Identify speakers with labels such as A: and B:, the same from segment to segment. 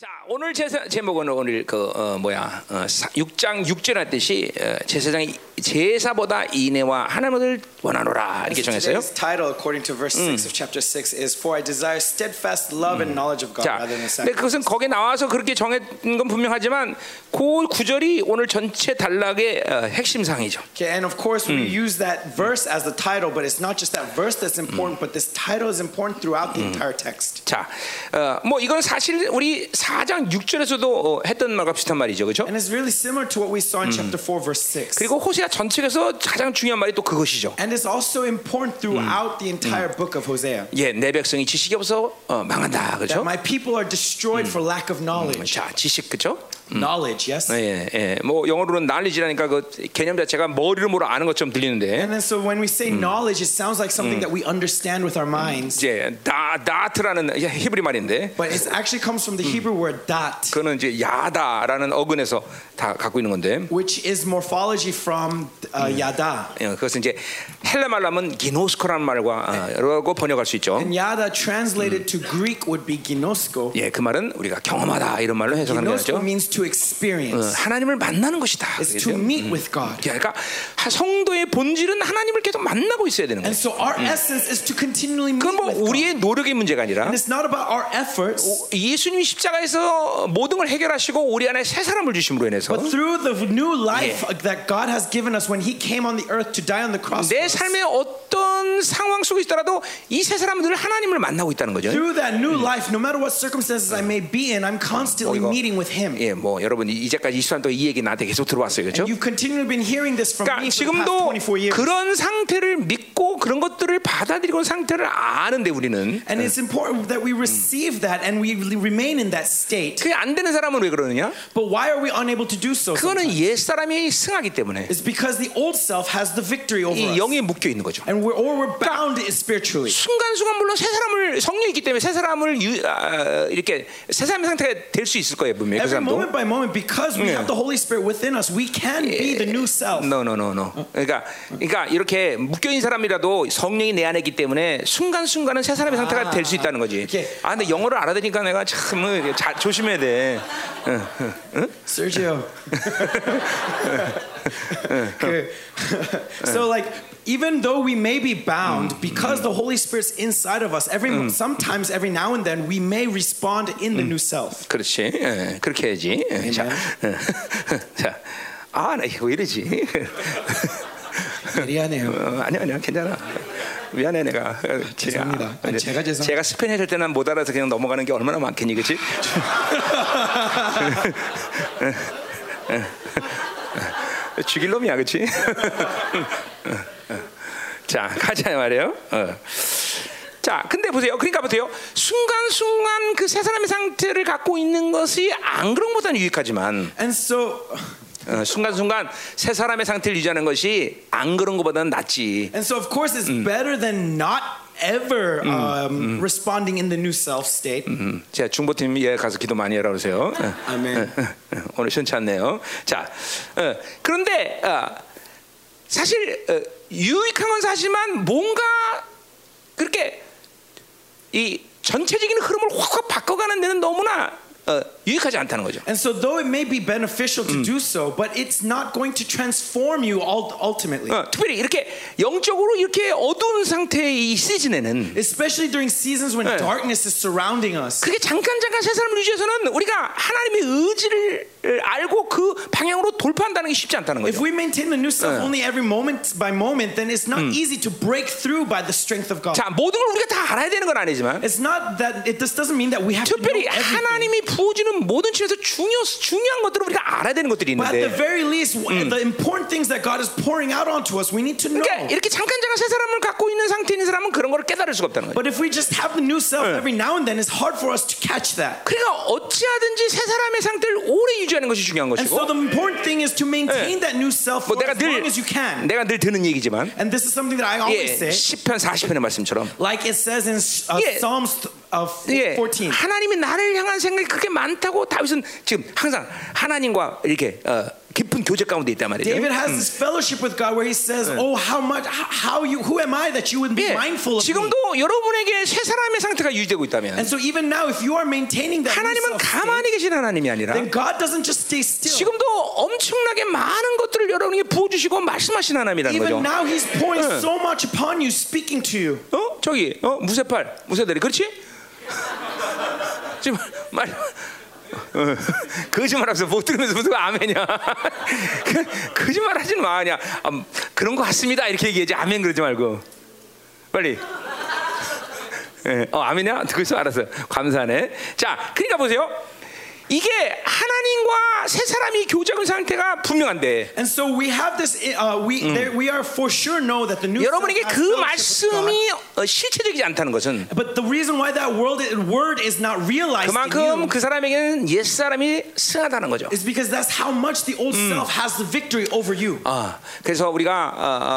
A: 자 오늘 제사, 제목은 오늘 그 어, 뭐야 어, 6장 6절 했듯이 어, 제사장이 제사보다 인애와 하나님을 원하노라
B: 네,
A: 이렇게 정했어요.
B: Today's title, according to verse 6 of chapter 6, is For I desire steadfast love and knowledge of God
A: 자,
B: rather
A: 근데
B: than sacrifice.
A: 그것은 거기에 나와서 그렇게 정했던 건 분명하지만 그 구절이 오늘 전체 단락의 어, 핵심 사항이죠.
B: Okay, and of course, we use that verse as the title, but it's not just that verse that's important, but this title is important throughout the entire text.
A: 자, 어, 뭐 이건 사실 우리 4장 6절에서도 어, 했던 말과 비슷한 말이죠, 그렇죠?
B: And it's really similar to what we saw in chapter 4, verse 6.
A: 그리고 호세아 전책에서 가장 중요한 말이 또 그것이죠.
B: And it's also important throughout the entire book of Hosea
A: 예, 내 백성이 지식이 없어 어, 망한다,
B: that
A: 그렇죠?
B: my people are destroyed for lack of knowledge.
A: 자, 지식 그렇죠?
B: Knowledge, yes?
A: 예, 예. 뭐 영어로는 난리지라니까 그 개념 자체가 머리를 모르 아는 것처럼 들리는데
B: And then, so when we say knowledge, it sounds like something that we understand with our minds,
A: 이제 다 다트라는 히브리 말인데
B: but it actually comes from the Hebrew word dat.
A: 그거는 이제 야다라는 어근에서 다 갖고 있는 건데
B: which is morphology from uh, yada.
A: 예, 그것은 이제 헬라 말로 하면 기노스코라는
B: 네.
A: 말과 어, 라고 번역할 수 있죠.
B: And yada translated to Greek would be ginosko.
A: 예, 그 말은 우리가 경험하다 이런 말로 해석하는
B: Ginosko
A: 거죠.
B: means to
A: 어,
B: experience.
A: 하나님을 만나는 것이다.
B: It's
A: 그죠?
B: to meet with God.
A: 예, 그러니까 성도의 본질은 하나님을 계속 만나고 있어야 되는
B: And
A: 거예요.
B: so our essence is to continually meet
A: 그건 뭐
B: with God.
A: 우리의 노력의 문제가 아니라
B: And it's not about our
A: Oh.
B: efforts,
A: 예수님이 십자가에서 모든 걸 해결하시고 우리 안에 새 사람을 주심으로 인해서
B: but through the new life that God has given us when He came on the earth to die on the cross. for
A: 내
B: us.
A: 삶의 어떤 상황 속에 있더라도 이 세 사람은 늘 하나님을 만나고 있다는 거죠.
B: Through that new life, no matter what circumstances I may be in, I'm constantly
A: 이거-
B: meeting with Him.
A: 예, 뭐 여러분 이- 이제까지 20년 동안 이 얘기 나한테 계속 들어왔어요, 그렇죠?
B: You've continually been hearing this from
A: 그러니까
B: me for the past
A: 지금도
B: 24 years.
A: 그런 상태를 믿고 그런 것들을 받아들이고 상태를 아는데 우리는
B: And it's important that we receive that and we remain in that state.
A: 그게 안 되는 사람은 왜 그러느냐?
B: But why are we unable to do so?
A: 그거는 옛 사람이 승하기 때문에
B: It's because the old self has the victory over
A: 이
B: us.
A: 영에 묶여 있는 거죠.
B: And we're, or we're bound spiritually.
A: 순간순간 물론 새 사람을 성령이 있기 때문에 새 사람을 유, 아, 이렇게 새 사람의 상태가 될 수 있을 거예요 분명히 그
B: Every
A: 사람도.
B: moment by moment, because we
A: Yeah.
B: have the Holy Spirit within us, we can be the new self.
A: 노노노노. 그러니까 그러니까 이렇게 묶여 있는 사람이라도 성령이 내 안에 있기 때문에 순간순간은 새 사람의 상태가 될 수 있다는 거지.
B: 아, 이렇게.
A: 아 근데 영어를 알아듣니까 내가 참 어, 자, 조심해야 돼. 응, 응, 응?
B: Sergio. Okay. so like even though we may be bound because the Holy Spirit's inside of us, every sometimes every now and then we may respond in the new self.
A: 그렇지. 예, 그렇게 해야지. 예, 자, 예. 자, 아, 나 이거 왜 이러지?
B: 미안해요.
A: 어, 아니야 아니야 괜찮아 미안해 내가 어, 제-
B: 죄송합니다. 아니, 제가 죄송합니다.
A: 제가 스페인 했을 때는 못 알아서 그냥 넘어가는 게 얼마나 많겠니 그치 죽일 놈이야 그치 어, 어. 자 가자 말이에요 어. 자 근데 보세요 그러니까 보세요 순간순간 그 세 사람의 상태를 갖고 있는 것이 안 그런 것보다는 유익하지만
B: And so
A: 어, 순간순간 세 사람의 상태를 유지하는 것이 안 그런 것보다는 낫지
B: And so, of course, it's better than not ever um, responding in the new self state.
A: 음, 제가 중보팀 예 가서 기도 많이 해라 그러세요. 예,
B: 아멘.
A: 예, 예, 오늘 시원치 않네요. 자, 예, 그런데 어, 사실 어, 유익한 건 사실만 뭔가 그렇게 이 전체적인 흐름을 확확 바꿔가는 데는 너무나 어, 유익하지 않다는 거죠.
B: And so, though it may be beneficial to do so, but it's not going to transform you ul- ultimately.
A: 어, 특별히 이렇게 영적으로 이렇게 어두운 상태에 이 시즌에는
B: Especially during seasons when
A: Yeah.
B: darkness is surrounding us.
A: 그게 잠깐 잠깐 세 사람을 유지해서는 우리가 하나님의 의지를 알고 그 방향으로 돌파한다는 게 쉽지 않다는 거죠.
B: If we maintain the new self only every moment by moment, then it's not easy to break through by the strength of God.
A: 자 모든 걸 우리가 다 알아야 되는 건 아니지만
B: It's not that it this doesn't mean that we have to know
A: 특별히
B: everything.
A: 하나님이 부어주는 모든 측에서 중요 중요한 것들을 우리가 알아야 되는 것들이
B: But at the
A: 있는데
B: very least, w- the important things that God is pouring out onto us, we need to know.
A: 그러니까 이렇게 잠깐 잠깐 세 사람을 갖고 있는 상태 있는 사람은 그런 걸 깨달을 수가 없다는 거예요.
B: But if we just have the new self
A: Eh.
B: every now and then, it's hard for us to catch that.
A: 그러니까 어찌하든지 세 사람의 상태를 오래 유지하는 것이 중요한
B: And so
A: 것이고
B: the important thing is to
A: Eh.
B: maintain that new self
A: 뭐
B: for
A: 내가
B: as
A: 늘
B: long as you can.
A: 내가 늘 드는 얘기지만
B: And this is something that I
A: 예
B: always say,
A: 시편 40편의 말씀처럼
B: like it says in uh,
A: Yeah.
B: Psalms uh, f-
A: 예
B: 14.
A: 하나님이 나를 향한 생각이 그렇게 많다고 다윗은 지금 항상 하나님과 이렇게 어, 이렇게 깊은 교제 가운데 있단 말이죠.
B: David has this fellowship with God where he says,
A: Eh.
B: "Oh, how much? How how you? Who am I that you would be
A: 예,
B: mindful of me?"
A: 지금도 여러분에게 새 사람의 상태가 유지되고 있다면
B: And so even now, if you are maintaining that, new
A: 하나님은
B: self-state,
A: 가만히 계신 하나님이 아니라
B: then God doesn't just stay still.
A: 지금도 엄청나게 많은 것들을 여러분에게 부어주시고 말씀하시는 하나님이라는 거죠.
B: Even now, He's pouring
A: 예.
B: so much upon you, speaking to you.
A: 어? 저기 어? 무쇠팔, 무쇠다리, 그렇지? 지금 말 어, 거짓말하면서 못 들으면서 무슨 아멘이야? 그- 거짓말하지 마, 아니야. 아, 그런 거 같습니다. 이렇게 얘기하지 아멘 그러지 말고 빨리. 예, 어, 아멘이야? 듣고서 알았어. 감사하네. 자, 그러니까 보세요. 이게 하나님과 세 사람이 교제하는 상태가 분명한데
B: And so we have this. Uh, we there, we are for sure know that the new.
A: 여러분에게
B: self
A: 그
B: has fellowship with God.
A: 말씀이 어, 실체적이지 않다는 것은
B: But the reason why that world eh, word is not realized in
A: 그만큼
B: you
A: 그 사람에게는 옛 사람이 승하다는 거죠.
B: is because that's how much the old self has the victory over you.
A: 아, 그래서 우리가 어, 어,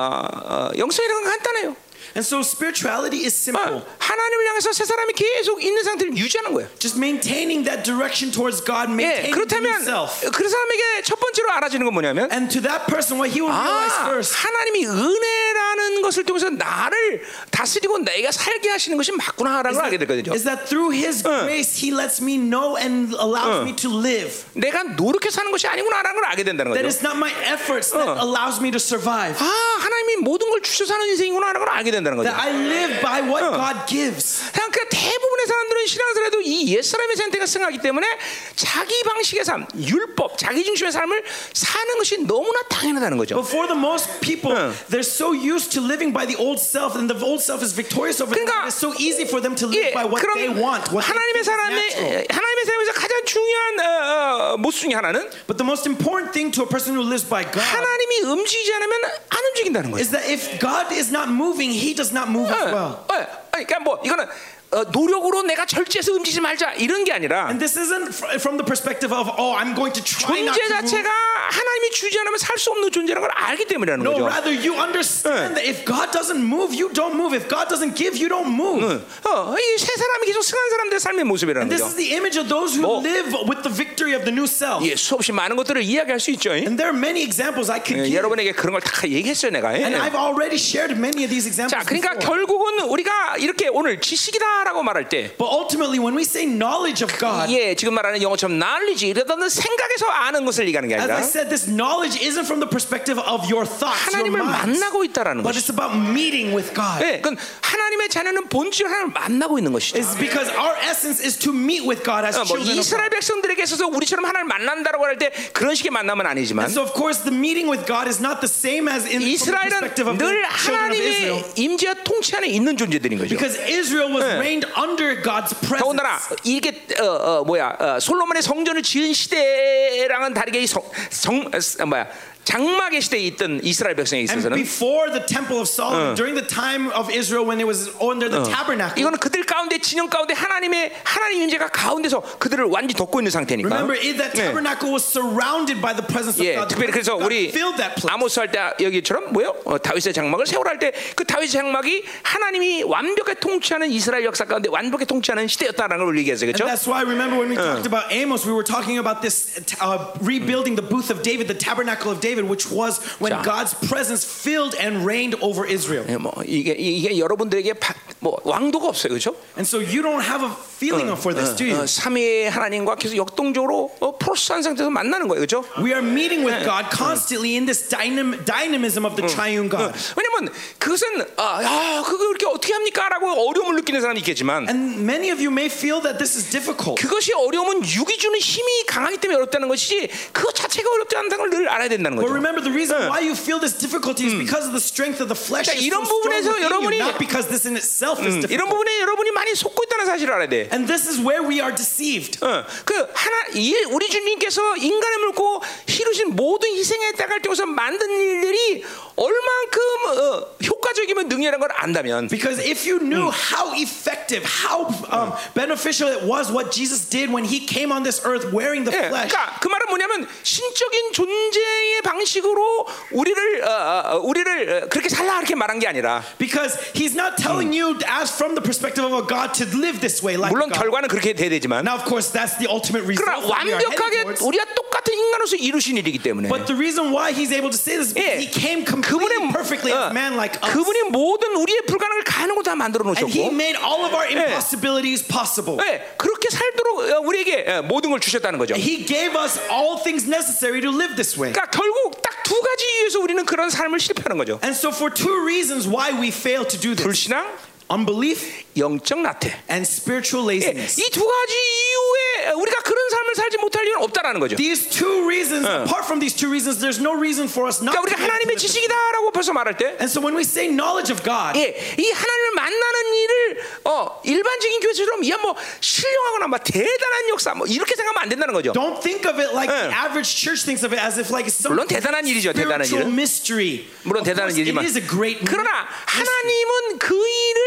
A: 어, 영성이라는 건 간단해요.
B: And so spirituality is
A: 어,
B: simple.
A: 하나님을 향해서 새 사람이 계속 있는 상태를 유지하는 거예요.
B: Just maintaining that direction towards God,
A: 예,
B: maintaining
A: 그렇다면
B: yourself.
A: 그 사람에게 첫 번째로 알아지는 건 뭐냐면
B: And to that person, what he will
A: 아,
B: realize first
A: 하나님이 은혜라는 것을 통해서 나를 다스리고 내가 살게 하시는 것이 맞구나라는
B: is
A: 걸 알게
B: that-
A: 됐거든요.
B: is that through his grace, he lets me know and allows me to live.
A: 내가 노력해 서 사는 것이 아니구나라는 걸 알게 된다는
B: That
A: 거죠.
B: it's not my efforts that
A: 어.
B: allows me to survive.
A: 아, 하나님이 모든 걸 주셔서 사는 인생이구나라는 걸 알게 된다는 거죠.
B: That I live by what God gives.
A: 그러니까 대부분의 사람들은 신앙생활에도 이 옛사람의 상태가 승하기 때문에 자기 방식의 삶, 율법, 자기 중심의 삶을 사는 것이 너무나 당연하다는 거죠.
B: But for the most people,
A: Yeah.
B: they're so used to living by the old self, and the old self is victorious over them.
A: 그러니까
B: It's so easy for them to
A: 예,
B: live by what
A: 그럼
B: they want. What they
A: 하나님의
B: think is
A: 사람의 예,
B: natural.
A: 하나님의 삶에서 가장 중요한 어, 어, 모습 중에 하나는
B: But the most important thing to a person who lives by God
A: 하나님이 움직이지 않으면 안 움직인다는 거예요.
B: is that if God is not moving, He does not move as well.
A: 예, 예. 아니, 그러니까 뭐 이거는 어, 노력으로 내가 절제해서 움직이지 말자 이런 게 아니라
B: And this isn't fr- from the perspective of oh, I'm going to try not
A: 존재
B: to move.
A: 자체가 하나님이 주지 않으면 살 수 없는 존재라는 걸 알기 때문이라는
B: No,
A: 거죠.
B: rather you understand that if God doesn't move, you don't move. If God doesn't give, you don't move.
A: 어, 이 세 사람이 계속 승한 사람들의 삶의 모습이라는
B: This
A: 거죠.
B: is the image of those who
A: 뭐.
B: live with the victory of the new self.
A: 예, 수없이 많은 것들을 이야기할 수 있죠. 예,
B: And there are many examples I could give.
A: 여러분에게 그런 걸 다 얘기했어요, 내가. 예.
B: And I've already shared many of these
A: 자,
B: examples.
A: 그러니까
B: before.
A: 결국은 우리가 이렇게 오늘 지식이다라고 말할 때,
B: But ultimately, when we say knowledge of God,
A: 예, 지금 말하는 영어처럼 knowledge 이러다는 생각에서 아는 것을 얘기하는 게
B: as I
A: 아니라
B: said, this knowledge isn't from the perspective of your thoughts, your
A: 하나님을
B: minds,
A: 만나고 있다라는
B: but
A: 거죠.
B: it's about meeting with God.
A: 예, 그건 하나님의 자녀는 본질로 하나님을 만나고 있는 것이죠.
B: It's because our essence is to meet with God as
A: 어, 뭐
B: children. Of
A: 이스라엘
B: God.
A: 백성들에게 있어서 우리처럼 하나님을 만난다라고 할 때 그런 식의 만남은 아니지만
B: So of course, the meeting with God is not the same as in from the perspective
A: 이스라엘은
B: of
A: 늘
B: the children of Israel.
A: 하나님의 임재와 통치 안에 있는 존재들인 거죠.
B: Because Israel was reigned under God's presence.
A: 더군다나 이게 어, 어, 뭐야 어, 솔로몬의 성전을 지은 시대랑은 다르게 이 성, 성 어, 뭐야 장막의 시대에 있던 이스라엘 백성에
B: And
A: 있어서는
B: before the Temple of Solomon, during the time of Israel when it was under the tabernacle,
A: 이거는 그들 가운데 진영 가운데 하나님의 하나님 임재가 가운데서 그들을 완전히 덮고 있는 상태니까.
B: Remember, it, that
A: 네.
B: tabernacle was surrounded by the presence of
A: 예,
B: God. The
A: 특별히 그래서
B: presence of God
A: 우리
B: filled that place.
A: 아모스 할 때 여기처럼 뭐요? 어, 다윗의 장막을 세우라 할 때 그 다윗의 장막이 하나님이 완벽하게 통치하는 이스라엘 역사 가운데 완벽하게 통치하는 시대였다라는 걸 얘기했어요,
B: And
A: 그렇죠?
B: that's why remember when we talked about Amos, we were talking about this uh, rebuilding the booth of David, the tabernacle of David, which was when
A: 자.
B: God's presence filled and reigned over Israel.
A: 예, 뭐 이게 이게 여러분들에게 바, 뭐 왕도가 없어요, 그렇죠?
B: And so you don't have a feeling of for this, do you?
A: 어, 삼위의 하나님과 계속 역동적으로 어, 프로스한 상태에서 만나는 거예요, 그렇죠?
B: We are meeting with God constantly in this dynam- dynamism of the triune God.
A: 왜냐면 그것은 아, 야, 그거 그렇게 어떻게 합니까라고 어려움을 느끼는 사람이 있겠지만
B: And many of you may feel that this is difficult.
A: 그것이 어려움은 육이 주는 힘이 강하기 때문에 어렵다는 것이지 그것 자체가 어렵지 않다는 걸 늘 알아야 된다는
B: But
A: 거죠.
B: remember, the reason why you feel this difficulty
A: Hmm.
B: is because of the strength of the flesh.
A: 그러니까
B: is
A: 이런
B: so strong
A: 부분에서
B: within
A: 여러분이-
B: you, not because this in itself is difficult.
A: 이런 부분에 여러분이 많이 속고 있다는 사실을 알아야 돼.
B: And this is where we are deceived.
A: 어, 그 하나 이- 우리 주님께서 인간을 물고 희루신 모든 희생에 따갈 때에서 만든 일들이 얼만큼 어, 효과적이면 능이라는 걸 안다면
B: Because if you knew
A: Hmm.
B: how effective, how um, beneficial it was what Jesus did when he came on this earth wearing the
A: 예,
B: flesh,
A: 그러니까 그 말은 뭐냐면 신적인 존재의 방식으로 우리를 어, 어, 우리를 어, 그렇게 살라 이렇게 말한 게 아니라
B: Because he's not telling you as from the perspective of a God to live this way like
A: Hmm. 물론
B: God.
A: 결과는 그렇게 돼야 되지만
B: 그러니까 Now, of course, that's the ultimate result.
A: 그러나
B: that we are headed
A: 완벽하게
B: towards.
A: 우리가 똑같은 인간으로서 이루신 일이기 때문에
B: But the reason why he's able to say this is because
A: 예,
B: he came completely
A: 그분의
B: perfectly
A: 어,
B: as man like us.
A: 그분이 모든 우리의 불가능을 가능한 거다 만들어
B: And
A: 놓으셨고
B: he made all of our impossibilities possible.
A: 예, 그렇게 살도록 어, 우리에게 예, 모든 걸 주셨다는 거죠.
B: He gave us all things necessary to live this way.
A: 그러니까 결국 딱 두 가지 이유에서 우리는 그런 삶을 실패하는 거죠.
B: And so, for two reasons why we fail to do this
A: 불신앙,
B: unbelief
A: 영적 나태.
B: and spiritual
A: 예,
B: laziness.
A: 이 두 가지 이유에 우리가 그런 삶을 살지 못할 이유는 없다라는 거죠.
B: These two reasons, apart from these two reasons, there's no reason for us not
A: 그러니까 우리가
B: to. be able to
A: 하나님의
B: live this.
A: 지식이다라고 벌써 말할 때,
B: And so, when we say knowledge of God,
A: 예, 이 하나님을 만나는 일을 어, 일반적인 교회처럼 이야 뭐 신령하거나 막 대단한 역사 뭐 이렇게 생각하면 안 된다는 거죠.
B: Don't think of it like
A: 예.
B: the average church thinks of it as if like it's some
A: 물론 대단한 일이죠, 대단한
B: spiritual
A: 일은.
B: mystery.
A: 물론
B: Of
A: 대단한
B: course, it
A: 일이지만
B: is a great
A: 그러나 하나님은 그 일을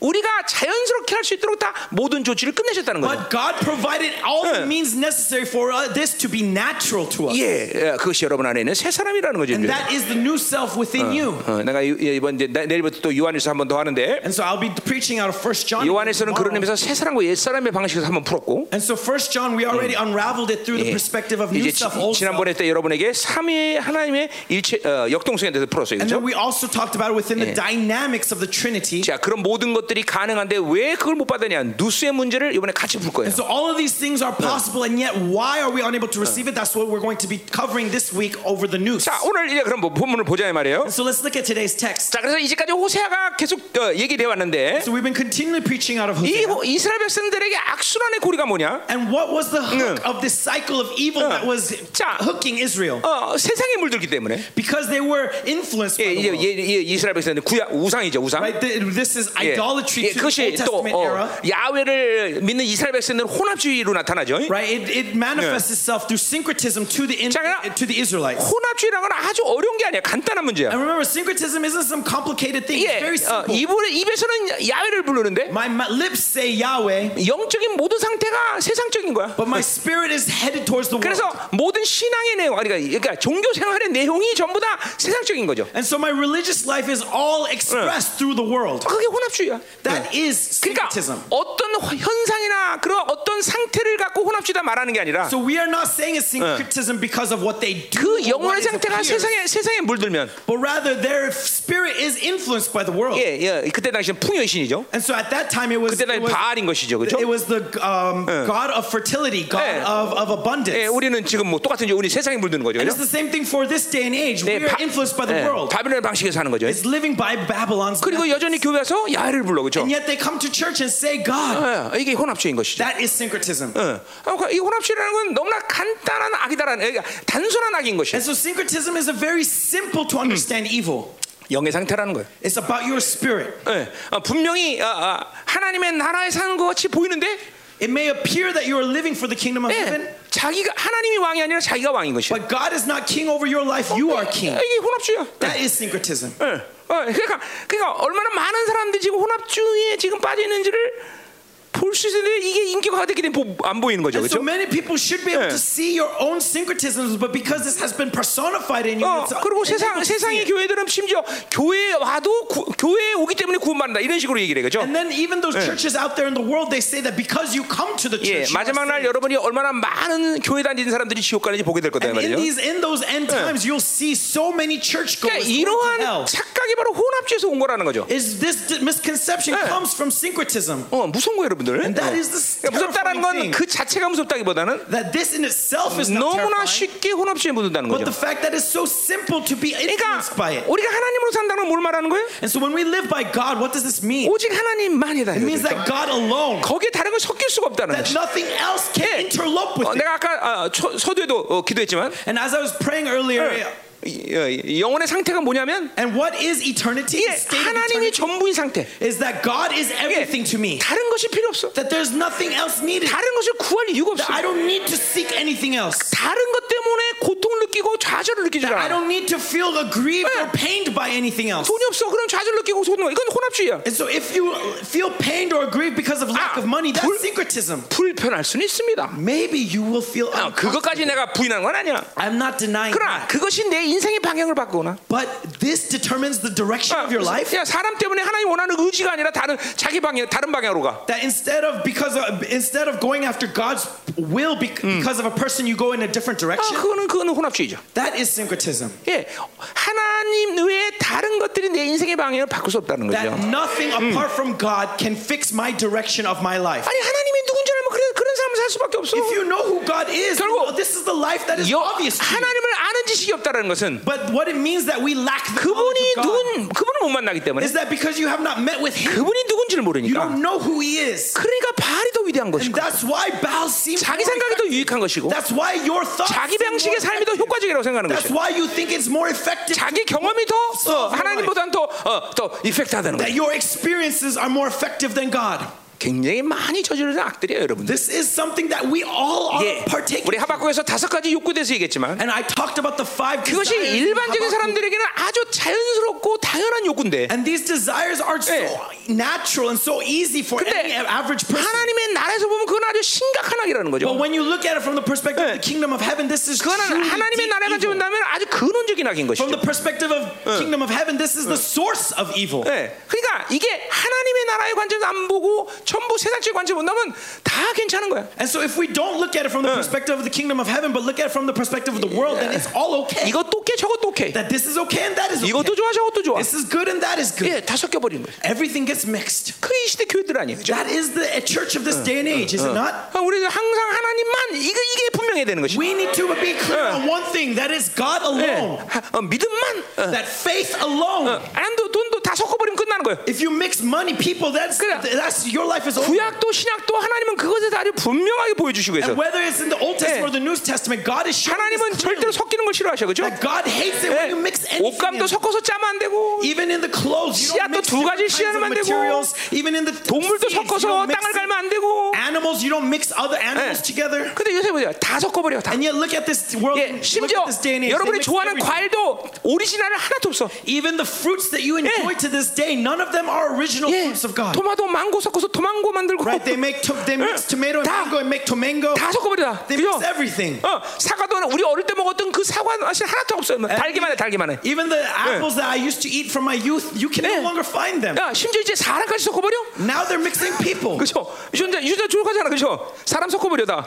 A: 우리가 자연스럽게 할 수 있도록 다 모든 조치를 끝내셨다는 거죠.
B: But God provided all
A: 예.
B: the means necessary for uh, this to be natural to us.
A: 예, 예, 그것이 여러분 안에 있는 새 사람이라는 거죠.
B: And
A: 이제.
B: that is the new self within you.
A: 어, 내가 유- 예, 이번 이제 나- 내일부터 또 요한일서 한 번 더 하는데
B: And so I'll be preaching out of First John.
A: 요한일서는 그런
B: tomorrow.
A: 의미에서 새 사람과 옛 사람의 방식에서 한번 풀었고
B: And so First John, we already unraveled it through
A: 예.
B: the perspective of
A: 이제
B: new
A: 지,
B: self, old self.
A: 지난번에 때 여러분에게 삼위 하나님의 일체 어, 역동성에 대해서 풀었어요.
B: And
A: 그렇죠?
B: then we also talked about it within the dynamics of the Trinity.
A: 자, 그런 모든 것들이 가능한데 왜 그걸 못 받았냐? 누수의 문제를 이번에 같이 풀 거예요.
B: And so all of these things are possible, and yet why are we unable to receive it? That's what we're going to be covering this week over the news.
A: 자, 오늘 이제 그럼 뭐 본문을 보자 이 말이에요.
B: So let's look at today's text.
A: 자, 그래서 이제까지 호세아가 계속 어, 얘기를 해 왔는데
B: So we've been continually preaching out of
A: 이
B: Hosea.
A: 호- 이스라엘 백성들에게 악순환의 고리가 뭐냐?
B: And what was the hook of this cycle of evil that was
A: 자.
B: hooking Israel?
A: 어, 세상에 물들기 때문에
B: Because they were influenced by
A: 예,
B: the
A: 이제
B: world.
A: 예, 예, 이스라엘 백성들 구약 우상이죠 우상.
B: Right? Th- This is
A: 예.
B: idolatry
A: 예,
B: to the
A: 그것이
B: Old
A: 또
B: Testament
A: 어,
B: era.
A: 야훼를 믿는 이스라엘 백성들은 혼합주의로 나타나죠.
B: Right? It, it manifests itself through syncretism to the, in,
A: 자, 그러나-
B: to the Israelites.
A: 혼합주의라는 건 아주 어려운 게 아니야. 간단한 문제야.
B: And remember, syncretism isn't some complicated thing.
A: 예,
B: It's very
A: 어,
B: simple.
A: 입으로, 입에서는 야훼를 부르는데
B: My, my lips say Yahweh,
A: 영적인 모든 상태가 세상적인 거야.
B: but my spirit is headed towards the world.
A: 그래서 모든 신앙의 내용, 그러니까, 그러니까 종교 생활의 내용이 전부 다 세상적인 거죠.
B: And so my religious life is all expressed through the world.
A: 그게 혼합주의야.
B: That is
A: 그러니까
B: syncretism.
A: 어떤 화- 현상이나 그런 어떤 상태를 갖고 혼합주의다 말하는 게 아니라
B: So we are not saying it's syncretism because of what they do,
A: 그
B: or what
A: 영혼의
B: is
A: 상태가
B: appears,
A: 세상에 세상에 물들면
B: but rather their spirit is influenced by the world.
A: 예, 예 그때 당시는 풍요의 신이죠.
B: And so at that time it was
A: 그때
B: it
A: 당시
B: was,
A: 바알인 것이죠, 그렇죠?
B: it was the um, God of fertility, God
A: 예.
B: of, of abundance.
A: 예, 우리는 지금 뭐 똑같은 이제 우리 세상에 물드는 거죠,
B: And it's
A: 그렇죠?
B: the same thing for this day and age. we are influenced by the world.
A: 바빌론 방식에서 하는 거죠.
B: It's living by Babylon's.
A: 그리고 여전히 교회 와서 야외를 불러, 그렇죠?
B: And yet they come to church and say, God,
A: 예, 이게 혼합주의인 것이죠.
B: that is syncretism.
A: 예. 어, 이 혼합주의라는 건 너무나 간단한 악이다라는, 그러니까 단순한 악인 것이에요.
B: And so syncretism is a very simple to understand evil.
A: 영의 상태라는 거예요.
B: It's about your spirit.
A: 예. 어, 분명히 어, 어, 하나님의 나라에 사는 것 같이 보이는데
B: It may appear that you are living for the kingdom of heaven,
A: 예, 자기가 하나님이 왕이 아니라 자기가 왕인 것이에요.
B: but God is not king over your life. You are
A: 예,
B: king.
A: 이게 혼합주의야.
B: That is syncretism.
A: 예. 어, 그러니까, 그러니까 얼마나 많은 사람들이 지금 혼합주의에 지금 빠져 있는지를 볼 수 있는데 이게 인격화가 됐기 때문에 보- 안 보이는 거죠,
B: And so
A: 그렇죠?
B: many people should be able
A: Yeah.
B: to see your own syncretisms, but because this has been personified in you,
A: 어,
B: it's
A: 그리고
B: it's
A: 세상
B: able to see
A: 세상의
B: it.
A: 교회들은 심지어 교회에 와도 구- 교회에 오기 때문에 구원받는다 이런 식으로 얘기를 해, 그렇죠?
B: And then even those churches out there in the world, they say that because you come to the
A: 예,
B: church, you are
A: 마지막 날
B: saved.
A: 여러분이 얼마나 많은 교회 다니는 사람들이 지옥 가는지 보게 될 거다 이
B: and in
A: 말이죠.
B: these in those end times, you'll see so many
A: 그러니까
B: churchgoers going to
A: 이러한
B: hell.
A: 착각이 바로 혼합주의에서 온 거라는 거죠.
B: Is this d- misconception
A: Yeah.
B: comes from syncretism?
A: 어, 무서운 거예요, 여러분들.
B: And that
A: 예.
B: is the
A: 그러니까 무섭다는 건
B: terrifying
A: 그 자체가 무섭다기보다는
B: That this in itself is not
A: 너무나
B: terrifying,
A: 쉽게 혼합주의에 묻는다는 거죠.
B: but the fact that it's so simple to be influenced by
A: 그러니까
B: it.
A: 우리가 하나님으로 산다는 건 뭘 말하는 거예요?
B: And so when we live by God, what does this mean?
A: 오직 하나님만이다.
B: It means
A: 이거죠.
B: that God alone,
A: 거기에 다른 걸 섞일 수가 없다는 거죠.
B: that nothing else can
A: Yeah. 어,
B: interlope with it.
A: 내가 아까 어, 초, 서두에도 어, 기도했지만
B: And as I was praying earlier,
A: 이- 어, 이- 영혼의 상태가 뭐냐면
B: and what is eternity?
A: 이게
B: The state of
A: 하나님이
B: eternity
A: 전부인 상태.
B: is that God is everything to me.
A: 다른 것이 필요 없어.
B: That there's nothing else needed.
A: 다른 것을 구할 이유가 없어.
B: That I don't need to seek anything else.
A: 다른 것 때문에 고통을 느끼고 느끼고 좌절을 느끼지
B: I
A: 않아.
B: don't need to feel aggrieved or pained by anything else.
A: 돈이 없어. 그럼 좌절 느끼고 손 이건 혼합주의야.
B: And so if you feel pained or aggrieved because of lack
A: Ah,
B: of money, that's
A: 불-
B: syncretism.
A: 불편할 수는 있습니다.
B: Maybe you will feel
A: 어, 그것까지 내가 부인한 건 아니야.
B: I'm not denying
A: 그러나
B: that.
A: 그것이 내 인생의 방향을 바꾸거나
B: But this determines the direction
A: 어,
B: of your life.
A: 야, 사람 때문에 하나님 원하는 의지가 아니라 다른 자기 방향 다른 방향으로 가.
B: That instead of because of, instead of going after God's will bec- because of a person, you go in a different
A: 아,
B: direction.
A: 그거는 그거는 혼합주의죠.
B: That is syncretism.
A: 예, 하나님 외에 다른 것들이 내 인생의 방향을 바꿀 수 없다는 거죠.
B: That nothing apart from God can fix my direction of my life.
A: 아니 하나님이 누군지 알면 그런 그런 삶을 살 수밖에 없어.
B: If you know who God is, you
A: 결국
B: know this is the life that is
A: 여,
B: obvious to you.
A: 하나님을 아는 지식이 없다는 것은
B: But what it means that we lack the
A: 그분이
B: knowledge of God
A: 누군 그분을 못 만나기 때문에
B: is that because you have not met with Him,
A: 그분이 누군지를
B: you
A: 모르니까
B: don't know who He is.
A: 그러니까 바알이 더 위대한
B: And
A: 것이고
B: that's why Baal seems.
A: 자기 생각이 더 유익한 것이고
B: That's why your thoughts.
A: 자기
B: seem
A: 방식의
B: more
A: 삶이 더
B: effective.
A: 효과적이라고 생각하는
B: That's
A: 것이야.
B: why you think it's more effective.
A: 자기 경험이 더 어, 하나님보다는 더더 이펙트하다는 거야.
B: That your experiences are more effective than God.
A: 굉장히 많이 저지르는 악들이에요, 여러분들.
B: This is something that we all are
A: 예,
B: 아, partaking.
A: 우리 하박국에서 다섯 가지 욕구에 대해서 얘기했지만
B: And I talked about the five.
A: 그것이
B: desires in
A: 일반적인
B: Habakkuk.
A: 사람들에게는 아주 자연스럽고 당연한 욕구인데
B: And these desires are so natural and so easy for any
A: 근데
B: average person.
A: 하나님의 나라에서 보면 그건 아주 심각한 악이라는
B: But
A: 거죠.
B: when you look at it from the perspective of the kingdom of heaven, this is
A: 그건
B: truly
A: 하나님의
B: deep
A: 나라 가지고
B: evil.
A: 본다면 아주 근원적인 악인
B: From
A: 것이죠.
B: the perspective of kingdom of heaven, this is the source of evil.
A: 예. 그러니까 이게 하나님의 나라의 관점에서 안 보고 전부 세상적인 관점 본다면 다 괜찮은 거야.
B: And so if we don't look at it from the perspective of the kingdom of heaven, but look at it from the perspective of the world, then it's all okay.
A: 이것도 오케이, 저것도 오케이.
B: That this is okay and that is okay.
A: 이것도 좋아, 저것도 좋아.
B: This is good and that is good.
A: 예, 다 섞여 버린 거예요.
B: Everything gets mixed.
A: 그게 이 시대 교회들 아니에요. 그죠?
B: That is the church of this day and age, is it not?
A: 아, 우리는 항상 하나님만 이거 이게 분명해야 되는 것이죠.
B: We need to be clear
A: Uh.
B: on one thing that is God
A: 예.
B: alone,
A: 하- 어, 믿음만 어,
B: that faith alone.
A: 어, 안도 돈도 다 섞어 버리면 끝나는 거예요.
B: If you mix money, people, that's
A: 그래.
B: that's your life is over.
A: 구약도 신약도 하나님은 그것에 대해 아주 분명하게 보여주시고
B: And
A: 해서
B: whether it's in the Old Testament or the New Testament, God is showing us
A: 하나님은
B: clearly
A: 절대로 섞이는 걸 싫어하셔, 그죠?
B: that God hates it when you mix
A: 예,
B: anything.
A: 옷감도
B: in.
A: 섞어서 짜면 안 되고
B: Even in the clothes, you
A: 씨앗도
B: don't mix
A: 두
B: different
A: 가지
B: kinds
A: 씨앗을
B: of
A: 만들고,
B: materials. Even in the
A: 동물도
B: seeds, you
A: 섞어서
B: don't mix
A: 땅을 갈면 안 되고
B: animals, you don't mix other animals
A: 예.
B: together.
A: 근데 요새 보세요 다 섞어버려 다
B: And yet, look at this world.
A: 예,
B: look
A: 심지어
B: at this day and age. They
A: 여러분이
B: mix
A: 좋아하는
B: everything.
A: 과일도 오리지널은 하나도 없어
B: Even the fruits that you enjoy to this day, none of them are original
A: 예,
B: fruits of God.
A: 토마토 망고 섞어서 토망고 만들고
B: Right? They make to- they mix
A: 예,
B: tomato and
A: 다,
B: mango and make tomango.
A: 다 섞어버려
B: They
A: 그죠?
B: mix everything.
A: 어, 사과도 우리 어릴 때 먹었던 그 사과 사실 하나도 없어요 달기만 해 달기만 해
B: Even the apples that I used to eat from my youth, you can
A: Yeah.
B: no longer find them.
A: 야, 심지어 이제 사람까지 섞어버려 그렇죠?
B: Now they're mixing people,
A: 그죠? 유전자 유전자 조작하잖아 그죠? 사람 섞어버려 다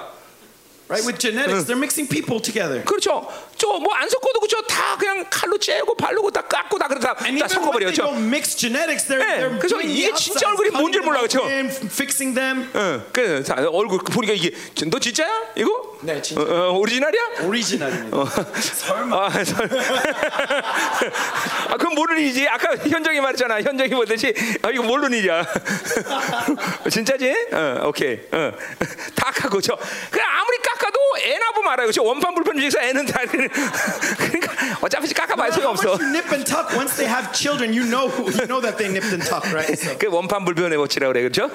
B: right? With genetics, they're mixing people together.
A: 그렇죠. 저 뭐 안 섞어도 그죠. 다 그냥 칼로 째고 바르고 다 깎고 다 그러다
B: And
A: 다
B: even when they
A: 섞어버려죠. 그렇죠?
B: don't mix genetics, they're,
A: 네,
B: they're
A: 그래서
B: doing
A: 이게
B: the
A: 진짜
B: outsides,
A: 얼굴이
B: cutting
A: 뭔지를
B: them
A: 몰라, 그쵸?
B: open, fixing them.
A: 응, 그래 자, 얼굴 보니까 이게 저, 너 진짜야? 이거?
B: 네, 진짜.
A: 어, 어, 오리지널이야?
B: Original.
A: 어. 아, 설- 아, 그건 모르는 일이지. 아까 현정이 말했잖아. 현정이 보듯이 아, 이거 모르는 일이야. 진짜지? 어, 오케이. 어. 다 깎고 저. 그래 아무리 깎아도 애나 보면 알아요. 그죠? 원판 불편 중에서 애는 다 그러니까 어차피 깎아봐야 소용
B: How
A: 없어.
B: much you nip and tuck once they have children, you know who, you know that they nipped and tucked, right? So.
A: 그 원판 불변의 법칙이라고 그래 그렇죠?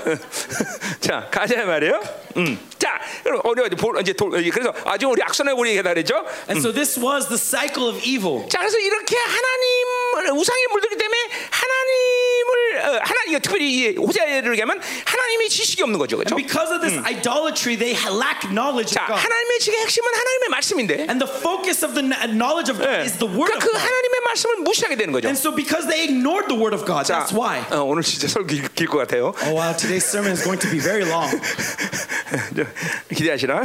A: 자 가자 말이에요. 음. 자 그럼 어려 이제 볼 이제 돌 이제 그래서 아주 우리 악선의 우리 얘기다 그랬죠?
B: And so this was the cycle of evil.
A: 자 그래서 이렇게 하나님을 우상에 물들기 때문에 하나님을 어, 하나 이거 특별히 이 호세아를 얘기하면 하나님이 지식이 없는 거죠, 그렇죠?
B: And because of this idolatry, they ha- lack knowledge
A: 자
B: of God.
A: 하나님의 지식의 핵심은 하나님의 말씀인데.
B: And the focus of the kn- knowledge of God
A: 예.
B: is the word
A: 그러니까 그
B: of God.
A: 하나님의 말씀을 무시하게 되는 거죠.
B: And so because they ignored the word of God,
A: 자,
B: that's why.
A: 어, 오늘 진짜 설교 길 것 같아요.
B: Oh wow, today's sermon is going to be very long.
A: 기대하시라.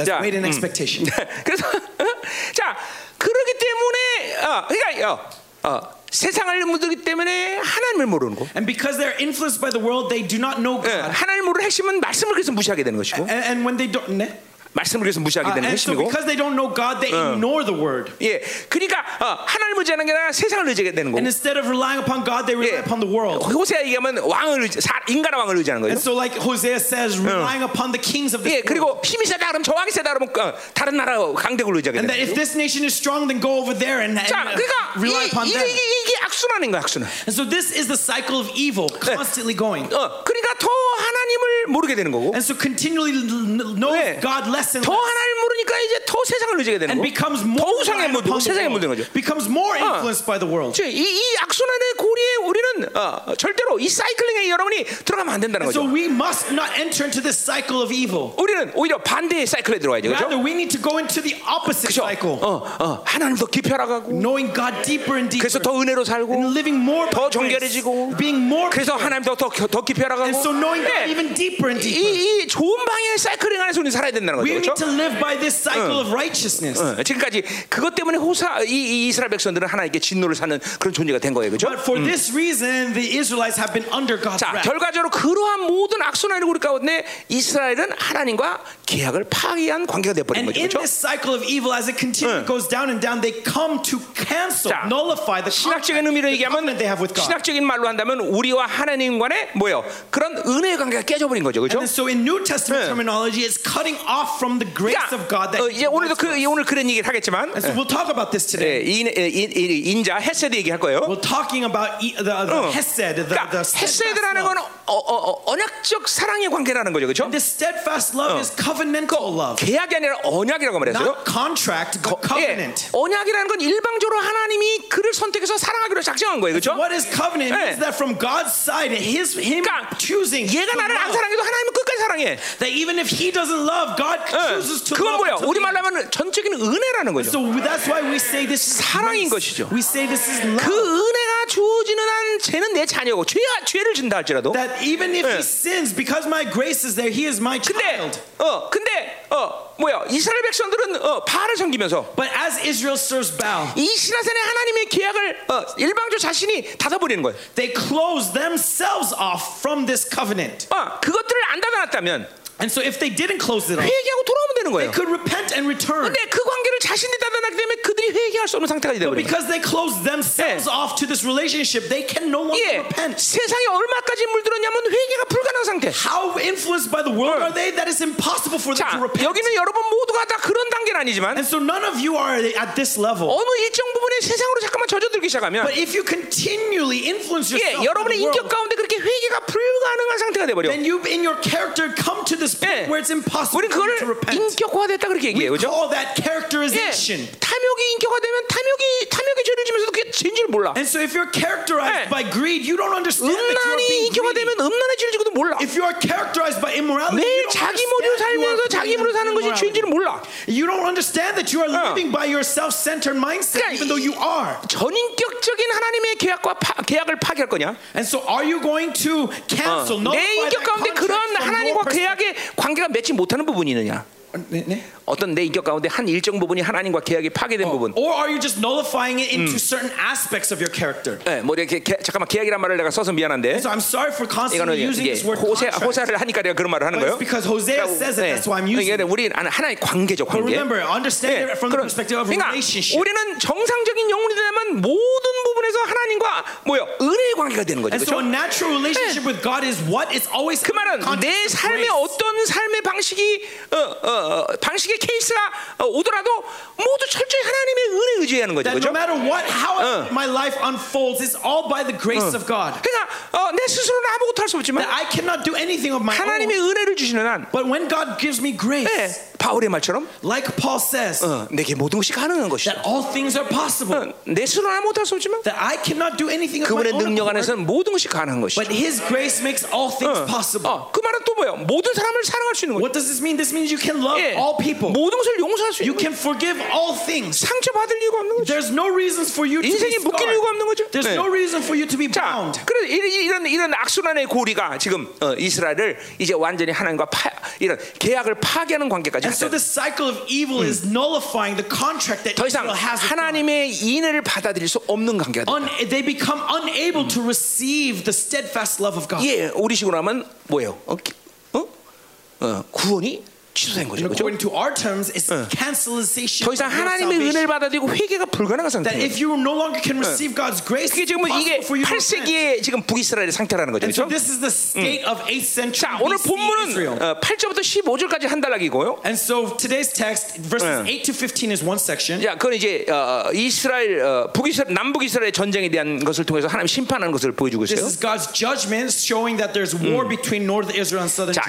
B: Let's
A: Yeah.
B: wait in expectation.
A: 그래서 어? 자 그러기 때문에 어, 그러니까 어, 어, 세상을 모르기 때문에 하나님을 모르는 거.
B: And because they're influenced by the world, they do not know
A: 예,
B: God.
A: 하나님을 모르는 핵심은 말씀을 그래서 무시하게 되는 것이고
B: And, and when they don't, ne?
A: 말씀을 그래서 무시하게
B: Uh,
A: 되는
B: and so
A: 것이고
B: because they don't know God, they
A: Ah.
B: ignore the word.
A: 예, 그러니까 어, 하나님을 의지하는 게 아니라 세상을 의지하게 되는
B: And
A: 거고
B: instead of relying upon God, they
A: 예.
B: rely upon the world.
A: 호세아 얘기하면 왕을 의지, 사, 인간의 왕을 의지하는
B: And
A: 거죠
B: so, like Hosea
A: Ah.
B: says, relying upon the kings of this
A: 예,
B: world.
A: 그리고 힘이 세다 그러면 저 왕이 세다 그러면 어, 다른 나라 강대국을 의지하게 되는
B: And
A: 거죠
B: that if this nation is strong, then go over there and, and,
A: 자,
B: uh,
A: 그러니까
B: rely upon
A: 이,
B: them.
A: 게 이게, 이게 악순환인 거야 악순환
B: And so this is the cycle of evil constantly going.
A: 어, 그러니까 더 하나님을 모르게 되는 거고
B: And so continually l- l- know
A: 네.
B: God less and
A: 더
B: less.
A: 하나님을 그러니까 이제 더 세상을 의지하게 되는
B: and
A: 거예요.
B: becomes more
A: 더
B: reliant
A: 세상에
B: upon
A: 물든 세상에
B: the
A: 물든 거죠.
B: world, becomes more
A: 어.
B: influenced by the world.
A: 즉, 이, 이 악순환의 고리에 우리는 어, 절대로 이 사이클링에 여러분이 들어가면 안 된다는 거죠.
B: So we must not enter into this cycle of evil.
A: 우리는 오히려 반대의 사이클에 들어가야죠.
B: Rather,
A: 그렇죠?
B: we need to go into the opposite
A: 그렇죠?
B: cycle,
A: 어, 어, 하나님 더 깊이 알아가고
B: knowing God deeper and
A: Oh.
B: deeper,
A: 그래서 더 은혜로
B: and
A: 살고
B: living more
A: 더
B: by grace,
A: 정결해지고
B: being more,
A: 그래서 하나님 더, 더, 더 깊이 알아가고
B: and so knowing God
A: 네,
B: even deeper and deeper.
A: 이, 이 좋은 방향의 사이클링 안에서 우리는 살아야 된다는
B: We
A: 거죠.
B: need to
A: 그렇죠?
B: live by this cycle of righteousness.
A: 어, 지금까지 그것 때문에 호사 이, 이 이스라엘 백성들은 하나님께 진노를 사는 그런 존재가 된 거예요, 그렇죠?
B: But for this reason, the Israelites have been under God's
A: 자,
B: wrath.
A: 결과적으로 그러한 모든 악순환의 우리 가운데 이스라엘은 하나님과 계약을 파기한 관계가 되어버린
B: And
A: 거죠.
B: in
A: 그렇죠?
B: this cycle of evil, as it continues, goes down and down, they come to cancel,
A: 자,
B: nullify the contract,
A: 신학적인 의미로
B: the
A: 얘기하면
B: covenant they have with
A: 그러니까
B: God.
A: 신학적인 말로 한다면 우리와 하나님 간의 뭐예요? 그런 은혜의 관계가 깨져버린 거죠. 그렇죠?
B: And then, so in New Testament
A: 네.
B: terminology, it's cutting off from the grace of God. That
A: 어, 이제 오늘도 그 오늘 그런 얘기를 하겠지만
B: and so we'll talk about this today.
A: 예, 인, 예, 인, 인- 인자 헤세드 얘기할 거예요.
B: We're talking about e- the, the
A: 어.
B: Hesed, the,
A: 그러니까
B: the steadfast
A: 헤세드라는 건
B: love.
A: 어, 어, 어, 언약적 사랑의 관계라는 거죠. 그렇죠?
B: This steadfast love is covenantal love,
A: 계약이 아니라 언약이라고 말했어요.
B: not contract, but
A: 예,
B: covenant.
A: 언약이라는 건 일방적으로 하나님이 그를 선택해서 사랑하기로 작정한 거예요. 그렇죠?
B: What is covenant?
A: 예.
B: Is that from God's side, His Him
A: 그러니까
B: choosing
A: 얘가
B: to
A: 나를 안
B: love.
A: 사랑해도 하나님은 끝까지 사랑해.
B: that even if He doesn't love, God
A: 예,
B: chooses to
A: 그건
B: love.
A: 뭐야?
B: until
A: 우리
B: the
A: 말로
B: end.
A: 하면 전적인 은혜라는 거죠.
B: So that's why we say this is
A: 사랑인
B: grace.
A: 것이죠.
B: We say this is
A: 그
B: love.
A: 은혜가 주어지는 한 죄는 내 자녀고 죄 죄를 진다 할지라도.
B: That even if
A: 예.
B: He sins, because my grace is there, He is my
A: 근데
B: child.
A: 어 근데 어 뭐야? 이스라엘 백성들은 어 바알을 섬기면서
B: But as Israel serves Baal,
A: 이 신하선의 하나님의 계약을 어 일방적으로 자신이 닫아버리는 거예요.
B: they close themselves off from this covenant.
A: 어 그것들을 안 닫아놨다면
B: And so if they didn't close it off,
A: 회개하고 돌아오면 되는
B: they
A: 거예요.
B: could repent and return.
A: 근데 그 관계를 자신이 닫아놨기 때문에 그들이 회개할 수 없는 상태가 되버린 거예요.
B: Because they closed themselves off to this relationship, they can no longer
A: 예,
B: repent.
A: 세상이 얼마까지 물들었냐면 회개가 불가능한 상태.
B: How influenced by the world are they that it's impossible for them
A: 자,
B: to repent?
A: 여기는 여러분 모두가 다 그런 단계는 아니지만
B: And so none of you are at this level.
A: 어느 일정 부분에 세상으로 잠깐만 젖어들기 시작하면
B: But if you continually influence
A: 예,
B: yourself, by
A: 여러분의
B: the
A: 인격
B: world,
A: 가운데 그렇게 회개가 불가능한 상태가 돼버려.
B: then you, in your character, come to this
A: 예,
B: point where it's impossible
A: 우리
B: for
A: 그걸
B: you to repent.
A: 인격화됐다 그렇게 얘기해요,
B: We
A: 그죠?
B: call that
A: 예,
B: characterization.
A: 탐욕이 인격화되면 탐욕이 탐욕의 죄를 지면서도 그게 죄인줄 몰라.
B: And so if you're
A: 예.
B: characterized by greed, you don't understand that you're
A: 음란이
B: being greedy.
A: 인격화되면 음란의 죄를 지고도 몰라.
B: If you are characterized by immorality, you
A: 매일
B: don't
A: 자기
B: understand
A: 머리로
B: you are
A: 살면서 자기 힘으로 사는 것이
B: immorality.
A: 죄인지를 몰라.
B: You don't understand that you are
A: 어.
B: living by your self-centered mindset,
A: 그러니까
B: even though you are.
A: 전인격적인 하나님의 계약과 파, 계약을 파괴할 거냐? 어.
B: And so, are you going to cancel? nullify
A: 내 인격
B: that
A: 가운데
B: contract
A: 그러한
B: from your
A: 하나님과
B: pers-
A: 계약의 관계가 맺지 못하는 부분이 있느냐?
B: 네, 네.
A: 어떤 내 인격 가운데 한 일정 부분이 하나님과 계약이 파괴된 부분.
B: Or are you just nullifying it into certain aspects of your character?
A: 예, 뭐 이렇게 개- 잠깐만 계약이란 말을 내가 써서 미안한데.
B: And so, I'm sorry for
A: 이거는
B: constantly using
A: 이게
B: this word
A: 호세,
B: contract.
A: 호사를 하니까 내가 그런 말을 하는
B: But it's
A: 거예요.
B: because Hosea says it.
A: 네.
B: That's why I'm using
A: 그러니까
B: it.
A: 우리는 하나- 하나의 관계죠,
B: But
A: 관계.
B: remember, understand
A: 예,
B: it from the
A: 그런-
B: perspective of
A: 그러니까
B: relationship.
A: 우리는 정상적인 영혼이 되면 모든 부분에서 하나님과 뭐요 은혜의 관계가 되는 거죠.
B: And so,
A: 그렇죠?
B: a natural relationship with God is what? It's always
A: 그 말은
B: context
A: 내
B: of
A: 삶의
B: grace.
A: 어떤 삶의 방식이 어, 어, 어, 방식의 케이스가 어, 오더라도 모두 철저히 하나님의 은혜 에 의지하는 거죠,
B: That
A: 그렇죠?
B: no matter what,
A: Uh.
B: how my life unfolds, it's all by the grace of God.
A: 그러니까 어, 내 스스로는 아무것도 할 수
B: That 어.
A: 없지만
B: I cannot do anything of my
A: 하나님의
B: own.
A: 은혜를 주시는 한,
B: But when God gives me grace,
A: 예, 바울의 말처럼
B: like Paul says,
A: 어, 내게 모든 것이 가능한 것이다.
B: that all things are
A: 어,
B: possible.
A: 내 스스로는 못할 수 없지만
B: that I cannot do anything of my
A: Uh. 그분의
B: own
A: 능력
B: accord,
A: 안에서는 Uh. 모든 것이 가능한 것이죠.
B: but His grace makes all things possible.
A: 어, 그 말은 또 뭐예요? 모든 사람을 사랑할 수 있는 거죠.
B: What does this mean? This means you can love
A: 예,
B: all people.
A: 모든 것을 용서할 수 있는
B: You
A: 거죠.
B: can forgive all things.
A: 상처 받을 이유가 없는 거죠.
B: There's no reasons for you to be
A: 인생에 묶일 이유가
B: scarred.
A: 없는 거죠.
B: There's
A: 네.
B: no reason for you to be
A: 자,
B: bound.
A: 그래서 이런- 이런 이런 악순환의 고리가 지금 어, 이스라엘을 이제 완전히 하나님과 파, 이런 계약을 파괴하는 관계까지
B: And so
A: 갔어요.
B: this cycle of evil is nullifying the contract that
A: 더 이상
B: Israel has with God.
A: 하나님의 인애를 받아들일 수 없는 관계가 돼.
B: Un- they become unable to receive the steadfast love of God.
A: 예, 우리식으로 하면 뭐예요? 어, 기- 어? 어, 구원이 취소된 거죠.
B: And
A: 그렇죠?
B: according to our terms, it's cancellation.
A: 더 이상 Uh.
B: of your
A: 하나님의 은혜를
B: salvation.
A: 받아들이고 회개가 불가능한
B: That
A: 상태예요.
B: if you no longer can receive God's grace,
A: 그게
B: it's
A: 지금 이게
B: impossible for you to repent.
A: 8세기의 지금 북이스라엘의 상태라는 거죠.
B: And so
A: 그렇죠?
B: this is the state of 8th century
A: 자, 오늘
B: BC
A: 본문은
B: Israel.
A: 어, 8절부터 15절까지 한 단락이고요.
B: And so today's text,
A: 예.
B: verses 8 to 15 is one section.
A: 자, 그건 이제 어, 이스라엘 어, 북이스라엘 남북 이스라엘의 전쟁에 대한 것을 통해서 하나님 심판하는 것을 보여주고
B: This
A: 있어요.
B: is God's judgment showing that there's war between northern Israel and southern
A: 자,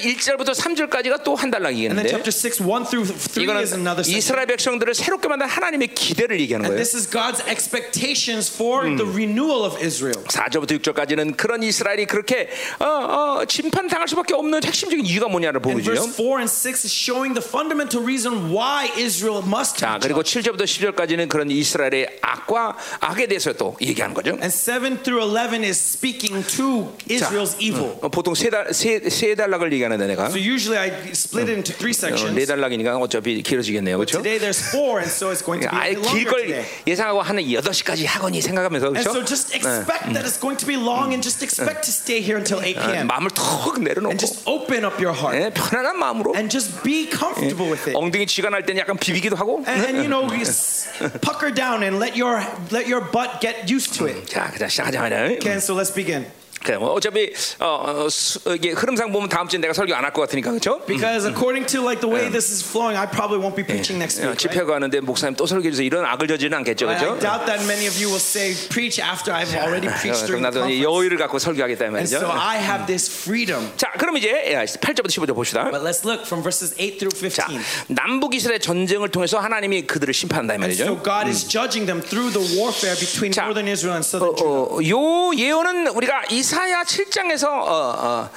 A: 6절 1절부터 3절까지가 또 한 달랑
B: And
A: 얘기했는데
B: then chapter 6, 1 through 3
A: 이거는
B: is another section.
A: 이스라엘 백성들을 새롭게 만든 하나님의 기대를 얘기하는 거예요.
B: And this is God's expectations for the renewal of Israel.
A: 4절부터 6절까지는 그런 이스라엘이 그렇게 어, 어, 심판당할 수밖에 없는 핵심적인 이유가 뭐냐를
B: And
A: 보여주죠.
B: verse 4 and 6 is showing the fundamental reason why Israel must
A: 자,
B: be
A: 그리고
B: judged.
A: 7절부터 10절까지는 그런 이스라엘의 악과 악에 대해서 또 얘기하는 거죠.
B: And 7 through 11 is speaking to Israel's evil.
A: 어, 보통 세, 달, 세, 세 달락을 얘기하는데 내가
B: So usually I split it into three
A: 어, 네
B: sections.
A: 달락이니까 어차피 길어지겠네요. 그렇죠?
B: Today there's four, and so it's going to be a
A: 아예
B: bit longer
A: 길걸
B: today.
A: 예상하고 하는 8시까지 하거니 생각하면서
B: And so
A: 그렇죠?
B: just expect that it's going to be long, and just expect to stay here until 8 p.m.
A: 마음을 턱 내려놓고
B: And just open up your heart,
A: 예, 편안한 마음으로
B: and just be comfortable with it.
A: 엉덩이 쥐가 날 때는 약간 비비기도 하고
B: And, and you know, you s- pucker down and let your let your butt get used to it.
A: 자, 그자 시작하자마자
B: Okay, so let's begin.
A: 그래, 뭐 어차피 어, 어, 수, 어, 이게 흐름상 보면 다음 주에 내가 설교 안 할 것 같으니까 그렇죠?
B: Because according to like the way this is flowing, I probably won't be preaching next
A: 어,
B: week. Right?
A: 집회 가는데 목사님 또 설교해 주세요. 이런 악을 저지는 않겠죠,
B: I
A: 그렇죠?
B: I doubt that many of you will say preach after I've already preached
A: 그럼
B: during the
A: 나도 이
B: conference.
A: 여유를 갖고 설교하겠다 이
B: And so
A: 말이죠.
B: I have this freedom.
A: 자, 그럼 이제 8절부터 15절 봅시다.
B: But let's look from verses 8 through
A: 자,
B: 15.
A: 남북 이스라엘 전쟁을 통해서 하나님이 그들을 심판한다 이
B: And so
A: 말이죠.
B: God is judging them through the warfare between
A: 자,
B: northern Israel and southern Judah.
A: 어, 어, 요 예언은 우리가 이사야 7장에서 어, 어,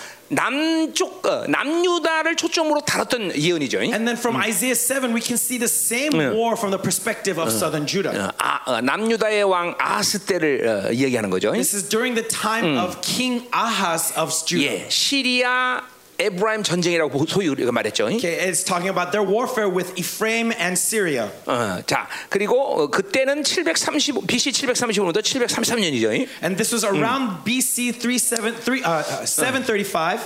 A: 남쪽 어, 남유다를 초점으로 다뤘던 예언이죠.
B: And then from Isaiah 7, we can see the same war from the perspective of southern Judah.
A: 어, 아, 어, 남유다의 왕 아하스 때를 어, 이야기하는 거죠.
B: This is during the time of King Ahaz of Judah.
A: 예, 시리아 에브라임 전쟁이라고 보- 소위 우리가 말했죠.
B: Okay, it's talking about their warfare with Ephraim and Syria.
A: 어, 자, 그리고 어, 그때는 735 BC 735년부터 733년이죠.
B: And this was
A: Hmm.
B: around BC 373, uh, uh, 735.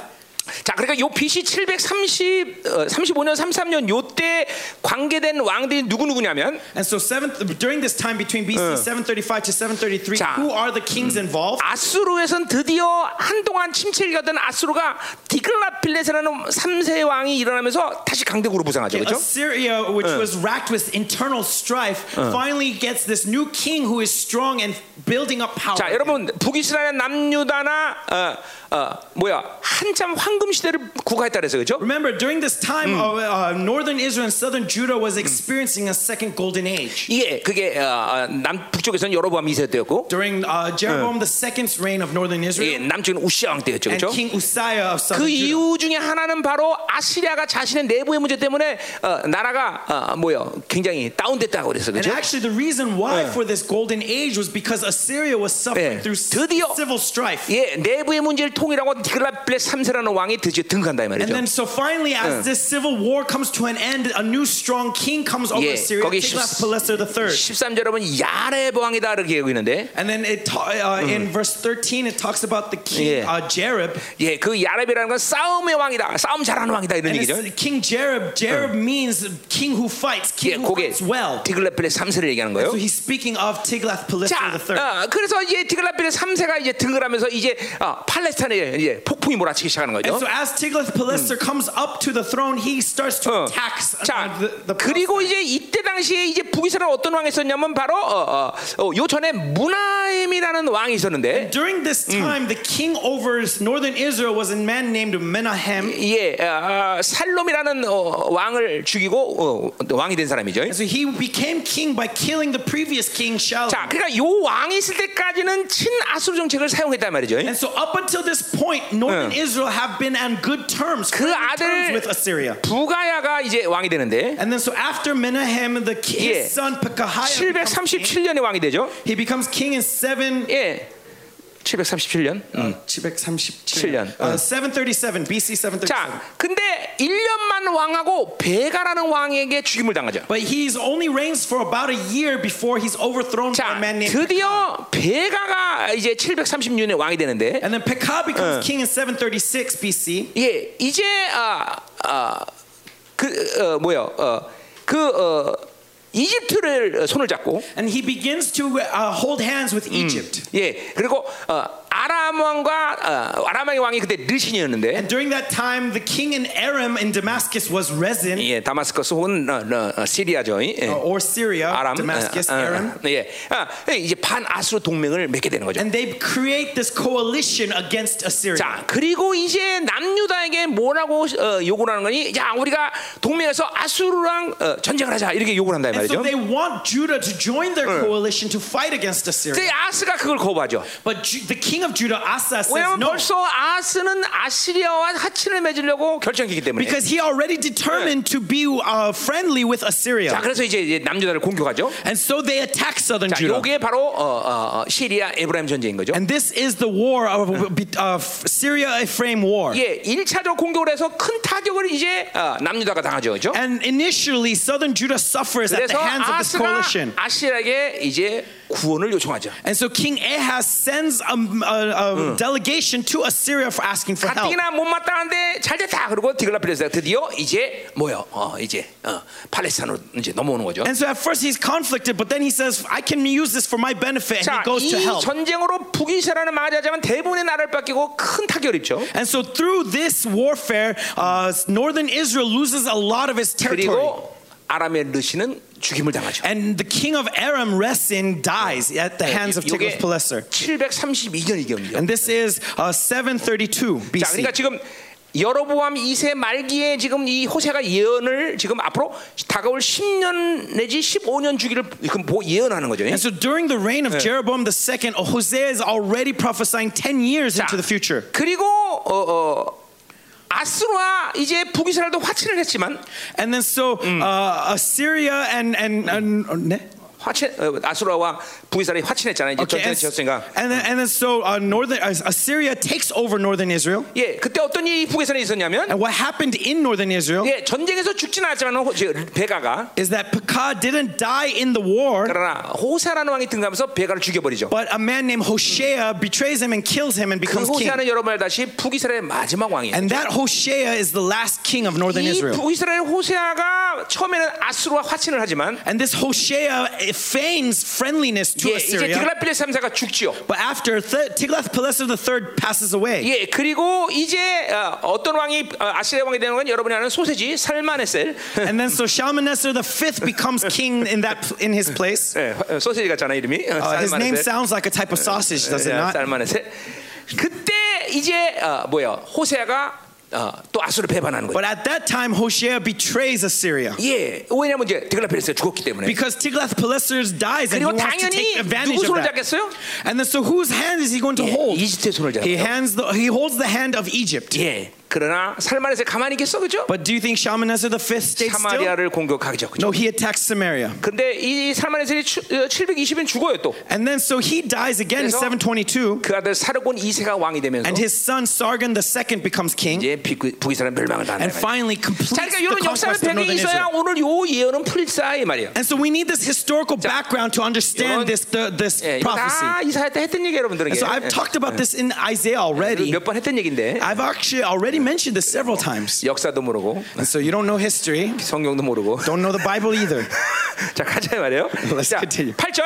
A: 자, 그러니까 요 BC 730 어, 35년 33년 요때 관계된 왕들이 누구 누구냐면
B: And so seventh, during this time between BC 735 to 733,
A: 자.
B: who are the kings
A: Hmm.
B: involved?
A: 아수르에선 드디어 한동안 침체를 겪던 아수르가 디글라필레스라는 3세 왕이 일어나면서 다시 강대국으로 부상하죠.
B: 예,
A: 그렇죠?
B: Assyria, which was racked with internal strife, finally gets this new king who is strong and building up power.
A: 자, 여러분 북이스라엘 남유다나 어, 어, 뭐야? 한참 황금 시대를 구가했다 그래서 그렇죠?
B: Remember, during this time,
A: Hmm.
B: uh, uh, northern Israel and southern Judah was experiencing a second golden age.
A: 예, 그게 어, 어, 남 북쪽에서는 여로보암 2세 때였고
B: During uh, Jeroboam the second's reign of northern Israel,
A: 그, 예, 남쪽은 우시아 왕 때였죠.
B: and
A: 그렇죠?
B: King Uzziah of southern
A: 그
B: Judah.
A: 이유 중에 하나는 바로 아시리아가 자신의 내부의 문제 때문에 어, 나라가 어, 뭐요? 굉장히 다운됐다고 그래서
B: And
A: 그렇죠?
B: actually, the reason why
A: Uh.
B: for this golden age was because Assyria was suffering
A: Yeah.
B: through
A: 드디어-
B: civil strife.
A: 예, 내부의 문제를 통일하고 디글라필레스 3세라는 왕이 드디어 등극한다 이
B: And
A: 말이죠.
B: then, so finally,
A: Uh.
B: as this civil war comes to an end, a new strong king comes over
A: Yeah.
B: Assyria,
A: 거기
B: Tiglath-Pileser III.
A: 13절 여러분 야레 왕이다 이렇게 얘기하고 있는데
B: And then it ta- uh, in verse 13, it talks about the king
A: Mm-hmm. Yeah.
B: uh, Jerob.
A: 예, 그 야렙이라는 건 싸움의 왕이다. 싸움 잘하는 왕이다 이런
B: And
A: 얘기죠.
B: it's King Jerob.
A: Uh.
B: Jerob means king who fights,
A: 예,
B: king who
A: 그게
B: fights well.
A: 디글라필레스 3세를 얘기하는
B: So
A: 거예요.
B: he's speaking of Tiglath-Pileser
A: 자,
B: III.
A: 어, 그래서 이제 디글라필레스 3세가 이제 등을 하면서 이제 어, 팔레스타인에 이제 폭풍이 몰아치기 시작하는 거죠.
B: And so as
A: Mm.
B: Tiglath-Pileser comes up to the throne, he starts to
A: 어.
B: attack
A: 자,
B: uh, the, the
A: 그리고 이제 이때 당시에 이제 북이스라엘 어떤 왕이 있었냐면 바로 어, 어, 어, 요 전에 문하임이라는 왕이 있었는데
B: During this
A: Mm.
B: time, the king over northern Israel was a man named Menahem.
A: 예, 아, 아, 살롬이라는 어, 왕을 죽이고 어, 왕이 된 사람이죠.
B: And so he became king by killing the previous king, Shalom.
A: 자, 그러니까 요 왕이 있을 때까지는 친아수르 정책을 사용했단 말이죠.
B: And so up until this point, northern Israel have been on good terms,
A: 그
B: friendly terms
A: 아들-
B: with Assyria.
A: 부가야가 이제 왕이 되는데
B: And then so after Menahem, the ki-
A: Yeah.
B: his son Pekahiah, becomes king.
A: 737년에 왕이 되죠.
B: he becomes king in 7...
A: 예. 737년. 음.
B: uh, 737,
A: 어.
B: uh, 737 BC 737.
A: 자, 근데 1년만 왕하고 베가라는 왕에게 죽임을 당하죠.
B: But he's only reigns for about a year before he's overthrown by
A: 자,
B: a man named
A: 드디어 베가가 이제 736년에 왕이 되는데
B: And then Pekah becomes
A: Uh.
B: king in 736 BC.
A: 예, 이제 아, 아, 그 어, 뭐야? 어, 그 어, 이집트를 손을 잡고
B: And he begins to uh, hold hands with Egypt.
A: 예, 그리고 어, 아람 왕과 어, 아람왕의 왕이 그때 르신이었는데
B: And during that time, the king in Aram in Damascus was Rezin
A: 예, 다마스커스 혹은 어, 어, 어, 시리아죠. 예.
B: uh, or Syria,
A: 아람,
B: Damascus,
A: 어, 어, 어,
B: Aram.
A: 예, 아, 이제 반아수르 동맹을 맺게 되는 거죠.
B: And they create this coalition against Assyria.
A: 자, 그리고 이제 남유다에게 뭐라고 어, 요구를 하는 거니? 야, 우리가 동맹에서 아수르랑 어, 전쟁을 하자 이렇게 요구를 한다 이
B: And so
A: 말이죠.
B: they want Judah to join their coalition to fight against Assyria.
A: 근데 아스가 그걸 거부하죠.
B: But Ju- the king of Judah, Asa, says
A: 왜냐하면
B: no.
A: 벌써 아스는 아시리아와 하친을 맺으려고 결정했기 때문에.
B: Because he already determined to be uh, friendly with
A: 자,
B: Assyria.
A: 그래서 이제 이제 남유다를 공격하죠.
B: And so they attack
A: 자,
B: southern Judah.
A: 요게 바로 어, 어, 어, 시리아 에브라임 전쟁인 거죠.
B: And this is the war of, be- of Syria Ephraim war.
A: 예, 1차적 공격을 해서 큰 타격을 이제 어, 남유다가 당하죠. 그죠?
B: And initially, southern Judah suffers at the
A: 그래서
B: hands of this
A: 아스가
B: coalition.
A: 아시라에게 이제 구원을 요청하죠.
B: And so King Ahaz sends a, a- a delegation to Assyria for asking for help.
A: 가뜩이나 못마땅한데 잘됐다. 그리고 디글라필레스가 드디어 이제 뭐요? 어, 이제 어, 팔레스타인으로 이제 넘어오는 거죠.
B: And so at first he's conflicted, but then he says, I can use this for my benefit, and
A: 자,
B: he goes to
A: 이
B: help.
A: 전쟁으로 북이스라는 망하자면 대부분의 나라를 뺏기고 큰 타격을 입죠.
B: And so through this warfare, uh, northern Israel loses a lot of its territory.
A: 그리고 아람의 르시는 죽임을 당하죠.
B: And the king of Aram, Resin, dies at the hands of
A: 이게
B: Tiglath-Pileser.
A: 732년이거든요.
B: And this is uh, 732
A: 자, 그러니까
B: BC.
A: 지금 여로보암 2세 말기에 지금 이 호세가 예언을 지금 앞으로 다가올 10년 내지 15년 주기를 지금 보- 예언하는 거죠.
B: And so during the reign of Jeroboam II, Hosea is already prophesying 10 years into the future.
A: 그리고 어, 어, 아스와 이제 북이스라엘도 화친을 했지만
B: And then so uh, Assyria and and and. uh, ne?
A: 화친 어, 아수라와 북이스라엘이 화친했잖아요. 이제
B: Okay,
A: 전쟁을
B: and,
A: 지었으니까.
B: and then, and then so uh, northern uh, Assyria takes over northern Israel.
A: 예, 그때 어떤 일이 북이스라엘에 있었냐면
B: And what happened in northern Israel
A: 예, 전쟁에서 죽진 않았지만 호- 저 베가가
B: is that Pekah didn't die in the war,
A: 그러나 호세라는 왕이 등장하면서 베가를 죽여버리죠.
B: but a man named Hoshea betrays him and kills him and
A: 그
B: becomes king.
A: 호세아는 여러분 다시 북이스라엘의 마지막 왕이에요.
B: And that Hoshea is the last king of northern
A: 이
B: Israel.
A: 북이스라엘 호세아가 처음에는 아수르와 화친을 하지만
B: And this Hoshea feigns friendliness to
A: 예, 이제
B: Assyria.
A: 디글라필레스 3세가 죽지요.
B: But after Th- Tiglath-Pileser III passes away,
A: 예, 그리고 이제 어, 어떤 왕이 어, 아시리아 왕이 되는 건 여러분이 아는 소세지 살만에셀
B: and then so Shalmaneser V becomes king in that in his place.
A: 예, 어, 소세지 같잖아 이름이 어,
B: Uh, his name
A: 살만에셀.
B: sounds like a type of sausage, does it
A: 예,
B: not?
A: 살만에셀. 그때 이제 어, 뭐야 호세아가 어, 또 아수를 배반하는 거죠.
B: But at that time, Hoshea betrays Assyria
A: 예, 왜냐면 이제 디글라필레스가 죽었기 때문에.
B: because Tiglath-Pileser dies and he
A: 그리고
B: wants to take
A: 당연히
B: advantage
A: 누구
B: of
A: 손을
B: that.
A: 잡겠어요? 예,
B: And then, so whose hand is he going to hold?
A: 이집트의 손을 잡아요.
B: He hands the, he holds the hand of Egypt.
A: 예, 그러나 살만에셀 가만히 있겠어 그죠?
B: But do you think Shalmaneser V stayed still?
A: 사마리아를 공격하죠. 그죠?
B: No, he attacks Samaria.
A: 근데 이 살만에셀이 720은 죽어요 또.
B: And then so he dies again in
A: 그래서-
B: 722,
A: 그 아들 사르곤 2세가 왕이 되면서
B: and his son Sargon II becomes king,
A: 이제 북이스라엘 멸망을 당하는
B: and
A: 거예요.
B: finally completes
A: 자, 그러니까
B: the
A: 이런 역사를
B: conquest of
A: 배경이
B: northern
A: 있어야
B: Israel.
A: 오늘 요 예언은 풀릴싸 이 말이에요.
B: And so we need this historical background to
A: 이건-
B: understand this the, this
A: 예, 이거
B: prophecy.
A: 다 이사야 때 했던 얘기 여러분들에게 예,
B: And so I've talked about this in Isaiah already.
A: 몇 번 했던 얘기인데
B: I've actually already mentioned this several times.
A: 역사도 모르고
B: And so you don't know history,
A: 성경도 모르고
B: don't know the Bible either.
A: 자 가자 이 말이에요.
B: Let's
A: 자,
B: continue.
A: 8절.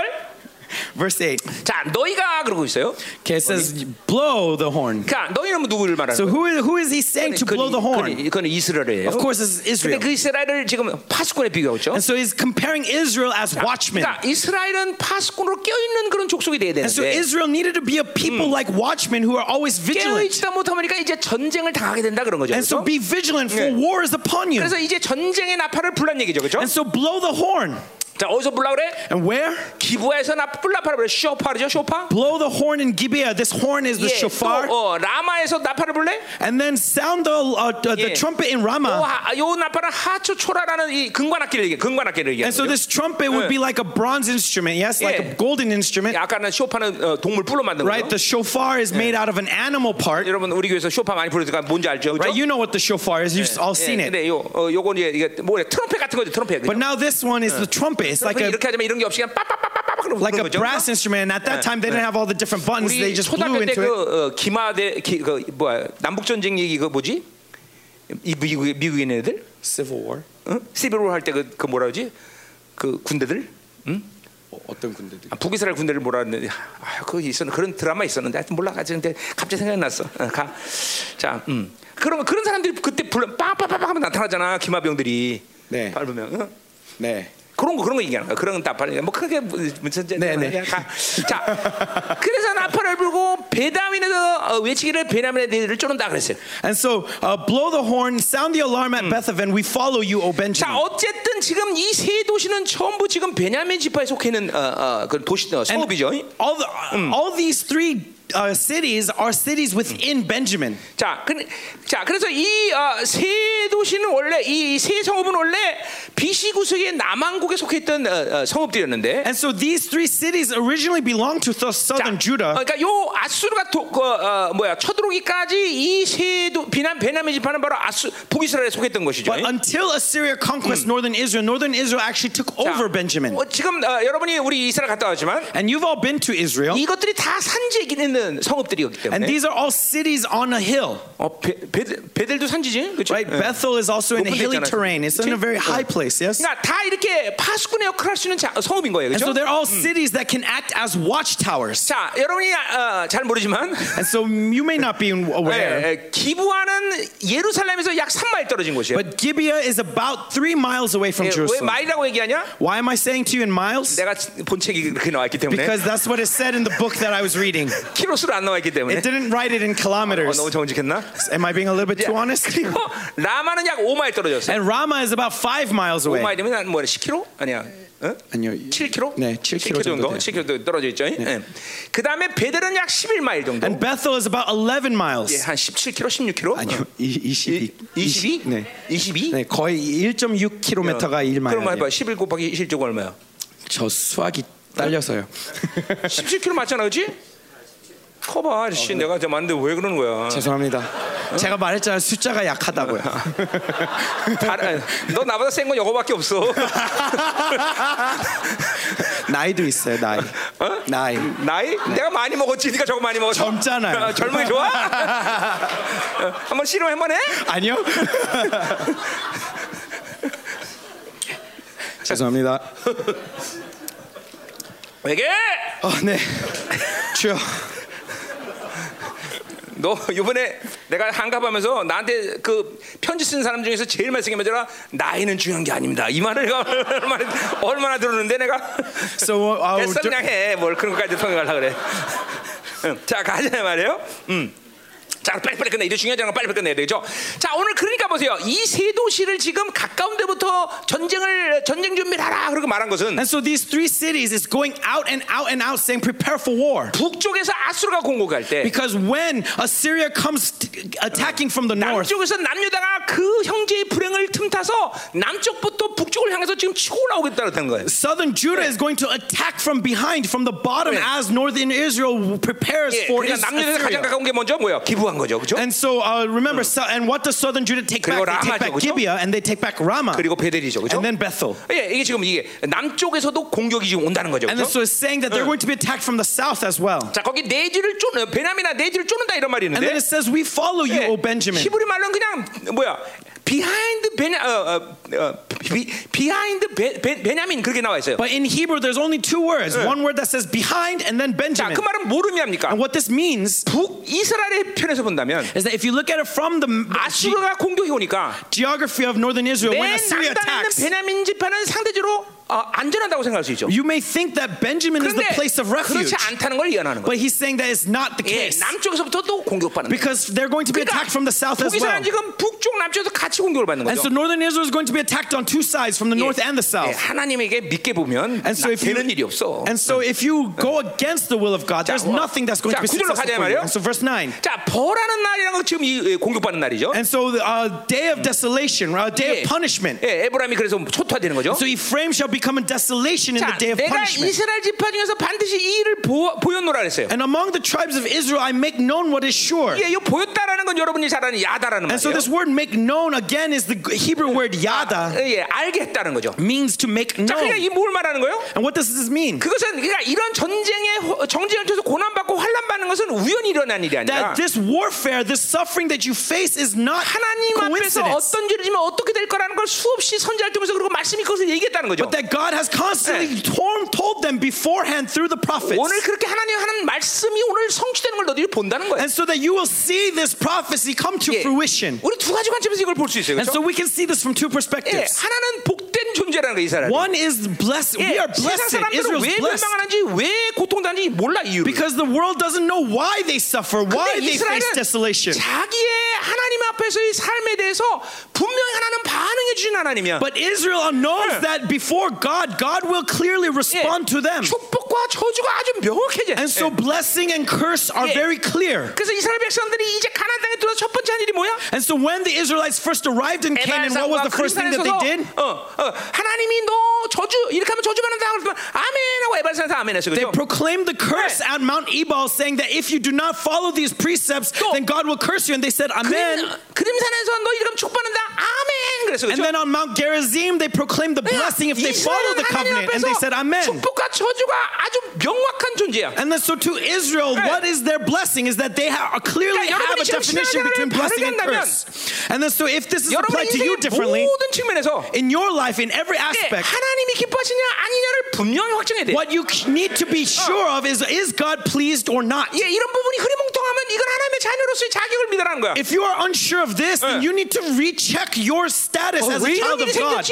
B: Verse 8.
A: 자, 너희가 그러고 있어요.
B: Okay, it says, blow the horn.
A: 그러니까 너희는 누구를 말하는
B: So
A: 거예요?
B: who is, who is he oh, saying to blow the horn?
A: 그건 이스라엘이에요.
B: Of course, it's
A: 근데
B: Israel.
A: 그 이스라엘을 지금 파수꾼에 비교하고 있죠.
B: And so he's comparing Israel as watchmen.
A: 그러니까 이스라엘은 파수꾼으로 껴있는 그런 족속이 돼야
B: And so
A: 되는데
B: Israel needed to be a people like watchmen who are always vigilant.
A: 깨어있다 못하니까 이제 전쟁을 당하게 된다 그런 거죠.
B: And so
A: 그렇죠?
B: be vigilant, for
A: Yeah.
B: war is upon you.
A: 그래서 이제 전쟁의 나팔을 불란 얘기죠, 그렇죠?
B: And so blow the horn.
A: 자 어디서 불라 그래?
B: And where?
A: 기부에서 나팔 나팔을 불래. 쇼파르죠, 쇼파.
B: Blow the horn in Gibeah. This horn is the
A: 예,
B: shofar.
A: 또, 어, 라마에서 나팔을 불래.
B: And then sound the, uh, the,
A: Yeah.
B: the
A: Oh,
B: trumpet in
A: 또
B: Ramah.
A: 하- 요 나팔은 하초초라라는 이 금관악기를 얘기, 금관악기를 얘기하는
B: And so
A: 거죠.
B: this trumpet would be like a bronze instrument, yes, like
A: Uh. Yeah.
B: a golden instrument,
A: 아까는 쇼파는 어, 동물 뿔로 만든
B: right?
A: 거죠.
B: The shofar is made out of an animal part,
A: 여러분 우리 교회에서 쇼파 많이 부르니까 뭔지 알죠,
B: right?
A: 그렇죠?
B: You know what the shofar is, you've all
A: 예,
B: seen it.
A: 근데 요 어, 요건 이제 이게 뭐래 트럼펫 같은 거죠, 트럼펫. 그죠?
B: But now this one
A: Uh.
B: is the trumpet. It's like
A: 그럼
B: a
A: 이렇게 하자면 이런 게 없이 그냥 빠빠빠빠빠 그런
B: like a
A: 거죠.
B: brass instrument. And at that time, they didn't have all the different buttons. They
A: 우리
B: just blew
A: 초등학교
B: into it.
A: 때그 어, 기마대 기, 그 뭐야 남북 전쟁 얘기 그 뭐지? 이 미국 미국인 애들
B: Civil War.
A: 응? 시비로 할 때 그 그 뭐라 그러지? 그 군대들 응?
B: 어, 어떤 군대들?
A: 아, 북이스라엘 군대를 뭐라 했는데 아, 그 있었는 그런 드라마 있었는데 하여튼 몰라가지는데 갑자기 생각났어. 어, 가. 자, 음. 그러면 그런 사람들이 그때 불러 빵빵빵 하면 나타나잖아. 기마병들이
B: 네.
A: 밟으면. 응?
B: 네.
A: 그런 거 그런 거 얘기하는 거야. 그런 답하는 뭐 크게 무슨
B: 네네.
A: 자, 그래서 나팔을 불고 베다민에서 어, 외치기를 베다민의 대를 쫓는다 그랬어요.
B: And so, uh, blow the horn, sound the alarm
A: Hmm.
B: at Bethaven. We follow you, O Benjamin.
A: 자, 어쨌든 지금 이 세 도시는 전부 지금 베냐민 지파에 속해 있는 어, 어, 그 도시 어, 소읍이죠.
B: all the, all these three uh, cities are cities within Benjamin.
A: 자, 그, 자, 그래서 이 어, 세 도시는 원래 이 세 성읍은 원래 BC 구석의 남왕국에 속했던 어, 어, 성읍들이었는데.
B: And so these three cities originally belonged to th-
A: 자,
B: southern
A: 어,
B: Judah.
A: 그러니까 요 아수르가 도, 그, 어, 뭐야 쳐들어오기까지 이 세도 비난 베냐민 지파는 바로 아수 북이스라엘에 속했던 것이죠.
B: But until Assyria conquests northern Israel, northern Israel actually took
A: 자,
B: over Benjamin.
A: 어, 지금 어, 여러분이 우리 이스라엘 갔다 왔지만
B: And you've all been to Israel.
A: 이것들이 다 산지에 있는 성읍들이었기
B: And
A: 때문에
B: these are all cities on a hill,
A: 어, 베, 베들, 베델도 산지지, 그렇죠?
B: right? Bethel is also in a
A: 높은 데
B: hilly
A: 있잖아.
B: terrain. It's in a
A: 그치?
B: very high place, yes?
A: 그러니까 다 이렇게 파수꾼의 역할을 할 수 있는 자, 성읍인 거예요,
B: And
A: 그렇죠?
B: so they're all cities that can act as watchtowers.
A: 자, 여러분이 아, 어, 잘 모르지만
B: And so you may not be
A: 예,
B: aware,
A: 예, 기부하는 예루살렘에서 약 3마일 떨어진 곳이에요.
B: but Gibeah is about three miles away from
A: 예, 왜
B: Jerusalem.
A: 마일이라고 얘기하냐?
B: Why am I saying to you in miles?
A: 내가 본 책이 그렇게 나왔기 때문에
B: Because that's what it said in the book that I was reading.
A: 키로수로 안 나와있기 때문에
B: It didn't write it in
A: 어,
B: kilometers.
A: 너무 정직했나?
B: Am I being a little bit too honest?
A: 그리고 라마는 약 5마일 떨어졌어요.
B: And Rama is about five miles away.
A: 5마일이면 한뭐 10km? 아니야. 어?
B: 아니요.
A: 7km?
B: 네, 7 킬로
A: 정도.
B: 정도 돼요. 네.
A: 7km 떨어져 있죠. 그 다음에 베델은 약 11마일 정도.
B: And Bethel is about 11
A: 예,
B: miles.
A: 한 17km, 16km?
B: 아니요, 이- 22.
A: 22?
B: 네.
A: 22?
B: 네, 거의 1.6km가 1
A: 그럼
B: 마일.
A: 해봐. 11 곱하기 27쪽 얼마야?
B: 저 수학이 딸려서요.
A: 17km 맞잖아, 그렇지? 커봐,
B: 어, 네.
A: 씨, 내가 저 맞는데 왜 그러는 거야?
B: 죄송합니다. 제가 말했잖아요. 숫자가 약하다고요.
A: 다른- 아, 너 나보다 센 건 이거밖에 없어.
B: 나이도 있어요. 나이.
A: 어?
B: 나이.
A: 나이?
B: 네.
A: 내가 많이 먹었지. 네가 저거 많이 먹었어.
B: 젊잖아요.
A: 어, 젊은 게 좋아? 어, 한번 실험 한번 해?
B: 아니요. 죄송합니다.
A: 이게
B: 어, 네. 주여.
A: 너 이번에 내가 한갑하면서 나한테 그 편지 쓴 사람 중에서 제일 말씀이 맞더라. 나이는 중요한 게 아닙니다. 이 말을 내가 얼마나, 얼마나 들었는데 내가
B: So, uh,
A: 됐어
B: dur-
A: 그냥 해. 뭘 그런 것까지 통역하려 그래. 응. 자 가자 말이에요. 음. 자 빨리빨리 끝내. 이제 중요한 장면 빨리빨리 끝내야 되죠. 자 오늘 그러니까 보세요. 이 세 도시를 지금 가까운 데부터 전쟁을 전쟁 준비를 하라. 그렇게 말한 것은
B: and so these three cities is going out and out and out saying prepare for war.
A: 북쪽에서 아수르가 공격할 때
B: Because when Assyria comes t- attacking from the north,
A: 남쪽에서 남유다가 그 형제의 불행을 틈타서 남쪽부터 북쪽을 향해서 지금 치고 나오겠다는 거예요.
B: southern Judah is going to attack from behind, from the bottom,
A: Yeah.
B: as northern Israel prepares
A: 예,
B: for
A: 그러니까
B: is-
A: 남유다에서 가장
B: Assyria.
A: 가까운 게 먼저 뭐예요? 기부한 거죠, 그죠
B: And so uh, remember, so- and what does southern Judah take back?
A: 그리고
B: They take
A: 라마죠,
B: back
A: 그죠?
B: Gibeah and they take back Ramah
A: 그리고 베델이죠, 그죠
B: and then Bethel.
A: 예, 이게 지금 이게 남쪽에서도 공격이 지금 온다는 거죠,
B: And
A: 그죠
B: then so it's saying that they're going to be attacked from the south as well.
A: 자 거기 내지를 쫓는 베냐민아 내지를 쫓는다 이런 말이
B: And then
A: 있는데
B: it says, "We follow
A: 예,
B: you, O Benjamin."
A: 히브리 말로는 그냥 뭐야 비하인드 베냐 어, 어, 어, 비, 비하인드 베, 베, 베냐민 그렇게 나와 있어요.
B: But in Hebrew, there's only two words. One word that says behind, and then
A: 자
B: Benjamin.
A: 그 말은 뭘 의미합니까?
B: And what this means
A: 북 이스라엘의 편에서 본다면
B: is that if you look at it from the ge-
A: 아수르가 공격이 오니까
B: geography of northern Israel,
A: 맨
B: when Assyria
A: 남단에 있는
B: attacks,
A: 베냐민 지파는 상대적으로 어, 안전하다고 생각할 수 있죠.
B: you may think that Benjamin is the
A: 그런데
B: place of
A: 그렇지
B: refuge,
A: 않다는 걸 예언하는 거예요.
B: but he's saying that it's not the
A: 예,
B: case
A: 남쪽에서부터 또 공격받는 거예요. 그러니까
B: because they're going to be attacked from the south as
A: 북이스라엘은
B: well.
A: 지금 북쪽 남쪽에서 같이 공격을 받는
B: And
A: 거죠.
B: so northern Israel is going to be attacked on two sides, from the north and
A: 예,
B: the south.
A: 하나님에게 믿게 보면
B: And so
A: 나-
B: if you
A: 되는 일이 없어.
B: and so if you go against the will of God, there's
A: 어,
B: nothing that's going
A: 자,
B: to be
A: 구절로
B: successful.
A: 가자,
B: for you.
A: 말이에요.
B: And so verse nine.
A: 자, 벌하는 날이라는 건 지금 이 예, 공격받는 날이죠.
B: And so the uh, day of desolation, a
A: 예.
B: day of punishment.
A: 예, 에브라임이 그래서 초토화되는 거죠.
B: So Ephraim shall become a desolation in
A: 자,
B: the day of
A: 내가
B: punishment.
A: 이스라엘 지파 중에서 반드시 이 일을 보, 보였노라 그랬어요.
B: And among the tribes of Israel, I make known what is sure.
A: 예, 이 보였다라는 건 여러분이 잘 아는 야다라는
B: And so
A: 말이에요.
B: this word "make known" again is the Hebrew word "yada,"
A: 예, 알게 했다는 거죠.
B: means to make
A: 자, 그러니까
B: known.
A: 이 뭘 말하는 거예요?
B: And what does this mean?
A: 그것은 그러니까 이런 전쟁의 호- 정쟁을 통해서 고난 받고 환란 받는 것은 우연히 일어난 일이 아니라
B: That this warfare, this suffering that you face, is not
A: 하나님 앞에서
B: coincidence.
A: 어떤 죄를 지면 어떻게 될 거라는 걸 수없이 선지할 통해서 그리고 말씀이 그것을 얘기했다는 거죠.
B: But that that God has
A: Eh.
B: constantly torn, told them beforehand through the prophets.
A: 오늘 그렇게 하나님 하는 말씀이 오늘 성취되는 걸 너희들이 본다는 거예요.
B: And so that you will see this prophecy come to
A: 예.
B: fruition.
A: 우리 두 가지 관점에서 이걸 볼 수 있어요.
B: And
A: 그렇죠?
B: so we can see this from two
A: 예,
B: perspectives.
A: 하나는 복된 존재라는 거예요, 이 사람.
B: One is blessed.
A: 예,
B: We are
A: 세상
B: blessed.
A: 사람들은
B: Israel's
A: 왜
B: blessed.
A: 멸망하는지 왜 고통당하는지 몰라 이유.
B: Because the world doesn't know why they suffer, why they face desolation.
A: 자기의 하나님 앞에서의 삶에 대해서 분명히 하나는 반응해 주신 하나님이야.
B: But Israel
A: Yeah.
B: knows that before God, God will clearly respond to them.
A: 예. 축복과 저주가 아주 명확해져.
B: And so blessing and curse are
A: Yeah.
B: very clear.
A: 그래서 이스라엘 백성들이 이제 가나안 땅에 들어 첫 번째 한 일이 뭐야?
B: And so when the Israelites first arrived in Canaan, what was the first thing that they did?
A: 에발산과 어, 어, 하나님이 너 저주 이렇게 하면 저주받는다 그랬더니 아멘하고 에발산에서 아멘했어
B: They
A: 그죠?
B: proclaimed the curse
A: Yeah.
B: at Mount Ebal, saying that if you do not follow these precepts,
A: No.
B: then God will curse you. And they said, Amen.
A: 그림, 그림산에서 너 이렇게 하면 축받는다 아멘 그랬어
B: And
A: 그죠?
B: then on Mount Gerizim, they proclaimed the blessing if they follow the covenant. And they said, Amen.
A: 축복과 저주가 아주 명확한 존재야.
B: And then, so to Israel,
A: Yeah.
B: what is their blessing? Is that they ha- uh, clearly
A: Yeah,
B: have a
A: 여러분이 지금
B: definition between
A: 신앙생활을
B: blessing and
A: 바르게
B: curse. And then, so if this is
A: 여러분의
B: applied to you
A: 인생의
B: differently,
A: 모든 측면에서
B: in your life, in every
A: 예,
B: aspect,
A: 하나님이 기뻐하시냐 아니냐를 분명히 확정해야 돼.
B: what you c- need to be sure of is is God pleased or not?
A: 예, 이런 부분이 흐리멍텅하면 이건 하나님의 자녀로서의 자격을 믿으라는 거야.
B: If you are unsure of this, then
A: Yeah.
B: you need to recheck your status
A: Oh,
B: as
A: 왜
B: a child
A: 이런
B: of
A: 일이
B: God.
A: 생겼지?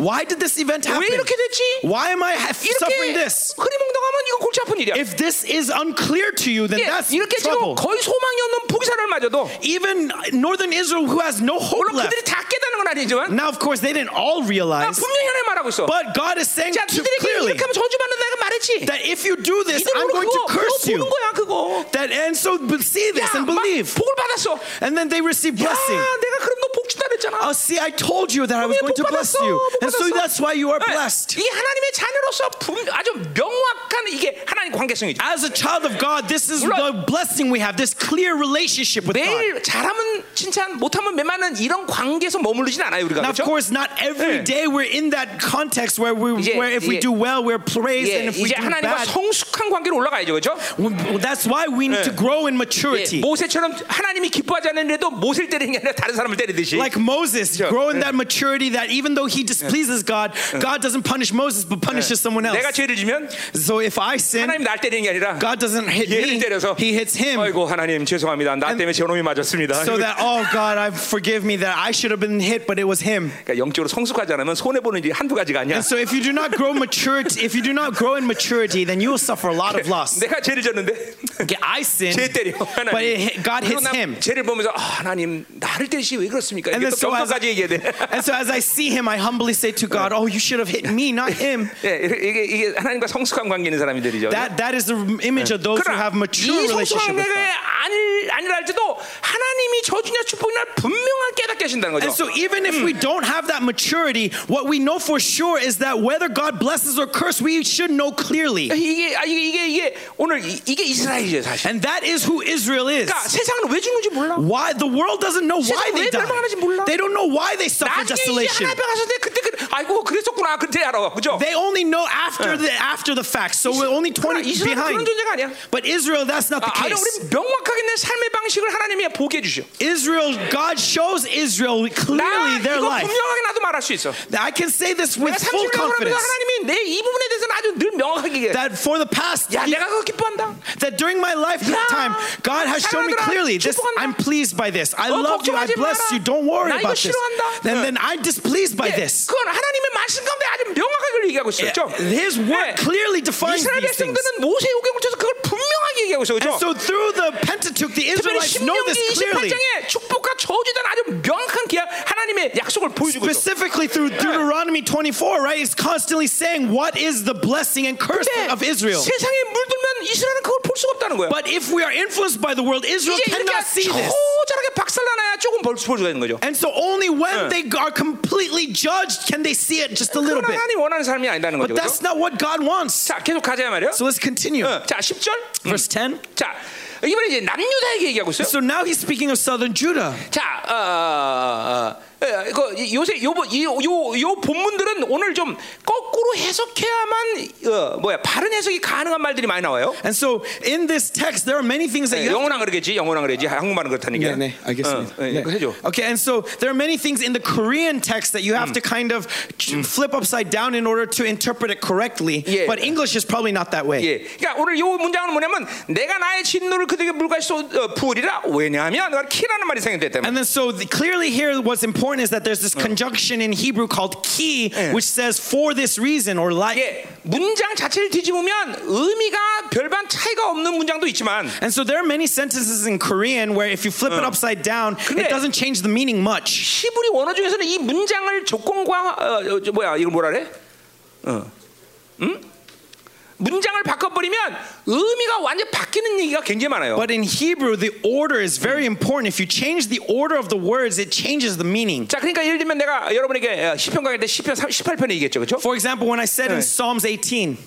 B: Why did this event
A: 왜
B: happen?
A: 이렇게 됐지?
B: Why am I ha- suffering
A: 이렇게
B: this?
A: 흐리멍텅하면 이건 골치 아픈 일이야.
B: If this is unclear to you, then
A: 예,
B: 아, that's
A: 이렇게 지금
B: trouble.
A: 거의 소망이 없는 포기사를 맞아도
B: Even northern Israel, who has no hope
A: 물론
B: left,
A: 그들이 다 깨닫는 건 아니지만
B: Now, of course, they didn't all
A: 나
B: realize,
A: 분명히 하나님 말하고 있어.
B: but God is saying
A: 자,
B: to,
A: 니들에게
B: clearly
A: 이렇게 하면 저주받는다고 말했지.
B: that if you do this, I'm
A: 이들은
B: going to
A: 그거, 그거
B: curse
A: 보는
B: you.
A: 거야 그거.
B: That and so be- see this
A: 야,
B: and
A: 막
B: believe,
A: 복을 받았어.
B: and then they receive
A: 야,
B: blessing.
A: 내가 그럼 너 복 준다 그랬잖아.
B: Oh, see, I told you that I was
A: 예,
B: going
A: 복
B: to bless you,
A: 받았어, 복
B: and so
A: 받았어.
B: that's why you are
A: 예,
B: blessed.
A: 이게 하나님의 자녀로서 분- 아주 명확한 이게 하나님 관계성이죠.
B: As a child of God, this is
A: 물론-
B: the blessing we have. This clear relationship with God.
A: 매일 잘하면 칭찬, 못하면 매만은 이런 관계에서 머무르진 않아요 우리가
B: Now, of
A: 그렇죠?
B: course, not every
A: 예.
B: day we're in that context where we,
A: 이제-
B: where if
A: 예.
B: we do well, we're praised,
A: 예,
B: and if we
A: 이제
B: do
A: 하나님과
B: bad,
A: 성숙한 관계로 올라가야죠, 그렇죠?
B: well, that's why we need to grow in
A: 예,
B: maturity.
A: 모세처럼 하나님이 기뻐하지 않는데도 모세를 때리는 게 아니라 다른 사람을 때리듯이.
B: like Moses,
A: Yeah.
B: grow in that maturity that even though he displeases God, God doesn't punish Moses but punishes someone
A: 내가
B: else.
A: 죄를 지면
B: So if I sin,
A: 하나님 날 때리는 게 아니라
B: God doesn't hit
A: 얘를
B: me,
A: 때려서
B: he hits him.
A: 아이고 하나님 죄송합니다. 나 때문에 저놈이 맞았습니다.
B: So that, oh God, I forgive me that I should have been hit, but it was him.
A: 그러니까 영적으로 성숙하지 않으면 손해 보는 일이 한두 가지가 아니야.
B: And so if you do not grow maturity, if you do not grow in maturity, then you will suffer a lot of loss.
A: 내가 죄를 졌는데
B: Okay, I
A: 죄
B: sin,
A: 때려 하나님.
B: but it, hit- God
A: 그리고
B: hits
A: 나
B: him.
A: 죄를 보면서 아, 하나님 나를 때리시 왜 그렇습니까? 이게
B: And
A: 또
B: then so as-
A: 경까지 얘기해야 돼.
B: And so as I see him, I humbly say to God, oh, you should have hit me, not him.
A: 예, 이게, 이게 하나님과 성숙한 관계 있는 사람들이죠.
B: That, that is the image of those who
A: 그러나
B: have mature
A: 이 성숙한
B: relationship with God.
A: 관계가 아니, 아니라 할지도 하나님이 저주냐 축복이냐 분명하게 깨닫게 하신다는 거죠.
B: And so, even if we don't have that maturity, what we know for sure is that whether God blesses or curse, we should know clearly.
A: 이게 아, 이게 이게 이게 오늘 이, 이게 이스라엘이에요 사실.
B: And that is who Israel is.
A: 그러니까 세상은 왜 죽는지 몰라.
B: Why the world doesn't know why they
A: 멸망하는지 몰라.
B: die. They don't know why they suffer
A: 나중에 이제
B: desolation.
A: 하나님 앞에 갔을 때 그때 그 아이고 그랬었구나 그때 알아 그죠?
B: They only know after the after the fact. So we're only
A: 그러나
B: 20
A: 이스라엘은 그런
B: behind.
A: 존재가 아니야.
B: But Israel, that's not the
A: 아, 아니
B: case.
A: 우리 명확하게 내 삶의 방식을 하나님이 보게 해주셔.
B: Israel, God shows Israel
A: 나
B: clearly their
A: 이거
B: life.
A: 분명하게 나도 말할 수 있어.
B: Now, I can say this with
A: 내가
B: full
A: 30년 하면서
B: confidence
A: 하나님이 내 이 부분에 대해서는 아주 늘 명확하게 얘기해.
B: that for the past
A: 야 내가 그거 기뻐한다.
B: that during my lifetime, God has shown me clearly this. I'm pleased by this. I love you. I bless you. Don't worry about this. And then I'm displeased by
A: 예,
B: this.
A: 그건 하나님의 말씀 가운데 아주 명확하게 얘기하고 있어. 그죠? 예.
B: His word clearly defines
A: 이스라엘
B: these things.
A: 백성들은 모세의 오경을 쳐서 그걸 분명하게 얘기하고 있어.
B: And
A: 그죠?
B: so through the Pentateuch, the
A: 특별히
B: Israelites know
A: 신명기
B: this clearly.
A: 28장에 축복과 저주에 대한 아주 명확한 기약 하나님의 약속을 보여주고 있어.
B: Specifically through Deuteronomy 24, right? It's constantly saying what is the blessing and curse
A: 근데
B: of Israel.
A: 세상에 물들면 이스라엘은 그걸 볼 수가 없다는 거야.
B: But if we are influenced by the world, Israel
A: 이제 이렇게
B: cannot see this.
A: 초절하게 박살나야 조금 볼 수가 있는 거죠.
B: And so only
A: Yeah.
B: when they are completely judged can they see it just a little
A: 그건
B: bit.
A: 하나님 원하는 삶이 아니다는 거죠.
B: But
A: 그죠?
B: that's not what God wants.
A: 자 계속 가자 말이야.
B: So let's continue.
A: 자 10절.
B: Verse 10.
A: 자 이번에 이제 남유다에게 얘기하고 있어요.
B: So now he's speaking of southern Judah.
A: 자, 어, 어, 어, 어, 어, 그 요새 요번 이요 요 본문들은 오늘 좀 거꾸로 영어로 해석해야만 어, 뭐야 바른 해석이 가능한 말들이 많이 나와요.
B: And so in this text, there are many things that
A: 네,
B: you have
A: 영어랑 그러겠지, 영어랑 그러지. 아, 한국말은 그렇다는 얘기야.
B: 네, 네, 알겠습니다.
A: 어, 네,
B: 네.
A: 이거 해줘.
B: Okay, and so there are many things in the Korean text that you have to kind of flip upside down in order to interpret it correctly.
A: Yeah.
B: But English is probably not that way.
A: 예, 그러니까 오늘 이 문장은 뭐냐면 내가 나의 진노를 그들에게 물같이 쏟- 어, 부으리라. 왜냐하면 내가 키라는 말이 생겼기 때문에.
B: And then, so the, clearly, here what's important is that there's this conjunction in Hebrew called ki, which says for this reason or like.
A: 예, 문장 자체를 뒤집으면 의미가 별반 차이가 없는 문장도 있지만
B: And so there are many sentences in Korean where if you flip it upside down,
A: 근데-
B: it doesn't change the meaning much.
A: 히브리 원어 중에서는 이 문장을 조건과 어, 어, 저 뭐야 이걸 뭐라 그래? 어. 음? 문장을 바꿔버리면 의미가 완전 히 바뀌는 얘기가 굉장히 많아요.
B: But in Hebrew, the order is very important. If you change the order of the words, it changes the meaning.
A: 자, 그러니까 예를 들면 내가 여러분에게 어, 시편 강의 때 시편 18편에 얘기했죠, 그렇죠?
B: For example, when I said
A: 네.
B: in Psalms 18,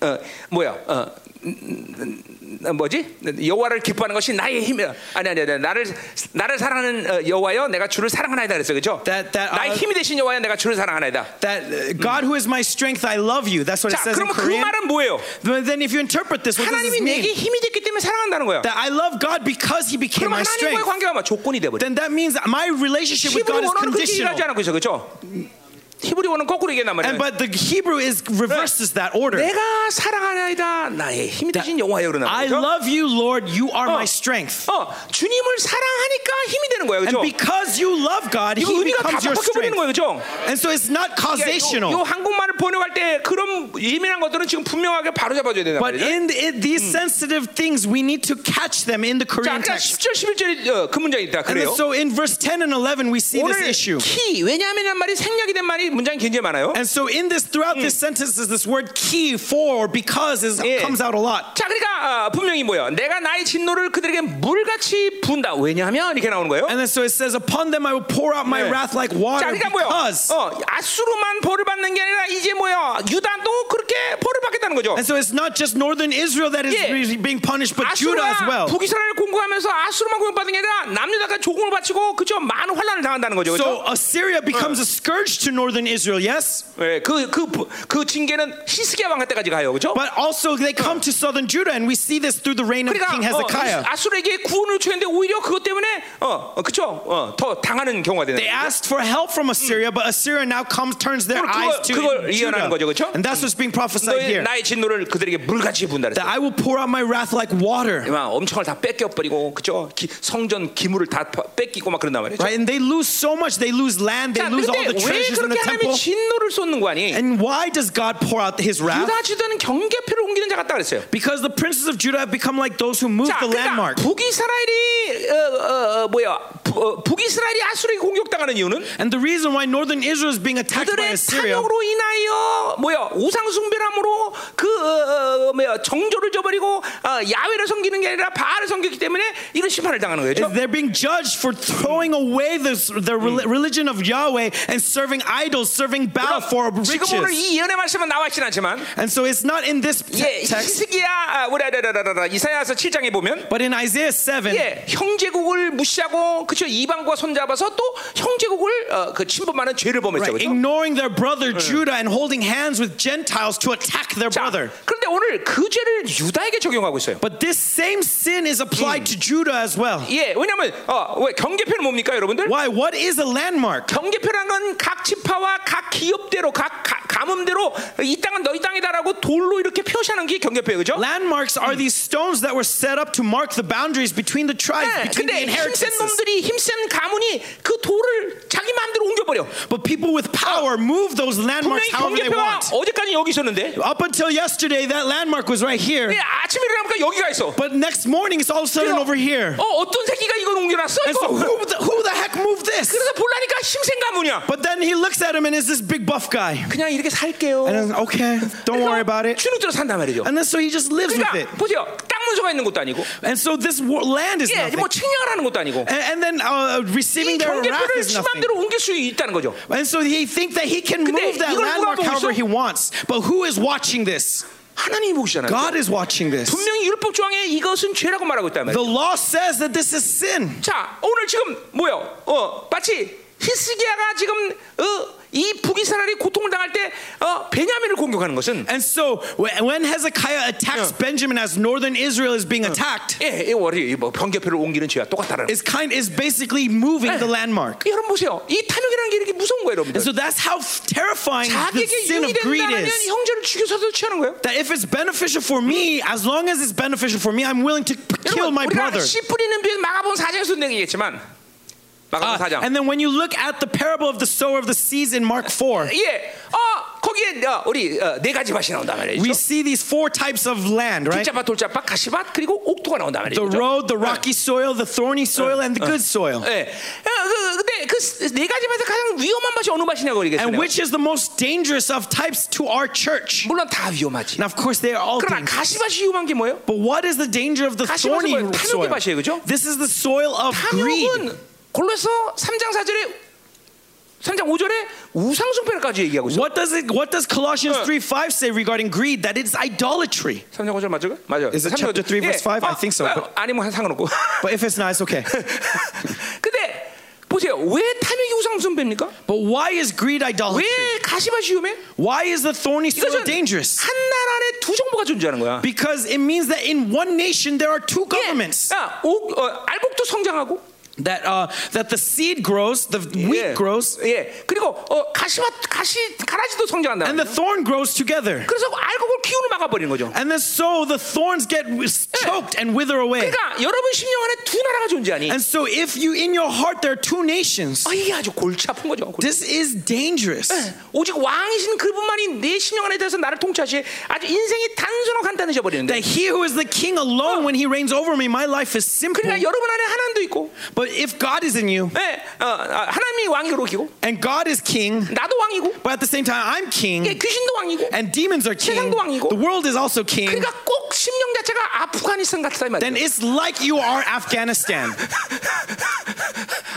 A: 어, 뭐야? 어, 음, 음, 음, 뭐지? 여호와를 기뻐하는 것이 나의 힘이라. 아니 아니 아니 나를 나를 사랑하는 어, 여호와여, 내가 주를 사랑하나이다 그랬어, 그렇죠?
B: That- that-
A: 나의
B: 아,
A: 힘이 되신 여호와여, 내가 주를 사랑하나이다.
B: that uh, God who is my strength, I love you. That's what it
A: 자,
B: says in
A: 그러면 그
B: Korean.
A: 말은 뭐예요?
B: But then if you interpret this, what does
A: 하나님이
B: this
A: 내게
B: mean?
A: 힘이 됐기 때문에 사랑한다는 거야.
B: That I love God because he became
A: 그럼
B: my
A: 하나님과의
B: strength.
A: 관계가 막 조건이 돼버려.
B: Then that means that my relationship with
A: 히브리
B: God is
A: 원어는 그렇게
B: conditional.
A: 얘기하지 않고 있어, 그렇죠? 히브리 원어는 거꾸로 얘기한단 말이야.
B: And but the Hebrew is reverses that order.
A: 내가 사랑하나이다 나의 힘이 되신 여호와여
B: I
A: 그러나 그죠?
B: love you, Lord. You are
A: 어.
B: my strength.
A: 어, 주님을 사랑하니까 힘이 되는 거야,
B: And
A: 그렇죠?
B: because you love God,
A: 이거
B: He
A: 의미가 다
B: becomes your
A: 바뀌어버리는
B: strength.
A: 거예요, 그렇죠?
B: And so it's
A: 요, 요
B: not causational.
A: 한국말을 번역할 때 그런 예민한 것들은 지금 분명하게 바로 잡아줘야 된다 말이죠.
B: But in the- it, these sensitive things, we need to catch them in the
A: 자,
B: Korean
A: 아까
B: text.
A: 10절 11절에 그 문장이 있다
B: And
A: 그래요.
B: so in verse 10 and 11, we see this
A: 오늘
B: issue.
A: 키 왜냐하면란 말이 생략이 된 말이 문장이 굉장히 많아요.
B: And so in this, throughout this sentence, is this word "key" for or because is,
A: Mm. Yeah.
B: comes out a lot.
A: 자, 그러니까 아, 분명히 뭐야? 내가 나의 진노를 그들에게 물같이 부은다. 왜냐하면 이렇게 나오는 거예요.
B: And then so it says, "Upon them I will pour out my
A: Yeah. Oh.
B: wrath
A: 자,
B: like water."
A: 그러니까 뭐야?
B: Because.
A: 어, 아수르만 벌을 받는 게 아니라 이제 뭐야? 유다도 그렇게 벌을 받겠다는 거죠.
B: And so it's not just northern Israel that is
A: Yeah.
B: really being punished, but Judah as
A: 아수르가
B: well.
A: 북이스라엘 공격하면서 아수르만 공격받는 게 아니라 남유다가 조공을 바치고 그죠 많은 환란을 당한다는 거죠. 그죠?
B: So Assyria becomes
A: Uh.
B: a scourge to northern Israel, yes?
A: 예, 그, 그, 부- 그 징계는 히스기야 왕 때까지 가요. 그죠?
B: But also they come
A: Uh.
B: to southern Judah, and we see this through the reign of
A: 그러니까
B: King
A: 어,
B: Hezekiah.
A: 아수르에게 구원을 요청했는데 오히려 그것 때문에 어, 어 그쵸? 어, 더 당하는 경우가 되는
B: They
A: 거예요.
B: asked for help from Assyria, but Assyria now comes turns their
A: Mm. 그걸-
B: eyes to
A: 그걸 예언하는
B: Judah.
A: 거죠, 그렇죠?
B: And that's what's being prophesied
A: 너의
B: here.
A: 나의 진노를 그들에게 물같이 부은다 그랬어요.
B: That I will pour out my wrath like water.
A: 막 엄청을 다 뺏겨 버리고 그죠? 기- 성전 기물을 다 파- 뺏기고 막 그런단 말이죠.
B: Right? And they lose so much, they lose land, they
A: 자,
B: lose all
A: 근데
B: the
A: 왜
B: treasures in the
A: 그렇게
B: temple.
A: 하나님이 진노를 쏟는 거 아니?
B: And why does God pour out his wrath?
A: 유다 지도는 경계표를 옮기는 자 같다 그랬어요.
B: Because the princes of Judah have become like those who move
A: 자,
B: the
A: 그러니까
B: landmark.
A: 북이스라엘이 어, 어, 어, 뭐야? 부- 어, 북이스라엘이 아수르에게 공격당하는 이유는
B: And the reason why northern Israel is being attacked by
A: 그들의
B: Assyria
A: 탐욕으로 인하여 뭐야 우상 숭배함으로 그 어, 어, 뭐야 정조를 저버리고 어, 야훼를 섬기는 게 아니라 바알을 섬겼기 때문에 이런 심판을 당하는 거죠.
B: is they're being judged for throwing away this, the rel- religion of Yahweh and serving idols, serving Baal for
A: 지금 오늘
B: riches.
A: 이 예언의 말씀은 나와 있진 않지만
B: And so it's not in this
A: 예,
B: te- text,
A: 히스기야 아, 우라라라라라 이사야서 7장에 보면
B: but in Isaiah 7,
A: 예, 형제국을 무시하고 그쵸 이방과 손잡아서 또 형제국을 어, 그 침범하는 죄를 범했죠.
B: right, Mm.
A: 그죠?
B: ignoring their brother Judah and holding hands with Gentiles to attack their
A: 자,
B: brother.
A: 그런데 오늘 그 죄를 유다에게 적용하고 있어요.
B: But this same sin is applied to Judah as well.
A: 예, 왜냐면 어, 왜 경계표는 뭡니까, 여러분들?
B: Why? What is a landmark?
A: 경계표란 건 각 지파와 각 기업대로 각 가, 가문대로 이 땅은 너희 땅이다라고 돌로 이렇게 표시하는 게 경계표예요, 그죠?
B: Landmarks are these stones that were set up to mark the boundaries between the tribes,
A: 네,
B: between
A: 근데
B: the
A: 힘센
B: inheritances.
A: 놈들이 힘센 가문이 그 돌을 자기 마음대로 옮겨버려.
B: But people with power move those landmarks
A: 분명히
B: however they
A: 경계표가
B: want.
A: 어제까지 여기 있었는데
B: Up until yesterday, that landmark was right here.
A: 예, 아침에 일어나니까 여기가 있어.
B: But next morning, it's all of a sudden over here.
A: 어, 어떤 새끼가 이걸 옮겨놨어?
B: And so,
A: 이거.
B: who the, who the heck moved this?
A: 그래서 볼라니까 힘센 가문이야.
B: But then he looks at him and is this big buff guy.
A: 그냥 이렇게 살게요.
B: And then, okay, don't worry about it.
A: 주눅들어 산단 말이죠.
B: And then so he just lives with it.
A: 그러니까 보세요. 땅 문서가 있는 것도 아니고,
B: And so this wo- land is
A: 예,
B: nothing.
A: 뭐 측량을 하는 것도 아니고,
B: And, and then uh,
A: 이
B: receiving their wrath
A: 경계표를
B: is
A: 지
B: nothing.
A: 맘대로 옮길 수 있다는 거죠.
B: And so he think that he can
A: 근데
B: move that
A: 이걸 누가
B: landmark
A: 보고
B: however
A: 있어?
B: he wants. But who is watching this?
A: 하나님이 보시잖아요.
B: God is watching this.
A: 분명히 율법 조항에 이것은 죄라고 말하고 있단 말이에요.
B: The law says that this is sin.
A: 자, 오늘 지금 뭐요? 어, 마치 히스기야가 지금 어, 이 북이스라엘이 고통을 당할 때 어, 배 베냐민을 공격하는 것은
B: And so wh- when Hezekiah attacks Benjamin as northern Israel is being attacked,
A: 예, 이 월이 이뭐 번개표를 옮기는 죄와 똑같다는. 예.
B: is kind is basically moving the landmark.
A: 여러분 보세요. 이 탐욕이라는 게 이렇게 무서운 거예요,
B: And
A: 여러분.
B: so that's how f- terrifying the
A: 자기에게
B: sin
A: 유익이
B: of greed
A: 된다면
B: is.
A: 형제를 죽여서도 취하는 거예요.
B: That if it's beneficial for me, as long as it's beneficial for me, I'm willing to p- kill
A: 여러분,
B: my
A: 우리가
B: brother.
A: 씨 뿌리는 비유 마가본 사장에서 내가 얘기했지만 마가본
B: Uh,
A: 사장.
B: and then when you look at the parable of the sower of the seeds in Mark 4,
A: 예, 어 거기에 어, 우리 어, 네 가지 밭이 나온단 말이죠.
B: we see these four types of land, right?
A: 풀자밭, 돌자밭, 가시밭 그리고 옥토가 나온단 말이죠. 그죠?
B: The road, the rocky soil, the thorny soil, and the good soil.
A: 예, 어, 그, 근데 그 네 가지 밭에 가장 위험한 밭이 어느 밭이냐고
B: And
A: 그러겠어요.
B: which is the most dangerous of types to our church?
A: 물론 다 위험하지.
B: Now, of course, they are all
A: 그러나
B: dangerous.
A: 가시밭이 위험한 게 뭐예요?
B: But what is the danger of the
A: 가시밭은
B: thorny
A: 뭐예요? 탐욕의
B: soil?
A: 밭이에요, 그죠?
B: This is the soil of greed.
A: 탐욕은 골로서 3장 4절에 3장 5절에 우상 숭배까지 얘기하고 있어.
B: What does it? What does Colossians
A: Uh.
B: 3 5 say regarding greed? That it's idolatry.
A: 3장 5절 맞죠? 맞아요.
B: Is it chapter three, verse five? I think so.
A: 아니 뭐 상관없고.
B: But if it's not, it's okay.
A: 근데 보세요. 왜 탐욕이 우상 숭배입니까?
B: but why is greed idolatry?
A: 왜 가시밭이 위험해?
B: Why is the thorny soil
A: 이것은
B: dangerous?
A: 한 나라 안에 두 정부가 존재하는 거야.
B: Because it means that in one nation there are two
A: 이게,
B: governments.
A: 아, 옥, 어, 알곡도 성장하고
B: That uh, that the seed grows, the
A: 예.
B: wheat grows,
A: 예. 그리고 어, 가시밭 가시 가라지도 성장한다.
B: and the thorn grows together.
A: 그래서 알곡을 키우는 막아버리는 거죠.
B: And then so the thorns get choked and wither away.
A: 그러니까 여러분 심령 안에 두 나라가 존재하니
B: And so if you in your heart there are two nations,
A: 아, 이게 아주 골치 아픈 거죠. 골치.
B: this is dangerous.
A: 오직 왕이신 그분만이 내 심령 안에 대해서 나를 통치하시 아주 인생이 단순하고 간단해져 버리는데
B: That he who is the king alone, when he reigns over me, my life is simple.
A: 그러니까 여러분 안에 하나님도 있고
B: But if God is in you,
A: 예, 어, 아, 하나님이 왕이로 기고
B: and God is king,
A: 나도 왕이고
B: but at the same time I'm
A: 예,
B: king,
A: 귀신도 왕이고
B: and demons are king,
A: 세상도 왕이고.
B: the world is also king,
A: 그러니까 꼭 심령 자체가 아프가니스탄 같다 이
B: then
A: 말이에요.
B: it's like you are Afghanistan.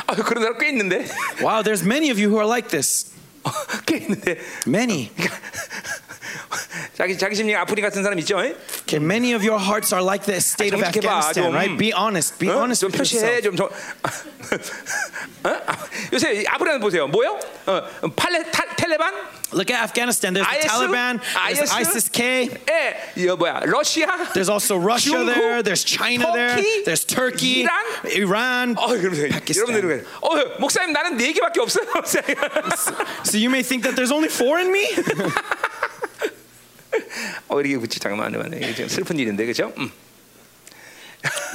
A: 아, 그런 사람 꽤 있는데
B: Wow, there's many of you who are like this.
A: 어, 꽤 있는데
B: Many.
A: 자기 자기 심령 아프니 같은 사람 있죠? 예?
B: Okay, many of your hearts are like the state of
A: 정직해봐,
B: Afghanistan,
A: 좀.
B: right? Be honest. Be
A: 어?
B: honest
A: 좀
B: with
A: 표시해
B: yourself.
A: 좀 저. 어? 아, 요새 아프리카 보세요. 뭐요? 어, 팔레 탈- 텔레반
B: Look at Afghanistan. There's
A: ISU?
B: the Taliban, there's
A: ISU?
B: ISIS K,
A: 예, 이거 뭐야? 러시아.
B: there's also Russia
A: 중국,
B: there, there's China there,
A: 터키,
B: there's Turkey, Iran.
A: 어, 그러세요.
B: Pakistan.
A: 여러분들 이렇게. 어, 목사님 나는 네 개밖에 없어요. 목사님.
B: So you may think that there's only four in me?
A: 어, 이게 그치 잠깐만, 잠깐만. 이게 지금 슬픈 일인데 그죠? 음.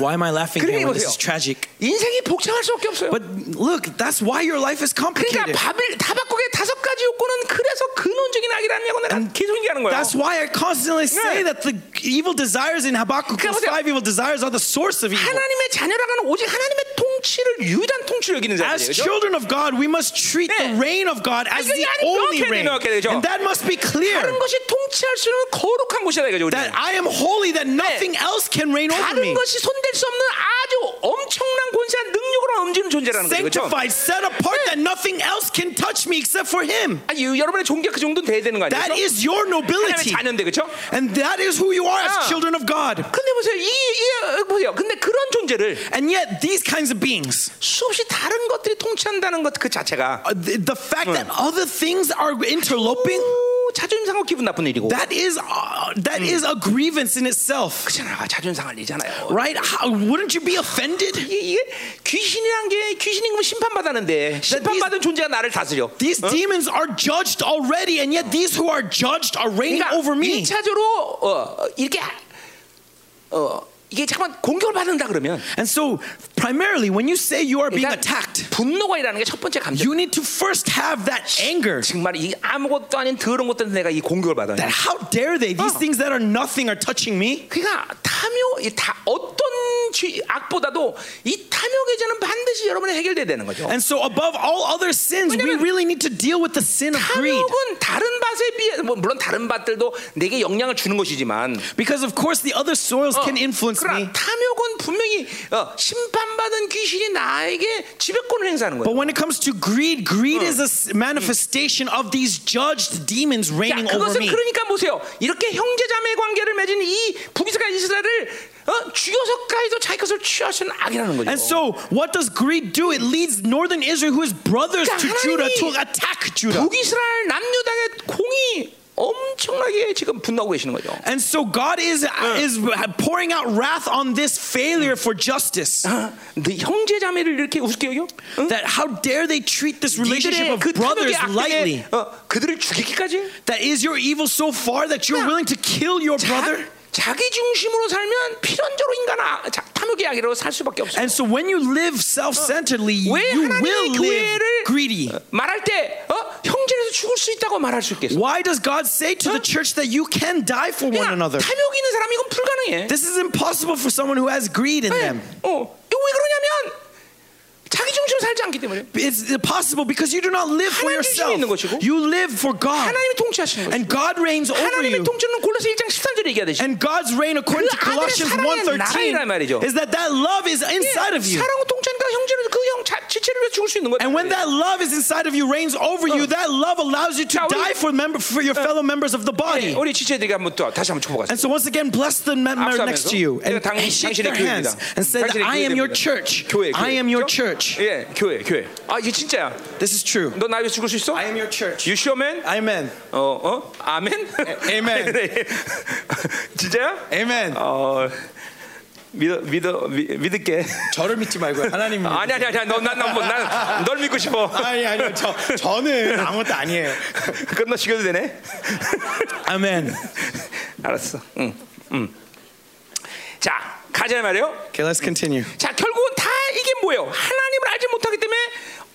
B: Why am I laughing
A: 그래,
B: here? Well, this
A: 보세요.
B: is tragic.
A: 인생이 복잡할 수밖에 없어요.
B: But look, that's why your life is
A: 그러니까
B: complicated.
A: 바빌 다바국의 다섯 가지 요건은 그래서 근원적인 악이라냐고 내가 계속 얘기하는 거예요.
B: That's why I constantly say
A: Yeah.
B: that the evil desires in Habakkuk,
A: 그러니까
B: those
A: 보세요.
B: five evil desires, are the source of evil.
A: 하나님의 자녀라는 오직 하나님의 통치를 유일한 통치로 여기는
B: As
A: 자들이죠.
B: children of God, we must treat
A: Yeah.
B: the reign of God as
A: 그러니까
B: the
A: 이 안에
B: only
A: 명확해야 돼,
B: reign.
A: 명확해야 되죠.
B: And that must be clear
A: 다른 것이 통치할 수 있는 거룩한 곳이다 이거죠. 우리는.
B: that I am holy, that nothing else can reign over
A: 다른
B: me.
A: 것이 손댈 수 없는 아주 엄청난 권세와 능력으로 움직이는 존재라는 거죠. 그렇죠?
B: Sanctified, set apart, that nothing else can touch me except for Him.
A: 아니, 여러분의 종교 그 정도는 돼야 되는 거
B: That
A: 아니에요?
B: is your
A: 하나님의
B: nobility.
A: 자녀인데 그렇죠?
B: And that is who you are
A: Yeah.
B: as children of God.
A: 근데 보세요, 이, 이 보세요. 근데 그런 존재를
B: And yet, these kinds of beings,
A: 수없이 다른 것들이 통치한다는 것 그 자체가
B: uh, the, the fact that other things are interloping,
A: 오, 자존심 상하고 기분 나쁜 일이고.
B: that is uh, that is a grievance in itself,
A: 그렇잖아, 자존심 상할 일이잖아요.
B: right? How, wouldn't you be offended?
A: 이게, 이게 귀신이란 게 귀신이면 심판받았는데 심판받은 존재가 나를 다스려.
B: These demons are judged already, and yet these who are judged are reigning
A: 그러니까
B: over me.
A: 1차적으로 어, 이렇게 어, 이게 잠깐 공격을 받는다 그러면
B: And so, primarily, when you say you are being
A: 일단
B: attacked,
A: 분노가 일하는 게 첫 번째 감정.
B: you need to first have that anger.
A: 정말 이 아무것도 아닌 더러운 것들 내가 이 공격을 받아.
B: That how dare they? These things that are nothing are touching me.
A: 그러니까 탐욕 이 다 어떤 죄- 악보다도 이 탐욕의 죄는 반드시 여러분이 해결돼야 되는 거죠.
B: And so, above all other sins, we
A: 왜냐면
B: really need to deal with the sin
A: 그
B: of greed.
A: 탐욕은 다른 밭에 비해 뭐 물론 다른 밭들도 내게 영향을 주는 것이지만
B: Because, of course, the other soils
A: 어,
B: can influence me.
A: 그러나 탐욕은 분명히 어, 심판받은 귀신이 나에게 지배권을 행사하는 거예요.
B: But when it comes to greed, greed is a s- manifestation of these judged demons
A: 야,
B: reigning over
A: 그것은
B: me.
A: 그러니까 보세요. 이렇게 형제자매 관계를 맺은 이 북이스가 이스라엘을 어, 죽여서까지도 자기 것을 취할 수는 악이라는 거죠.
B: And so, what does greed do? It leads northern Israel, who is brothers to
A: 그러니까
B: Judah, to
A: 하나님이
B: attack Judah.
A: 북이스라엘 남유당의 공이 실패에 지금 분노하고 계시는 거죠.
B: And so God is, is pouring out wrath on this failure for justice.
A: 아, 네 형제 자매를 이렇게 우습게 여겨? 응?
B: That how dare they treat this
A: 니들의
B: relationship of
A: 그 탐욕의
B: brothers
A: 악에
B: lightly?
A: 어, 그들을 죽이기까지?
B: That is your evil so far that you're
A: Yeah.
B: willing to kill your brother?
A: 자, 기 중심으로 살면 필연적으로 인간 아, 자, 탐욕의 악이라고 살 수밖에 없어.
B: And so when you live self-centeredly,
A: 왜
B: you
A: 하나님이
B: will live
A: 교회를
B: greedy.
A: 말할 때 어? 형제에서 죽을 수 있다고 말할 수 있겠어?
B: Why does God say to the church that you can die for
A: 그냥
B: one another?
A: 탐욕이 있는 사람이 이건 불가능해.
B: This is impossible for someone who has greed in
A: 네.
B: them.
A: 어, 이거 왜 그러냐면 자기 중심으로 살지 않기 때문에
B: It's impossible because you do not live for
A: 하나님 중심에
B: yourself.
A: 있는 것이고.
B: You live for God.
A: 하나님이 통치하시는 거예요.
B: 아. And God reigns over
A: 하나님의
B: you.
A: 통치는 골로새 1장 13절에 얘기하듯이
B: And God's reign, according to
A: 그 아들의
B: Colossians
A: 사랑의 나라이란
B: 1.13,
A: 말이죠.
B: is that that love is inside of
A: 예.
B: you.
A: 사랑을 통치하니까 형제는 그형 지체를 위해 죽을 수 있는 거예요.
B: And when that love is inside of you, reigns over you, that love allows you
A: 자, 우리-
B: to die for, member, for your fellow members of the
A: 예,
B: body.
A: 우리 지체들에게 한번 또 다시 한번 축복하세요.
B: And so once again, bless the member
A: 앞서면서
B: next to you
A: 내가
B: and,
A: 당-
B: and shake
A: 당신의
B: their hands
A: 교회입니다.
B: and say, that
A: 당신의
B: I am your
A: 교회입니다.
B: church.
A: 교회, 교회.
B: I am your
A: 그죠?
B: church.
A: 예, 교회, 교회. 아, 이게 진짜야.
B: This is true.
A: 너 나 위해 죽을 수 있어?
B: am your church.
A: You sure, man?
B: Amen.
A: 어, 어? 아멘? 네.
B: amen.
A: 진짜야?
B: Amen.
A: 어, 믿어, 믿어, 믿, 믿을게.
B: 저를 믿지 말고요. 하나님
A: 아니, 아니, 아니, 너난난뭐난널 믿고 싶어.
B: 아니 아니요. 저 저는 아무것도 아니에요.
A: 끝나 시켜도 되네.
B: Amen.
A: 알았어. 응, 응. 자, 가자 말이요.
B: Okay, let's continue.
A: 자, 결국은 다 이게 뭐예요? 하나님을 알지 못하기 때문에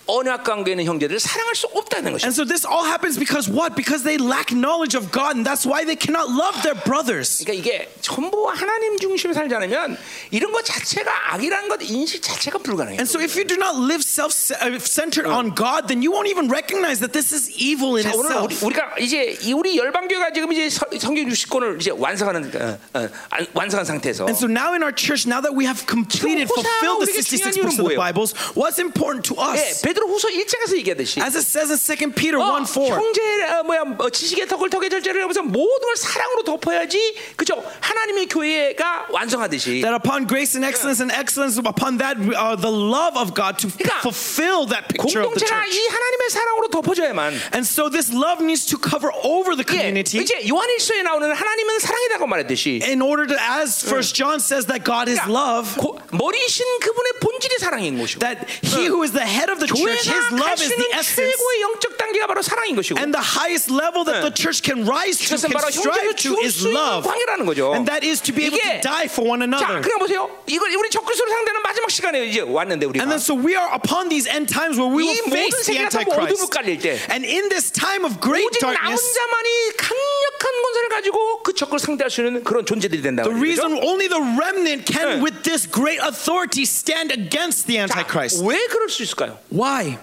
A: 언약 관계에 있는 형제들을 사랑할 수 없다는 것이죠.
B: And so this all happens because what? Because they lack knowledge of God, and that's why they cannot love their brothers.
A: 그러니까 이게 전부 하나님 중심에 살지 않으면 이런 것 자체가 악이라는 것 인식 자체가 불가능해요.
B: And so if you do not live self-centered on God, then you won't even recognize that this is evil in
A: Uh. 자, 오늘 우리,
B: itself.
A: 우리가 이제 이 우리 열방교가 지금 이제 서- 성경 60권을 이제 완성하는 어, 어, 안- 완성한 상태에서
B: And so now in our church, now that we have completed,
A: 지금 호사가
B: fulfilled the
A: 우리에게
B: 66
A: 중요한
B: books of
A: 이유는
B: the
A: 뭐예요?
B: Bibles, what's important to
A: 예,
B: us?
A: 베드로후서 1장에서 얘기하듯이
B: As it says in 2 Peter
A: 어,
B: 1 4.
A: 형제 어, 뭐야 어, 지식의 덕을 덕의 절제를 하면서 모든 걸 사랑으로 덮어야지 그죠 하나님의 교회가 완성하듯이
B: That upon grace and excellence and excellence upon that uh, the love of God to
A: 그러니까
B: fulfill that picture of the
A: 공동체가
B: church.
A: 이 하나님의 사랑으로 덮어줘야만
B: And so this love needs to cover over the
A: 예,
B: community
A: 이제 요한일서에 나오는 하나님은 사랑이라고 말했듯이
B: in order to as first John says that God is
A: 그러니까
B: love
A: 고- 머리신 그분의 본질이 사랑인 것이고
B: that he who is the head of the church his
A: 교회가 갈
B: love
A: 수
B: is
A: 있는
B: the essence
A: 최고의 영적 단계가 바로 사랑인 것이고
B: and the highest level that the church can rise to
A: 그것은
B: can
A: 바로 형제를
B: strive to
A: 죽을
B: is
A: 수 있는
B: love
A: 관계라는 거죠
B: and that is to be able to
A: 이게-
B: die for one
A: 자
B: another
A: 그냥 보세요 이걸 우리 적그리스로 상대하는 마지막 시간에 이제 왔는데 우리가
B: and then so we are upon these end times where we
A: 이
B: will
A: 모든
B: face the
A: 세계가 다 어둠을
B: antichrist
A: 깔릴 때
B: and in this time of great
A: 오직 나
B: darkness
A: 혼자만이 강력한 권세를 가지고 그 적을 상대할 수 있는 그런 존재들이 된다.
B: The reason only the remnant can,
A: Yeah.
B: with this great authority, stand against the Antichrist.
A: 왜 그럴 수 있을까요?
B: Why?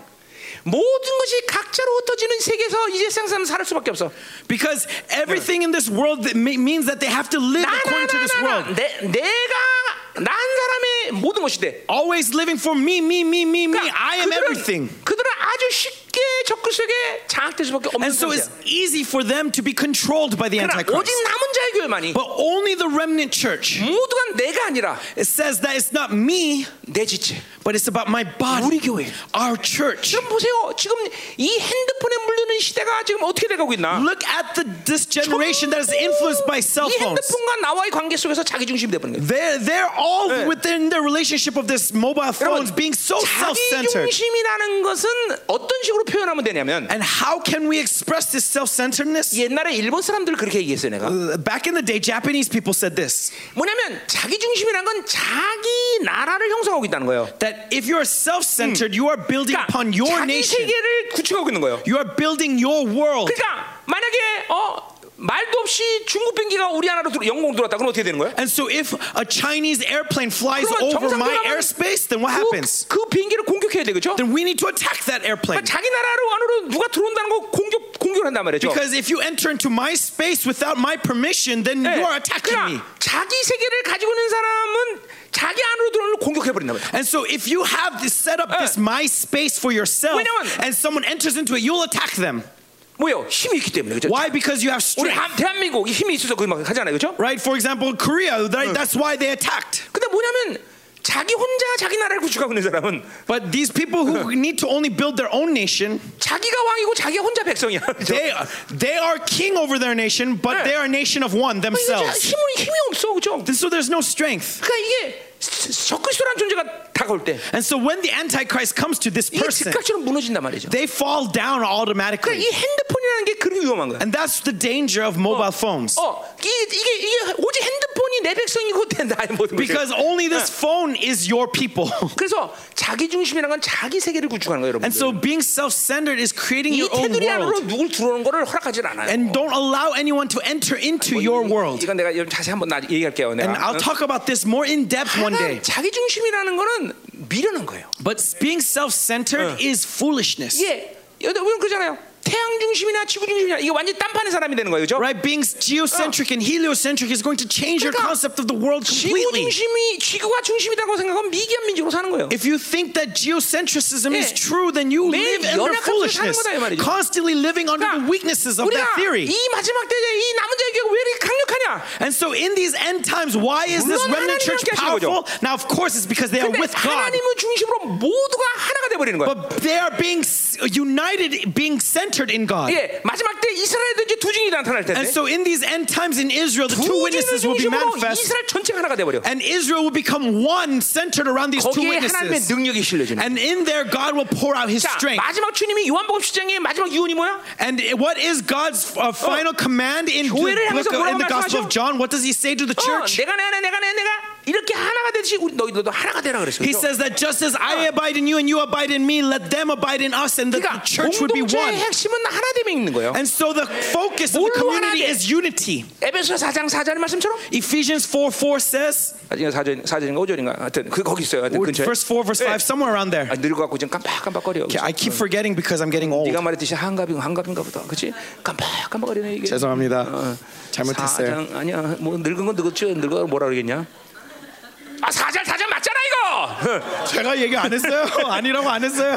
A: 모든 것이 각자로 흩어지는 세계에서 이제 세상 사람 살을 수밖에 없어.
B: Because everything in this world that me- means that they have to live according to this world.
A: 나나나나내 내가 난 사람의 모든 것이 돼.
B: Always living for me, me, me, me, me.
A: 그러니까
B: I am
A: 그들은-
B: everything.
A: 그들은 아주 쉽게 적그리스에게 장악될 수밖에 없는
B: And so
A: 존재야.
B: it's easy for them to be controlled by the
A: 그러나 오직
B: Antichrist.
A: 남은 자의 교회만이
B: But only the remnant church.
A: 모두가 내가 아니라
B: It says that it's not me,
A: 내 지체.
B: but it's about my
A: 우리
B: body,
A: 교회.
B: our church.
A: 지금 보세요. 지금 이 핸드폰에 물드는 시대가 지금 어떻게 돼가고 있나?
B: Look at the, this generation that is influenced by cell
A: 이
B: phones.
A: 핸드폰과 나와의 관계 속에서 자기 중심이 되버린 거예요.
B: They're, they're all
A: Yeah.
B: within the relationship of this mobile phones being so self
A: 자기
B: centered.
A: 중심이라는 것은 어떤 식으로 표현하면 되냐면
B: And how can we express this self centeredness?
A: 옛날에 일본 사람들 그렇게 얘기했어요, 내가.
B: Back in the day, Japanese people said this
A: 뭐냐면 자기 중심이란 건 자기 나라를 형성하고 있다는 거예요.
B: that if you are self centered, you are building
A: 그러니까
B: upon your
A: 자기
B: nation,
A: 세계를 구축하고 있는 거예요.
B: you are building your world.
A: 그러니까 만약에 어 말도 없이 중국 비행기가 우리 하나로 들어, 영공 들어왔다 그럼 어떻게 되는 거예요?
B: And so, if a Chinese airplane flies
A: 그러면
B: over my
A: 정상적으로
B: airspace, then what
A: 그,
B: happens?
A: 그 비행기를 공격해야 되겠죠? 그러니까
B: Then we need to attack that airplane.
A: 자기 나라로 안으로 누가 들어온다는 거 공격 공격을 한단 말이죠.
B: Because if you enter into my space without my permission, then
A: 예.
B: you are attacking me.
A: 그러니까 자기 세계를 가지고 있는 사람은 자기 안으로 들어오는 걸 공격해버린다 말이야.
B: And so if you have this set up this my space for yourself
A: 왜냐면-
B: and someone enters into it, you'll attack them.
A: 뭐요? 힘이 있기 때문에 그죠?
B: Why? Because you have
A: 우리
B: strength.
A: 한, 대한민국 힘이 있어서 그막 하잖아요, 그렇죠? 그죠?
B: Right? For example, Korea, right? that's why they attacked.
A: 근데 뭐냐면 자기 혼자 자기 나라를 구축하고 있는 사람은
B: But these people who need to only build their own nation,
A: 자기가 왕이고 자기가 혼자 백성이야. 그렇죠? 그죠?
B: they they are king over their nation, but they are a nation of one
A: 뭐 이거 진짜
B: themselves.
A: 힘이 힘이 없어, 그렇죠? 그죠?
B: And so there's no strength.
A: 그러니까 이게 적그리스도라는 존재가 다가올 때
B: And so when the antichrist comes to this
A: 이게
B: person,
A: 즉각처럼 무너진단 말이죠.
B: they fall down automatically.
A: 그러니까 이 핸드폰이라는 게 그렇게 위험한 거야.
B: And that's the danger of mobile phones.
A: 어, 이, 이게 이게 오직 핸드폰이 내 백성이고 내 나의 모든 것.
B: Because only this phone is your people.
A: 그래서 자기 중심이라는 건 자기 세계를 구축하는 거예요, 여러분.
B: And so being self-centered is creating
A: 이
B: your own
A: 테두리 안으로
B: world.
A: 누굴 들어오는 거를 허락하진 않아요.
B: And don't allow anyone to enter into
A: 뭐 이-
B: your
A: 이-
B: world.
A: 이건 내가 여러분 자세히 한번 나 얘기할게요. 내가.
B: And I'll talk about this more in depth one day.
A: 자기 중심이라는 거는 미련한 거예요.
B: But being self-centered is foolishness.
A: 예, 여러분 그러잖아요. 태양 중심이나 지구 중심이나 이게 완전 히 딴판의 사람이 되는 거예요, 그죠
B: Right? Being geocentric and heliocentric is going to change your
A: 그러니까
B: concept of the world
A: 지구
B: completely.
A: 중심이 지구가 중심이라고 생각하면 미개한 민족으로 사는 거예요.
B: If you think that geocentricism is
A: 예.
B: true, then you
A: 매일
B: live under
A: 연약한 세상을
B: foolishness,
A: 사는 거다, 이 말이죠.
B: constantly living under
A: 그러니까
B: the weaknesses of
A: 우리가
B: that theory.
A: 이 마지막 때에 이 남은 자의 교회가 왜 이렇게 강력하냐?
B: And so, in these end times, why is this
A: 물론
B: remnant church
A: 하나님이 함께 하시는
B: powerful? Now, of course, it's because they are
A: 근데
B: with God,
A: 하나님을 중심으로 모두가 하나가 돼버리는 거예요.
B: but they are being s- united, being centered in God.
A: 예, 마지막 때 이스라엘도 이제 두 증이 나타날 텐데.
B: And so, in these end times in Israel, the two
A: 두 증을
B: witnesses will be
A: 중심으로
B: manifest,
A: 이스라엘 전체가 하나가 돼버려.
B: and Israel will become one centered around these two
A: 거기에 하나님의
B: witnesses.
A: 능력이 실려지는.
B: And in there, God will pour out His
A: 자,
B: strength.
A: 마지막 주님이 요한복음 10장의 마지막 유언이 뭐야?
B: And what is God's uh, final command in the,
A: 교회를 향해서
B: book of- in the
A: 뭐라고
B: Gospel
A: 말씀하셔?
B: of John? What does He say to the
A: 어,
B: church?
A: 내가 내 안에 내가 내 안에 내가 이렇게 하나가 되듯이 우리 너희 너도 하나가 되라 그랬어요.
B: He says that just as I abide in you and you abide in me, let them abide in us, and that the
A: 그러니까
B: church would be
A: 공동체의
B: one.
A: 핵심은 하나됨에 있는 거예요.
B: And so the focus of the
A: 뭘로
B: community
A: 하나님?
B: is unity.
A: 에베소 4장 4절 말씀처럼
B: Ephesians 4 4 says,
A: 나중에 4절 4절인가 5절인가 하여튼 그 거기 있어요. 하여튼
B: or
A: 근처에.
B: verse 4, verse 5, somewhere around there.
A: 아, 늙어갖고 지금 깜빡깜빡거려.
B: Okay, I keep forgetting because I'm getting old.
A: 네가 말했듯이 한갑이고 한갑인가 보다. 그렇지? 깜빡깜빡거리네 이게.
B: 죄송합니다. 잘못했어요.
A: 사장 아니야. 뭐 늙은 건 늙었죠. 늙어 뭐라 그러겠냐? 아 사절 사절 맞잖아 이거.
B: 제가 얘기 안 했어요. 아니라고 안 했어요.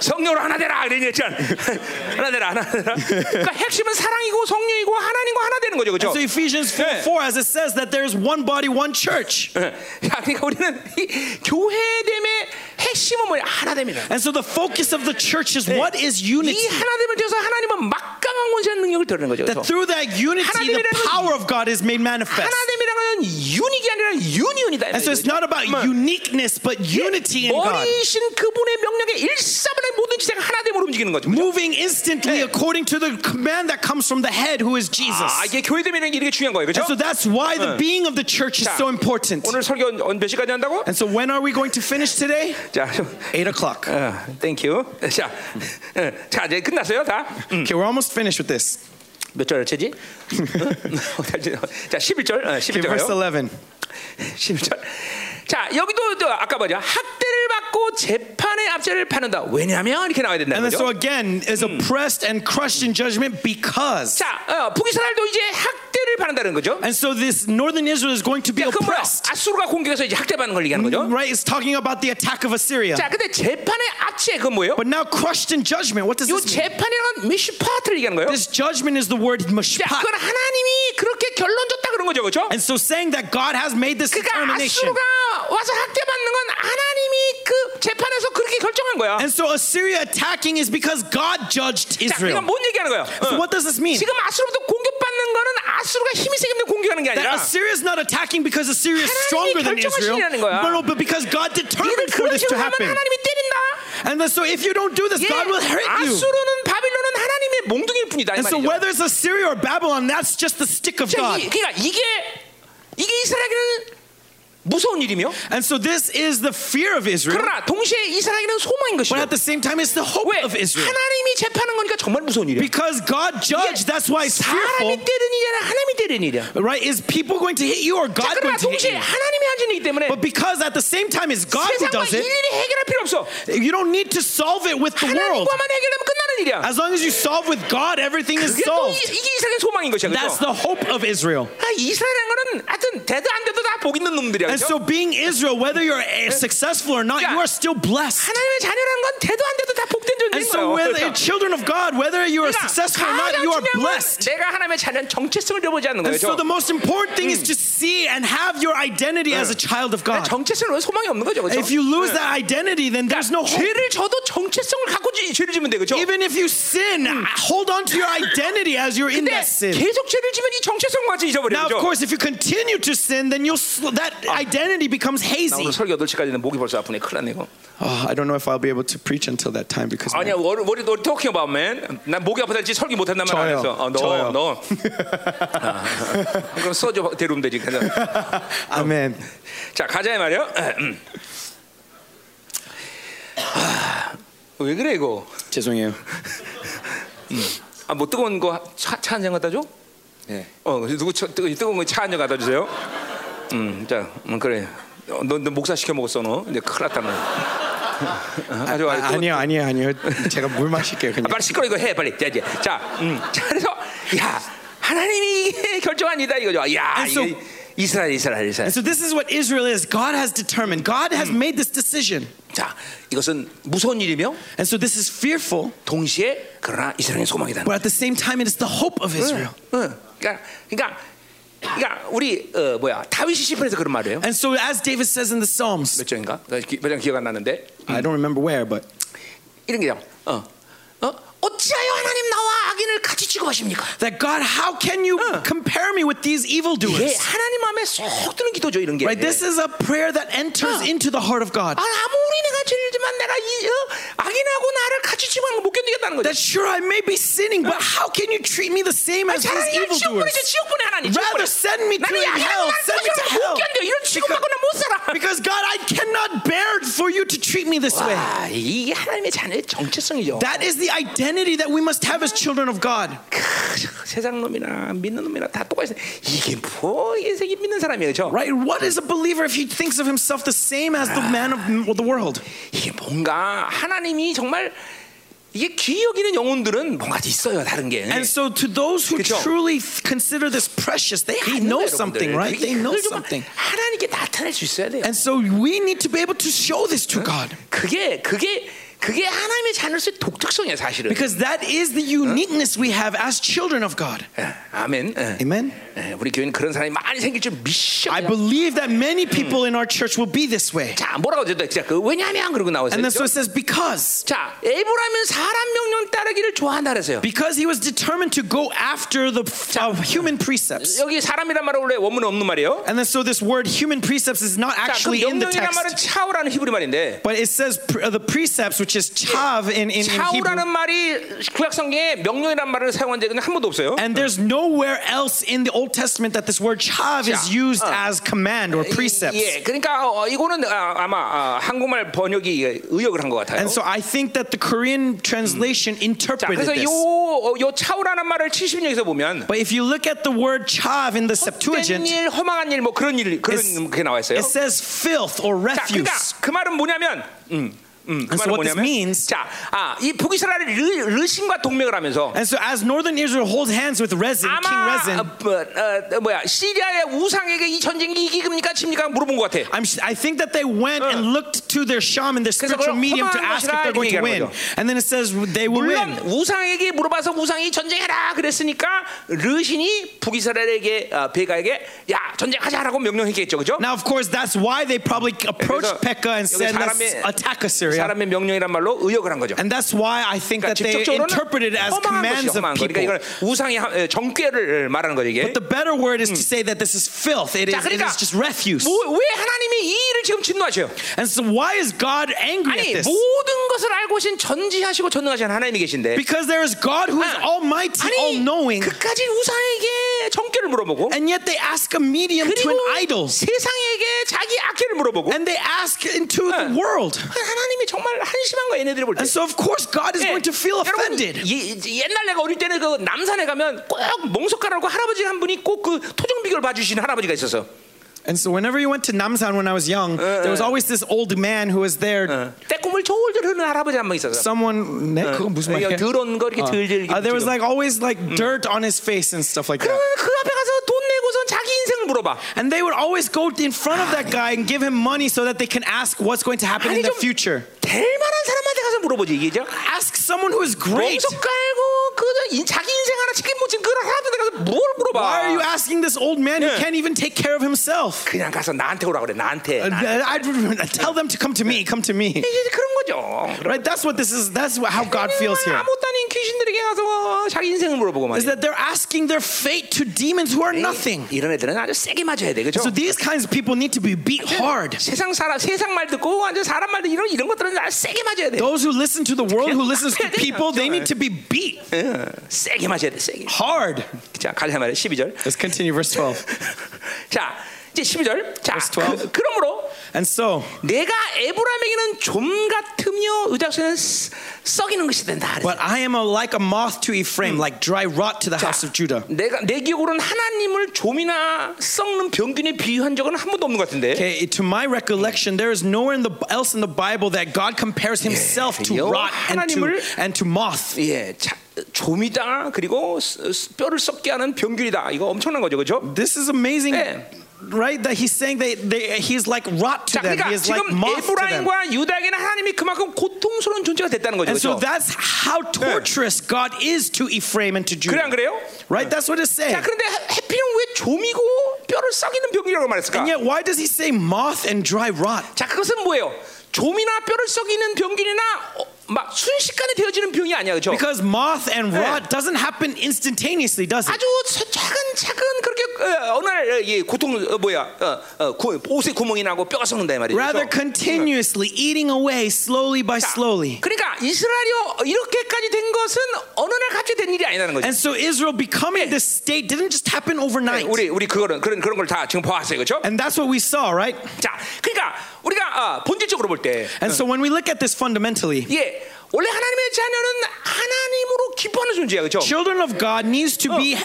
A: 성령으로 하나 되라 그랬잖아. 하나 되라 하나 되라. 그러니까 핵심은 사랑이고 성령이고 하나님과 하나 되는 거죠, 그렇죠?
B: So Ephesians 4
A: Yeah.
B: 4, as it says, that there is one body, one church.
A: 야, 그러니까 우리는 이 교회됨의 핵심은 뭐냐? 하나됨이다.
B: And so the focus of the church is what is unity?
A: 이 하나됨을 통해서 하나님은 막강한 권세한 능력을 드러낸 거죠.
B: That
A: 그래서
B: through that unity, the
A: 하나님이라는-
B: power of God is made manifest.
A: 하나됨이라는 건 유닉이 아니라 유니온이다.
B: And so it's not about uniqueness, but unity in God.
A: 머리이신 그분의 명령에 일사분의 모든 지체가 하나됨으로 움직이는 거죠. 그죠?
B: Moving instantly according to the command that comes from the head, who is Jesus.
A: 아, 이게 교회됨이라는 게 이렇게 중요한 거예요. 그렇죠?
B: And so that's why the being of the church is
A: 자,
B: so important.
A: 오늘 설교 언- 언- 몇 시까지 한다고?
B: And so when are we going to finish today?
A: 자, 좀,
B: 8 o'clock.
A: 어, 땡큐. 자, 어, 자 이제 끝났어요 다.
B: Okay, we're almost finished with this.
A: 몇 절 채지? 어? 자, 11절, 어,
B: Okay, verse
A: 11절요.
B: 11.
A: 11절. 자, 여기도 또 아까 뭐죠? 학대를 받고 재판의 앞자를 파는다. 왜냐하면 이렇게 나와야
B: And
A: 된다는
B: then, so
A: 거죠.
B: again, is oppressed and crushed in judgment because.
A: 자, 어, 북이스라엘도 이제 학대를 받는다는 거죠.
B: And so this northern Israel is going to be
A: 야, 그 뭐야?
B: oppressed. Mm-hmm.
A: 아수르가 공격해서 이제 학대받는 걸 얘기하는 거죠.
B: Right? It's talking about the attack of Assyria.
A: 자, 근데 재판의 악취 그 뭐예요?
B: But now crushed in judgment. What does
A: 요
B: this mean?
A: 재판이란 미슈파트를 얘기하는 거예요.
B: This judgment is the
A: 자,
B: word mishpat.
A: 그건 하나님이 그렇게 결론 줬다 그런 거죠, 그렇죠?
B: And so saying that God has made this
A: 그러니까
B: determination.
A: 아수르가 와서 학대받는 건 하나님이 그 재판에서 그렇게 결정한 거야.
B: And so Assyria attacking is because God judged
A: 자, 그러니까
B: Israel.
A: 뭔 얘기하는 거예요?
B: So what does this mean?
A: 지금 아수르부터 공격받는 거는 아수르가 힘이 세기 때문에 공격하는 게 아니라
B: That Assyria is not attacking because Assyria is
A: 하나님이
B: stronger than
A: 결정하신
B: Israel.
A: 일이라는 거야.
B: No, no, but because God
A: 니들
B: determined for
A: 그런
B: this to
A: 식으로 하면
B: happen.
A: 하나님이 때린다.
B: And then, so if you don't do this,
A: 예,
B: God will hurt you.
A: 아수르는 바빌론은 하나님의 몽둥이일 뿐이다 이
B: And so
A: 말이죠.
B: whether it's Assyria or Babylon, that's just the stick of
A: 자,
B: God.
A: 이, 그러니까 이게 이게 이스라엘에게는 무서운 일이며
B: And so this is the fear of Israel.
A: 그러나 동시에 이스라엘에게는 소망인 것이죠.
B: But at the same time, it's the hope
A: 왜
B: of Israel.
A: 하나님이 재판한 거니까 정말 무서운 일이야.
B: Because God judged, that's why it's fearful.
A: 사람이 때리는 일이 아니라 하나님이 때리는 일이야.
B: Right? Is people going to hit you or
A: 자,
B: God
A: 그러나
B: going to hit
A: 동시에
B: you?
A: 하나님이 하시는 일이기 때문에
B: But because at the same time it's God who
A: 세상과
B: does it,
A: 일일이 해결할 필요 없어.
B: you don't need to solve it with the world.
A: 하나님과만 해결하면 끝나는 일이야.
B: As long as you solve with God, everything is
A: 그게 또 이,
B: solved.
A: 이게 이스라엘 소망인 것이야.
B: That's
A: 그렇죠?
B: the hope of Israel.
A: 아, 이스라엘이라는 거는 하여튼 돼도 안 돼도 다 복 있는 놈들이야.
B: And
A: 그렇죠?
B: so, being Israel, whether you're eh, successful or not, you are still blessed.
A: 하나님의 자녀라는 건 돼도 안 돼도 다 복된 되는
B: And so,
A: 거예요.
B: whether you're
A: 그렇죠?
B: children of God, whether you are
A: 그러니까
B: successful or not,
A: 가장
B: you are
A: 중요한 건
B: blessed.
A: 내가 하나님의 자녀는 정체성을 잃어보지 않는
B: And
A: 거죠.
B: so, the most important thing is to see and have your identity as a child of
A: 네,
B: God.
A: 정체성을 잃어서 소망이 없는 거죠. 그렇죠?
B: If you lose that identity, then there's no hope.
A: 죄를 져도 정체성을 갖고 지- 죄를 지면 되죠. 그렇죠?
B: Even if you sin, hold on to your identity as you're in
A: 근데
B: Hmm. that sin.
A: 계속 죄를 지면 이 정체성 마저
B: Now,
A: 잊어버리죠.
B: of course, if you continue to sin, then you'll sl- that identity becomes
A: 나
B: hazy.
A: 오늘 설교 8시까지는 목이 벌써 아프네. 큰일 났네 이거.
B: Oh, I don't know if I'll be able to preach until that time because my-
A: 아니야. 머리 머리 너 토킹 about man. 난 목이 아프다지 설교 못 한다면 안
B: 저요.
A: 했어. 어, 너
B: 저요.
A: 너. 아, 그럼 써줘 데려오면 되지. 그냥.
B: Amen.
A: 자 가자 이 말이요. 음. 아, 왜 그래 이거?
B: 죄송해요.
A: 아뭐 뜨거운 거 차 한 잔 갖다 줘?
B: 네.
A: 어 누구 차, 뜨거, 뜨거운 거 차 한 잔 갖다 주세요. 음자 음, 그래. 어, 너, 너 목사 시켜 먹었어 너. 이제 큰일 났다 너. 아, 아주 아주
B: 아,
A: 뜨거-
B: 아니요, 아니요, 아니요. 제가 물 마실게요.
A: 아,
B: 그냥.
A: 빨리 시끄러 이거 해 빨리. 자 이제 자 음. 자, 그래서 야 하나님이 이게 결정한 이다 이거죠. 야
B: And so-
A: 이게 이스라엘 이스라엘 이스라엘.
B: And so this is what Israel is. God has determined. God has made this decision.
A: 자 이것은 무서운 일이며
B: And so this is fearful,
A: 동시에 그러나 이스라엘의 소망이다.
B: but at the same time, it is the hope of Israel.
A: 응. 그러니까, 그러니까, 그러니까 우리 어, 뭐야 다윗이 시편에서 그런 말이에요.
B: And so, as David says in the Psalms,
A: 몇 장인가? 나 기- 몇장 기억 안 나는데
B: I don't remember where, but
A: 이런 게요. 어, 어, 어찌하여 하나님 나와 악인을 같이 취급하십니까?
B: that God, how can you compare me with these
A: 이게
B: evildoers?
A: 예, 하나님 마음에 쏙 드는 기도죠 이런 게.
B: Right? This is a prayer that enters
A: Yeah.
B: into the heart of God.
A: 아, 아무리 내가 죄지만 내가 이 어, 악인하고 나를 같이 취급하는 걸 못 견디겠다는 거죠.
B: That sure I may be sinning, but how can you treat me the same as
A: 차라리 날
B: these
A: 지옥
B: evildoers?
A: 보내줘 지옥 보내 하나님. 지옥 보내.
B: Rather send me to
A: 나는 이 악인하고
B: hell,
A: 나를
B: send me to
A: 같이 못
B: hell.
A: 견뎌. 이런 취급받고 나 못 살아.
B: Because God, I cannot bear for you to treat me this way.
A: 와, 아, 이게 하나님의 자녀의 정체성이죠.
B: That is the identity that we must have as children of God.
A: 크, 세상 놈이나 믿는 놈이나 다 똑같이 이게 뭐 이게 세계 믿는 사람이에요, 그죠?
B: Right? What is a believer if he thinks of himself the same as the man of the world?
A: 이게 뭔가 하나님이 정말 이게 귀히 여기는 영혼들은 뭔가 있어요, 다른 게.
B: And so, to those who
A: 그쵸?
B: truly th- consider this precious, they
A: 다 있는
B: know
A: 거예요,
B: something,
A: 여러분들.
B: right? They
A: 그걸
B: know
A: 좀
B: something.
A: 하나님께 나타낼 수 있어야 돼요.
B: And so, we need to be able to show this to God
A: 그게 그게 그게 하나님의 자녀로서의 독특성이에요, 사실은.
B: because that is the uniqueness we have as children of God.
A: 예, 아멘. 예.
B: Amen.
A: 예, 우리 교회는 그런 사람이 많이 생길 줄
B: I
A: 미션.
B: believe that many people in our church will be this way.
A: 자, 뭐라고 했죠? 진짜 그 왜냐하면 그러고 나왔어요.
B: And then so
A: 그죠?
B: it says, because.
A: 자, 에브라임은 사람 명령 따르기를 좋아한다 그랬어요.
B: Because he was determined to go after the uh, human precepts.
A: 여기 사람이란 말은 원래 원문에 없는 말이에요.
B: And then so this word human precepts is not
A: 자, 그
B: actually in the
A: 명령이란
B: text.
A: 말은 차오라는 히브리 말인데
B: But it says pr- uh, the precepts, which is chav in, in, in Hebrew.
A: 차오라는 말이 구약성경에 명령이란 말을 사용한 적은 한 번도 없어요.
B: And there's nowhere else in the Old Testament that this word chav is
A: 자,
B: used
A: 어.
B: as command or precepts.
A: 이- 예, 그러니까 어, 이거는 아, 아마 아, 한국말 번역이 의역을 한 것 같아요.
B: And so I think that the Korean translation
A: 자,
B: interpreted
A: 그래서 요,
B: this.
A: 어, 요 차오라는 말을 70년에서 보면
B: But if you look at the word chav in the
A: 헛된
B: Septuagint,
A: 일, 허망한 일, 뭐 그런 일 그런
B: It's-
A: 게 나와 있어요.
B: it says filth or
A: 자, 그러니까
B: refuse.
A: 그 말은 뭐냐면, 음, 음, 그
B: And so
A: 말은
B: what this
A: 뭐냐면,
B: means-
A: 자, 아, 이 북이스라엘 르신과 동맹을 하면서
B: And so as northern Israel holds hands with Rezin, King
A: 아마 어,
B: Rezin,
A: 뭐, 어, 뭐야 시리아의 우상에게 이 전쟁이 이기금니까 집니까 물어본 것 같아.
B: I'm, I think that they went and looked to their shaman, their
A: 그걸
B: spiritual medium, to
A: 허망한
B: ask if
A: 것이라
B: they're going
A: 이렇게
B: to
A: 얘기하는
B: win. And then it says they will
A: 물론
B: win.
A: 우상에게 물어봐서 우상이 전쟁해라 그랬으니까 르신이 북이스라엘에게 어, 베가에게 야 전쟁하자라고 명령했겠죠, 그죠?
B: Now, of course, that's why they probably approached
A: 그래서
B: Pekah and said,
A: 여기
B: let's
A: 사람의-
B: attack Assyria.
A: 사람의 명령이란 말로 의역을 한 거죠.
B: And that's why I think that
A: 그러니까
B: they
A: 직접적으로는
B: interpreted it as
A: 허망한 것이
B: commands of
A: 허망한 거. 그러니까
B: people.
A: 이건 우상의 하- 에, 정죄를 말하는 거죠 이게.
B: But the better word is to say that this is filth. It
A: 자,
B: is, it
A: 그러니까
B: is just refuse.
A: 뭐, 왜 하나님이 이 일을 지금 진노하셔요?
B: And so why is God angry
A: 아니
B: at this?
A: 모든 것을 알고 계신 전지하시고 전능하신 하나님이 계신데
B: Because there is God who is
A: 아,
B: almighty, all-knowing.
A: 그까지 우상에게 정죄를 물어보고
B: And yet they ask a medium to
A: 그리고
B: an idol.
A: 세상에게 자기 악기를 물어보고
B: And they ask into
A: 아.
B: the world.
A: 하나님이 정말 한심한 거야 얘네들이 볼 때.
B: And so, of course, God is
A: 예,
B: going to feel
A: 여러분, 예,
B: offended.
A: 예, 옛날 내가 어릴 때는 그 남산에 가면 꼭 멍석가라고 할아버지 한 분이 꼭 그 토종 비결 봐주시는 할아버지가 있어서
B: And so, whenever you went to Namsan when I was young,
A: Uh,
B: there was always this old man who was there.
A: 때꿈을 졸졸 흐는 할아버지 한 명 있어서
B: Someone, 네, 그건 무슨
A: 그냥 Uh.
B: 말이야?
A: 더러운 거 이렇게 들들 이렇게
B: Uh, there was
A: 묻히고.
B: like always like dirt on his face and stuff like that.
A: 그러면 그 앞에 가서 돈 내고선 자기 인생을 물어봐.
B: And they would always go in front of that guy and give him money so that they can ask what's going to happen
A: 아니
B: in the
A: 좀
B: future.
A: 될 만한 사람한테 가서 물어보지 이게 이제
B: Ask someone who is great.
A: 몸속 깔고 그 인- 자기 인생 하나 책임 못진 그걸 하라는데 가서 뭘 물어봐?
B: Why are you asking this old man who
A: Yeah.
B: can't even take care of himself?
A: 그냥 가서 나한테 오라 그래 나한테.
B: Uh,
A: 나한테.
B: I'd I'd tell them to come to me, come to me.
A: 이제 그런 거죠.
B: Right? That's what this is. That's what, how God feels here.
A: 아무것도 아닌 귀신들에게 가서 자기 인생을 물어보고
B: Is
A: 말이야.
B: that they're asking their fate to demons who are nothing.
A: 이런 애들은 아주 세게 맞아야 돼, 그죠?
B: So these kinds of people need to be beat hard.
A: 세상 사람 세상 말 듣고 어, 완전 사람 말 듣고 이런 이런 것들은 아주 세게 맞아야 돼.
B: Those who listen to the world, who listens to people, they need to be beat
A: 예, 세게 맞아야 돼, 세게.
B: hard.
A: 자, 가자 말이야. 12절.
B: Let's continue verse 12.
A: 자, 이제 12절. 자,
B: Verse 12.
A: 그, 러므로
B: And so,
A: 내가 에브라임에게는 좀 같으며 의자수는 썩이는 것이 된다. 그랬어요.
B: but I am a, like a moth to Ephraim, like dry rot to the house of Judah.
A: 내가 내 기억으로는 하나님을 좀이나 썩는 병균에 비유한 적은 한 번도 없는 것 같은데.
B: Okay, to my recollection, there is nowhere in the, else in the Bible that God compares himself
A: Yeah.
B: to rot and to,
A: 하나님을-
B: and to moth.
A: 예, 자, 좀이다 그리고 스- 스- 뼈를 썩게 하는 병균이다. 이거 엄청난 거죠, 그렇죠?
B: This is amazing,
A: Yeah.
B: right? That he's saying they, they, he's like rot to
A: 자,
B: them. He
A: 그러니까
B: is like
A: 지금
B: moth to them.
A: 에브라임과 유다에게는 하나님이 그만큼 고통스러운 존재가 됐다는 거죠,
B: And so
A: 그렇죠?
B: that's how torturous God is to Ephraim and to
A: 그래 안
B: Judah.
A: 그래요?
B: Right? That's what it's saying.
A: 자, 그런데 하- 해피는 왜 좀이고 뼈를 썩이는 병이라고 말했을까?
B: And yet, why does he say moth and dry rot?
A: 자, 그것은 뭐예요? 좀이나 뼈를 썩이는 병균이나 어, 막 순식간에 되어지는 병이 아니야, 그렇죠?
B: Because moth and
A: Yeah.
B: rot doesn't happen instantaneously, does it?
A: 아주 차- 차근차근 그렇게 어, 어느 날 어, 예, 고통 어, 뭐야 어, 어, 구- 옷에 구멍이 나고 뼈가 썩는다 이 말이죠.
B: Rather,
A: 그렇죠?
B: continuously eating away slowly by
A: 자,
B: slowly.
A: 그러니까 이스라엘이 어- 이렇게까지 된 것은 어느 날 갑자기 된 일이 아니라는 거죠.
B: And so Israel becoming this state didn't just happen overnight.
A: 우리 우리 그거는 그런 그런 걸 다 지금 보았어요, 그렇죠?
B: And that's what we saw, right?
A: 자, 그러니까 우리가 아, 본질적으로 볼 때,
B: And so when we look at this fundamentally,
A: 예, 원래 하나님의 자녀는 하나님으로 기뻐하는 존재야, 그렇죠?
B: children of God needs to be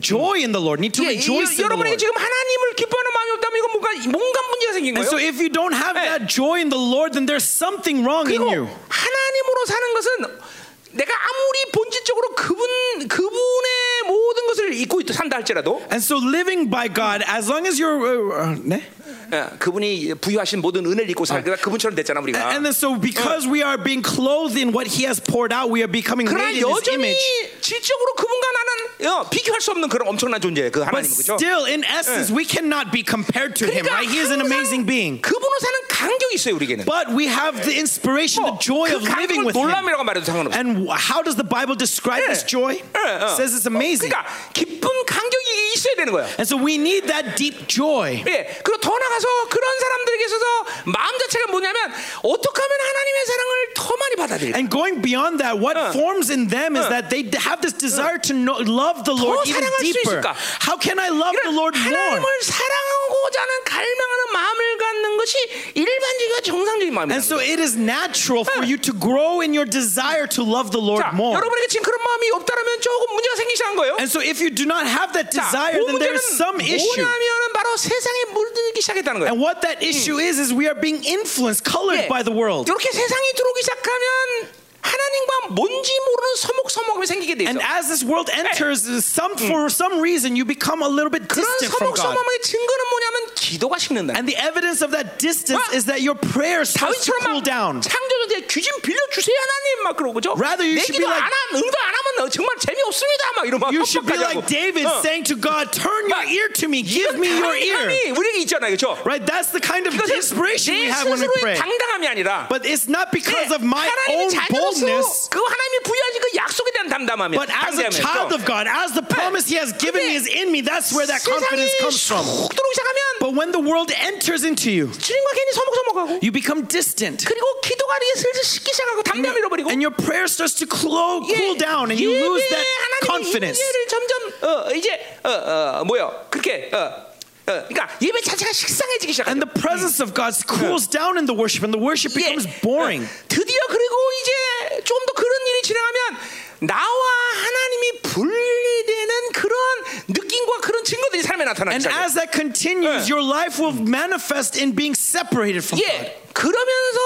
B: joy in the Lord, need to
A: 예, 이-
B: rejoice in the
A: 여러분에게
B: Lord.
A: 지금 하나님을 기뻐하는 마음이 없다면 이건 뭔가 뭔가 문제가 생긴
B: And so
A: 거예요.
B: if you don't have
A: Yeah.
B: that joy in the Lord, then there's something wrong in
A: 그리고
B: you.
A: 하나님으로 사는 것은 내가 아무리 본질적으로 그분 그분의 모든 것을 잊고 있- 산다 할지라도
B: And so living by God, as long as you're, uh, uh, 네?
A: 예, 그분이 부여하신 모든 은혜를 잊고 살다 그분처럼 됐잖아 우리가.
B: and then so because we are being clothed in what He has poured out, we are becoming
A: 그러나
B: made in His
A: 여전히
B: image.
A: 질적으로 그분과 나는 어, 비교할 수 없는 그런 엄청난 존재예요. 그
B: But
A: 하나님은 그죠?
B: still, in essence, we cannot be compared to Him. Right? He is an amazing being.
A: 그분으로 사는 감격이 있어요 우리에게는.
B: But we have the inspiration, the
A: 뭐,
B: joy
A: 그
B: of
A: 감격을
B: living with Him.
A: 놀람이라고 말해도 상관없어.
B: And wh- how does the Bible describe this joy?
A: 예, 어.
B: It says it's amazing.
A: 그러니까 기쁜 감격이 있어야 되는 거야.
B: And so we need that deep joy.
A: 예, 그리고 더 나가서 그런 사람들에게 있어서 마음 자체가 뭐냐면 어떻게 하면 하나님의 사랑을 더 많이 받아들일까?
B: And going beyond that, what
A: Uh.
B: forms in them is
A: Uh.
B: that they have this desire to know, love the Lord even
A: 사랑할 수
B: deeper.
A: 있을까?
B: How can I love the Lord more?
A: 하나님을 사랑하고자 하는 갈망하는 마음을 갖는 것이 일반적이고 정상적인 마음이에요.
B: And so it is natural for you to grow in your desire to love the Lord
A: 자,
B: more.
A: 여러분에게 지금 그런 마음이 없다면 조금 문제가 생기기 시작한 거예요.
B: And so if you do not have that
A: 자,
B: desire,
A: 그
B: then there is
A: 문제는
B: some issue.
A: 뭐냐면은 바로 세상에 물들기 시작했다는 거예요.
B: And what that issue is, is we are being influenced, colored by the world.
A: 이렇게 세상이 들어오기 시작하면 하나님과 뭔지 모르는 서먹서먹함이 생기게 돼 있어.
B: And as this world enters, some for some reason you become a little bit
A: 그런
B: distant from God.
A: 서먹서먹함의 증거는 뭐냐면 기도가 식는다.
B: And the evidence of that distance
A: Well,
B: is that your prayers starts to
A: 다윗처럼 막
B: cool down.
A: 창조주한테 귀신 빌려주세요 하나님 막 그러고 그죠?
B: Rather you
A: 내
B: should
A: 기도
B: be
A: 안
B: like-
A: 하면 응답 안 하면 정말 재미없습니다 막 이런 막
B: You should be
A: 헛것까지
B: like
A: 하고.
B: David
A: 어.
B: saying to God, "Turn your
A: But
B: ear to me, give me your ear."
A: 당당함이 우리에게 있잖아요 그죠?
B: Right? That's the kind of
A: 이것은
B: inspiration we
A: 내
B: have when we
A: 스스로의
B: pray.
A: 당당함이 아니라
B: But it's not because
A: 네,
B: of my
A: 하나님의
B: own
A: 자녀로서
B: boldness,
A: 그 하나님이 부여하신 그 약속에 대한 담담함이
B: but as a child of God, as the promise He has given me is in me, that's where that confidence comes from.
A: 쑥 들어오기 시작하면
B: But when the world enters into you,
A: 주님과 괜히 서먹서먹하고
B: you become distant.
A: 그리고 기도가 이게 슬슬 식기 시작하고 담담 잃어버리고 예,
B: And your prayer starts to clo- cool down and you
A: 예배에
B: lose that
A: 하나님의
B: confidence.
A: 임재를 점점 어, 이제 어, 어, 뭐야 그렇게 어, 어, 그러니까 예배 자체가 식상해지기 예, 시작해.
B: And the presence of God cools down in the worship and the worship becomes boring.
A: 어, 드디어 그리고 이제 좀 더 그런 일이 진행하면 나와 하나님이 분리되는 그런 느낌과 그런 증거들이 삶에 나타나기
B: And
A: 시작해.
B: as that continues, your life will manifest in being separated from God.
A: 예. 그러면서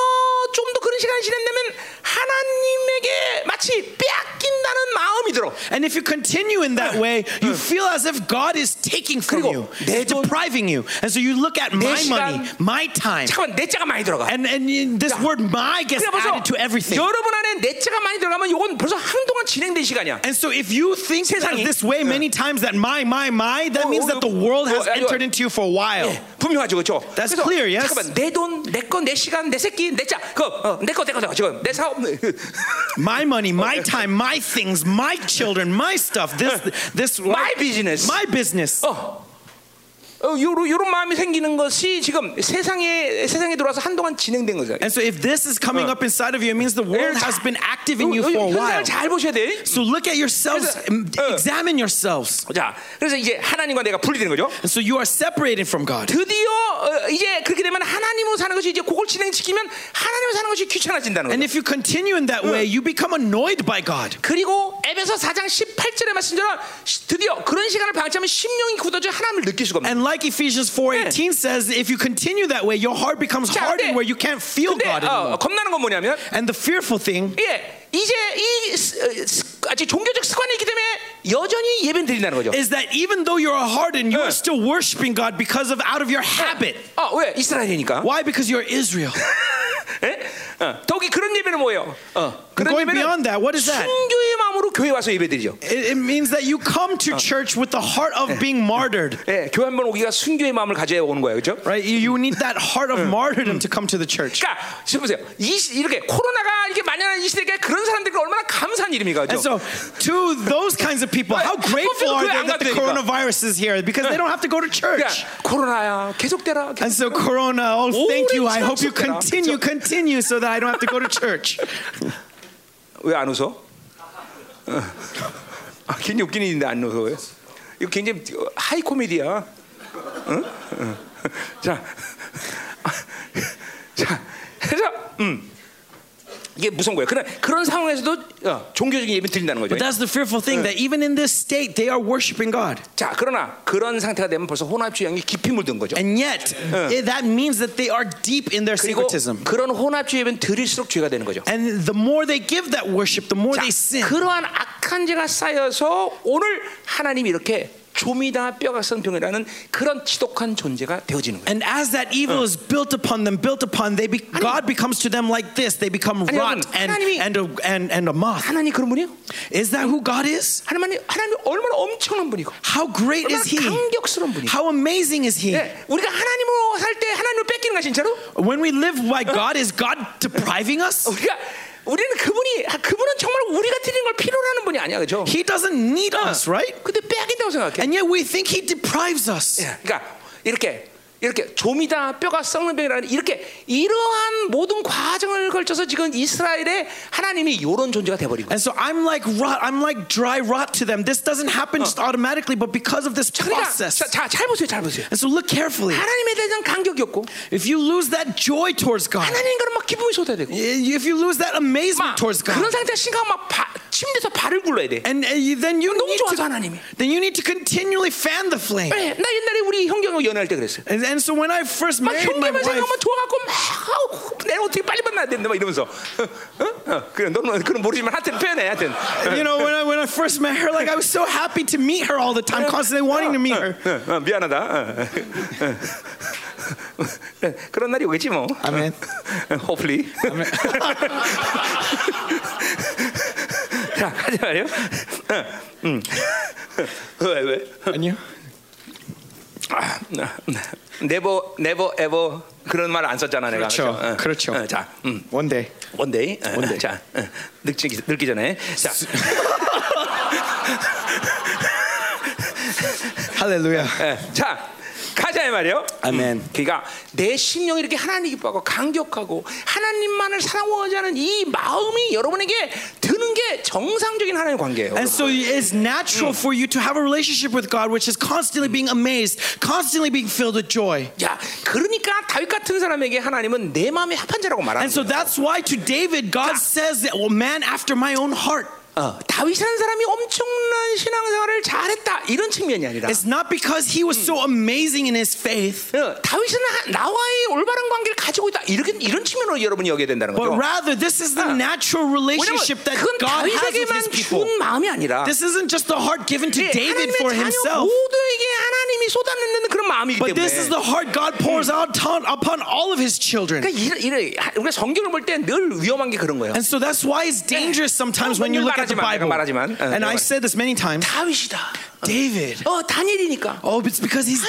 A: 좀 더 그런 시간이 지난다면 하나님에게 마치 빼앗긴다 않은 마음이 들어.
B: And if you continue in that way, you feel as if God is taking from
A: 그리고
B: you,
A: 내
B: He's depriving you. And so you look at my
A: 시간-
B: money, my time,
A: 잠깐만 내 자가 많이 들어가.
B: and, and in this word my gets
A: 그래 벌써
B: added to everything.
A: 여러분 안에 내 자가 많이 들어가면 이건 벌써 한동안 진행된 시간이야.
B: And so if you think that
A: 세상이-
B: this way many times that my, my, my, that
A: 어,
B: means
A: 어,
B: that the world has
A: 어, 야, 이거-
B: entered into you for a while.
A: 예, 분명하죠, 그렇죠?
B: That's clear, yes.
A: 잠깐만 내 돈, 내 거, 내 시간, 내 새끼, 내 자, 그, 어, 그내거내거내거 지금 내 사업.
B: My money, my time, my things, my children, my stuff, this, this,
A: My business.
B: my business.
A: 어. 어, 요런, 요런 마음이 생기는 것이 지금 세상에 세상에 들어와서 한동안 진행된 거죠.
B: And so if this is coming up inside of you, it means the world has been active in you
A: 요- 요-
B: for a while.
A: 현상을 잘 보셔야 돼.
B: So look at yourselves,
A: 그래서- 어.
B: examine yourselves.
A: 자, 그래서 이제 하나님과 내가 분리되는 거죠.
B: And so you are separated from God.
A: 드디어 어, 이제 그렇게 되면 하나님으로 사는 것이 이제 그걸 진행시키면 하나님으로 사는 것이 귀찮아진다는 거죠.
B: And if you continue in
A: Uh.
B: that way, you become annoyed by God.
A: 그리고 에베소 4장 18절의 말씀처럼 시- 드디어 그런 시간을 방치하면 심령이 굳어져 하나님을 느낄 수가 없는
B: And like Ephesians 4:18 says, if you continue that way, your heart becomes
A: 자, 근데-
B: hardened where you can't feel
A: 근데
B: God
A: 어,
B: anymore.
A: 겁나는 건 뭐냐면
B: And the fearful thing
A: 예, 이제 이 스- 어, 스- 아직 종교적 습관이 있기 때문에 여전히 예배는 드린다는 거죠.
B: is that even though you're hardened, you
A: 예.
B: are still worshiping God because of out of your habit.
A: 어, 왜 이스라엘이니까?
B: Why? Because you're Israel.
A: 예? 어, 더욱이 그런 예배는 뭐예요? 어, 그런
B: Going
A: 예배는
B: beyond that, what is that?
A: 순교의 마음으로 교회 와서 예배드리죠.
B: It, it means that you come to church with the heart of being martyred.
A: 예, 교회 한 번 오기가 순교의 마음을 가져야 오는 거예요, 그렇죠?
B: Right? You, you need that heart of martyrdom to come to the church.
A: 그러니까 지금 보세요. 이, 시- 이렇게 코로나가 이렇게 만연한 이 시대에 그런 사람들이 얼마나 감사한 일입니까,
B: And
A: 그렇죠?
B: so, to those kinds of people, how grateful are they that the coronavirus is here because they don't have to go to church.
A: 그러니까 코로나야 계속되라.
B: And so, Corona, oh, thank you. I hope you continue, continue so that I don't have to go to church.
A: 왜 안 웃어? 어. 아, 괜히 웃긴 일인데 안 웃어 왜? 이거 굉장히 하이 코미디야. 응? 응. 자, 아, 자, 그래서 음. 이게 무서운 거예요. 그런 그런 상황에서도 어, 종교적인 예배 드린다는 거죠.
B: But that's the fearful thing that even in this state, they are worshiping God.
A: 자, 그러나 그런 상태가 되면 벌써 혼합주의형이 깊이 물든 거죠.
B: And yet, it- that means that they are deep in their
A: 그리고
B: syncretism.
A: 그런 혼합주의 예배는 드릴수록 죄가 되는 거죠.
B: And the more they give that worship, the more
A: 자,
B: they sin.
A: 그러한 악한 죄가 쌓여서 오늘 하나님이 이렇게 조미다 뼈가 쓴 병이라는 그런 지독한 존재가 되어지는 거예요.
B: And as that evil is built upon them, built upon, they be, God becomes to them like this. They become
A: 아니,
B: rot
A: 여러분,
B: and,
A: 하나님이-
B: and, a, and, and a moth.
A: 하나님 그런 분이요?
B: Is that who God is?
A: 하나님 하나님 얼마나 엄청난 분이고
B: How great
A: 얼마나
B: is He?
A: 강격스러운 분이에요.
B: How amazing is He?
A: 예, 우리가 하나님으로 살 때 하나님을 뺏기는 거 진짜로?
B: When we live by God, is God depriving us?
A: 우리가 우리는 그분이 아, 그분은 정말 우리가 드리는 걸 필요로 하는 분이 아니야, 그죠?
B: He doesn't need us, right?
A: 근데 빼앗긴다고 생각해.
B: And yet we think He deprives us.
A: 예, 그러니까 이렇게 이렇게 조미다 뼈가 썩는 병이라는 이렇게 이러한 모든 과정을 걸쳐서 지금 이스라엘에 하나님이 이런 존재가 돼버린 거예요.
B: And so I'm like rot. I'm like dry rot to them. This doesn't happen just automatically, but because of this
A: 그러니까
B: process.
A: 자잘 보세요, 잘 보세요.
B: And so look carefully.
A: 하나님에 대한 간격이 없고
B: If you lose that joy towards God,
A: 하나님과는 막 기쁨이 쏟아되고
B: if you lose that
A: 막
B: amazement towards
A: 그런
B: God,
A: 상태 심각하면 막 바, 침대에서 발을 굴러야 돼.
B: and uh, you- then you
A: 너무
B: need
A: 좋아서
B: to,
A: 하나님이.
B: then you need to continually fan the flame.
A: 네, 나 옛날에 우리 형경하고 연애할 때 그랬어요.
B: And, and so when I first
A: 막
B: married my
A: 형제만
B: wife,
A: 생각하면 좋아갖고 막 아우, 내가 어떻게 빨리 만나야 되는데 막 이러면서 어? 어? 그래 너는 그런 모르지만 하여튼 표현해 하여튼
B: you know, when I when I first met her, like I was so happy to meet her all the time, constantly wanting to meet her.
A: 어, 어, 미안하다. 어, 어. 그런 날이 오겠지 뭐.
B: 아멘.
A: Hopefully. 자, 하지 말요. 음. 왜 왜?
B: And you?
A: 아, never, never, ever 그런 말 안 썼잖아 내가.
B: 그렇죠,
A: 어,
B: 그렇죠.
A: 어, 자, 음,
B: One day.
A: one day. 어, 자, 어, 늙기, 늙기 전에. 자,
B: Hallelujah.
A: 어, 자, 가자 이 말이요.
B: 아멘.
A: 그러니까 내 심령이 이렇게 하나님 기뻐하고 강격하고 하나님만을 사랑하지 않은 이 마음이 여러분에게 드는 게 정상적인 하나님의 관계예요.
B: And so it's natural for you to have a relationship with God, which is constantly being amazed, constantly being filled with joy.
A: 야, 그러니까 다윗 같은 사람에게 하나님은 내 마음의 합한 자라고 말하는
B: And so
A: 거예요.
B: that's why to David, God says, that, well, man after my own heart.
A: 어, 다윗이라는 사람이 엄청난 신앙생활을 잘했다 이런 측면이 아니라
B: It's not because he was so amazing in his faith,
A: 어, 다윗은 하- 나와의 올바른 관계를 가지고 있다 이렇게 이런 측면으로 여러분이 여겨야 된다는
B: but
A: 거죠.
B: rather this is the
A: Ah.
B: natural
A: 왜냐면
B: relationship that
A: 그건
B: God has with his
A: 다윗에게만
B: people. Ah.
A: 준 마음이 아니라
B: This isn't just the heart given to
A: 예,
B: David
A: 하나님의
B: for
A: 자녀
B: himself,
A: 모두에게 하나님이 쏟아내는 그런 마음이기 때문에
B: but this is the heart God pours out ton- upon all of his children.
A: 그러니까 이래, 이래, 하- 우리가 성경을 볼 때 늘 위험한 게 그런 거예요.
B: And so that's why it's dangerous sometimes when you look at the
A: 말하지만,
B: Bible.
A: 말하지만, 어,
B: And
A: 내가
B: I've said this many times
A: 다윗이다.
B: David.
A: 어 다니엘이니까.
B: Oh, it's because he's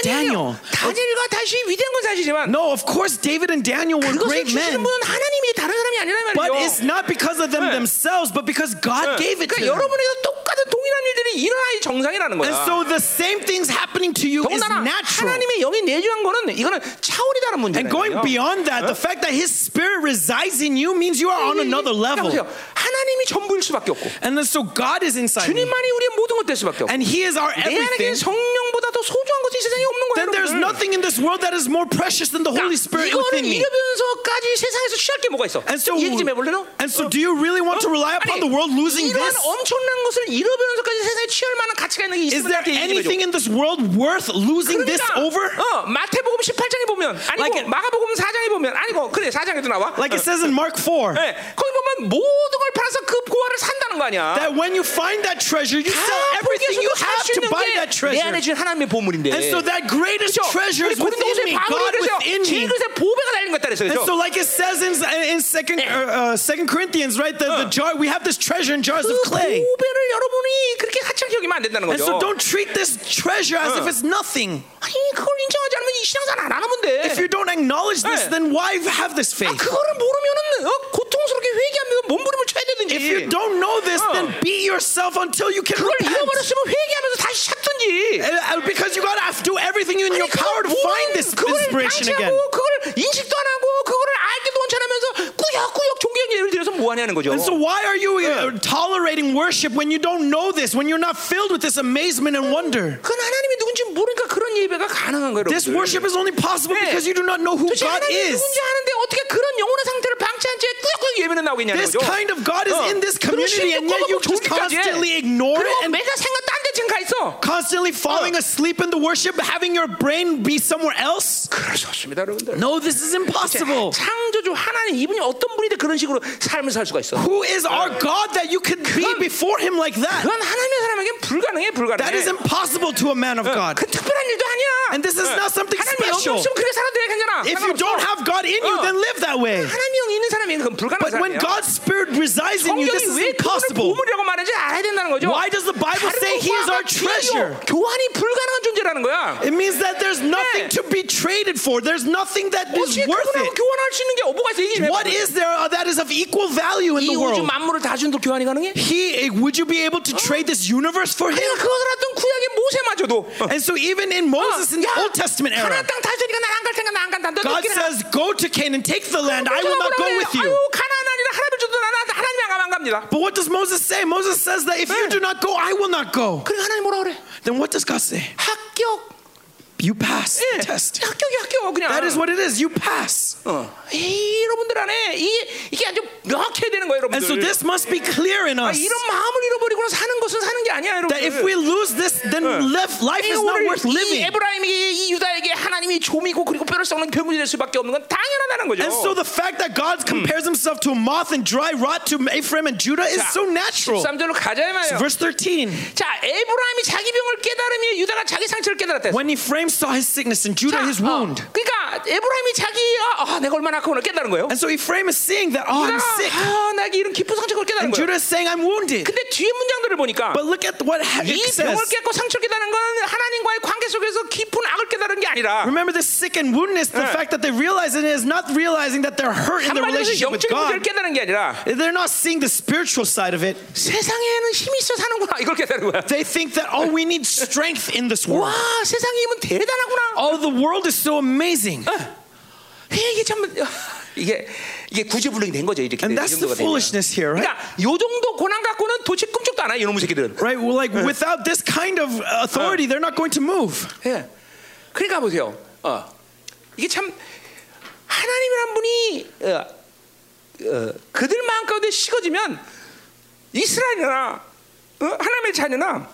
A: 아니에요. 어.
B: Daniel.
A: 다니엘과 다시 위대한 건 사실이지만
B: No, of course, David and Daniel were
A: 그것을
B: great
A: 주시는
B: men.
A: 분은 하나님이 다른 사람이 아니란
B: But
A: 말이에요.
B: it's not because of them
A: Yeah.
B: themselves, but because God gave it to
A: 그러니까
B: them.
A: 여러분에도 똑같은 동일한 일들이 일어나야 정상이라는
B: And
A: 거야.
B: so the same things happening to you is
A: 더군다나
B: natural.
A: 하나님의 영이 내주한 거는 이거는 차원이 다른 문제예요.
B: And going beyond that, the fact that His Spirit resides in you means you are on another level.
A: 그러니까 하나님이 전부일 수밖에 없고
B: And then, so God is inside you,
A: 주님만이 우리의 모든 것 될 수밖에 없고
B: and He is our
A: 내 안에
B: everything.
A: 성령보다 더 소중한 것이 이 세상에 없는 거예요.
B: Then there's
A: 여러분들. 그러니까
B: nothing in this world that is more precious than the Holy Spirit within
A: 이거는
B: me.
A: 이러면서까지 세상에서 취할 게 뭐가 있어?
B: And so,
A: 이 얘기 좀 해볼래 너?
B: and so, do you really want to rely upon the world losing
A: 이런
B: this?
A: 엄청난 것을 잃으면서까지 세상에 취할 만한 가치가 있는 게
B: Is
A: 있으면
B: there
A: 나한테 얘기 좀 해줘.
B: anything in this world worth losing this
A: 그러니까,
B: over?
A: 어, 마태복음 18장에 보면 아니고
B: Like-
A: 마가복음 4장에 보면 아니고 그래 4장에도 나와.
B: Like it says in Mark 4,
A: 예, 거기 보면 모든 걸 팔아서 그 보화를 산다는 거 아니야.
B: that when you find that treasure, you sell everything you have to buy that
A: 내 안에
B: treasure.
A: 주신 하나님의 보물인데.
B: And so that greatest
A: 그렇죠?
B: treasure
A: 우리
B: is within
A: 고린도후서의
B: me,
A: 바울이
B: God
A: 그래서
B: within
A: 제
B: me.
A: 그릇에 보배가 달린 것 같다
B: And
A: 그랬어요.
B: so, like it says in in Second uh, uh, Second Corinthians, right? The, the jar we have this treasure in jars of
A: 그
B: clay.
A: 보배를 여러분이 그렇게 하찮게 여기면 안 된다는
B: And
A: 거죠.
B: so, don't treat this treasure as if it's nothing.
A: 아니 그걸 인정하지 않으면 이 신앙생활 안 하는 건데.
B: If you don't acknowledge this,
A: 네.
B: then why have this
A: 아,
B: faith?
A: 그거를 모르면은 어, 고통스럽게 회개하면 몸부림을 쳐야 되든지.
B: If you don't know this,
A: 어.
B: then beat yourself until you can
A: 그걸
B: repent.
A: 잃어버렸으면 회개하면서 다시 찾든지.
B: And- and Because you gotta do everything in your
A: 아니, 그걸
B: power to
A: 모르는
B: find this
A: 그걸
B: inspiration
A: 방치하고,
B: again.
A: 그걸 인식도 안 하고 그거를 알기도 원천하면서 꾸역꾸역 종교적 예를 들어서 뭐 하냐는 거죠.
B: And so, why are you uh, tolerating worship when you don't know this, when you're not filled with this amazement and wonder?
A: 그건 하나님이 누군지 모르니까 그런 예배가 가능한 거예요.
B: This
A: 여러분들.
B: worship is only possible
A: 네.
B: because Eh. you do not know who
A: 도대체
B: God
A: 하나님이
B: is.
A: 누군지 아는데 어떻게 그런 영혼의 상태를 방치한 채 꾸역꾸역 예배는 나오겠냐는
B: This
A: 거죠.
B: kind of God is
A: 어.
B: in this
A: 그리고
B: community, and yet you
A: 심지어
B: just
A: 종교까지 해.
B: constantly ignore it
A: 그리고
B: and
A: 매달 생각 딴데 지금 가 있어.
B: constantly falling
A: 어.
B: asleep in the worship, having your brain be somewhere else.
A: 그럴 수 없습니다, 여러분들.
B: No, this is impossible.
A: 창조주 하나님 이분이 어떤 분인데 그런 식으로 삶을 살 수가 있어.
B: Who is our God that you could be
A: 그건-
B: before Him like that?
A: 그건 하나님의 사람에겐 불가능해, 불가능해.
B: That is impossible to a man of God.
A: 그 특별한 일도 아니야. 어.
B: And this is not something
A: 하나님 영이
B: special.
A: 없으면 그렇게 살아도 돼, 괜찮아.
B: If you don't have God in you,
A: 어.
B: then live that way.
A: 하나님 영이 있는 사람이 그건 불가능한
B: But when
A: 사람이야.
B: God's Spirit resides in you, this
A: 성경이
B: is
A: 왜 그거를
B: impossible.
A: 보물이라고 말하는지 알아야 된다는 거죠.
B: Why does the Bible say He is our
A: 다른 것과 같이
B: treasure?
A: 교환이 불가능한 존재라는 거야.
B: It means that there's nothing to be traded for. There's nothing that is
A: 어떻게
B: worth
A: 그거라고
B: it.
A: 교환할 수 있는 게 뭐가 있어? 얘기 좀 해봐.
B: What is there that is of equal value in
A: 이
B: the
A: 우주
B: world?
A: 만물을 다 준도 교환이 가능해?
B: He, eh, would you be able to trade this universe for him?
A: 내가 그것을 어떤 구약의 모세마저도 어.
B: And so even in Moses in the Old Testament
A: 하나
B: era,
A: 땅 다스리니까 난안 갈 생각 난안 간다. 너
B: God
A: 늦게는
B: says, "Go to Canaan, take the land. I
A: 안
B: will not
A: 가고
B: go
A: 그래.
B: with you."
A: 아유 가나안 아니라 하나님 저도 나나 하나님 안 가면 안 갑니다.
B: But what does Moses say? Moses says that if you do not go, I will not go.
A: 그래 하나님 뭐라 그래?
B: Then what does God say?
A: 합격.
B: You pass
A: 예.
B: the test.
A: 합격이 합격 그냥.
B: That is what it is. You pass.
A: 어. 이 여러분들 안에 이 이게 아주 명확해야 되는 거예요,
B: And
A: 여러분들.
B: so this must be clear in
A: 아,
B: us
A: 이런 마음을 잃어버리고는 사는 것은 사는 게 아니야, 여러분.
B: that if we lose this, then live, life is not worth
A: 이
B: living.
A: 에브라임에게 이 유다에게 하나님이 조미고 그리고 뼈를 썩는 괴물이 될 수밖에 없는 건 당연하다는 거죠.
B: And so the fact that God compares himself to a moth and dry rot to Ephraim and Judah is so natural.
A: 13절로 가자 이 말이에요.
B: Verse 13.
A: 자, 에브라임이 자기 병을 깨달으며 유다가 자기 상처를 깨달았다. 했어.
B: When Ephraim saw his sickness and
A: 자,
B: Judah his
A: 어,
B: wound.
A: 그러니까 에브라임이 자기가 아, 내가 얼마나 아까구나 깨달은 거예요.
B: And so Ephraim is seeing that, oh, I'm
A: 유다가,
B: sick.
A: 아, 나에게 이런 깊은 상처를 깨달은
B: And
A: 거예요.
B: Judah is saying, I'm wounded.
A: 근데 뒤에 문장들을 보니까
B: But look at what ha-
A: 이
B: it
A: 병을
B: says.
A: 깨고 상처를 깨달은 건 하나님과의 관계 속에서 깊은 악을 깨달은 게 아니라
B: Remember this sick and woundedness, the
A: Yeah.
B: fact that they realize it is not realizing that they're hurt in their
A: 한마디로 해서
B: relationship with
A: 영적인 문제를
B: God.
A: 깨달은 게 아니라
B: They're not seeing the spiritual side of it.
A: 세상에는 힘이 있어 사는구나 이걸 깨달은 거야.
B: They think that, oh, we need strength in this
A: 와
B: world.
A: 세상의 힘은 대단하구나.
B: Oh, the world is so amazing.
A: 예, 이게 참 이게 이게 구제불능이 된 거죠 이렇게.
B: And
A: 이
B: that's the
A: 정도가 되면.
B: foolishness here, right?
A: 그러니까 요 정도 고난 갖고는 도대체 꿈쩍도 안 해, 이놈의 새끼들은.
B: Right? Well, like without this kind of uh, authority, they're not going to move.
A: 예. 그러니까 보세요. 어. 이게 참 하나님이란 분이 어, 어, 그들 마음 가운데 식어지면 이스라엘이나 어? 하나님의 자녀나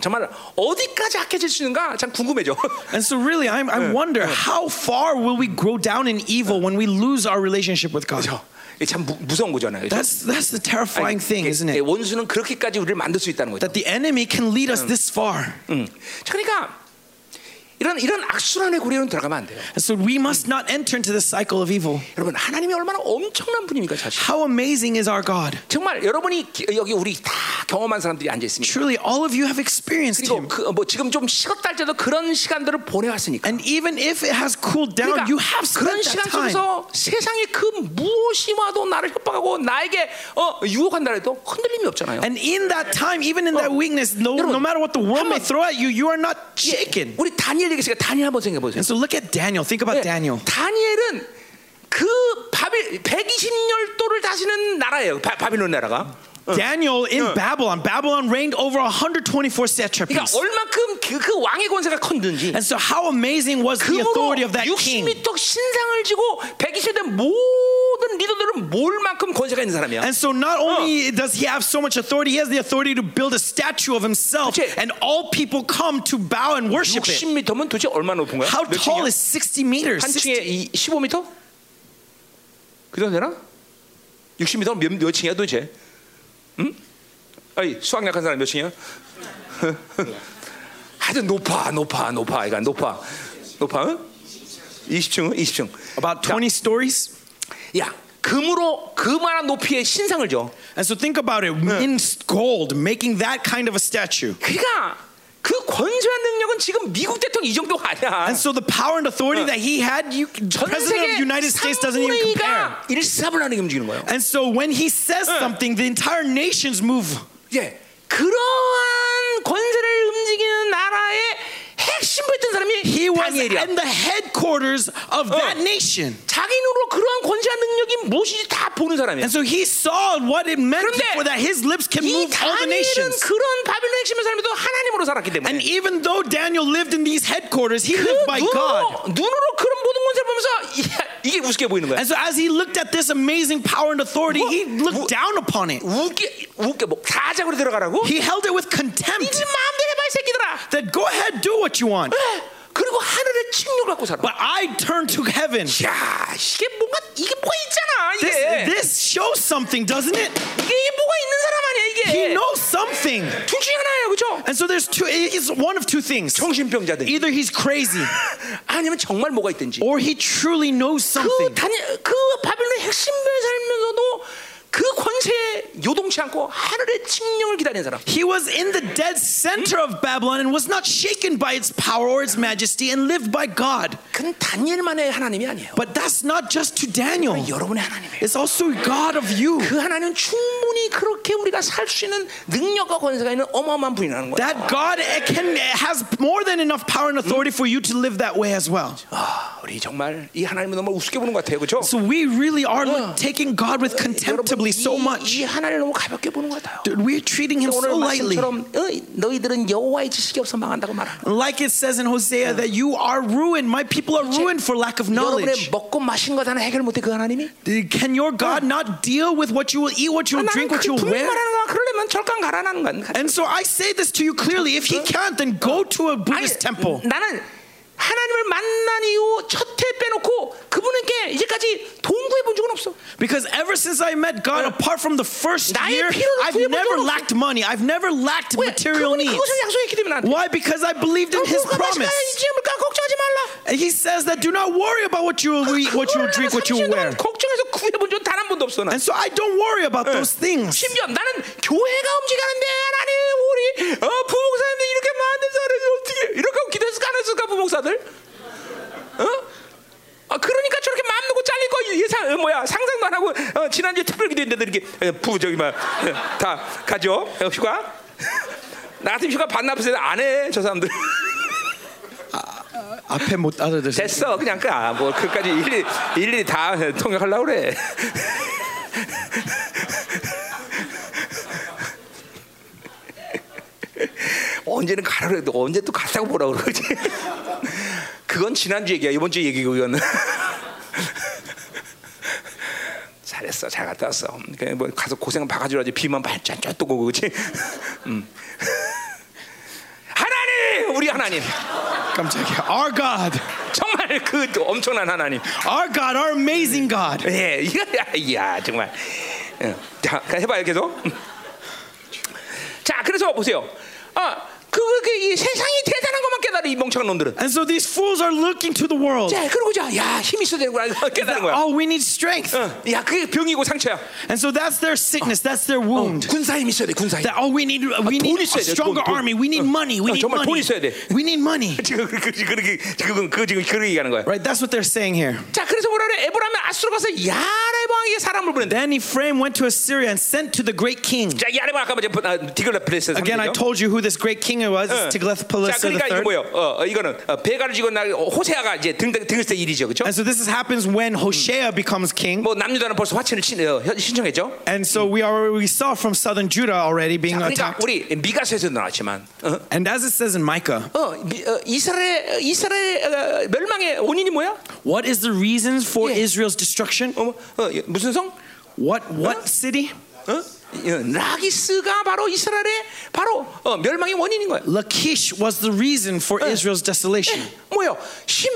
A: 정말 어디까지 악해질 수 있는가 참 궁금해져.
B: And so, really, I'm, I wonder how far will we grow down in evil when we lose our relationship with God?
A: 그렇죠. 이게 참 무, 무서운 거잖아요. 그죠?
B: That's that's the
A: 아니,
B: terrifying thing,
A: 이게-
B: isn't
A: 이게
B: it?
A: 원수는 그렇게까지 우리를 만들 수 있다는 거죠.
B: That the enemy can lead us this far.
A: 음. 자, 그러니까 이런 이런 악순환의 고리로는 들어가면 안 돼요.
B: And so we must not enter into the cycle of evil.
A: 여러분 하나님이 얼마나 엄청난 분입니까, 사실.
B: How amazing is our God?
A: 정말 여러분이 기- 여기 우리 다 경험한 사람들이 앉아 있습니다.
B: Truly, all of you have experienced
A: 그리고
B: Him.
A: 그, 뭐 지금 좀 식었다 할지라도 그런 시간들을 보내왔으니까. 그러니까
B: And even if it has cooled down, you have
A: 그런
B: spent that
A: 시간
B: time.
A: 속에서 세상의 그 무엇이 와도 나를 협박하고 나에게 어, 유혹한다 해도 흔들림이 없잖아요.
B: And in that time, even in that weakness, no,
A: 여러분,
B: no matter what the world may
A: 한번-
B: throw at you, you are not
A: 예,
B: shaken.
A: 우리 다니엘 얘기했으니까 다니엘 한번 생각해 보세요.
B: And so look at Daniel. Think about Daniel.
A: 다니엘은 그 바빌 120열도를 다스리는 나라예요. 바, 바빌론 나라가.
B: Daniel in Babylon. Babylon reigned over 124
A: 그러니까
B: satrapies.
A: 얼만큼 그, 그 왕의 권세가 컸는지.
B: And so, how amazing was the
A: 그으로
B: authority of that king?
A: 60m 신상을 지고 120대 모든 리더들은 뭘 만큼 권세가 있는 사람이야.
B: And so not only does he have so much authority, he has the authority to build a statue of himself,
A: 그치?
B: and all people come to bow and worship it.
A: 60m면 도대체 얼마나 높은 거야?
B: How
A: 몇
B: tall
A: 층이야?
B: is 60 meters?
A: 한
B: 60
A: 층에 이 15m? 그 정도 되나? 60m면 몇, 몇 층이야 도대체? 응? 아니 수학 약한 사람 몇 층이야? 하여튼 높아 높아 높아 이거 높아 높아 응? 20층 20층
B: about 20 stories.
A: 야 금으로 그만한 높이의 신상을 줘
B: And so think about it in gold, making that kind of a statue.
A: 그러니까 그 권세와 능력은 지금 미국 대통령 이 정도가 아니야
B: And so the power and authority that he had, you, the
A: 전
B: president of
A: 세계
B: the United States doesn't even compare.
A: 3분의가 일사불란하게 움직이는 거예요
B: And so when he says something, the entire nations move.
A: 예, 그러한 권세를 움직이는 나라의 핵심을 했던 사람이
B: He was
A: 다니엘이야.
B: in the headquarters of that nation.
A: 자기 눈으로 그러한 권세와 능력이 무엇인지 다 보는 사람이야.
B: And so he saw what it meant
A: 그런데
B: for that his lips can
A: 이
B: move all
A: 다니엘은
B: the nations.
A: 그런 바빌론 핵심의 삶에도 하나님으로 살았기 때문에
B: And even though Daniel lived in these headquarters, he
A: 그
B: lived by
A: 눈으로,
B: God.
A: 눈으로 그런 모든 권세를 보면서 이야, 이게 우습게 보이는 거야.
B: And so as he looked at this amazing power and authority, he
A: 뭐-
B: looked down upon it.
A: 웃게 웃게 뭐 사작으로 들어가라고?
B: He held it with
A: 니들
B: contempt
A: 마음대로 해봐 이 새끼들아.
B: that go ahead, do what you want.
A: 예, 그리고 하늘의 칭욕 갖고 살아.
B: But I turn to heaven.
A: 야, 이게 뭔가 이게 뭐가 있잖아. 이게
B: This, this shows something, doesn't it?
A: 이게 이게 뭐가 있는 사람 아니야 이게.
B: He knows something.
A: 둘 중에 하나예요, 그렇죠?
B: And so there's two, it's one of two things.
A: 정신병자들
B: Either he's crazy
A: 아니면 정말 뭐가 있든지
B: or he truly knows
A: 그
B: something.
A: 단그 바빌론 핵심을 살면서도 그 권세에 요동치 않고 하늘의 칭령을 기다리는 사람
B: He was in the dead center of Babylon and was not shaken by its power or its majesty and lived by God.
A: 그건 다니엘만의 하나님이 아니에요
B: But that's not just to Daniel,
A: 여러분의 하나님이에요
B: it's also God of you.
A: 그 하나님은 충분히 그렇게 우리가 살 수 있는 능력과 권세가 있는 어마어마한 분이라는 거예요
B: That God can, has more than enough power and authority for you to live that way as well.
A: 아, 우리 정말 이 하나님을 너무 우습게 보는 것 같아요 그렇죠?
B: So we really are
A: Yeah.
B: taking God with contemptibly so much.
A: 이, 이 하나님을 너무 가볍게 보는 것 같아요
B: Dude, we're treating Him
A: 오늘
B: so lightly.
A: 말씀처럼 어, 너희들은 여호와의 지식이 없어 망한다고 말하
B: Like it says in Hosea that you are ruined. My people are ruined for lack of
A: 여러분의
B: knowledge.
A: 먹고 마신 것 하나 해결 못해 그 하나님이?
B: Can your God not deal with what you will eat, what you will
A: 나는
B: drink, what
A: 그
B: you will
A: 분명히
B: wear?
A: 말하는 거야. 그러려면 절간 가라는 건.
B: And so I say this to you clearly. If he can't, then go to a Buddhist temple.
A: 나는 하나님을 만난 이후 첫해 빼놓고 그분에게 이제까지 동구해 본 적은 없어.
B: Because ever since I met God, apart from the first
A: 나의
B: year,
A: 필요를
B: I've
A: 구해본
B: never
A: 적은
B: lacked money. I've never lacked
A: 왜?
B: material
A: 그분이
B: needs.
A: 그것을 약속했기 때문에 나한테.
B: Why? Because I believed in his promise.
A: 지금까 걱정하지 말라.
B: And he says that do not worry about what you will eat, what you will drink, what you will wear.
A: 걱정해서 구해 본 적은 단 한 번도 없어 나.
B: And so I don't worry about those things.
A: 심지어 나는 교회가 움직이는데 하나님 우리 어, 부목사님들 이렇게 많은 사람이 어떻게 이렇게 하고 기도했을까 안 했을까 부목사들? 어? 아 그러니까 저렇게 마음 놓고 잘릴 거 예상 어, 뭐야 상상도 안 하고 어, 지난주 에 특별 기도했는데 이렇게 어, 부 저기 막다 가죠 어, 휴가 나 같은 휴가 반납해서 안해 저 사람들
B: 앞에 못 알아들으세요.
A: 됐어 그냥 까뭐 그까지 일일이 일일이 다 통역하려고 그래 언제는 가라 그래도 언제 또 갔다고 보라 그러지 그건 지난주 얘기야 이번 주 얘기고 이거는 잘했어 됐어. 잘 갔다 왔어. 그냥 뭐 가서 고생 바가지로 하지. 비만 반짝 쫙또 오고 그렇지. 음. 하나님, 우리 하나님.
B: 깜짝이야. Our God,
A: 정말 그 엄청난 하나님.
B: our God, our amazing God.
A: 예, 이야, 이야 정말. 예. 자, 해봐요 계속. 자, 그래서 보세요. 아, 그, 그, 이 세상이 대단한 것만 깨달아 이 멍청한 놈들은.
B: And so these fools are looking to the world.
A: 자, 그러고 자, 야, 힘 있어야 되는구나 아, 깨달은 거야.
B: Oh, we need strength.
A: 어, 야, 그게 병이고 상처야.
B: And so that's their sickness. That's their wound.
A: 군사 힘 있어야 돼, 군사 힘.
B: That oh, we need we need a
A: 있어야 돼,
B: stronger
A: 돈, 돈.
B: army. We need money. We
A: 어,
B: need
A: 정말 돈
B: money.
A: 있어야 돼.
B: We need money.
A: 지금 그, 그, 그, 그, 지금 그 지금 그런 얘기하는 거야.
B: Right. That's what they're saying here.
A: 자, 그래서 뭐라 그래? 에브라임은 아수로 가서 야레 왕에게 사람을 보낸다.
B: Then Ephraim went to Assyria and sent to the great king.
A: 자, 야레 왕 아까 뭐지? 디글라플레스
B: Again, I told you who this great king was.
A: Uh.
B: It's
A: 자,
B: Tiglath-Pileser
A: 그러니까 이거
B: III.
A: 뭐요? 어, 어, 이거는 어, 배가를 지고 나 호세아가 이제 등 등을 때 일이죠, 그렇죠?
B: And so this is, happens when Hoshea becomes king.
A: 뭐 남유다는 벌써 화친을 친, 어, 현- 신청했죠.
B: And so we are we saw from southern Judah already being
A: 자, 그러니까
B: attacked.
A: 우리 미가서에서 나왔지만, 어,
B: And as it says in Micah,
A: 어, 미- 어, 이스라엘 이스라엘 어, 멸망의 원인이 뭐야?
B: what is the reason for
A: Yeah.
B: Israel's destruction?
A: 어, 어, 무슨 성?
B: What what city?
A: 어? 이, 어, 라기스가 바로 이스라엘의 바로 어, 멸망의 원인인 거야.
B: Lachish was the reason for Israel's desolation.
A: 뭐요? 심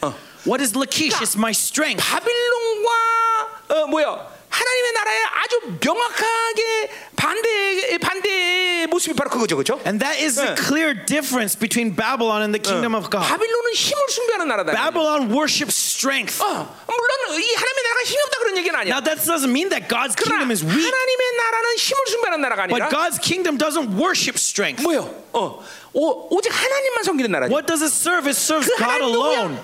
A: 어,
B: What is Lachish? It's my strength.
A: 바빌론과 어, 뭐요? 하나님의 나라에 아주 명확하게 반대 반대의 모습이 바로 그거죠, 그렇죠?
B: And that is the
A: Yeah.
B: clear difference between Babylon and the kingdom of
A: 그러니까
B: God.
A: 바빌론은 힘을 숭배하는 나라다.
B: Babylon worships strength.
A: 어, 물론 이 하나님의 나라가 힘이 없다 그런 얘기는 아니야.
B: Now that doesn't mean that God's
A: 그러나
B: kingdom is weak,
A: 하나님의 나라는 힘을 숭배하는 나라가 아니라
B: but God's kingdom doesn't worship strength.
A: 뭐요? 어, 오, 오직 하나님만 섬기는 나라지.
B: What does it serve? It serves
A: 그
B: God
A: 하나님
B: alone.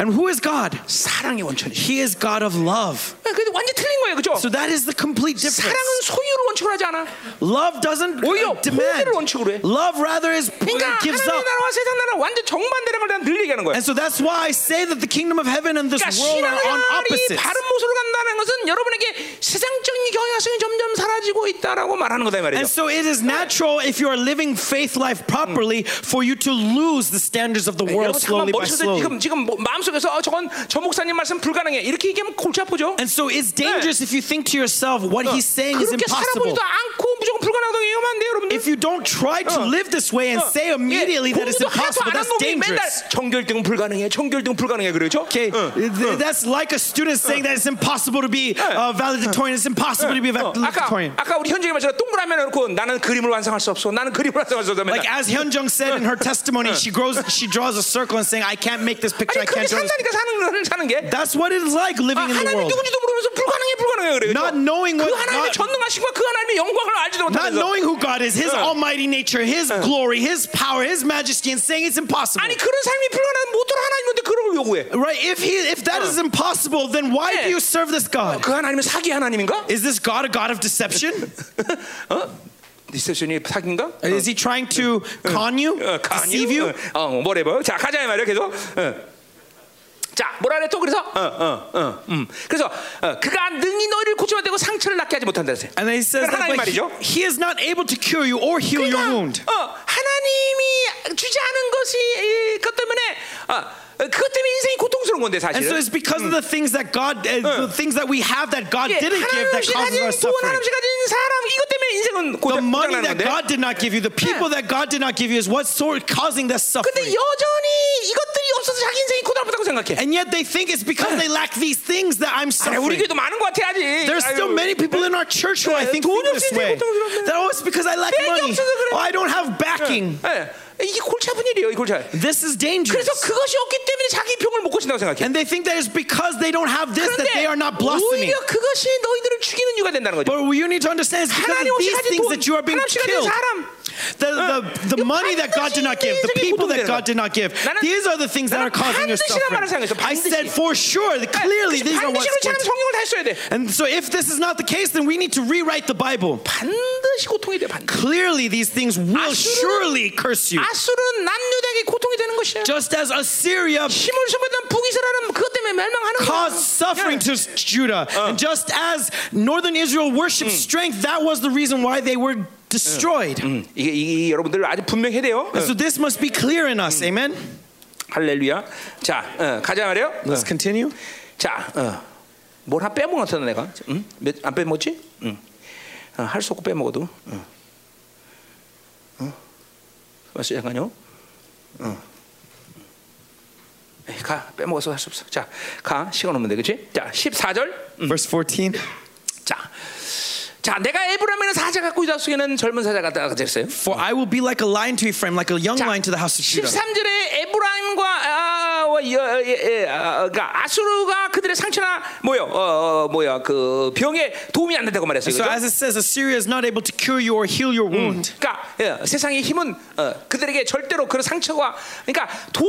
B: And who is God?
A: 사랑의 원천이.
B: He is God of love.
A: 그래도 완전 히 틀린 거예요, 그죠?
B: So that is the complete difference.
A: 사랑은 소유를 원칙으로 하지 않아. 그러니까
B: Love doesn't uh,
A: 오히려 포기를 원칙으로 해.
B: demand. Love rather is
A: 그러니까
B: it gives
A: 하나님의
B: up.
A: 나라와 세상 나라 완전 정반대라는 걸 내가 늘 얘기하는 거예요.
B: And so that's why I say that the kingdom of heaven and this
A: 그러니까
B: world are on
A: 신앙이
B: opposites.
A: 바른 모습으로 간다는 것은 여러분에게 세상적인 경향성이 점점 사라지고 있다라고 말하는 거다 이 말이죠.
B: And so it is natural if you are living faith life properly for you to lose the standards of the world
A: 여러분 잠깐만
B: slowly by
A: 머릿속에
B: slowly.
A: 지금 지금 뭐- 마음속에서 어, 저건 저 목사님 말씀 불가능해 이렇게 얘기하면 골치 아프죠.
B: And so it's dangerous if you think to yourself what he's saying is
A: Uh, 그렇게
B: impossible.
A: 살아보지도 않고 무조건 불가능하다고 얘기하면 안 돼요, 여러분들.
B: If you don't try to live this way and
A: 어,
B: say
A: Uh. 예,
B: immediately that it's
A: 공부도 하나도
B: impossible,
A: 안한
B: that's
A: 놈이 맨날 Uh.
B: dangerous.
A: 정결등 불가능해, 정결등 불가능해 그러죠.
B: Okay, th- that's like a student saying
A: Uh.
B: that it's impossible to be uh, valedictorian. It's impossible to be a
A: 어, 아까
B: valedictorian.
A: 아까 우리 현정이 말처럼 동그라미 해놓고 나는 그림을 완성할 수 없어, 나는 그림을 완성할 수 없어. 맨날.
B: Like as Hyunjung said in her testimony, she grows, she draws a circle and saying, "I can't make this picture.
A: 아니
B: I
A: 그렇게
B: can't draw." This.
A: 산다니까 사는 거는 사는 게.
B: That's what it is
A: 아,
B: like living in the
A: 하나님
B: world.
A: 누군지도 모르면서 불가능해 불가능해 그래요.
B: Not knowing
A: 그
B: what-
A: 하나님의
B: not-
A: 전능하신 것과 그 하나님의 영광을 알지도
B: Not
A: 못하면서.
B: knowing who God is, His almighty nature, His glory, His power, His majesty, and saying it's impossible.
A: 아니 그런 삶이 불가능한 모든 하나님인데 그런 걸 요구해.
B: Right? If He, if that is impossible, then why
A: Yeah.
B: do you serve this God?
A: 그 하나님은 사기 하나님인가?
B: Is this God a God of deception?
A: 어? 디셉션이 사기인가?
B: Is He trying to Uh. con you,
A: 어, 간유?
B: deceive you?
A: 어,
B: Uh.
A: 어, 뭐래봐요. 자, 가자 이 말이야. 계속. 어. 자, 뭐라 그래 또 그래서 어, 어, 어, 음. 그래서 어, 그가 능히 너희를 고쳐야 되고 상처를 낫게 하지 못한다 그랬어요.
B: And then he says that
A: 하나님
B: but he,
A: 말이죠.
B: he is not able to cure you or heal your wound.
A: 어, 하나님이 주지 않은 것이 이, 그것 때문에 어, 어, 그것 때문에 인생이 고통스러운 건데
B: And so
A: 사실은.
B: it's because of the things that God, uh, the things that we have that God
A: 예,
B: didn't give
A: 하나님
B: that
A: 없이
B: causes
A: 가진
B: our
A: 돈, 하나님
B: suffering.
A: 없이 가진 사람 이것 때문에 인생은
B: The
A: 고장
B: money
A: 나는
B: that
A: 건데.
B: God did not give you, the people that God did not give you, is what's sort causing this
A: 근데
B: suffering.
A: 여전히 이것들이 없어서 자기 인생이 고달프다고 생각해.
B: And yet they think it's because they lack these things that I'm
A: 아니, 우리
B: suffering.
A: 교회도 많은 것 같아 아직.
B: There's still
A: 아유.
B: many people in our church who I think
A: 돈
B: feel this
A: 없이
B: way.
A: 고통스럽네.
B: That oh, it's because I lack
A: 내 얘기
B: money.
A: 없어서 그래.
B: Oh, I don't have backing.
A: 예, 이게 골치 아픈 일이에요, 이 골치. 아픈.
B: This is dangerous.
A: 그래서 그것이 없기 때문에 자기 병을 못 고친다고 생각해.
B: And they think that it's because they don't have this that
A: 그런데
B: they are not blossoming.
A: 오히려 그것이 너희들을 죽이는 이유가 된다는 거죠.
B: But what you need to understand is because
A: 하나님 없이
B: of these
A: 가진
B: things
A: 돈,
B: that you are being
A: 하나님 없이 가진
B: killed.
A: 사람,
B: The, the, the
A: 이거
B: money that God did not give, the
A: 반드시
B: people
A: 인생이
B: that God did not give,
A: 고통되는
B: these are the things that
A: 나는
B: are causing your
A: 반드시란 말을
B: suffering.
A: 사용했어,
B: I
A: 반드시.
B: said for sure, that clearly these are
A: 반드시
B: what's
A: 그렇지
B: going
A: 않으면
B: to.
A: 성경을 다 써야 돼.
B: And so, if this is not the case, then we need to rewrite the Bible.
A: 반드시 고통이 돼, 반드시.
B: Clearly, these things will
A: 아수르는-
B: surely curse you.
A: 아수르는 남유다에게 고통이 되는 것이야.
B: Just as Assyria
A: 힘을 소비던 북이스라엘은 그것 때문에 멸망하는 거야.
B: caused suffering to Judah, and just as northern Israel worshipped strength, that was the reason why they were destroyed.
A: 음, 이게, 이게 여러분들 아주 분명해야 돼요.
B: And so, this must be clear in us. Amen.
A: 할렐루야. 자, 어, 가자 말이요.
B: Let's continue.
A: 자, 어. 뭘 하나 빼먹었잖아 내가. 응? 몇, 안 빼먹었지? 응. 아, 할수 없고 빼먹어도. 응. 응? 맞지 잠깐요. 응. 에이, 가 빼먹어서 할 수 없어. 자, 가 시간 없는데 그렇지? 자, 14절.
B: Verse 14.
A: 자, 자, 내가 에브라임에는 사자 같고 유다 속에는 젊은 사자 같다 그랬어요.
B: For I will be like a lion to Ephraim, like a young
A: 자,
B: lion to the house of Judah.
A: 13절에 에브라임과 아, 어, 예, 예, 예, 아, 그러니까 아수르가 그들의 상처나 뭐요, 어, 어, 뭐야, 그 병에 도움이 안 된다고 말했어요.
B: So
A: 그죠?
B: as it says, Assyria is not able to cure you or heal your wound.
A: 그러니까 예, 세상의 힘은 어, 그들에게 절대로 그런 상처와 그러니까 돈,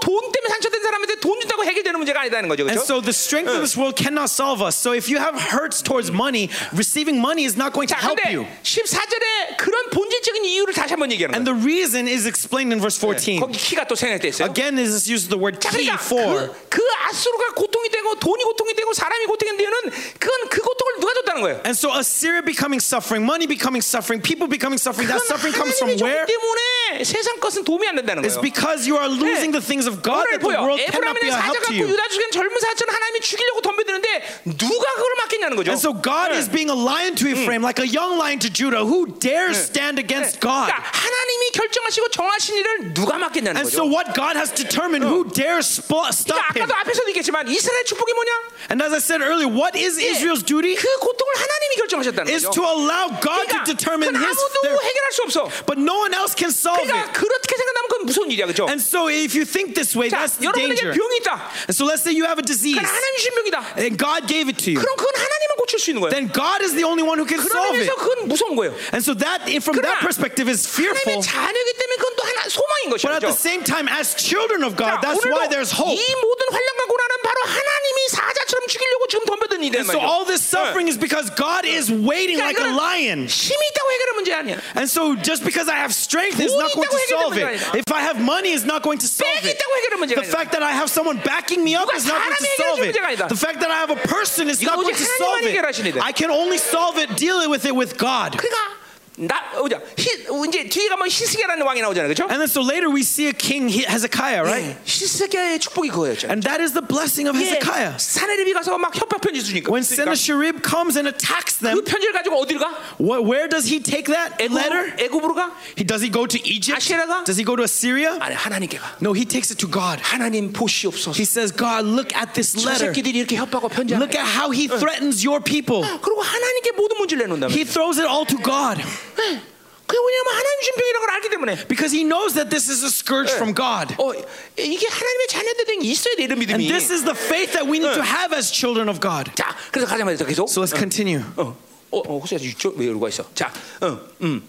A: 돈 때문에 상처된 사람한테 돈 준다고 해결되는 문제가 아니다는 거죠.
B: And
A: 그렇죠?
B: so the strength of this world cannot solve us. So if you have hurts towards money, receiving money is not going to
A: 자,
B: help you.
A: 근데 14절에 그런 본질적인 이유를 다시 한번 얘기하는
B: And
A: 거예요.
B: the reason is explained in verse 14.
A: 거기 키가 또 생략돼 있어요.
B: Again, this is used the word
A: 자,
B: key
A: 그러니까
B: for.
A: 그, 그 아수르가 고통이 되고 돈이 고통이 되고 사람이 고통이 되는 그건 그 고통을 누가 줬다는 거예요?
B: And so Assyria becoming suffering, money becoming suffering, people becoming suffering, that suffering comes from where?
A: 때문에 세상 것은 도움이 안 된다는
B: It's
A: 거예요.
B: because you are losing the things of God
A: 오늘
B: that the
A: 보여.
B: world cannot
A: 에브라임은
B: be a
A: 사자
B: help
A: 같고
B: to you.
A: 유다 죽인 젊은 사자는 하나님이 죽이려고 덤벼드는데 누가 그걸 막겠냐는 거죠.
B: And so God is being a lion to Ephraim, like a young lion to Judah. Who dares stand against God?
A: 그러니까 하나님이 결정하시고 정하신 일을 누가 막겠냐는
B: And
A: 거죠.
B: so what God has determined, who dares spo-
A: 그러니까
B: stop him?
A: 아까도 앞에서도 얘기했지만 이스라엘 축복이 뭐냐?
B: And as I said earlier, what is Israel's duty?
A: 그 고통을 하나님이 결정하셨다는
B: Is
A: 거죠.
B: to allow God
A: 그러니까 그건
B: to determine his
A: 아무도
B: their-
A: 해결할 수 없어.
B: but no one else can solve
A: 그러니까
B: it.
A: 그렇게 생각하면 그건 무서운 일이야, 그죠?
B: And so if you think this way,
A: 자,
B: that's the
A: 여러분에게
B: danger.
A: 병이 있다.
B: And so let's say you have a disease
A: 그건 하나님 주신 병이다.
B: and God gave it to you.
A: 그럼 그건 하나님만 고칠 수 있는 거예요.
B: Then God is the only one who can
A: 그런
B: solve it.
A: 의미에서 그건 무서운 거예요.
B: And so that from that
A: 그러나
B: perspective is
A: 하나님의
B: fearful.
A: 자녀이기 때문에 그건 또 하나 소망인 것이죠.
B: But at the same time, as children of God, that's why there's hope.
A: 이 모든 환란과 고난은 바로 하나님이 사자처럼 죽이려고 지금 덤벼든 일이란
B: And so
A: 말이죠.
B: all this suffering is because God is waiting
A: 그러니까
B: like a
A: 이거는
B: lion.
A: 힘이 있다고 해결할 문제 아니야.
B: And so just because I have strength is not going to solve it. If I have money is not going to solve
A: 백이
B: it.
A: 있다고 해결할 문제
B: The
A: 아니야.
B: fact that I have someone backing me up is not going to solve it. The fact that I have a person is not going to solve it. I can only solve it, deal with it with God.
A: 그러니까 나 어자 이제 뒤에 가면 히스기야라는 왕이 나오잖아요, 그렇죠?
B: And then so later we see a king he- Hezekiah, right?
A: 히스기야의 축복이 그거였죠. 예.
B: And that is the blessing of Hezekiah.
A: 사내립이 가서 막 협박 편지 주니까.
B: When
A: 쓰니까
B: Sennacherib comes and attacks
A: 그
B: them,
A: 편지를 가지고 어딜 가?
B: wh- where does he take that letter?
A: 애굽, 애굽으로 가?
B: He does he go to Egypt?
A: 아시아가?
B: Does he go to Assyria?
A: 아니 하나님께 가.
B: No, he takes it to God.
A: 하나님 보시옵소서.
B: He says, God, look at this
A: 저
B: letter.
A: 새끼들이 이렇게 협박하고 편지하고.
B: Look at how he threatens your people.
A: 그리고 하나님께 모든 문제를 내놓는다면.
B: He throws it all to God
A: 예. 그게 왜냐면 하나님 주신 병이라는 걸 알기 때문에.
B: because he knows that this is a
A: Uh.
B: scourge from God.
A: 어 이게 하나님의 자녀들에게 있어야 돼 이런
B: And
A: 믿음이.
B: this is the faith that we need to have as children of God.
A: 자 그래서 가자 말이죠 계속.
B: So let's continue.
A: 어, 어, 어 혹시 아직 육절 왜 이러고 있어? 자, 어, 음,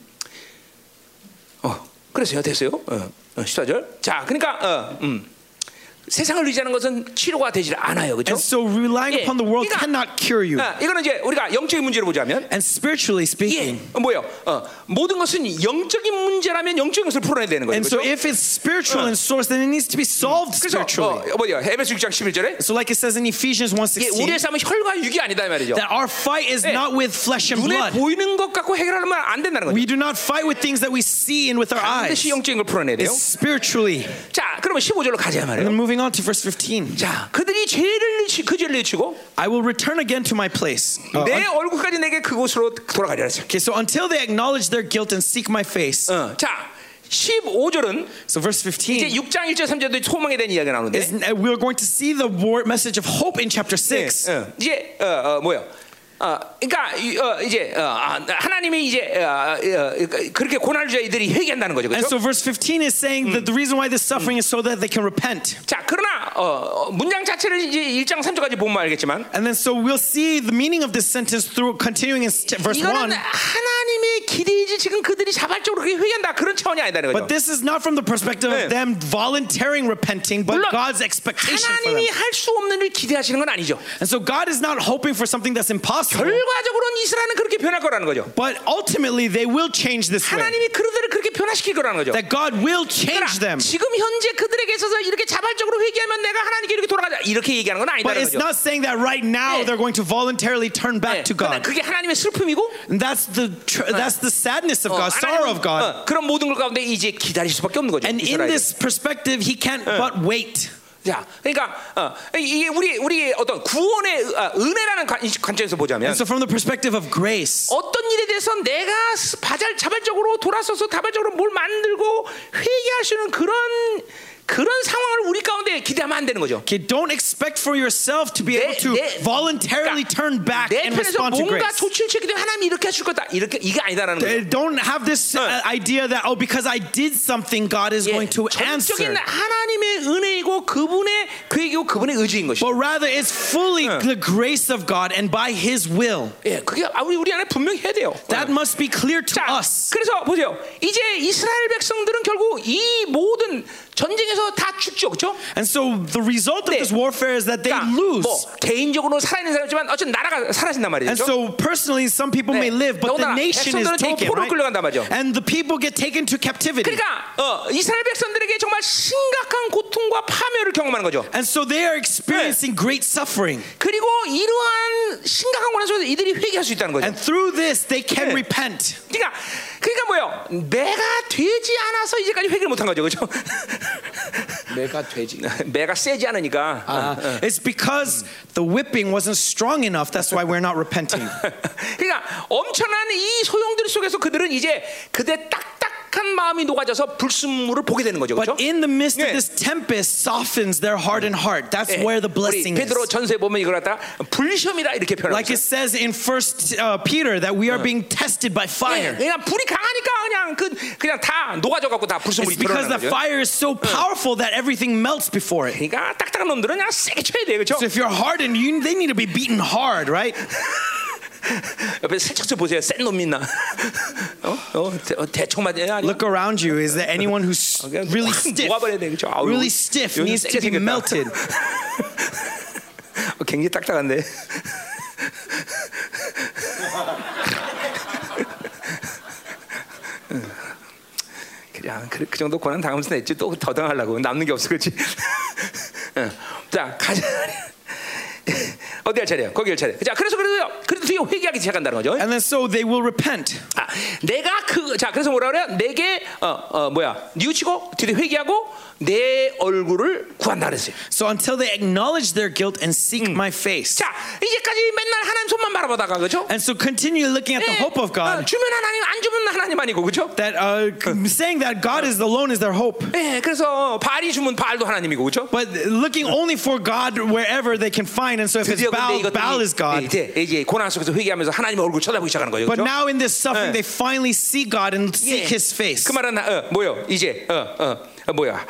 A: 어, 그래서요 됐어요. 어, 어, 14절. 자, 그러니까 어, 음, 세상을 의지하는 것은 치료가 되질 않아요, 그렇죠?
B: And so relying upon the world cannot cure you.
A: 아, 이거는 이제 우리가 영적인 문제로 보자면.
B: And spiritually
A: 예,
B: speaking,
A: 어, 뭐요? 어, 모든 것은 영적인 문제라면 영적인 것을 풀어내야 되는 거죠.
B: and so
A: 그렇죠?
B: if it's spiritual in source, then it needs to be solved
A: 그래서
B: spiritually.
A: 어, 뭐요? 에베소 6장 11절에
B: So like it says in Ephesians
A: 예, 우리의
B: 1.16,
A: 삶은 혈과 육이 아니다 이 말이죠.
B: that our fight is
A: 예.
B: not with flesh and
A: 눈에
B: blood.
A: 보이는 것 갖고 해결하면 안 된다는 거죠.
B: We do not fight with things that we see and with our eyes.
A: 반드시 영적인 걸 풀어내야 돼요.
B: It's Mm. spiritually.
A: 자, 그러면 15절로 가자
B: And
A: 말이에요.
B: then moving on to verse 15.
A: 자, 그들이 죄를 치- 그 죄를 치고
B: I will return again to my place. Uh,
A: 내 얼굴까지 내게 그곳으로 돌아가리라 했어요.
B: Okay, so until they acknowledge their guilt and seek my face.
A: 어, 자, 15절은
B: So verse
A: 이제
B: 15
A: 6장 1절 3절도 소망에 대한 이야기가 나오는데
B: is uh, we're going to see the word message of hope in chapter 6.
A: 예, 예. 이제 어, 어, 뭐요? 어, 그러니까 이, 어, 이제 어, 아, 하나님이 이제 어, 어, 그렇게 고난을 주자 이들이 회개한다는 거죠,
B: And
A: 그렇죠?
B: so verse 15 is saying that the reason why this suffering is so that they can repent.
A: 자, 그러나 어, 어, 문장 자체를 이제 1장 3절까지 보면 알겠지만
B: And then so we'll see the meaning of this sentence through continuing in st- verse
A: 이거는
B: 1.
A: 하나님의 기대이지 지금 그들이 자발적으로 그렇게 회개한다 그런 차원이 아니다는 거죠.
B: But this is not from the perspective
A: 네.
B: of them volunteering repenting, but
A: 물론
B: God's expectation for them.
A: 하나님이 할 수 없는 일을 기대하시는 건 아니죠.
B: And so God is not hoping for something that's impossible.
A: 결과적으로는 이스라엘은 그렇게 변할 거라는 거죠.
B: But ultimately, they will change this way.
A: 하나님이 그들을 그렇게 변화시킬 거라는 거죠.
B: That God will change
A: 그러나
B: them.
A: 지금 현재 그들에게 있어서 이렇게 자발적으로 회개하면 내가 하나님께 이렇게 돌아가자 이렇게 얘기하는 건
B: But
A: 아니다는
B: it's
A: 거죠.
B: not saying that right now
A: 네.
B: they're going to voluntarily
A: 예,
B: turn back to
A: 그러나
B: God.
A: 그게 하나님의 슬픔이고
B: And that's the tr- that's the sadness of
A: 어,
B: God, sorrow
A: 하나님은,
B: of God.
A: 어, 그런 모든 걸 가운데 이제 기다릴 수밖에 없는 거죠.
B: And in
A: 이스라엘은.
B: this perspective, He can't but wait.
A: 자, 그러니까 어, 이게 우리 우리 어떤 구원의 어, 은혜라는 관, 이 관점에서 보자면
B: And so, from the perspective of grace,
A: 어떤 일에 대해서 내가 스- 바잘 자발적으로 돌아서서 다발적으로 뭘 만들고 회개할 수 있는 그런 그런 상황을 우리 가운데 기대하면 안 되는 거죠.
B: okay, don't expect for yourself to be
A: 내-
B: able to
A: 내- 그러니까
B: voluntarily turn back
A: 내
B: and
A: 편에서
B: respond to
A: 뭔가
B: grace.
A: 조치를 취하기 때문에 하나님이 이렇게 하실 거다. 이렇게 이게 아니다라는 거죠.
B: They Don't have this uh, idea that oh, because I did something, God
A: 예,
B: is going to
A: 전적인
B: answer.
A: 하나님의 은혜이고 그분의 계획이고 그분의 의지인 것이죠.
B: But rather, it's fully the grace of God and by His will.
A: 예, 그게 아, 우리 우리 안에 분명히 해야 돼요.
B: That must be clear to
A: 자,
B: us.
A: 그래서 보세요. 이제 이스라엘 백성들은 결국 이 모든 전쟁에서 다 죽죠, 그렇죠?
B: And so the result of
A: 네.
B: this warfare is that they
A: 그러니까
B: lose.
A: 뭐 개인적으로 살아있는 사람이지만 어쨌든 나라가 사라진단 말이죠.
B: And so personally, some people
A: 네.
B: may live, but the
A: 더군다나
B: nation is
A: 백성들은 더
B: taken.
A: 포로로
B: right?
A: 끌려간단 말이죠.
B: And the people get taken to captivity.
A: 그러니까 어, 이스라엘 백성들에게 정말 심각한 고통과 파멸을 경험하는 거죠.
B: And so they are experiencing great suffering.
A: 그리고 이러한 심각한 고난 속에서 이들이 회개할 수 있다는 거죠.
B: And through this, they can
A: 네.
B: repent.
A: 그러니까 그러니까 뭐요? 내가 되지 않아서 이제까지 회개를 못한 거죠, 그렇죠?
C: 내가
B: 네.
C: 되지.
A: 내가 세지 않으니까.
B: Uh, it's because the whipping wasn't strong enough. That's why we're not repenting.
A: 그러니까 엄청난 이 소용들 속에서 그들은 이제 그대 딱딱한 마음이 녹아져서 불순물을 보게 되는 거죠. 그렇죠?
B: But in the midst of
A: 네.
B: this tempest, softens their hardened heart. That's where the
A: 예, 우리
B: blessing is.
A: 베드로 전서에 보면 이걸 갖다 불시험이다 이렇게 표현하고
B: Like it
A: 있어요.
B: says in First eh? uh, Peter that we are being tested by
A: 예,
B: fire.
A: 그냥 불이 강하니까 그냥 그 그냥 다 녹아져 갖고 다
B: It's
A: 불순물이
B: because
A: 드러나는 거죠.
B: the fire is so powerful that everything melts before it.
A: 그러니까 딱딱한 놈들은 그냥 세게 쳐야 돼요, 그렇죠?
B: So if you're hardened, you, they need to be beaten hard, right?
A: 옆에 슬쩍 좀 보세요, 센 놈이 있나? 어, 어 대, 어, 대충 맞아요. 아니,
B: Look around you. Is there anyone who's
A: 그냥
B: really
A: 확
B: stiff?
A: 녹아버려야 돼, 그렇죠? 아우,
B: Really
A: 여기-
B: stiff
A: 여기
B: needs to
A: 세게
B: be
A: 생겼다.
B: melted.
A: 어, 굉장히 딱딱한데. 응. 그냥 그, 그 정도 고난 당하면서 냈지 또 더 당하려고 남는 게 없어 그렇지. 응. 자 가자. 어디 할 차례요? 거기 할 차례. 자 그래서 그래서 그래도 뒤에 회개하기 시작한다는 거죠.
B: And then so they will repent.
A: 아, 내가 그자 그래서 뭐라 그래요? 내게 어어 뭐야 뉘우치고 뒤에 회개하고 내 얼굴을 구한다 그랬어요.
B: So until they acknowledge their guilt and seek my face.
A: 자 이제까지 맨날 하나님 손만 바라보다가 그죠?
B: And so continue looking at the
A: 예,
B: hope
A: 어,
B: of God.
A: 주면 하나님 안 주면 하나님 아니고 그죠?
B: That Eh. uh, c- saying that God is alone is their hope.
A: 예, 그래서 발이 주면 발도 하나님이고 그죠?
B: But looking only for God wherever they can find. And so if it's
A: 드디어 근데
B: Baal, Baal is
A: 그 이것들이
B: God.
A: 이제, 이제 고난 속에서 회개하면서 하나님의 얼굴 쳐다보기 시작하는 거죠.
B: But
A: 그죠?
B: now in this
A: 예.
B: suffering, they finally see God and
A: 예.
B: seek His face.
A: 그 말은 어, 뭐요? 이제 어, 어, 어, 뭐야?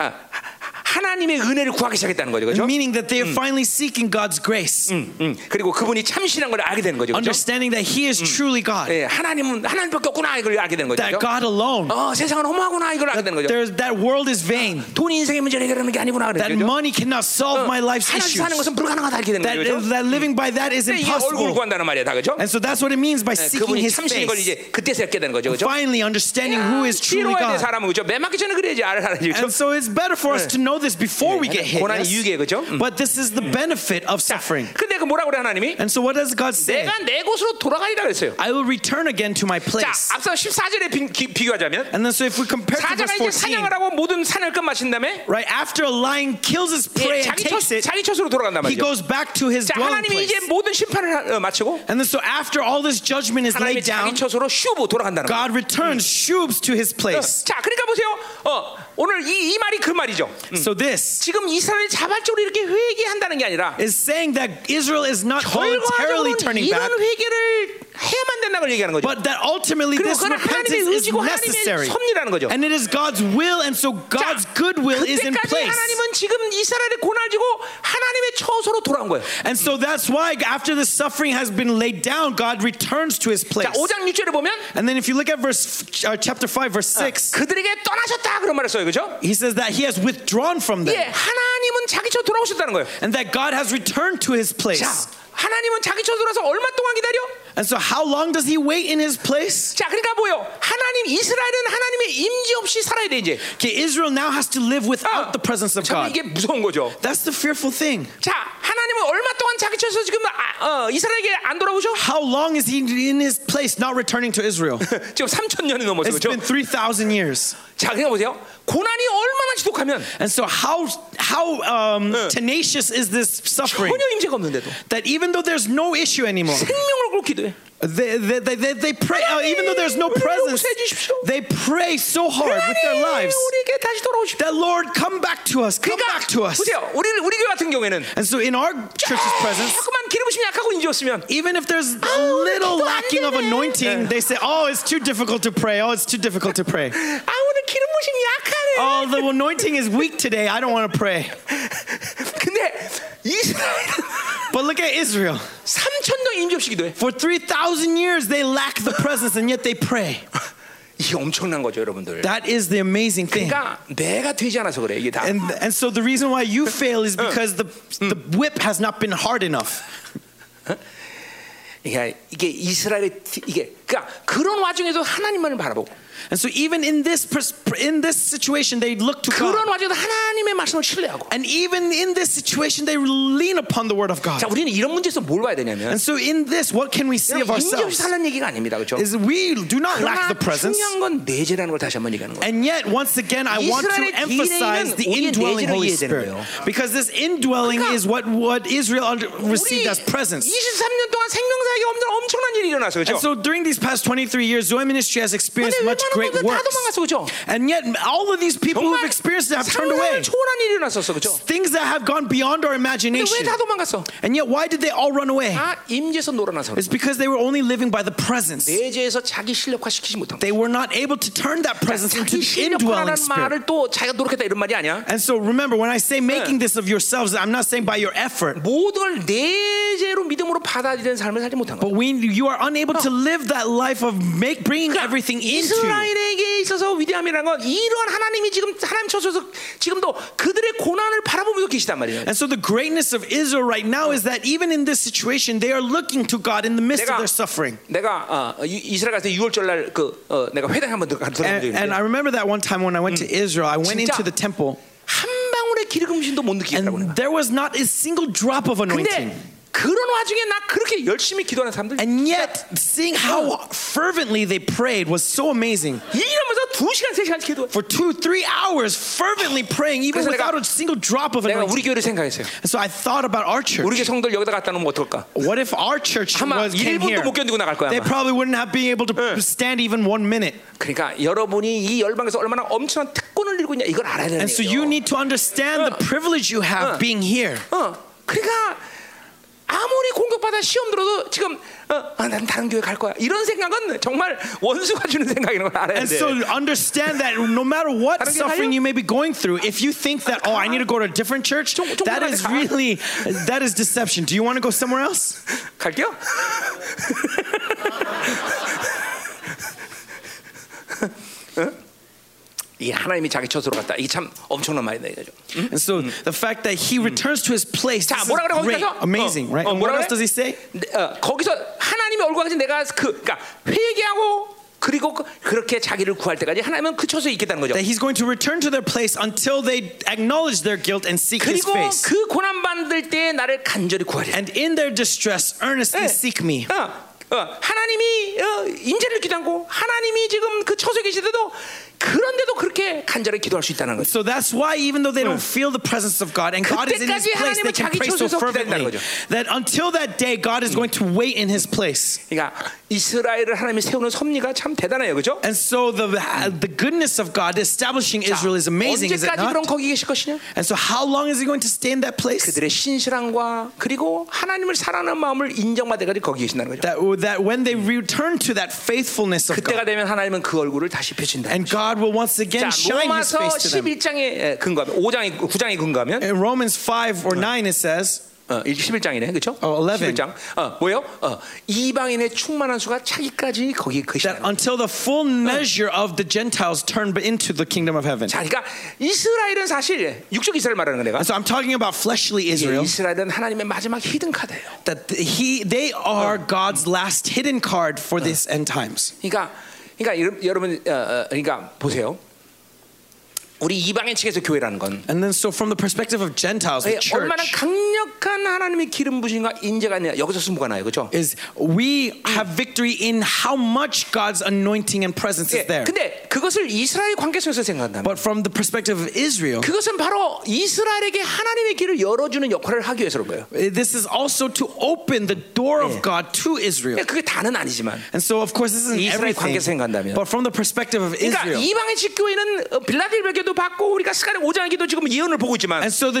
A: 아, 하- 하나님의 은혜를 구하기 시작했다는 거죠. 그죠?
B: Meaning that they are finally seeking God's grace,
A: 음, 음. 그리고 그분이 참신한 걸 알게 되는 거죠. 그죠?
B: understanding that He is truly God,
A: 예, 하나님은 하나님밖에 없구나 이걸 알게 되는 거죠.
B: that
A: 그죠?
B: God alone,
A: 어, 세상은 허무하구나 이걸 알게 되는 거죠.
B: there's, that world is vain,
A: 돈 인생의 문제를 해결하는 게 아니구나 그죠?
B: that money cannot solve my life's
A: 하나님
B: issues,
A: 사는 것은 불가능하다 이렇게 되는
B: that,
A: 거죠. 그죠?
B: that living by that is
A: 근데 이게 얼굴을
B: impossible.
A: 구한다는 말이야, 다 그죠?
B: And so that's what it means by seeking
A: 예, 그분이
B: His
A: 참신인 걸
B: face.
A: 이제 그때서야 깨닫는 거죠, 그죠?
B: Finally understanding who is truly
A: 치러야 돼
B: God.
A: 사람은 그죠? 매 맞기 전에 그래야지 알아야지 그죠?
B: And so it's better for us to know this before we get hit.
A: 고난이
B: yes?
A: 유익이에요, 그죠? 음.
B: But this is the
A: Mm.
B: benefit of suffering.
A: 근데 그 뭐라 그래 하나님이?
B: And so what does God say?
A: 내가 내 곳으로 돌아가리라 그랬어요.
B: I will return again to my
A: 자,
B: place.
A: 앞서 14절에 비, 기, 비교하자면
B: And then so if we compare to
A: 사자가
B: verse
A: 이제
B: 14,
A: 사냥을 하고 모든 산을 끝마친 다음에
B: right after a lion kills his
A: 예,
B: prey and
A: 자기
B: takes
A: 처,
B: it,
A: 자기 처소로 돌아간단 말이죠.
B: he goes back to his
A: 자,
B: dwelling
A: 하나님이
B: place.
A: 이제 모든 심판을 하- 어, 마치고
B: And then so after all this judgment is
A: 하나님이
B: laid
A: 자기
B: down,
A: 처소로 슈브 돌아간다는 거예요.
B: God returns
A: Mm.
B: Shubes to his place.
A: 자, 그러니까 보세요. 어, 오늘 이, 이 말이 그 말이죠.
B: So this
A: 지금 이스라엘 자발적으로 이렇게 회개한다는 게 아니라
B: is saying that Israel is not voluntarily
A: 결과적으로는
B: turning back,
A: 이런 회개를 해야만 된다는 걸 얘기하는 거죠.
B: but that ultimately
A: 그리고
B: this
A: 그건 하나님의
B: repentance is
A: 의지고 하나님의
B: necessary.
A: 섭리라는 거죠.
B: And it is God's will, and so God's
A: 자,
B: goodwill is in
A: 그때까지
B: place.
A: 하나님은 지금 이스라엘의 고난을 주고 하나님의 처소로 돌아온 거예요.
B: And so that's why after the suffering has been laid down, God returns to his place.
A: 자, 5장 6절에 보면
B: And then if you look at verse uh, chapter 5 verse 6,
A: 그들에게 떠나셨다 그런 말을 써요. 그죠?
B: he says that he has withdrawn from them
A: 예, 하나님은 자기 처 돌아오셨다는 거예요.
B: and that God has returned to his
A: 자,
B: place.
A: 하나님은 자기 처 돌아서 얼마 동안 기다려?
B: And so how long does he wait in his place?
A: 자, 그러니까 뭐예요? 하나님 이스라엘은 하나님의 임재 없이 살아야 돼 이제.
B: Okay, Israel now has to live without
A: 아,
B: the presence of
A: 참
B: God.
A: 이게 무서운 거죠.
B: That's the fearful thing.
A: 자, 하나님은 얼마 동안 자기 쳐서 지금 아, 어, 이스라엘에게 안 돌아오죠?
B: How long is he in his place not returning to Israel?
A: 지금 3천 년이 넘었어요.
B: It's
A: 그렇죠?
B: been 3,000 years.
A: 자, 생각해 보세요. 고난이 얼마나 지독하면
B: And so, how, how um, tenacious is this suffering?
A: 전혀 임재가 없는데도
B: That even though there's no issue anymore,
A: 생명을 걸고 기도해.
B: they, they, they, they, they pray, uh, even though there's no
A: 우리를
B: presence,
A: 용서해 주십시오.
B: they pray so hard with
A: 하나님,
B: their lives
A: 우리에게 다시 돌아오십시오.
B: that, Lord, come back to us, come
A: 그러니까
B: back to us.
A: 보세요. 우리 우리 교회 같은 경우에는
B: And so, in our church's presence,
A: 자꾸만 기름부심이 약하고 인지였으면
B: even if there's a
A: 오늘
B: little
A: 기도 안
B: lacking of
A: 되네.
B: anointing, they say, oh, it's too difficult to pray. Oh, it's too difficult to pray.
A: 아 오늘 기름부심이 약하네.
B: Oh, the anointing is weak today. I don't want to pray.
A: 근데 이스라엘
B: But look at Israel.
A: 3천 년 임재 없이 기도해.
B: For 3,000 years, they lack the presence and yet they pray.
A: 이게 엄청난 거죠, 여러분들.
B: That is the amazing thing.
A: 그러니까 내가 되지 않아서 그래. 이게 다.
B: And, and so the reason why you fail is because the, the whip has not been hard enough.
A: 그러니까 이게 이스라엘의 티- 이게 그러니까 그런 와중에도 하나님만을 바라보고
B: And so even in this, pers- in this situation, they look to
A: 그런
B: God.
A: 와중에도 하나님의 말씀을 신뢰하고.
B: And even in this situation, they lean upon the word of God.
A: 자, 우리는 이런 문제에서 뭘 봐야 되냐면
B: And so in this, what can we see of
A: 임재 없이
B: ourselves?
A: 살라는 얘기가 아닙니다, 그렇죠?
B: Is we do not lack
A: 그러나
B: the presence.
A: 중요한 건 내재라는 걸 다시 한번 얘기하는 거예요.
B: And yet, once again, I want
A: 이스라엘의
B: to emphasize
A: DNA는
B: the
A: 우리의 내재로
B: indwelling Holy
A: 이해되는
B: Spirit.
A: 거예요.
B: Because this indwelling
A: 그러니까
B: is what, what Israel under, received as presence.
A: 23년 동안 생명사에게 없는 엄청난 일이 일어났어요,
B: And
A: 그렇죠?
B: so during these past 23 years, Zoe Ministry has experienced
A: 근데
B: much
A: 웬만한
B: great
A: 것들 다
B: works.
A: 도망갔어, 그렇죠?
B: And yet, all of these people who've
A: 정말
B: experienced it have turned
A: 상상을
B: away.
A: 초월한 일이 일어났었어, 그렇죠?
B: Things that have gone beyond
A: 근데
B: our imagination.
A: 왜 다 도망갔어?
B: And yet, why did they all run away?
A: 다 임재에서 놀아나서. 그래.
B: It's because they were only living by the presence.
A: 내재에서 자기 실력화 시키지 못한. 거야.
B: They were not able to turn that presence
A: 자기
B: into the indwelling
A: 실력화라는
B: spirit.
A: 말을 또 자기가 노력했다 이런 말이 아니야.
B: And so remember, when I say making this of yourselves, I'm not saying by your effort,
A: 모든 걸 내재로 믿음으로 받아들이는 삶을 살지 못한 거야.
B: but we, you are unable to live that life of make, bringing 그러니까 everything into.
A: 이스라엘에게 있어서 위대함이라는 건 이런 하나님이 지금 하나님 쳐줘서 지금도 그들의 고난을 바라보면서 계시단 말이에요.
B: And so the greatness of Israel right now is that even in this situation, they are looking to God in the midst of
A: 내가-
B: their suffering.
A: 내가 어, 이- 이스라엘 가서 6월절 날그 어, 내가 회당 한번 들어간 적이
B: And, and
A: 있는데
B: I remember that one time when I went to Israel, I went
A: 진짜.
B: into the temple,
A: 한 방울의 기름신도 못 느끼겠다고 내가.
B: and there was not a single drop of anointing.
A: 근데 그런 와중에 나 그렇게 열심히 기도하는 사람들
B: And yet, seeing how fervently they prayed was so amazing.
A: 이러면서 두 시간 세 시간 기도. 해
B: For two, three hours, fervently praying, even
A: 그래서 내가-
B: without a single drop of
A: 내가
B: anointing.
A: 우리 교회를 생각했어요.
B: And so I thought about our
A: 우리 교회
B: church.
A: 성들 여기다 갖다 놓으면 어떨까?
B: What if our church
A: 아마
B: was came
A: 1분도
B: here?
A: 못 견디고 나갈 거야,
B: They
A: 아마.
B: probably wouldn't have been able to stand even one minute.
A: 그러니까 여러분이 이 열방에서 얼마나 엄청난 특권을 들고 있냐 이걸 알아야 되는
B: And so you
A: 거예요.
B: Uh. need to understand the privilege you have being here.
A: 어, 그러니까 아무리 공격받아 시험 들어도 지금 어, 아, 난 다른 교회 갈 거야 이런 생각은 정말 원수가 주는 생각이라는 걸 알아야
B: And
A: 돼.
B: so understand that no matter what
A: 다른 게
B: suffering
A: 가요?
B: you may be going through, if you think that oh I need to go to a different church,
A: 종- 종-
B: that is
A: 가.
B: really that is deception. Do you want to go somewhere else?
A: 갈게요. 어? 이 하나님이 자기 처소로 갔다. 이게 참 엄청난 말이다 이거죠.
B: And so the fact that he returns to his place,
A: 자,
B: this is
A: 뭐라 그래
B: great,
A: 거기서?
B: amazing, right? And Oh, what else does he say?
A: 네, 어, 거기서 하나님의 얼굴까지 내가 그 그러니까 회개하고 그리고 그- 그렇게 자기를 구할 때까지 하나님은 그 처소에 있겠다는 거죠.
B: That he's going to return to their place until they acknowledge their guilt and seek his
A: 그리고
B: face.
A: 그 고난 받을 때 나를 간절히 구하리.
B: and in their distress
A: 예.
B: earnestly seek me.
A: 어, 어, 하나님이 어, 인재를 기도하고 하나님이 지금 그 처소에 계시대도 그런데도 그렇게 간절히 기도할 수 있다는 거죠.
B: So that's why, even though they don't feel the presence of God and God is in His
A: 그때까지
B: place, they can
A: 하나님은
B: pray
A: 자기 처소에서 기다린다는
B: so fervently that until that day, God is going to wait in His place.
A: 그러니까 이스라엘을 하나님이 세우는 섭리가 참 대단해요, 그렇죠?
B: And so the the goodness of God establishing Israel is amazing, is it
A: 언제까지 그럼
B: not?
A: 거기 계실 것이냐?
B: And so, how long is He going to stay in that place?
A: 그들의 신실함과 그리고 하나님을 사랑하는 마음을 인정받아까지 거기 계신다는 거죠.
B: That that when they return to that faithfulness of
A: 그때가
B: God,
A: 되면 하나님은 그 얼굴을 다시 비친다.
B: and God will once
A: 자,
B: again shine His
A: 로마서
B: face to them.
A: 11장에 근거하면 5장에 9장에 근거하면
B: In Romans five or nine, it says,
A: 어, 11장이네, 그렇죠?
B: 어, 11.
A: 11장. 어, 뭐예요? 어, 이방인의 충만한 수가 차기까지 거기
B: that
A: 계시다.
B: until the full measure of the Gentiles turn into the kingdom of heaven.
A: 자, 그러니까 이스라엘은 사실 육적 이스라엘 말하는 거 내가.
B: And so I'm talking about fleshly
A: 예,
B: Israel.
A: 이스라엘은 하나님의 마지막 히든 카드예요.
B: That he, they are God's last hidden card for this end times.
A: 그러니까, 그러니까 여러- 여러분, 어, 어, 그러니까 보세요. 우리 이방인 측에서 교회라는 건
B: And then, so from the perspective of Gentiles, the
A: 예, 얼마나
B: church
A: 강력한 하나님의 기름 부신과 인재가 아니라 여기서 승부가 나요, 그렇죠?
B: is we have victory in how much God's anointing and presence
A: 예,
B: is there.
A: 근데 그것을 이스라엘 관계 속에서 생각한다면
B: But from the perspective of Israel,
A: 그것은 바로 이스라엘에게 하나님의 길을 열어주는 역할을 하기 위해서 그런 거예요.
B: eh, this is also to open the door of God to Israel.
A: 예, 그게 다는 아니지만.
B: And so, of course, this isn't
A: 이스라엘 관계
B: everything.
A: 생각한다면.
B: But from the perspective of
A: 그러니까
B: Israel.
A: 이방인식 교회는 어, 빌라델베교도 받고 우리가 스가랴 5장에도 지금 예언을 보고 있지만
B: And so the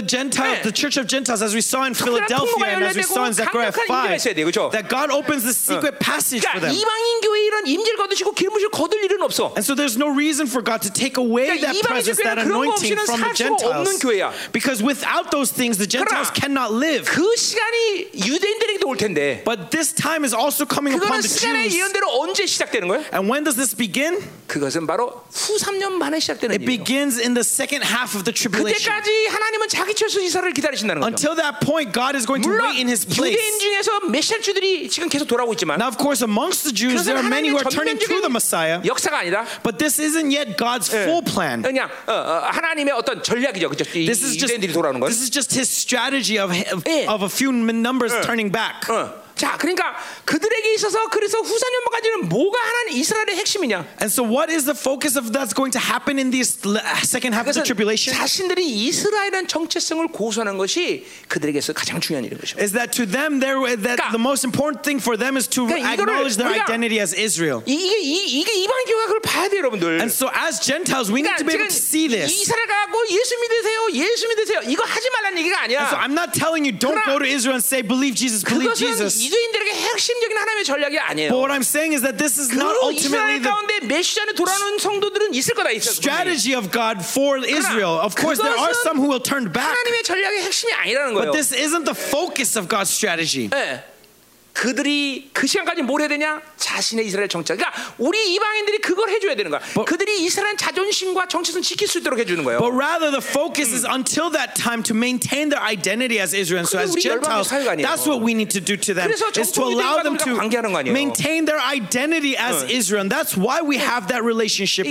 A: 네.
B: Gentiles, the church of Gentiles, as we saw in Philadelphia and as we saw in Zechariah
A: 강력한 인재가
B: 5,
A: 있어야 돼요, 그죠?
B: that God opens the secret passage for
A: 그러니까
B: them.
A: 이방인 교회 이런 임질 거두시고 기름부실 거둘 일은 없어.
B: And so there's no reason for God to take away
A: 그러니까
B: that
A: 이방인의
B: presence, that
A: 교회는 그런 거
B: anointing
A: 없이는
B: from the
A: 살 수가 없는 교회야.
B: Gentiles. Because without those things, the
A: 그러나
B: Gentiles cannot live.
A: 그 시간이 유대인들에게도 올 텐데
B: But this time is also coming upon
A: 그거는
B: the
A: 스가랴의
B: Jews.
A: 예언대로 언제 시작되는 거예요?
B: And when does this begin?
A: 그것은 바로 후 3년 만에 시작되는
B: It
A: 일이에요.
B: begins in the second half of the tribulation.
A: 그때까지 하나님은 자기 최소 이사를 기다리신다는 거죠.
B: Until that point, God is going to
A: 물론
B: wait in his place.
A: 유대인 중에서 메시아주들이 지금 계속 돌아오고 있지만
B: Now, of course, amongst the Jews,
A: 그것은
B: there are many who
A: 하나님의
B: are turning to the Messiah.
A: 전면적인 역사가 아니다.
B: But this isn't yet God's full plan.
A: 그냥 어, 어, 하나님의 어떤 전략이죠. 그죠? 이-
B: This is just
A: 유대인들이 돌아오는 건.
B: this is just his strategy of of,
A: 예.
B: of a few numbers turning back.
A: 어. 자, 그러니까 그들에게 있어서 그래서 후사년까지는 뭐가 하나님 이스라엘의 핵심이냐?
B: And so, what is the focus of that's going to happen in this l- second half of
A: 그것은
B: the tribulation?
A: 자신들이 이스라엘의 정체성을 고수하는 것이 그들에게서 가장 중요한 일인 거죠.
B: Is that to them, there that
A: 그러니까-
B: the most important thing for them is to
A: 그러니까 이거를
B: acknowledge their
A: 우리가-
B: identity as Israel.
A: 이- 이게 이, 이게 이방 교회가 그걸 봐야 돼요, 여러분들.
B: And so, as Gentiles, we need to be able
A: 그러니까
B: to see
A: 지금
B: this.
A: 이스라엘 가고 예수 믿으세요, 예수 믿으세요. 이거 하지 말라는 얘기가
B: And so,
A: 아니야.
B: I'm not telling you don't
A: 그러나-
B: go to Israel and say believe Jesus, believe
A: 그것은
B: Jesus.
A: 유대인들에게 핵심적인 하나님의 전략이 아니에요.
B: But what I'm saying is that this is not
A: 그
B: ultimately
A: 이스라엘
B: the
A: 가운데 메시아는 돌아오는 성도들은 있을 거다 있을 거다.
B: strategy of God for Israel. Of course, there are some who will turn back,
A: 하나님의 전략의 핵심이 아니라는 거예요.
B: but this isn't the focus of God's strategy.
A: 예. 그들이 그 시간까지 뭘 해야 되냐? 자신의 이스라엘 정체. 그러니까 우리 이방인들이 그걸 해줘야 되는 거야.
B: But-
A: 그들이 이스라엘 정체성 정체성 지킬 수 있도록 해주는 거예요.
B: But rather, the focus is until that time to maintain their identity as Israel. And so,
A: 그게
B: as
A: 우리 열방의
B: Gentiles,
A: 사회가 아니에요.
B: that's what we need to do to them
A: 그래서
B: is to
A: 정통 유대인과
B: allow them
A: 우리가 관계하는 거
B: to
A: 아니에요.
B: maintain their identity as Israel. And that's why we have that relationship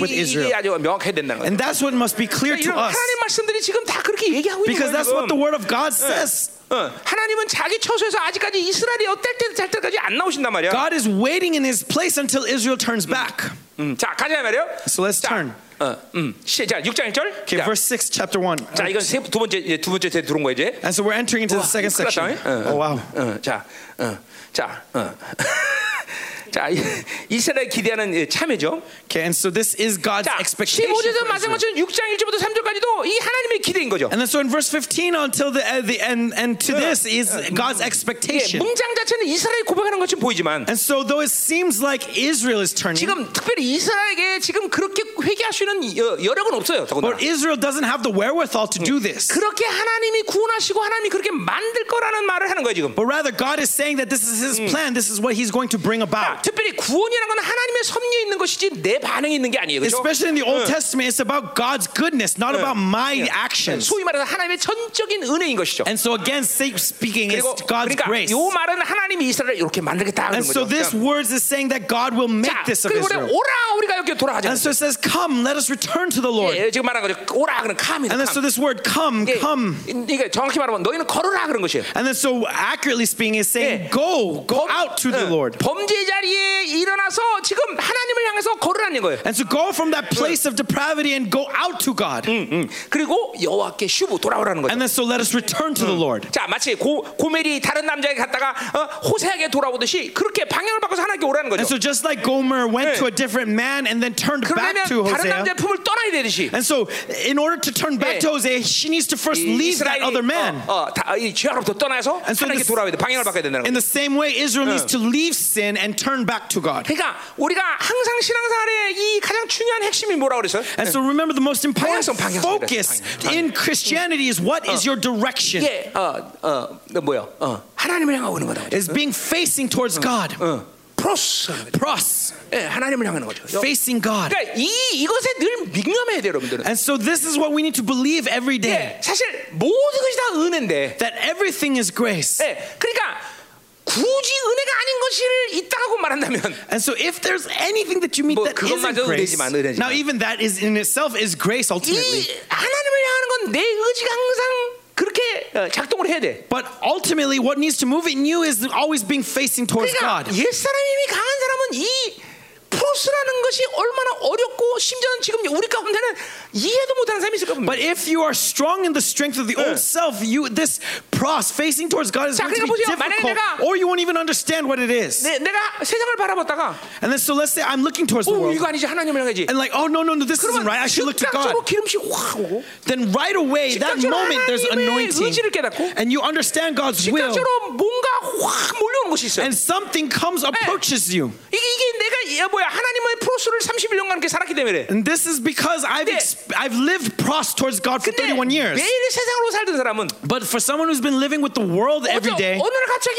A: 이-
B: with
A: 이-
B: Israel.
A: 이게 아주 명확해야 된다는 거예요.
B: And that's what must be clear to
A: 이런
B: us
A: 하나님 말씀들이 지금 다 그렇게 얘기하고 있는 거예요.
B: because that's what the
A: 지금.
B: Word of God says.
A: 어, 하나님은 자기 처소에서 아직까지 이스라엘이 어떨 때, 잘 때까지 안 나오신단 말이야.
B: God is waiting in His place until Israel turns back.
A: 음, 자, 가자 말이요.
B: So let's turn.
A: 어, 음, 시, 자, 6장 1절.
B: Okay, verse 6, chapter 1.
A: 자, 이건 세, 두 번째 이제 두 번째 세 들어온 거 이제.
B: And so we're entering into the second
A: 큰일
B: section.
A: 났다, 응?
B: Oh, wow.
A: 어, 자, 어, 자, 어. 자, 이- 이스라엘 기대하는 이 참회죠.
B: Okay, and so this is God's
A: 자,
B: expectation. for
A: 15절도
B: Israel.
A: 마찬가지로 6장 1절부터 3절까지도 이 하나님의 기대인 거죠.
B: And then so in verse 15 until the, uh, the end, and to this is
A: 예,
B: God's expectation.
A: 문장 자체는 이스라엘 고백하는 것처럼 보이지만
B: And so though it seems like Israel is turning,
A: 지금 특별히 이스라엘에게 지금 그렇게 회개할 수 있는 여- 여력은 없어요. 더군다나.
B: but Israel doesn't have the wherewithal to do this.
A: 그렇게 하나님이 구원하시고 하나님이 그렇게 만들 거라는 말을 하는 거예요 지금.
B: But rather, God is saying that this is
A: Mm.
B: His plan. This is what He's going to bring about.
A: 특별히 구원이라는 건 하나님의 섭리에 있는 것이지 내 반응이 있는 게 아니에요. 그렇죠?
B: Especially in the Old Testament, it's about God's goodness, not about my actions.
A: 소위 말해서 하나님의 전적인 은혜인 것이죠.
B: And so again, safe speaking,
A: 그리고
B: it's God's
A: 그러니까
B: grace.
A: 요 말은 하나님이 이스라엘 이렇게 만들겠다 그런
B: And so
A: 거죠.
B: this words is saying that God will
A: 자,
B: make this of
A: 그리고 우리
B: Israel.
A: 오라 우리가 이렇게 돌아가자.
B: And so it says, Come, let us return to the Lord.
A: 예, 지금 말한 거죠. 오라 그런 카미.
B: And then so this word come, come.
A: 이게 정확히 말하면 너희는 걸으라 그런 것이에요.
B: And then so accurately speaking is
A: Yeah.
B: saying, go,
A: 범-
B: go out to
A: 예,
B: the Lord.
A: 범죄 자리에 일어나서 지금 하나님을 향해서 걸으라는 거예요.
B: And so go from that place of depravity and go out to God.
A: Mm. 그리고 여호와께 슈브 돌아오라는 거죠.
B: And then so let us return to the
A: Mm.
B: Lord.
A: 자 마치 고, 고멜이 다른 남자에게 갔다가 어, 호세에게 돌아오듯이 그렇게 방향을 바꿔서 하나님께 오라는 거죠.
B: And so just like Gomer went
A: Yeah.
B: to a different man and then turned
A: 그러려면
B: back to
A: 다른
B: Hosea.
A: 남자의 품을 떠나야 되듯이
B: And so in order to turn back
A: Yeah.
B: to Hosea, she needs to first
A: 이
B: leave that
A: 이스라엘이,
B: other man.
A: 어, 어, 다, 이 죄악으로부터 떠나서
B: And so
A: 하나님께
B: this-
A: 돌아와야 돼. 방향을 바꿔야 된다는
B: In
A: 거죠.
B: the same way, Israel needs to leave sin and turn back to God.
A: 그러니까 우리가 항상 신앙생활의 이 가장 중요한 핵심이 뭐라고 그랬어요?
B: And so remember the most important
A: 방향성, 방향성 그랬어,
B: focus
A: 방향성.
B: in Christianity is what is your direction?
A: 이게 어어 뭐야? 어, 하나님을 향하고 오는 거다.
B: Is being facing towards God.
A: 어. 프로스.
B: Pros,
A: 예, 하나님을 향하는 거죠.
B: facing God.
A: 그러니까 이 이것에 늘 민감해야 돼요, 여러분들은.
B: And so this is what we need to believe every
A: 예,
B: day
A: 사실 모든 것이 다 은혜인데.
B: that everything is grace.
A: 예, 그러니까 굳이 은혜가 아닌 것을 있다고 말한다면
B: And so, if there's anything that you meet
A: 뭐,
B: that isn't
A: 그것마저도
B: grace,
A: 은혜지만, 은혜지만.
B: now even that is in itself is grace ultimately.
A: 이 하나님을 향하는 건 내 의지가 항상 그렇게 어, 작동을 해야 돼.
B: But ultimately, what needs to move in you is always being facing towards
A: 그러니까
B: God.
A: 옛 사람이 강한 사람은 이 프로스라는 것이 얼마나 어렵고 심지어는 지금 우리 가운데는 이해도 못하는 사람이 있을까 봅니다.
B: But if you are strong in the strength of the old self, you this pros facing towards God is
A: 자,
B: going to
A: 그러니까
B: be
A: 보세요. 만약에
B: difficult,
A: 내가-
B: or you won't even understand what it is.
A: 내, 내가 세상을 바라봤다가
B: And then, so let's say I'm looking towards
A: 어
B: the world,
A: 이거 아니지 하나님을 향하지.
B: and like, oh no, no, no, this isn't right.
A: 그러면
B: I should look to
A: 즉각적으로
B: God.
A: 기름이 확 오고
B: Then right away, that
A: 즉각적으로
B: moment, there's
A: 하나님의
B: anointing,
A: 의지를 깨닫고
B: and you understand God's will,
A: 즉각적으로 뭔가 확 몰려오는 것이 있어요.
B: and something comes approaches you.
A: 이게 이게 내가 이- 뭐야 하나님의 프로스를 31년간 이렇게 살았기 때문에. 그래.
B: And this is because I've
A: 근데-
B: exp- I've lived pros towards God for
A: 근데
B: 31 years.
A: 매일 세상으로 살던 사람은
B: But for someone who's been living with the world
A: 그렇죠.
B: every
A: 어쩌-
B: day,
A: 어느 날 갑자기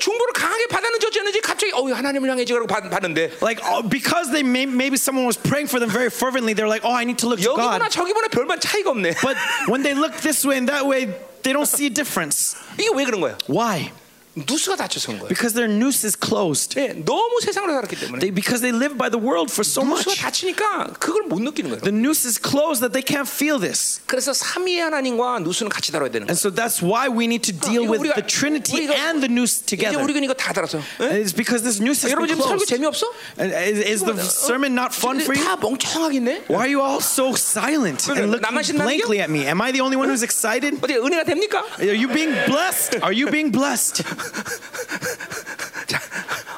A: 중보를 강하게 받았는지 어쩌는지 갑자기 어 하나님을 향해지 그러고 받, 받는데
B: like oh, because they may, maybe someone was praying for them very fervently, they're like, "Oh, I need to look to
A: 여기보다
B: God."
A: 저기보다 별반 차이가 없네.
B: But when they look this way and that way, they don't see a difference.
A: 이게 왜 그런 거야?
B: Why?
A: 누수가 닫혀서 그런 거야.
B: Because their noose is closed.
A: 예, 너무 세상으로 살았기 때문에
B: They because they live by the world for so
A: 누수가
B: much.
A: 닫히니까 그걸 못 느끼는 거예요.
B: The noose is closed that they can't feel this.
A: 그래서 삼위의 하나님과 누수는 같이 다뤄야 되는 거예요.
B: And so that's why we need to deal with the Trinity and the noose
A: 이제
B: together.
A: 우리 이거 다 달았어.
B: And
A: 예?
B: it's 네. because this noose is
A: 여러분 지금 설교
B: closed.
A: 재미없어?
B: And is, is the sermon not fun for you?
A: 다 멍청하겠네.
B: Why are you all so silent and
A: 나만
B: looking
A: 신나는
B: blankly at me? Am I the only one who's excited?
A: 어떻게 은혜가 됩니까?
B: Are you being blessed? Are you being blessed?
A: 자,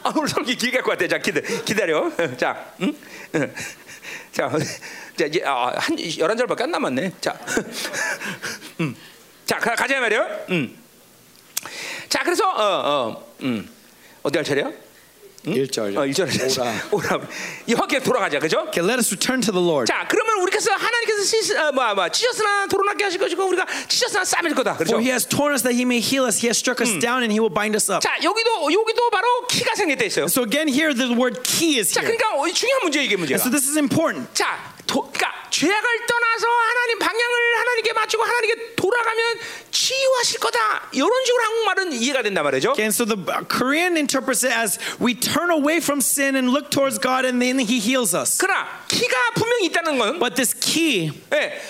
A: 아, 오늘 설교 길게 할 것 같아. 자, 기다, 기다려. 자, 응? 응. 자, 자, 이제 아, 한 11절밖에 안 남았네. 자, 음. 자 가, 가자 말이요. 음. 자, 그래서 어, 어, 음. 어디 할 차례야?
C: 일절.
A: 어, 1절.
C: 오라.
A: 오라. 이 확에 돌아가자. 그죠?
B: Okay, let us return to the Lord.
A: 자, 그러면 우리께서 하나님께서 시, 어, 뭐, 뭐, 치셨으나 도로나게 하실 것이고 우리가 치셨으나 싸매질 거다. 그렇죠?
B: For he has torn us that he may heal us. He has struck us down and he will bind us up.
A: 자, 여기도 여기도 바로 키가 생겼다 했어요.
B: So again, here the word key is
A: 자,
B: here.
A: 그러니까 어, 중요한 문제 이게 문제가.
B: So this is important.
A: 자, 도, 그러니까 죄악을 떠나서 하나님 방향을 하나님께 맞추고 하나님께 돌아가면 치유하실 거다. 이런 식으로 한국말은 이해가 된단 말이죠.
B: Okay, and so the uh, Korean interprets it as we turn away from sin and look towards God and then he heals us.
A: 그러나 키가 분명히 있다는 건
B: But this key
A: 예,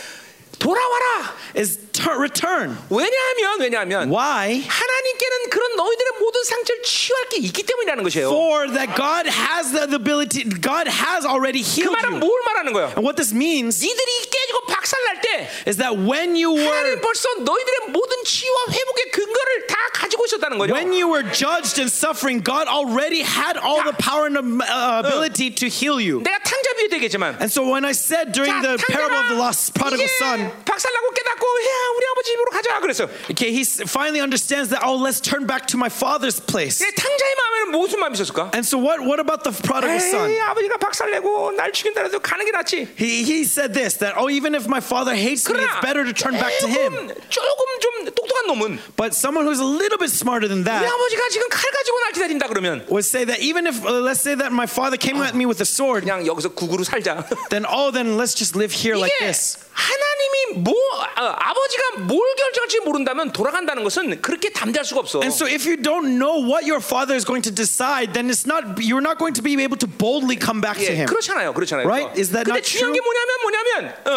A: 돌아와라.
B: is tur return.
A: 왜냐하면 왜냐하면
B: Why?
A: 하나님께는 그런 너희들의 모든 상처를 치유할 게 있기 때문이라는 것이에요.
B: For that God has the ability, God has already
A: 그
B: healed
A: 말은
B: you.
A: 뭘 말하는 거예요?
B: And what this means
A: 니들이 깨지고 박살날 때
B: is that when you were
A: 하나님 벌써 너희들의 모든 치유와 회복의 근거를 다 가지고 있었다는 거죠.
B: when you were judged and suffering, God already had all the power and um, uh, ability to heal you.
A: 내가 탕자비에 되겠지만
B: And so when I said during
A: 자, 예,
B: the parable of the lost prodigal son,
A: 박살나고 깨닫고 야 우리 아버지 집으로 가자 그랬어.
B: okay, he s- finally understands that oh, let's turn back to my father's place.
A: 내 예, 탕자의 마음에는 무슨 마음이 있었을까?
B: And so what what about the prodigal son?
A: 에이 아버지가 박살내고 날 죽인다 해도 가는 게 낫지.
B: He, he said this that oh even if my father hates me
A: 그러나
B: it's better to turn back to him
A: 조금, 조금 좀 똑똑한 놈은
B: but someone who's a little bit smarter than
A: 우리
B: that
A: 아버지가 지금 칼 가지고 날 기다린다 그러면
B: would say that even if uh, let's say that my father came at me with a sword
A: 그냥 여기서 구구로 살자.
B: then oh then let's just live here like
A: 이게
B: this
A: 하나님이 뭐 어, 아버지가 뭘 결정할지 모른다면 돌아간다는 것은 그렇게 담대할 수가 없어.
B: And so if you don't know what your father is going to decide, then it's not you're not going to be able to boldly come back to
A: 예,
B: him.
A: 그렇잖아요, 그렇잖아요.
B: Right? Is that
A: 근데
B: not
A: 중요한 게
B: true?
A: 뭐냐면 뭐냐면 어,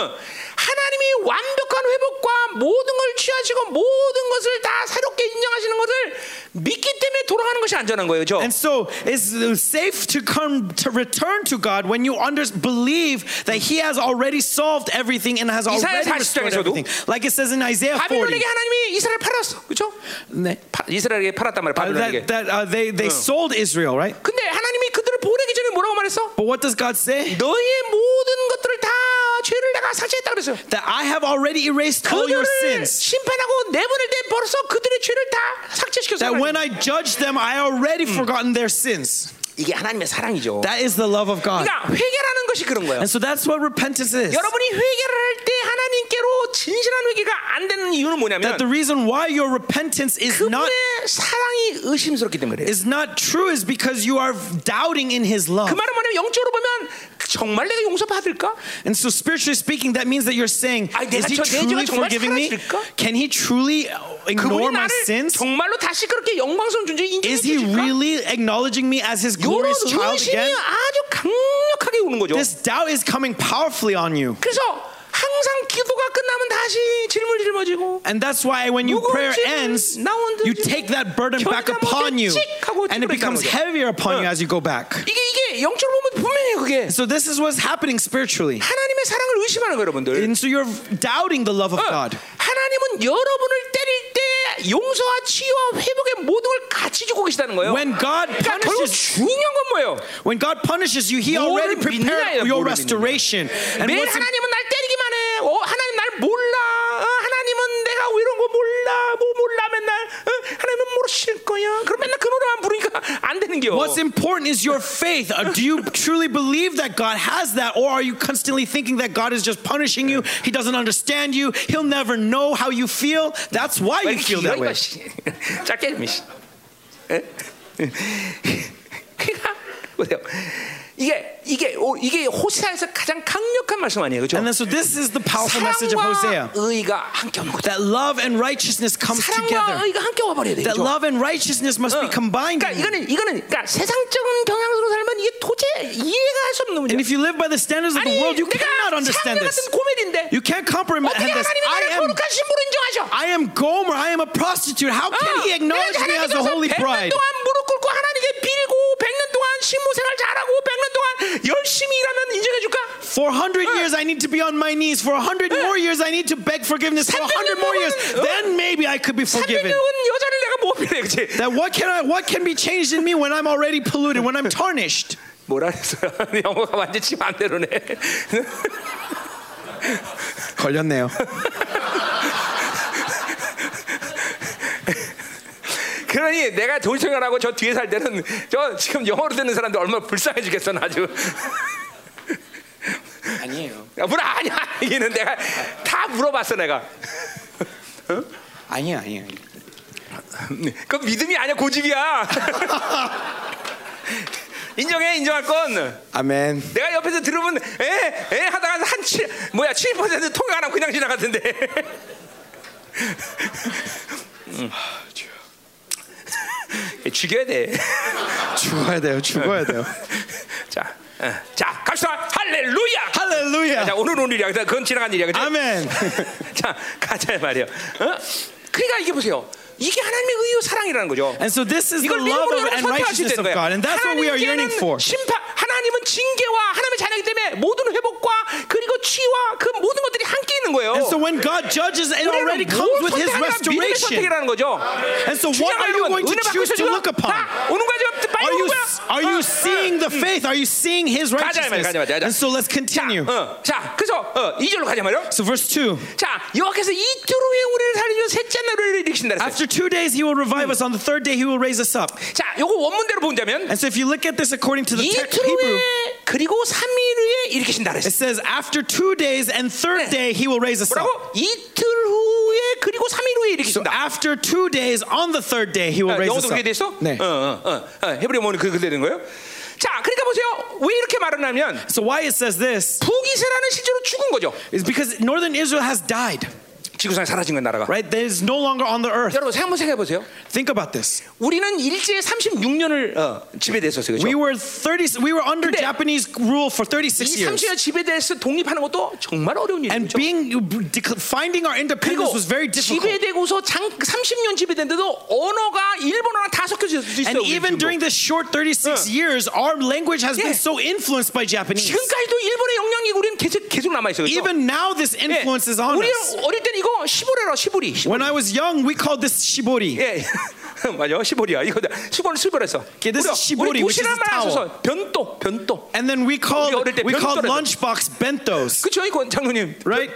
A: 하나님이 완벽한 회복과 모든 걸 취하시고 모든 것을 다 새롭게 인정하시는 것을 믿기 때문에 돌아가는 것이 안전한 거예요, 저.
B: And so it's uh, safe to come to return to God when you under, believe that He has already solved everything and has
A: 이사야
B: already restored
A: 40 장에서도
B: everything. Like it says in Isaiah 40,
A: 바빌론에게 하나님이 이스라엘 팔았어, 그렇죠?
B: 네.
A: 이스라엘에게 팔았단 말이야,
B: uh,
A: 바빌론에게.
B: that, that uh, they they sold Israel, right?
A: 근데 하나님이 그들을 보내기 전에 뭐라고 말했어?
B: But what does God say?
A: 너희의 모든 것들을 다 죄를 내가 삭제했다 그랬어요.
B: That I have already erased all your
A: 그들을
B: sins.
A: 심판하고 내보낼 때 벌써 그들의 죄를 다 삭제시켰어요.
B: That when
A: 하나님.
B: I judge them, I already forgotten their sins.
A: 이게 하나님의 사랑이죠.
B: That is the love of God.
A: 그러니까 회개라는 것이 그런 거예요.
B: And so that's what repentance is.
A: 여러분이 회개를 할 때 하나님께로 진실한 회개가 안 되는 이유는 뭐냐면
B: that the reason why your repentance is not
A: 그분의 사랑이 의심스럽기 때문에 그래요.
B: is not true is because you are doubting in his
A: 그
B: love.
A: 말은 뭐냐면 영적으로 보면 정말 내가 용서받을까?
B: And so, spiritually speaking, that means that you're saying,
A: 아니,
B: Is
A: 내가
B: he
A: 저- 내
B: truly
A: 죄가 정말
B: forgiving me?
A: 사라질까?
B: Can he truly
A: 그분이
B: ignore my
A: 나를
B: sins?
A: 정말로 다시 그렇게 영광스러운 존재로 인정해
B: Is he
A: 주실까?
B: really acknowledging me as his
A: 이런
B: glorious child
A: 의심이
B: again?
A: 아주 강력하게 오는 거죠.
B: This doubt is coming powerfully on you.
A: 그래서 항상 기도가 끝나면 다시 질문 짊어지고
B: And that's why when your prayer ends, you take that burden back upon you. And it becomes heavier upon you as you go back.
A: 이게 이게 영적으로 보면 분명해요 그게
B: So this is what's happening spiritually.
A: 하나님의 사랑을 의심하는 거예요 여러분들
B: And so you're doubting the love of
A: 어,
B: God.
A: 하나님은 여러분을 때릴 때 용서와 치유와 회복의 모든 걸 같이 주고 계시다는 거예요
B: When God
A: 그러니까 결국
B: punishes,
A: 중요한 건 뭐예요
B: when God punishes you, He already prepared your restoration. And
A: 매일
B: what's
A: 하나님은 날 때리기만 해 어, 하나님 날 몰라 어, 하나님은 내가 이런 거 몰라 뭐 몰라 맨날 어, 하나님은 모르실 거야 그럼 맨날 그 노래만 부르니까 안 되는 게요
B: What's important is your faith. Uh, Do you truly believe that God has that, or are you constantly thinking that God is just punishing you? He doesn't understand you. He'll never know how you feel. That's why
A: 왜
B: you
A: 이렇게
B: feel
A: 길어,
B: that
A: 이거,
B: way.
A: 씨. 짧게 좀, 씨. 에? 그러니까 보세요. 이게 이게 오, 이게 호세아에서 가장 강력한 말씀 아니에요, 그렇죠?
B: And then, so this is the powerful message of
A: 사랑과
B: Hosea
A: 의가 함께 오는 거죠.
B: that love and righteousness comes
A: 사랑과
B: together.
A: 의가 함께 와버려야 돼.
B: That
A: 그렇죠?
B: love and righteousness must be combined.
A: 그러니까
B: in Uh, you.
A: 이거는 이거는 그러니까 세상적인 경향으로 살면 이게 도저히 이해가 할 수 없는
B: And
A: 문제.
B: if you live by the standards of
A: 아니
B: the world, you
A: 내가
B: cannot understand
A: 상대
B: this.
A: 같은 고멜인데
B: You can't comprehend
A: 어떻게
B: this.
A: 하나님이
B: I
A: 나를
B: am,
A: 거룩한 신부로 인정하셔? 어.
B: I am Gomer. I am a prostitute. How can he acknowledge me as a holy
A: 100년
B: bride?
A: 동안 무릎 꿇고 하나님께 빌고 100년 동안 신부 생활 잘하고 100년 동안 열심히 일하면 인정해 줄까?
B: For 100 years, I need to be on my knees. For 100 more years, I need to beg forgiveness. For 100 Uh. more years, then maybe I could be
A: 300은
B: forgiven.
A: 여자를 내가 뭐 빌래 그치?
B: That what can I? What can be changed in me when I'm already polluted? When I'm tarnished?
A: 뭐라 그랬어요? 영어가 완전 지 반대로네
B: 걸렸네요.
A: 그러니 내가 동생하고 저 뒤에 살 때는 저 지금 영어로 듣는 사람들 얼마나 불쌍해 죽겠어 나 아주
C: 아니에요.
A: 야, 물 아니야 얘는 내가 다 물어봤어 내가
C: 아니야, 아니야.
A: 그건 믿음이 아니야 고집이야 인정해 인정할 건
B: Amen.
A: 내가 옆에서 들으면 에? 에? 하다가 한 7, 뭐야 7% 통역 안 하고 그냥 지나갔던데 음. 죽여야 돼.
B: 죽어야 돼요. 죽어야 돼요.
A: 자, 어. 자, 갑시다. 할렐루야. 자,
B: Hallelujah.
A: 오늘 온 일이야. 그건 지나간 일이야. 그죠?
B: Amen.
A: 자, 가자 말이야. 어? 그러니까 이게 보세요. 이게 하나님의 의와 사랑이라는 거죠.
B: And so this is the
A: 이걸 믿음으로
B: love of,
A: 여러분
B: and
A: 선택하셔야
B: righteousness
A: 되는
B: of
A: 거예요.
B: God, and that's what we are yearning for.
A: 하나님께는 심판, 하나님은 징계와 하나님의 자녀이기 때문에 모든 회복과 그리고 치유와 그 모든 것들이 함께 있는 거예요.
B: And so when God judges, it
A: 우리는
B: already
A: 뭘
B: comes with His
A: 선택하느냐? 믿음의
B: restoration.
A: 선택이라는 거죠.
B: And so what
A: 중요한
B: are you
A: 건
B: going to
A: 은혜 받고
B: choose
A: 있어
B: to
A: 지금?
B: look upon?
A: 다 오는 거야 지금 빨리
B: Are
A: 오는
B: you
A: 거야. 어,
B: are you
A: 어.
B: seeing the faith? Are you seeing His righteousness?
A: 가자, 가자.
B: And so let's continue.
A: 어, 자, 그래서 어, 2절로 가자 말이요.
B: So verse two.
A: 자, 여호와께서 이틀 후에 우리를 살리며 셋째 날을 일으키신다 그랬어요.
B: After two days, He will revive us. On the third day, He will raise us up.
A: 자, 요거 원문대로 본다면
B: And so if you look at this according to the text,
A: 이틀
B: Hebrew,
A: 후에 그리고 3일 후에 일으키신다
B: it
A: 그랬어요.
B: says after two days and third day, He will raise us up.
A: 뭐라고? 이틀 후에 그리고 3일 후에
B: So
A: 일으키신다.
B: after two days, on the third day, He will raise
A: 영어도
B: us
A: 그렇게
B: up.
A: 돼 있어?
B: 네.
A: 어, 어, 어, 어. 헤브리어는 그 그대로인 거예요. 자, 그러니까 보세요. 왜 이렇게 말을 하냐면
B: So why it says this
A: 북이스라는 실제로 죽은 거죠.
B: is because northern Israel has died.
A: 지구상에 사라진 건 나라가.
B: Right? That is no longer on the earth.
A: 여러분 한번 생각해 보세요.
B: Think about this.
A: 우리는 일제 36년을 지배됐었어요.
B: We
A: 그렇죠?
B: were 30. We were under
A: 근데
B: Japanese rule for
A: 이
B: 36 years.
A: 30년 지배돼서 독립하는 것도 정말 어려운
B: And
A: 일이죠.
B: being finding our
A: 그리고
B: independence was very difficult.
A: 지배되고서 장, 30년 지배된데도 언어가 일본어랑 다 섞여져 있어요.
B: And
A: 우리
B: even
A: 지금도.
B: during this short 36
A: Yeah.
B: years, our language has
A: Yeah.
B: been so influenced by Japanese.
A: 지금까지도 일본의 영향이 우리는 계속 계속 남아 있어요. 그렇죠?
B: Even now, this
A: 예.
B: influence is on
A: 우리
B: us.
A: 어릴 땐 이거 시보리라 시보리.
B: When I was young, we called this shibori.
A: 예, 맞아 시보리야. 이거 시보리 시보리에서.
B: Okay, this is shibori,
A: 우리
B: which is
A: 도시란
B: a
A: 말안
B: towel.
A: 써서 변또 변또.
B: And then we called
A: 우리 어릴 때
B: we called
A: 변또라서.
B: lunchbox bentos,
A: 그렇죠, 이건 장로님.
B: right?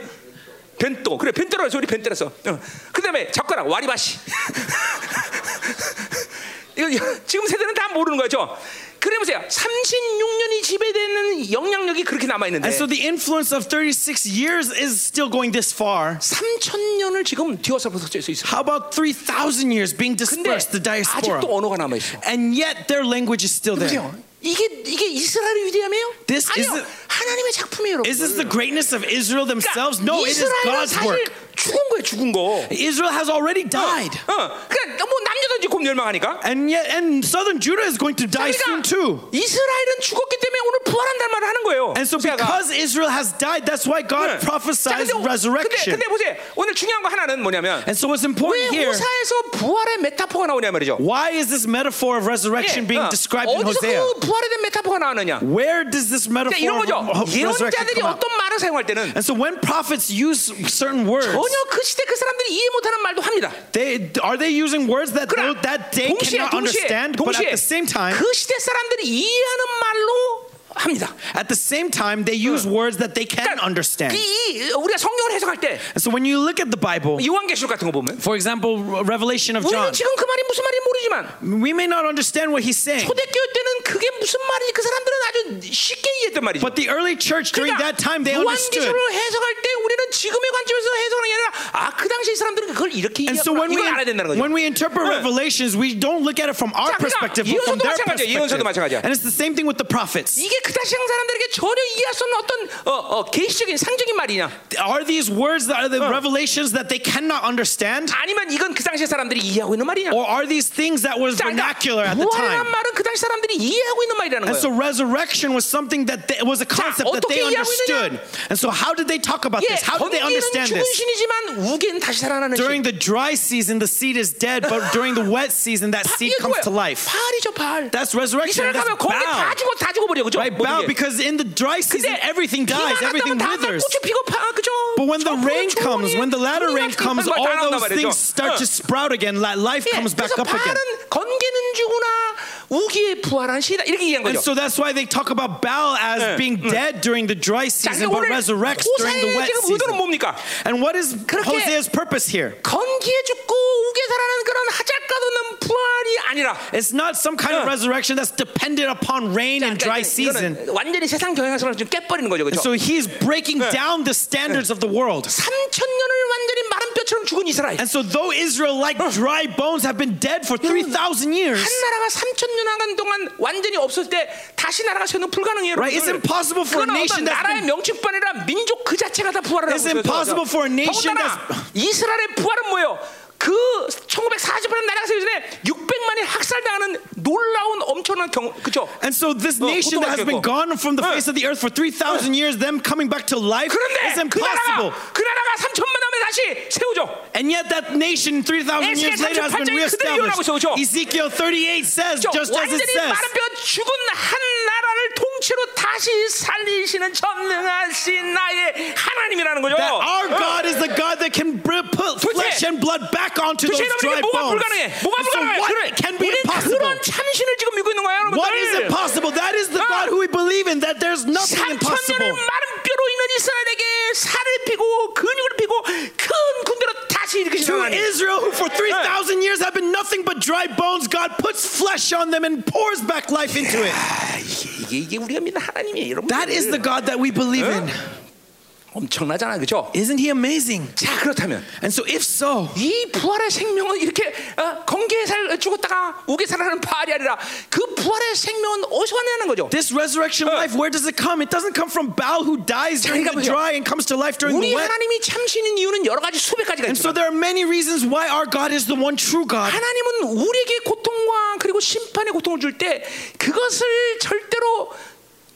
A: 변또 그래 변또라 해서 우리 변또라서. 어. 그다음에 젓가락 와리바시. 이거 여- 지금 세대는 다 모르는 거죠. 그래 보세요. 36년이 지배되는 영향력이 그렇게 남아 있는데
B: And so the influence of 36 years is still going this far.
A: 3,000년을 지금 뒤어서 붙어져 있어.
B: How about 3,000 years being
A: 근데
B: dispersed, the diaspora? 네.
A: 아직도 언어가 남아 있어.
B: And yet their language is still there.
A: 보세요. 이게 이게 이스라엘의 위대함이에요?
B: This
A: 아니요.
B: is the-
A: 하나님의 작품이에요, 여러분.
B: Is this the greatness of Israel themselves?
A: 그러니까
B: No, it is
A: 이스라엘은
B: God's
A: 사실
B: work.
A: 죽은 거예요, 죽은 거.
B: Israel has already died.
A: 어, 그러니까 뭐 남녀든지 곧 멸망하니까.
B: And yet and southern Judah is going to die soon too.
A: 그러니까 이스라엘은 죽었기 때문에 오늘 부활한다는 말을 하는 거예요.
B: And so
A: 호세아가.
B: because Israel has died, that's
A: 네.
B: why
A: 자,
B: God
A: 근데
B: prophesies
A: 오-
B: resurrection.
A: 근데, 근데 보세요. 오늘 중요한 거 하나는 뭐냐면
B: And so what's
A: 왜
B: important here,
A: 호사에서 부활의 메타포가 나오냐 말이죠.
B: why is this metaphor of
A: 예,
B: resurrection being
A: 어.
B: described in
A: 어디서
B: Hosea?
A: 그 부활에 대한 메타포가 나오느냐?
B: Where does this
A: 그러니까
B: metaphor
A: 이런
B: of,
A: 거죠.
B: of resurrection
A: 예언자들이
B: come out?
A: 어떤 말을 사용할 때는
B: And so when prophets use certain words,
A: 전혀 그 시대 그 사람들이 이해 못하는 말도 합니다.
B: they are they using words that
A: 그러나
B: tho- that they
A: 동시에 동시에
B: cannot understand, but
A: 동시에
B: at the same time,
A: 그 시대 사람들이 이해하는 말로 합니다.
B: at the same time they use words that they can understand.
A: 그 이- 우리가 성경을 해석할 때
B: And so when you look at the Bible,
A: 요한계시록 같은 거 보면
B: for example, Re- Revelation of
A: 우리는
B: John,
A: 지금 그 말이 무슨 말인지 모르지만
B: we may not understand what he's saying,
A: 초대교회 때는 그게 무슨 말인지 그 사람들은 아주 쉽게 이해했단 말이죠.
B: but the early church during
A: 그러니까
B: that time they understood.
A: 요한계시록을 해석할 때 우리는 지금의 관점에서 해석하는 게 아니라 아 그 당시 이 사람들은 그걸 이렇게
B: And
A: 이해했구나
B: so when
A: 이걸 알아야 된다는 거죠.
B: we when we interpret
A: 네.
B: revelations, we don't look at it from our
A: 자, 그러니까
B: perspective, but from
A: 예언서도
B: their
A: 마찬가지야, 예언서도 마찬가지야.
B: perspective. And it's the same thing with the prophets.
A: 이게 그 당시 사람들에게 전혀 이해할 수 없는 어떤 어, 어, 계시적인 상적인 말이냐?
B: Are these words that are the revelations that they cannot understand,
A: 아니면 이건 그 당시 사람들이 이해하고 있는 말이냐?
B: or are these things that was
A: 자, 그러니까
B: vernacular at the
A: 부활이란
B: time?
A: 말은 그 당시 사람들이 이해하고 있는 말이라는
B: And
A: 거예요.
B: so resurrection was something that they, was a concept that
A: 어떻게
B: they
A: 이해하고
B: understood. And so how did they talk about
A: 예,
B: this? How did they
A: 번개는
B: understand
A: 죽은
B: this?
A: 신이지만 우기는 다시 살아나는
B: During
A: 신.
B: the dry season, the seed is dead, but during the wet season, that seed
A: 이게
B: comes
A: 뭐예요?
B: to life.
A: 발이죠 발.
B: That's resurrection.
A: 이스라엘
B: and
A: 가면
B: That's
A: 거기 다
B: bow.
A: 죽어 다 죽어버려 그죠?
B: Right,
A: 모든
B: bow,
A: 게.
B: because in the dry season,
A: 근데
B: everything dies,
A: 비만 안
B: everything
A: 가면 다
B: withers.
A: 꽃이 피고 파- 그죠?
B: But when the
A: 저풀은
B: rain
A: 충분히
B: comes, when the latter
A: 물이
B: rain
A: 나서
B: comes,
A: 이빨 다
B: all
A: 나온단
B: those
A: 말이죠.
B: things start to
A: 어.
B: sprout again. Li- Life
A: 예,
B: comes back
A: 그래서
B: up again.
A: 발은 건개는 죽으나 우기에 부활한 신이다 이렇게 이해한
B: And
A: 거죠.
B: so that's why they talk about Baal as
A: 예,
B: being dead during the dry
A: 자,
B: season,
A: 그러니까
B: but
A: 오늘
B: resurrects during the
A: 호세의
B: wet
A: 지금 의도는
B: season.
A: 뭡니까?
B: And what is
A: 그렇게-
B: Hosea's purpose here?
A: 건기에 죽고 우기에 살아나는 그런 하잘가도 없는 부활이 아니라
B: It's not some kind of
A: 예.
B: resurrection that's dependent upon rain and
A: 그러니까 이거는
B: dry season.
A: 완전히 세상 경향성을 좀 깨버리는 거죠.
B: And
A: 그렇죠?
B: so he's breaking
A: 예.
B: down the standards of the world.
A: 3천 년을 완전히 마른 뼈처럼 죽은 이스라엘.
B: And so though Israel like dry bones have been dead for 3,000 years,
A: 한 나라가 3천 년간 동안 완전히 없을 때 다시 나라가 세우는 불가능해요.
B: Right, it's
A: 여러분들.
B: impossible for a
A: 그건 어떤
B: nation that's
A: 나라의 명칭뿐아니라 민족 그 자체가 다 부활을
B: It's
A: 하고 있어요.
B: impossible for a nation
A: 더군다나 이스라엘의 부활은 뭐예요? 그 1948년 나라가 세우기 전에 600만이 학살당하는 놀라운 엄청난 경 그죠?
B: And so this
A: 어,
B: nation that has been
A: 고통받겠고.
B: gone from the
A: 응.
B: face of the earth for 3,000 years, them coming back to life is
A: 그런데 그
B: impossible.
A: 나라가 그 나라가 3천만 하면 다시 세우죠.
B: And yet that nation 3,000 years
A: 에스겔
B: later has
A: 38
B: been
A: 장에 그대로 일어나고 있어,
B: reestablished.
A: 그죠?
B: Ezekiel 38 says,
A: 그죠?
B: just as it
A: 완전히
B: says,
A: 마른 뼈 죽은 한 나라를 통째로 다시 살리시는 전능하신 나의 하나님이라는 거죠.
B: that our
A: 응.
B: God is the God that can br- put
A: 도대체-
B: flesh and blood back onto those
A: 도대체 여러분에게
B: dry
A: 뭐가
B: bones.
A: 불가능해? 뭐가
B: And so
A: 불가능해?
B: what can be
A: 우리
B: impossible?
A: 그런 참신을 지금 믿고 있는 거야, 여러분들.
B: What is impossible? That is the
A: 어.
B: God who we believe in, that there's nothing
A: 3천 년을
B: impossible.
A: 마른 뼈로 있는 이스라엘에게 살을 피고 근육을 피고 큰 군대로 다시 일으키시는
B: To
A: 하나님.
B: Israel, who for 3,000 years have been nothing but dry bones, God puts flesh on them and pours back life into it.
A: 아, 이게, 이게, 이게 우리가 믿는 하나님이에요, 여러분.
B: That is the God that we believe in.
A: 엄청나잖아, 그죠?
B: Isn't he amazing?
A: 자, 그렇다면
B: And so, if so,
A: 이 부활의 생명은 이렇게 어, 건개에 살 죽었다가 우게 살아나는 바알이 아니라 그 부활의 생명은 어디서 왔냐는 거죠.
B: this resurrection life, where does it come? It doesn't come from Baal who dies during
A: 그러니까
B: the dry and comes to life during
A: 우리
B: the wet.
A: 하나님이 참신인 이유는 여러 가지 수백 가지가
B: And
A: 있지만
B: so, there are many reasons why our God is the one true
A: 아.
B: God.
A: 하나님은 우리에게 고통과 그리고 심판의 고통을 줄 때 그것을 절대로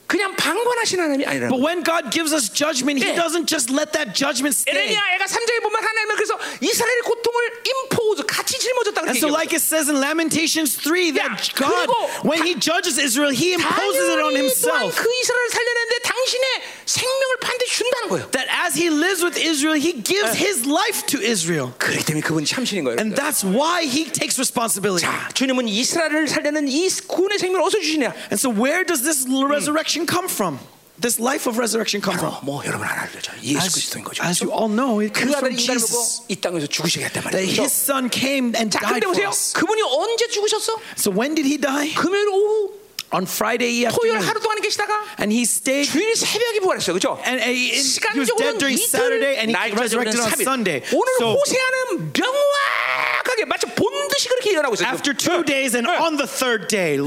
A: 그냥 방관하시는 하나님이 아니라는
B: But
A: 거예요.
B: when God gives us judgment, He
A: 네.
B: doesn't just let that judgment stay.
A: 에레미야 애가 3장에 보면 하나님은 그래서 이스라엘의 고통을 임포즈 같이 짊어졌다
B: And
A: 그렇게
B: so,
A: 얘기해요.
B: like it says in Lamentations 3, that
A: Yeah,
B: God,
A: 그리고
B: when He judges Israel, He imposes it on
A: 당연히 또한
B: Himself.
A: 그 이스라엘을 살려내는데 당신의 생명을 반드시 준다는 거예요.
B: That as He lives with Israel, He gives His life to Israel.
A: 그렇기 때문에 그분이 참신인 거예요.
B: And that's why He takes responsibility.
A: 자, 주님은 이스라엘을 살려는 이 구원의 생명을 어디서 주시냐?
B: And so, where does this l- resurrection come from? This life of resurrection come
A: 바로
B: from?
A: 뭐 여러분 하나 알죠. 예수
B: As,
A: 그리스도인 거죠.
B: as you all know, it
A: 그
B: comes
A: 아들
B: from
A: 인간을 보고
B: Jesus.
A: 이 땅에서 죽으시게 했단
B: That
A: 말이죠.
B: His Son came and
A: 자,
B: died
A: 근데
B: for
A: 보세요.
B: us.
A: 그분이 언제 죽으셨어?
B: So, when did He die?
A: 금요일 오후,
B: On
A: 토요일
B: Friday afternoon.
A: 하루 동안 계시다가
B: And He stayed.
A: 주일 새벽에 부활했어요. 그렇죠?
B: And uh, he, he was
A: 시간적으로는
B: dead during Saturday
A: 이틀,
B: and he
A: 날짜적으로는
B: resurrected on
A: 3일.
B: Sunday.
A: 오늘
B: So
A: 호세아는 명확하게 마치 본듯이 그렇게 일어나고 있어요.
B: After two days and on the third day,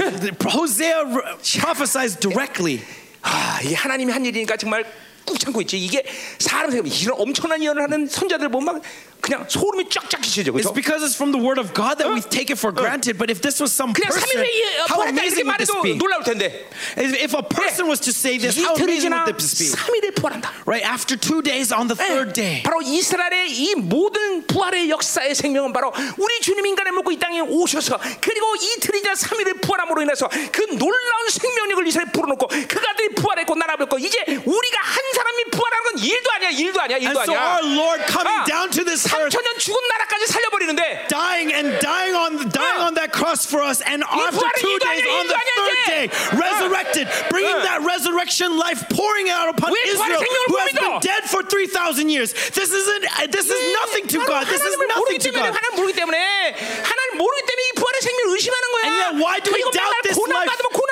B: Hosea r- prophesies directly.
A: 아, 이게 하나님이 한 일이니까 정말 꾹 참고 있지. 이게 사람 생각이 이런 엄청난 예언을 하는 선자들 보면 막 그냥 소름이 쫙쫙 끼치죠. 그렇죠?
B: It's because it's from the word of God that we take it for granted. But if this was some
A: 그냥
B: person,
A: 3일 후에
B: how
A: 부활했다 이렇게
B: amazing would this
A: 말해도
B: be?
A: 놀라울 텐데.
B: If if a person was to say this, how
A: 이틀이
B: amazing
A: 지나
B: would this be?
A: 3일에 부활한다.
B: Right after two days, on the third day.
A: 예. 바로 이스라엘의 이 모든 부활의 역사의 생명은 바로 우리 주님 인간의 먹고 이 땅에 오셔서 그리고 이틀이자 삼일의 부활함으로 인해서 그 놀라운 생명력을 이스라엘에 불어넣고 그가 들이 부활했고 날아버렸고 이제 우리가 한 사람이 부활한 건 일도 아니야 일도 아니야
B: And
A: 일도
B: so our
A: 아니야
B: Lord
A: Ah.
B: coming down to this earth,
A: 3천년 죽은 나라까지 살려버리는데
B: dying and dying on dying
A: Ah.
B: on that cross for us, and after
A: 부활은
B: two
A: 일도
B: days,
A: 아니야,
B: on the
A: 일도
B: third
A: 아니야,
B: day,
A: 이제.
B: resurrected, bringing
A: Ah.
B: that resurrection life, pouring it out upon
A: 왜 부활의
B: Israel,
A: 생명을
B: who
A: 못
B: has been
A: 믿어?
B: dead for three thousand years. This isn't. uh, This is nothing to
A: 바로
B: God. This is
A: 하나님을
B: nothing
A: 모르기
B: to
A: 때문에
B: God.
A: 하나님 모르기 때문에 하나님 모르기 때문에 이 부활의 생명을 의심하는 거야.
B: And yet, why do we
A: 그리고
B: doubt
A: 맨날
B: this
A: 고난
B: life?
A: 받으면 고난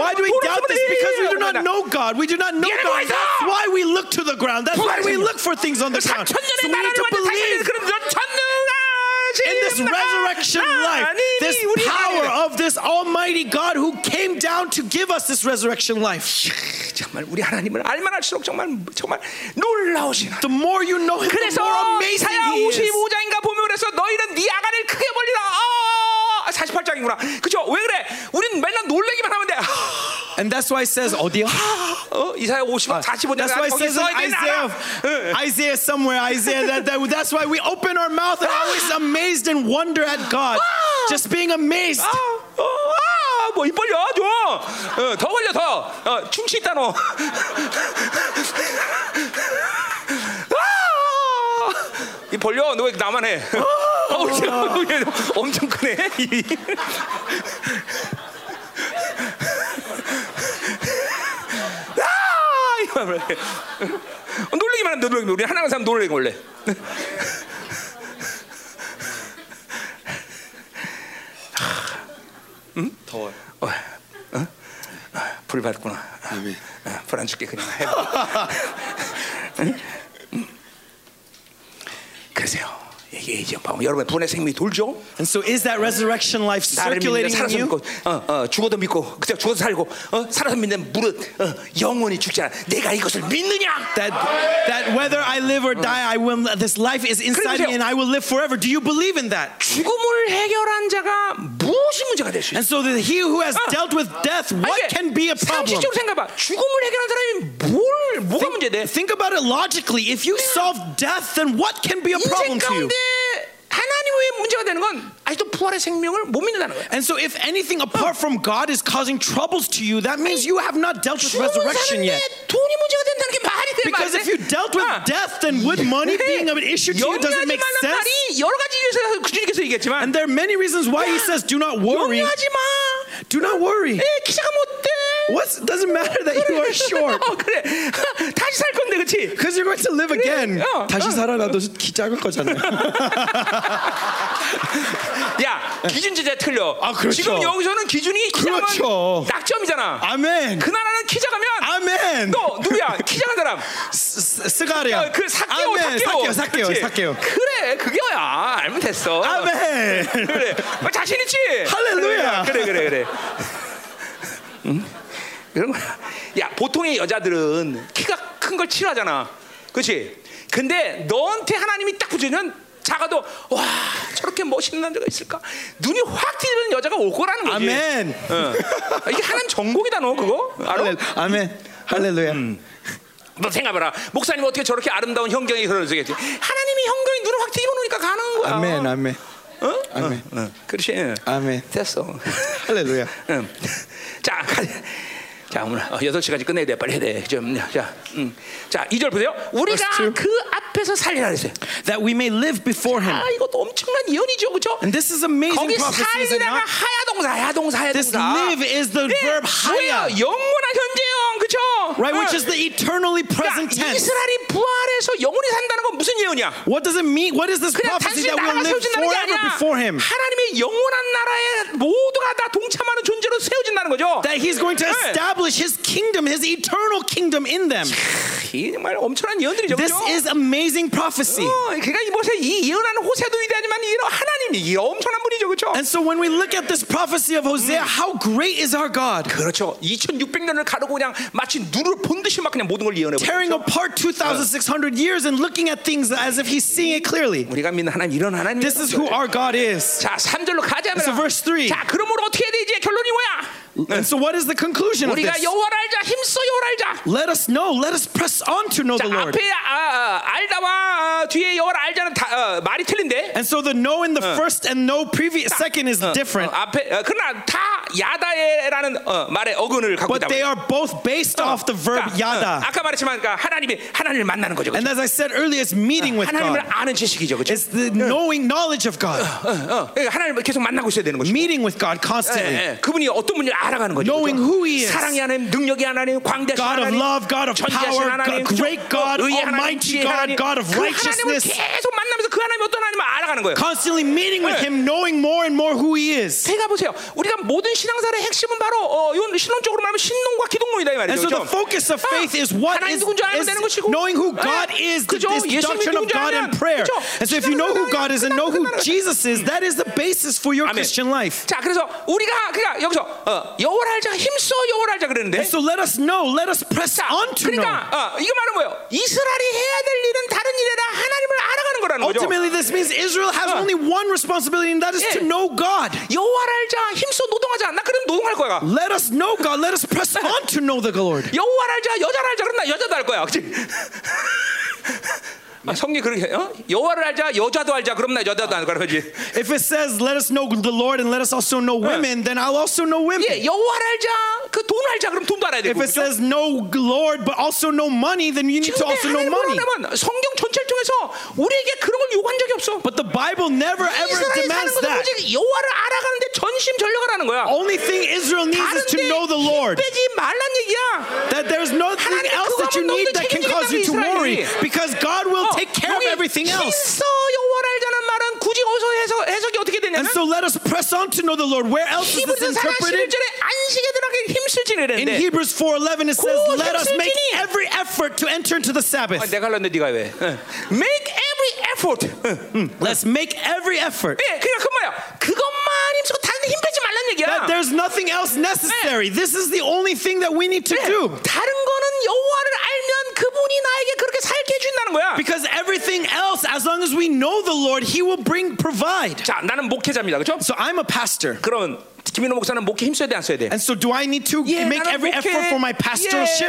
B: Why do we
A: 고난
B: doubt
A: 받으면
B: this? Because we do
A: 고난이야.
B: not know God. We do not know
A: 얘는
B: God.
A: 뭐야?
B: That's why we look to the ground. That's why we look for things on the ground. So
A: 4천년의
B: we need
A: 나라를
B: to
A: 완전
B: believe
A: 다시 그럼 넌 전능하신
B: in this resurrection
A: Ah,
B: life, this power of this Almighty God who came down to give us this resurrection life.
A: 정말 우리 하나님을 알만 할수록 정말 정말 놀라우신 하나님.
B: The more you know Him, the
A: 그래서
B: more amazing
A: 이사야
B: He is.
A: 55장인가 보면 그래서 너희는 네 아가를 크게 벌리라 아 48장이구나 그쵸 왜 그래 우린 맨날 놀래기만 하면 돼
B: And that's why it says, oh dear.
A: 어? 이사야 55장 45장
B: 아, That's why it says in Isaiah, Isaiah somewhere, Isaiah. That, that, that's why we open our mouth and are always amazed and wonder at God.
A: Ah!
B: Just being amazed.
A: 아, 어, 아뭐입 벌려 어, 줘더 벌려 더 어, 충치 있다 너 아! 이 벌려 너왜 나만 해 어, 우리 지금 얘 엄청 크네 이. 아! 이거 뭐야. 어, 놀래기만 하면 놀래기 우리 하나님 사람 놀래기 원래
C: 더워요.
A: 어, 어? 아, 불 받았구나. 아, 불안 줄게 그냥 해봐. 응? 응? 그러세요. 이게 이제 봐봐. 여러분 분의 생명이 돌죠.
B: And so, is that resurrection life
A: 나를 믿는
B: circulating in
A: 살아서 믿고,
B: you?
A: 어, 어, 죽어도 믿고, 그냥 죽어도 살고, 어, 살아서 믿는 무릇 어, 영원히 죽지 않아. 내가 이것을 믿느냐?
B: That, that whether I live or die, I will. This life is inside me, and I will live forever. Do you believe in that?
A: 죽음을 해결한 자가 무엇이 문제가 될 수 있어?
B: And so, that he who has dealt with death, what can be a problem?
A: 상식적으로 생각해봐. 죽음을 해결한 사람이 뭘 뭐가 문제돼?
B: Think about it logically. If you solve death, then what can be a
A: 인생
B: problem to you?
A: 가운데 하나님의 문제가 되는 건 아직도 부활의 생명을 못 믿는다는 거야.
B: And so, if anything apart from God is causing troubles to you, that means you have not dealt with
A: 죽음은
B: resurrection
A: 사는데
B: yet.
A: 돈이 문제가 된다는 게 말이 돼
B: Because
A: 말이
B: if you
A: 돼?
B: dealt with
A: 아.
B: death, then would money being an issue to you doesn't
A: 염려하지
B: make
A: 말란
B: sense?
A: 말이 여러 가지 이유에서 그 주님께서 얘기했지만
B: And there are many reasons why he says, "Do not worry.
A: 염려하지 마.
B: Do not worry.
A: 에 기사가 못돼.
B: What doesn't matter that you are short
A: 어, 그래. 다시 살 건데 그렇지?
B: because you're going to live again."
A: 어.
B: 다시 살아나도 키 작을 거잖아요.
A: 야 기준 진짜 틀려.
B: 아, 그렇죠.
A: 지금 여기서는 기준이 키작하면
B: 그렇죠.
A: 낙점이잖아.
B: 아멘.
A: 그 나라는 키작하면
B: 아멘.
A: 너 누구야? 키작한 사람.
B: 스가랴.
A: 그 사케오
B: 아멘. 네.
A: 사케오
B: 사케오
A: 그치?
B: 사케오. 사케오.
A: 그래 그게야 알면 됐어
B: 아멘.
A: 그래 어, 자신 있지
B: 할렐루야.
A: 그래 그래 그래 응? 그런 거야 야 보통의 여자들은 키가 큰 걸 싫어하잖아 그렇지 근데 너한테 하나님이 딱 붙이면 작아도 와 저렇게 멋있는 남자가 있을까 눈이 확 뜨는 여자가 올 거라는 거지
B: 아멘.
A: 어. 이게 하나님 전공이다 너 그거 알아?
B: 할렐- 아멘. 할렐루야.
A: 너 생각해봐라 목사님 어떻게 저렇게 아름다운 형경이 흐르겠지 하나님이 형경이 눈을 확 뒤집어 놓으니까 가능한 거야
B: 아멘. 아멘.
A: 어?
B: 아멘.
A: 어, 어. 그렇지 응.
B: 아멘.
A: 됐어
B: 할렐루야.
A: 응. 자, 가- 자 오늘 어, 8시까지 끝내야 돼 빨리 해야 돼좀자 음. 자, 2절 보세요 우리가
B: Verse two.
A: 그 앞에서 살리라 그랬어요
B: That we may live before him.
A: 아 이것도 엄청난 예언이죠 그쵸
B: And this is amazing
A: 거기
B: prophecy, is it
A: 살리라가
B: not?
A: 하야동사 하야동사
B: This
A: 하야동사
B: live is the
A: 예,
B: verb
A: 뭐예요?
B: haya,
A: 영원한 현재형 그쵸
B: right? Which
A: 응.
B: is the eternally present
A: 그러니까
B: tense.
A: 이스라엘이 부활해서 영원히 산다는 건 무슨 예언이야
B: What does it mean? What is this
A: 그냥 단순히
B: prophecy that
A: 나라
B: we'll live
A: 세워진다는 게
B: forever
A: 아니야.
B: before him?
A: 하나님의 영원한 나라에 모두가 다 동참하는 존재로 세워진다는 거죠.
B: That he's going to
A: 네.
B: establish his kingdom, his eternal kingdom in them.
A: 이 정말 엄청난 예언들이죠.
B: This
A: 그죠?
B: is amazing prophecy.
A: 어, 그러니까 이곳에 이 예언하는 호세도 위대하지만 이런 하나님이 이 엄청난 분이죠, 그렇죠.
B: And so when we look at this prophecy of Hosea, how great is our God?
A: 그렇죠. 2,600년을 가르고 그냥 마치 눈을 본 듯이 막 그냥 모든 걸 예언해. 버려요.
B: Tearing apart 2,600 years and looking at things as if he's seeing it clearly.
A: 우리가 믿는 하나님 이런 하나님.
B: This is who our God is.
A: 자, 3절로 가자.
B: So verse three.
A: 자, 그러므로 어떻게 해야 되지? 결론이 뭐야?
B: And so what is the conclusion of
A: 우리가
B: this?
A: 여호와를 알자. 힘써 여호와를 알자.
B: Let us know, let us press on to know
A: 자,
B: the Lord.
A: 앞에 아, 아, 알다와 아, 뒤에 여호와를 알자는 다, 어, 말이 틀린데.
B: And so the know in the first and no previous second is different,
A: 어, 앞에 어, 그러나 다 야다에라는 어, 말의 어근을 갖고
B: but
A: 있다.
B: they are both
A: Uh.
B: based off the verb
A: 그러니까, 어,
B: yada.
A: 아까 말했지만 그러니까 하나님이 하나님을 만나는 거죠. 그죠?
B: And as I said earlier, it's meeting with
A: 하나님을
B: God.
A: 아는 지식이죠, 그렇죠?
B: It's the knowing knowledge of God,
A: 어, 어, 그러니까 하나님을 계속 만나고 있어야 되는 거죠.
B: meeting with God constantly.
A: 예, 예. 그분이 어떤 분인지 알아가는 거죠.
B: Knowing
A: 그죠?
B: who he is.
A: 사랑의 하나님, 능력의 하나님, 광대하신
B: God of
A: 하나님,
B: love, God of
A: 전지하신
B: power,
A: 하나님,
B: God- great
A: 그죠?
B: God,
A: 어, 의의 하나님,
B: almighty
A: 지혜의
B: God,
A: 하나님.
B: God of
A: 그 하나님을
B: righteousness.
A: 계속 만나면서 그 하나님이 어떤 하나님을 알아가는 거예요.
B: Constantly meeting with
A: 예.
B: Him, knowing more and more who He is.
A: 제가 보세요. 우리가 모든 신앙사의 핵심은 바로 어, 이건 신론적으로 말하면 신론과 기독론이다 이 말이죠.
B: And so the
A: 그죠?
B: focus of
A: 어,
B: faith is what
A: 하나님
B: is,
A: 누군지 알면
B: is
A: 되는 것이고
B: knowing who
A: 예,
B: God is, the,
A: 그죠?
B: is the
A: 예수님이
B: doctrine of
A: 누군지
B: God
A: 알면,
B: and prayer.
A: 그죠?
B: And so if you know who God is and know who
A: 끝나는
B: Jesus is, that is the basis for your
A: 아멘.
B: Christian life.
A: 자, 그래서 우리가 그러니까 여기서 어, 여월할자 힘써 여월할자 그러는데.
B: And so let us know, let us press
A: 자,
B: on to know.
A: 그러니까 어, 이거 말은 뭐예요? 이스라엘이 해야 될 일은 다른 일이라 하나님을 알아가는 거라는 거죠.
B: Ultimately, this means Israel has
A: 어.
B: only one responsibility, and that is
A: 예.
B: to know God.
A: 여호와랄자 힘써 노동하자. 나 그럼 노동할 거야.
B: Let us know God. Let us press on to know the Lord.
A: 여호와랄자 여자랄자 그럼 나 여자도 할 거야. 그렇지? 아, 성경 그렇게 어? 여호와를 알자 여자도 알자 그럼 나 여자도 알 거야. 그렇지?
B: If it says, let us know the Lord and let us also know women, then I'll also know women.
A: 예, 여호와를 알자 그 돈 알자 그럼 돈도 알아야 되고.
B: If it
A: 그렇죠?
B: says no Lord but also no money, then you need to
A: 근데
B: also know
A: 하나님
B: money.
A: 뭐냐면 성경 전체를 통해서 우리에게 그런 걸 요구한 적이 없어.
B: But the Bible never ever
A: 이스라엘 사는
B: demands
A: 것은
B: that.
A: 오직 여호와를 알아가는데 전심 전력을 하는 거야.
B: Only thing Israel needs is to
A: 다른데
B: know the Lord.
A: 힘 빼지 말란 얘기야.
B: That there's nothing
A: 하나님
B: else that you
A: 그거만
B: need
A: 너희들
B: that can cause you to
A: 책임진다고
B: worry
A: 이스라엘이.
B: because God will
A: Oh,
B: take care of
A: 여기
B: everything else.
A: 힘써 어, 여호와를 알자는 말은 굳이 어디서 해석, 해석이 어떻게 되냐면
B: And so let us press on to know the Lord. Where else is this
A: 히브리서 4장
B: interpreted?
A: 11절에 안식에 들어가게 힘쓸지는 이랬는데
B: In Hebrews 4:11 it says,
A: 그
B: "Let us
A: 힘쓸지니.
B: make every effort to enter into the
A: 아,
B: Sabbath.
A: 내가 할랬는데 네가 왜? 응. Oh, Make every effort. 응, 응.
B: Hmm. Let's make every effort."
A: 예, 그러니까 그 뭐야? 그것만 힘쓰고 다른 힘 빼지 말란 얘기야.
B: That there's nothing else necessary. This is the only thing that we need to
A: 예,
B: do.
A: 다른 거는 여호와를 알면 그분이 나에게 그렇게 살게 해준다는 거야.
B: Because everything else, as long as we know the Lord, He will bring provide.
A: 자, 나는 목회자입니다, 그렇죠?
B: So I'm a pastor.
A: 그럼 김민호 목사는 목회 힘써야 돼, 안 써야 돼?
B: And so do I need to make
A: 나는
B: every
A: 목회-
B: effort for my pastorship?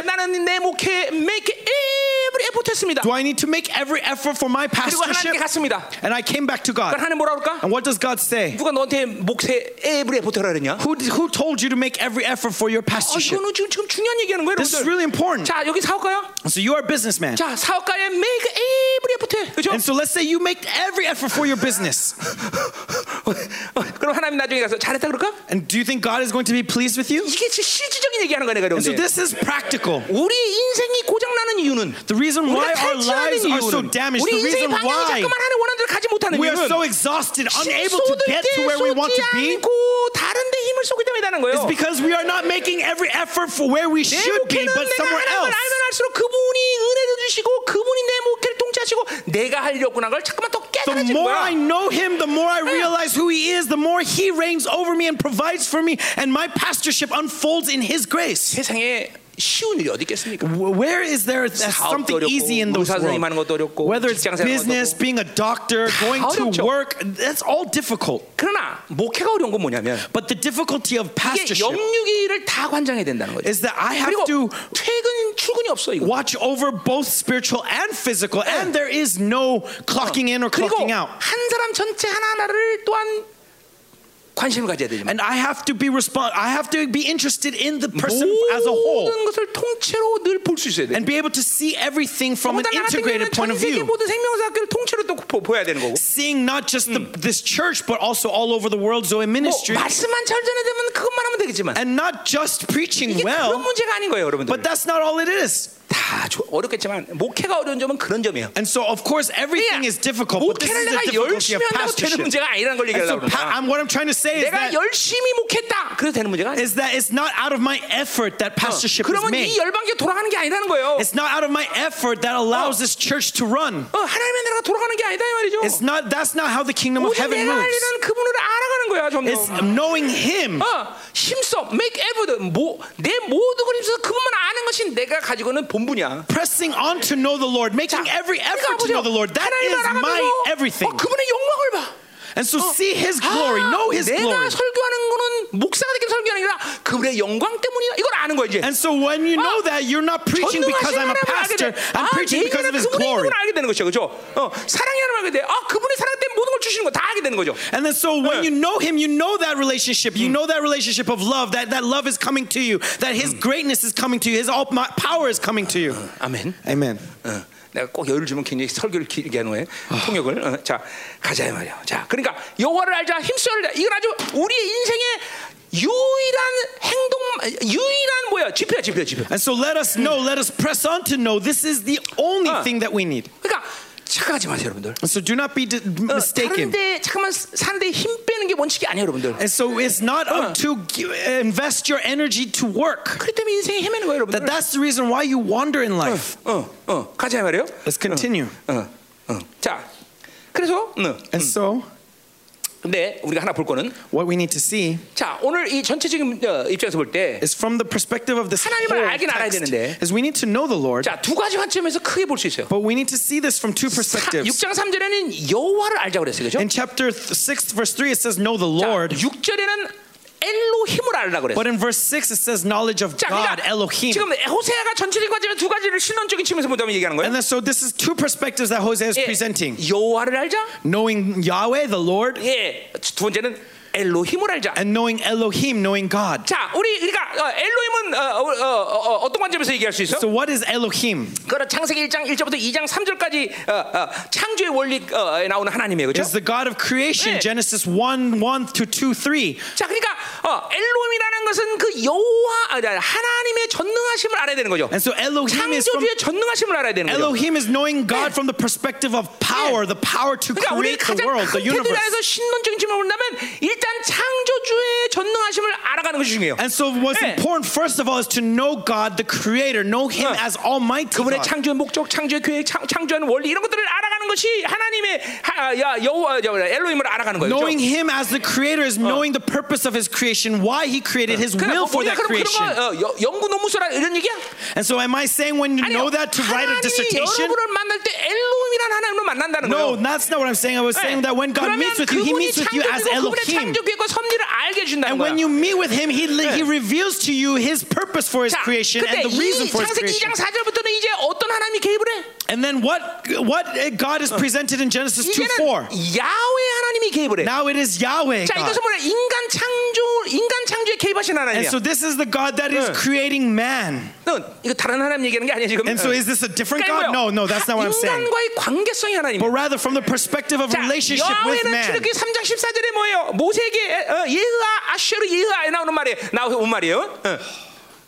A: 예, 나는 내 목회 make every effort 했습니다.
B: Do I need to make every effort for my
A: 그리고 하나님께
B: pastorship?
A: 갔습니다.
B: And I came back to
A: 그럼
B: God.
A: 하나님 뭐라 그럴까?
B: And what does God say?
A: 누가 너한테 목회 every effort라 그랬냐?
B: Who, who told you to make every effort for your
A: 어,
B: pastorship?
A: 이거는 지금, 지금 중요한 얘기하는 거예요,
B: This is
A: 여러분들.
B: really important.
A: 자, 여기 사업가야.
B: So you are a businessman.
A: 자, 사업가에 make every effort 해. 그렇죠? 그죠?
B: And so let's say you make every effort for your business.
A: 어, 그럼 하나님 나중에 가서 잘했다 그럴까?
B: And do you think God is going to be pleased with you?
A: 이게 지금 실질적인 얘기하는 거네, 그러니까
B: And so
A: 여러분들.
B: this is practical.
A: 우리 인생이 고장나는 이유는
B: The reason why
A: 우리가
B: our lives
A: 탈출하는
B: are so
A: 이유는
B: damaged, the
A: 우리 인생의
B: reason
A: 방향이
B: why
A: 자꾸만 하는 원한대로 가지 못하는
B: we are
A: 이유는
B: so exhausted, unable to get to where we want to be,
A: 고 다른 데 힘을 쏟기 때문이라는 거예요.
B: is because we are not making every effort for where we
A: 내
B: should be,
A: 목회는
B: but
A: 내가
B: somewhere
A: 하나님을
B: else.
A: 알면 알수록 그분이 은혜를 주시고 그분이 내 목회를 통치하시고 내가 하려고 하는 걸 자꾸만 더
B: The
A: 깨달아지는
B: more
A: 거야.
B: I know Him, the more I realize who He is, the more He reigns over me and provides for me, and my pastorship unfolds in His grace.
A: 세상에 쉬운 일이 어디 있겠습니까?
B: Wh- Where is there that's
A: 사업도
B: something
A: 어렵고,
B: easy in those
A: 의사
B: world?
A: 선생님 하는 것도 어렵고,
B: Whether it's
A: 직장 생활 하는 것도
B: business,
A: 어렵고.
B: being a doctor, going to
A: 어렵죠.
B: work, that's all difficult.
A: 그러나 목회가 어려운 건 뭐냐면
B: But the difficulty of
A: 이게
B: pastorship
A: 염류기를 다 관장해야 된다는 거죠.
B: is that I have
A: 그리고
B: to
A: 퇴근 출근이 없어 이거.
B: watch over both spiritual and physical, and there is no clocking in or
A: 그리고
B: clocking out.
A: 한 사람 전체 하나하나를 또한 관심을 가져야 되지만
B: And I have to be respon I have to be interested in the person as a whole
A: 모든 것을 통째로 늘 볼 수 있어야 돼.
B: and be able to see everything from an
A: 더군다나 나 같은 경우에는
B: integrated
A: 전
B: point of
A: 세계
B: view.
A: 모든 생명사학교를 통째로 또 보- 보야 되는 거고.
B: Seeing not just the, this church, but also all over the world, Zoe
A: 뭐,
B: ministry,
A: 말씀만 잘 전해되면 그것만 하면 되겠지만
B: and not just preaching
A: 이게 그런
B: well,
A: 문제가 아닌 거예요, 여러분들.
B: but that's not all it is.
A: 다 조- 어렵겠지만 목회가 어려운 점은 그런 점이에요. 그러니까
B: And so, of course, everything is difficult, but this
A: 목회를
B: is
A: 내가
B: the difficulty of
A: 열심히 한다고 되는
B: pastorship.
A: 문제가 아니라는 걸
B: And so,
A: 얘기하려고 그러는
B: pa-
A: 거야.
B: I'm, what I'm trying to say is
A: 내가
B: that,
A: 열심히 목했다. 그래서 되는 문제가 아니야.
B: is that it's not out of my effort that pastorship is
A: 그러면 이
B: made.
A: 열방계 돌아가는 게 아니라는 거예요.
B: It's not out of my effort that allows this church to run.
A: 어, 하나님의 나라가 돌아가는 게 아니다 이 말이죠.
B: It's not. That's not how the kingdom of
A: 오직
B: heaven
A: 내가 할
B: moves.
A: 일은 그분을 알아가는 나가는 거야
B: It's
A: 점점.
B: knowing Him.
A: 어, 힘써 make effort 뭐내 모든 걸 힘써서 그것만 아는 것이 내가 가지고 있는 본분이야.
B: Pressing on to know the Lord, making every effort to know the Lord. That Oh,
A: 하나님
B: is my
A: 알아가면서
B: everything.
A: 어, 그분의 영광을 봐. 어.
B: And so see His glory,
A: 아,
B: know His
A: 내가
B: glory.
A: 설교하는 거는 목사가 되게 설교하는 게 아니라 그분의 영광 때문이야. 이걸 아는 거야 이제.
B: And so when you know that, you're not preaching because I'm a pastor, I'm preaching because of His
A: 아,
B: glory.
A: 그분을 알게 되는 것이죠, 그렇죠? 어, 사랑의 하나님 알게 돼. 아, 그분의 사랑 때문에 모든 걸 주시는 거 다 알게 되는 거죠.
B: And then so when you know him, you know that relationship. You know that relationship of love, that that love is coming to you, that his greatness is coming to you, his all my power is coming to you.
A: 아멘.
B: Amen.
A: 어, 내가 꼭 여유를 주면 굉장히 설교를 길게 하는 거예요.
B: 아.
A: 통역을. 어, 자, 가자 이 말이야. 자, 그러니까 여호와를 알자, 힘써야 알자. 이건 아주 우리의 인생의 유일한 행동, 유일한 뭐야? 지표야, 지표, 지표.
B: And so let us know, let us press on to know this is the only
A: Ah.
B: thing that we need.
A: 그러니까 착각하지 마세요, 여러분들.
B: And so do not be d-
A: 어,
B: mistaken.
A: 다른데 잠깐만 사는데 힘 빼는 게 원칙이 아니에요, 여러분들.
B: And so it's not up to g- invest your energy to work.
A: 그렇기 때문에 인생에 헤매는 거예요, 여러분들.
B: That that's the reason why you wander in life.
A: 어, 어, 가자 이 말이에요.
B: Let's continue.
A: 어, 어. 자, 그래서 응.
B: And so
A: 근데 우리가 하나 볼 거는
B: what we need to see
A: 자 오늘 이 전체적인 어, 입장에서 볼 때 자 두
B: is from the perspective of this
A: 하나님을
B: whole
A: 알긴 알아야
B: text,
A: 되는데.
B: is we need to know the Lord,
A: 가지 관점에서 크게 볼 수 있어요.
B: but we need to see this from two
A: 사,
B: perspectives.
A: 6장 3절에는 여호와를 알자 그랬어요, 그렇죠?
B: In chapter th- 6, verse 3, it says, Know the
A: 자,
B: Lord.
A: 6절에는 엘로힘을 알라 그랬어요.
B: But in verse 6, it says, Knowledge of
A: 자, 그러니까
B: God, Elohim.
A: 지금 호세아가 전체적인 관점에서 두 가지를 신론적인 측면에서 본다면 얘기하는 거예요.
B: And then, so this is two perspectives that Hosea is
A: 예,
B: presenting
A: 여호와를 알자.
B: knowing Yahweh, the Lord,
A: 예, 두 번째는 엘로힘을 알자.
B: and knowing Elohim, knowing God.
A: 자, 우리 그러니까 어, 엘로힘은 어, 어, 어, 어, 어떤 관점에서 얘기할 수 있어?
B: So, what is Elohim?
A: 그러나 창세기 1장 1절부터 2장 3절까지 어, 어, 창조의 원리에 나오는 하나님이에요. 그렇죠?
B: Is the God of creation,
A: 예.
B: Genesis 1 1 to 2 3.
A: 자, 그러니까 어, 엘로힘이라는 것은 그 여호와 아, 아니, 하나님의 전능하심을 알아야 되는 거죠.
B: And so, Elohim is from
A: 창조주의 전능하심을 알아야 되는 거죠.
B: Elohim is
A: 예.
B: knowing God from the perspective of power, the power to
A: 그러니까 우리
B: create
A: 가장
B: the world, the
A: 큰
B: universe.
A: 테두리에서 신론적인 측면을 본다면 일단 창조주의 전능하심을 알아가는 것이 중요해요.
B: And so, what's
A: 예.
B: important, first of all, is to know God, the Creator, know Him
A: 어.
B: as Almighty.
A: 그분의
B: God.
A: 창조의 목적, 창조의 계획, 창, 창조하는 원리 이런 것들을 알아가는 것이 하나님의 하, 야, 여호와 저, 엘로힘을 알아가는 거예요. 그렇죠?
B: Knowing Him as the Creator is knowing the purpose of His creation, why He created His
A: 그러니까
B: will for
A: 우리가
B: that
A: 그럼 그런
B: creation.
A: 거 어, 여- 연구 논문서라 이런 얘기야?
B: And so, am I saying when you know that to write a
A: 하나님이
B: dissertation?
A: 여러분을 만날 때 엘로힘이라는 하나님을 만난다는
B: No,
A: 거예요. 네.
B: that's not what I'm saying. I was saying that when God
A: 그러면
B: meets with you, He
A: 그분이
B: meets with you as
A: 창조주고 그분의
B: Elohim.
A: 창조계획과 섭리를 알게 해준다는
B: And
A: 거야.
B: when you meet with Him, He, he
A: 네.
B: reveals to you His purpose for His
A: 자,
B: creation
A: 근데
B: and the reason
A: 이
B: for His
A: 창세기
B: creation.
A: 2장 4절부터는 이제 어떤 하나님이 개입을 해?
B: And then what, what God is presented in Genesis 2
A: 이제는
B: 4.
A: 야외 하나님이 개입을 해.
B: Now it is Yahweh.
A: 자,
B: God.
A: 이것은 뭐냐? 인간 창조, 인간 창조에 개입하신
B: And
A: 하나님이야.
B: so this is the God that is
A: Yeah.
B: creating man.
A: 넌 이거 다른 하나님 얘기하는 게 아니야 지금.
B: And so is this a different
A: 그러니까
B: God? No,
A: 이거요.
B: no, that's not what I'm saying.
A: 인간과의 관계성이 하나님이야.
B: But rather from the perspective of relationship with
A: 여호와는
B: man.
A: 출애굽기 3장 14절에 뭐예요? 모세에게 어, 예흐아 아쉬르 예흐아에 나오는 말이에요. 나온 말이에요. 어.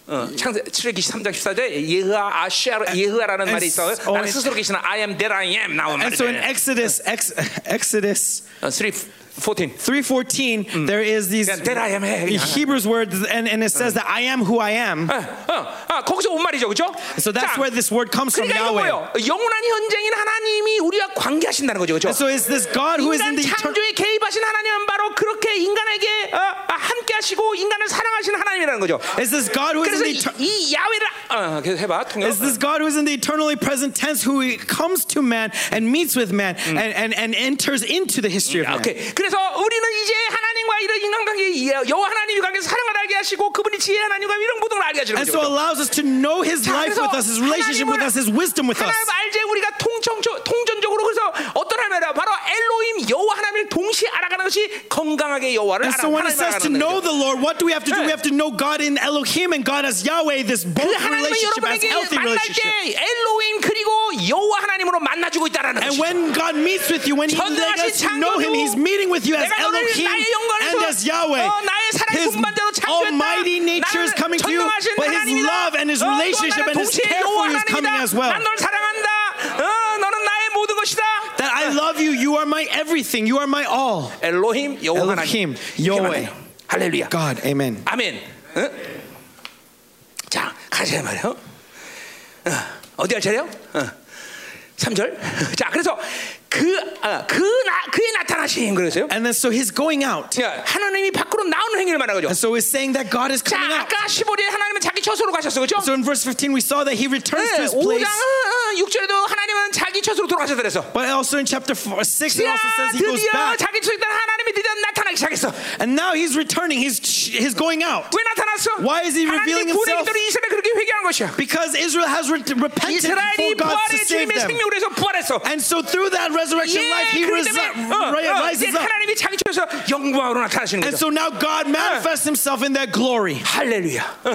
A: 어, 창세 출애굽기 3장 14절에 예흐아 아쉬르 예흐아라는
B: And
A: 말이 있어.
B: so
A: 나는
B: it-
A: 스스로 계시나 I am that I am 나온
B: And so in
A: 말이에요.
B: Exodus ex, Exodus
A: 어, 3:14.
B: 3:14 there is these
A: 그냥 that Mm. I am 해, 그냥.
B: Hebrews words and, and it
A: Mm.
B: says that I am who I am.
A: 어, 어, 아, 거기서 온 말이죠, 그렇죠?
B: So that's where this word comes from
A: 그러니까 이거
B: Yahweh.
A: 뭐예요? 영원한 현장인 하나님이 우리와 관계하신다는 거죠, 그렇죠?
B: And so it's this God who is in
A: 인간
B: the eternal
A: 창조에 개입하신 하나님은 바로 그렇게 인간에게 어, 아, 함께하시고 인간을 사랑하시는 하나님이라는 거죠.
B: Is this God who
A: 그래서
B: is in
A: 이,
B: the eternal
A: 이 야외를 아- 어, 계속 해봐 통역.
B: Is this God who is in the eternally present tense who comes to man and meets with man
A: Mm.
B: and, and, and enters into the history of
A: 아,
B: man?
A: 오케이. 그래서 우리는 이제 하나님과 이런 인간관계, 이 여호와 하나님의 관계에서 사랑을 알게 하시고 그분이 지혜 하나님과 이런 모든 걸 알게 하시는
B: And
A: 거죠.
B: so allows us to know his
A: 자,
B: life
A: 그래서
B: with us, his relationship with
A: 하나님을-
B: us, his wisdom with us.
A: 하나님 알제 우리가 통청, 통전적으로 그래서 어떤 하나님이라 바로 엘로힘 여호와 하나님을 동시에 알아가는 것이 건강하게 여호와를
B: And
A: 알아,
B: so when it
A: 하나님을
B: says to
A: 알아가는
B: know
A: 거죠.
B: the Lord, what do we have to do?
A: 네.
B: We have to know God in Elohim and God as Yahweh, this both
A: 그 하나님은
B: relationship as
A: 여러분에게
B: healthy
A: 만날
B: relationship.
A: 때 엘로힘 그리고 여호와 하나님으로 만나주고 있다라는
B: And
A: 것이죠.
B: when God meets with you, when He
A: 전능하신
B: leads us to know Him,
A: 창조주,
B: He's meeting with you as
A: 내가 너를
B: Elohim
A: 나의 영광에서
B: and as Yahweh.
A: 어, 나의 사랑의
B: His
A: 분반대로 창조했다.
B: almighty nature is
A: 나는
B: coming to you,
A: 전능하신
B: but His
A: 하나님이다.
B: love and His
A: 어,
B: relationship
A: 또
B: and His
A: 나는 동시에
B: care for you is
A: 여호와
B: coming
A: 하나님이다.
B: as well.
A: 난널 사랑한다. 어, 너는 나의 모든 것이다.
B: That I love you, you are my everything, you are my all.
A: 엘로힘 여호와 하나님.
B: Elohim,
A: 이렇게
B: Yahweh.
A: 말해요. 할렐루야.
B: God, amen.
A: 아멘. 어? 자, 가자 말이요. 어, 어디 할 차례요? 어. 3절. 자, 그래서 그, 아, 그 나, 그의 나타나심 그러세요?
B: And then so he's going out.
A: 그러니까 하나님이 밖으로 나오는 행위를 말하는 거죠.
B: And so he's saying that God is
A: 자,
B: coming out.
A: 아까 15절에 하나님은 자기 처소로 가셨어. 그죠?
B: So in verse 15, we saw that he returns to
A: 네,
B: his
A: 5장
B: place.
A: 6절에도 하나님은 자기 처소로 돌아가셨다 그랬어.
B: But also in chapter four, 6, it
A: 야,
B: also says he goes
A: 드디어
B: back.
A: 자기 처소에 있던 하나님이 드디어 나타나기 시작했어. 왜
B: And now he's returning. He's, he's going out.
A: 나타났어?
B: Why is he revealing
A: 하나님이
B: himself?
A: 구원이들이 이스라엘 그렇게 회개한 것이야.
B: Because Israel has re- repented
A: 이스라엘이
B: for God to
A: 부활의
B: save
A: 주님의
B: them.
A: 생명으로 해서 부활했어.
B: And so through that resurrection
A: 예,
B: life, he
A: 그렇기
B: resi-
A: 때문에 어,
B: ri-
A: 어, 이제
B: rises up.
A: 하나님이 자기 처소에서 영광으로 나타나시는
B: And
A: 거죠.
B: so now
A: Uh.
B: God manifests himself in that glory.
A: 할렐루야. 어,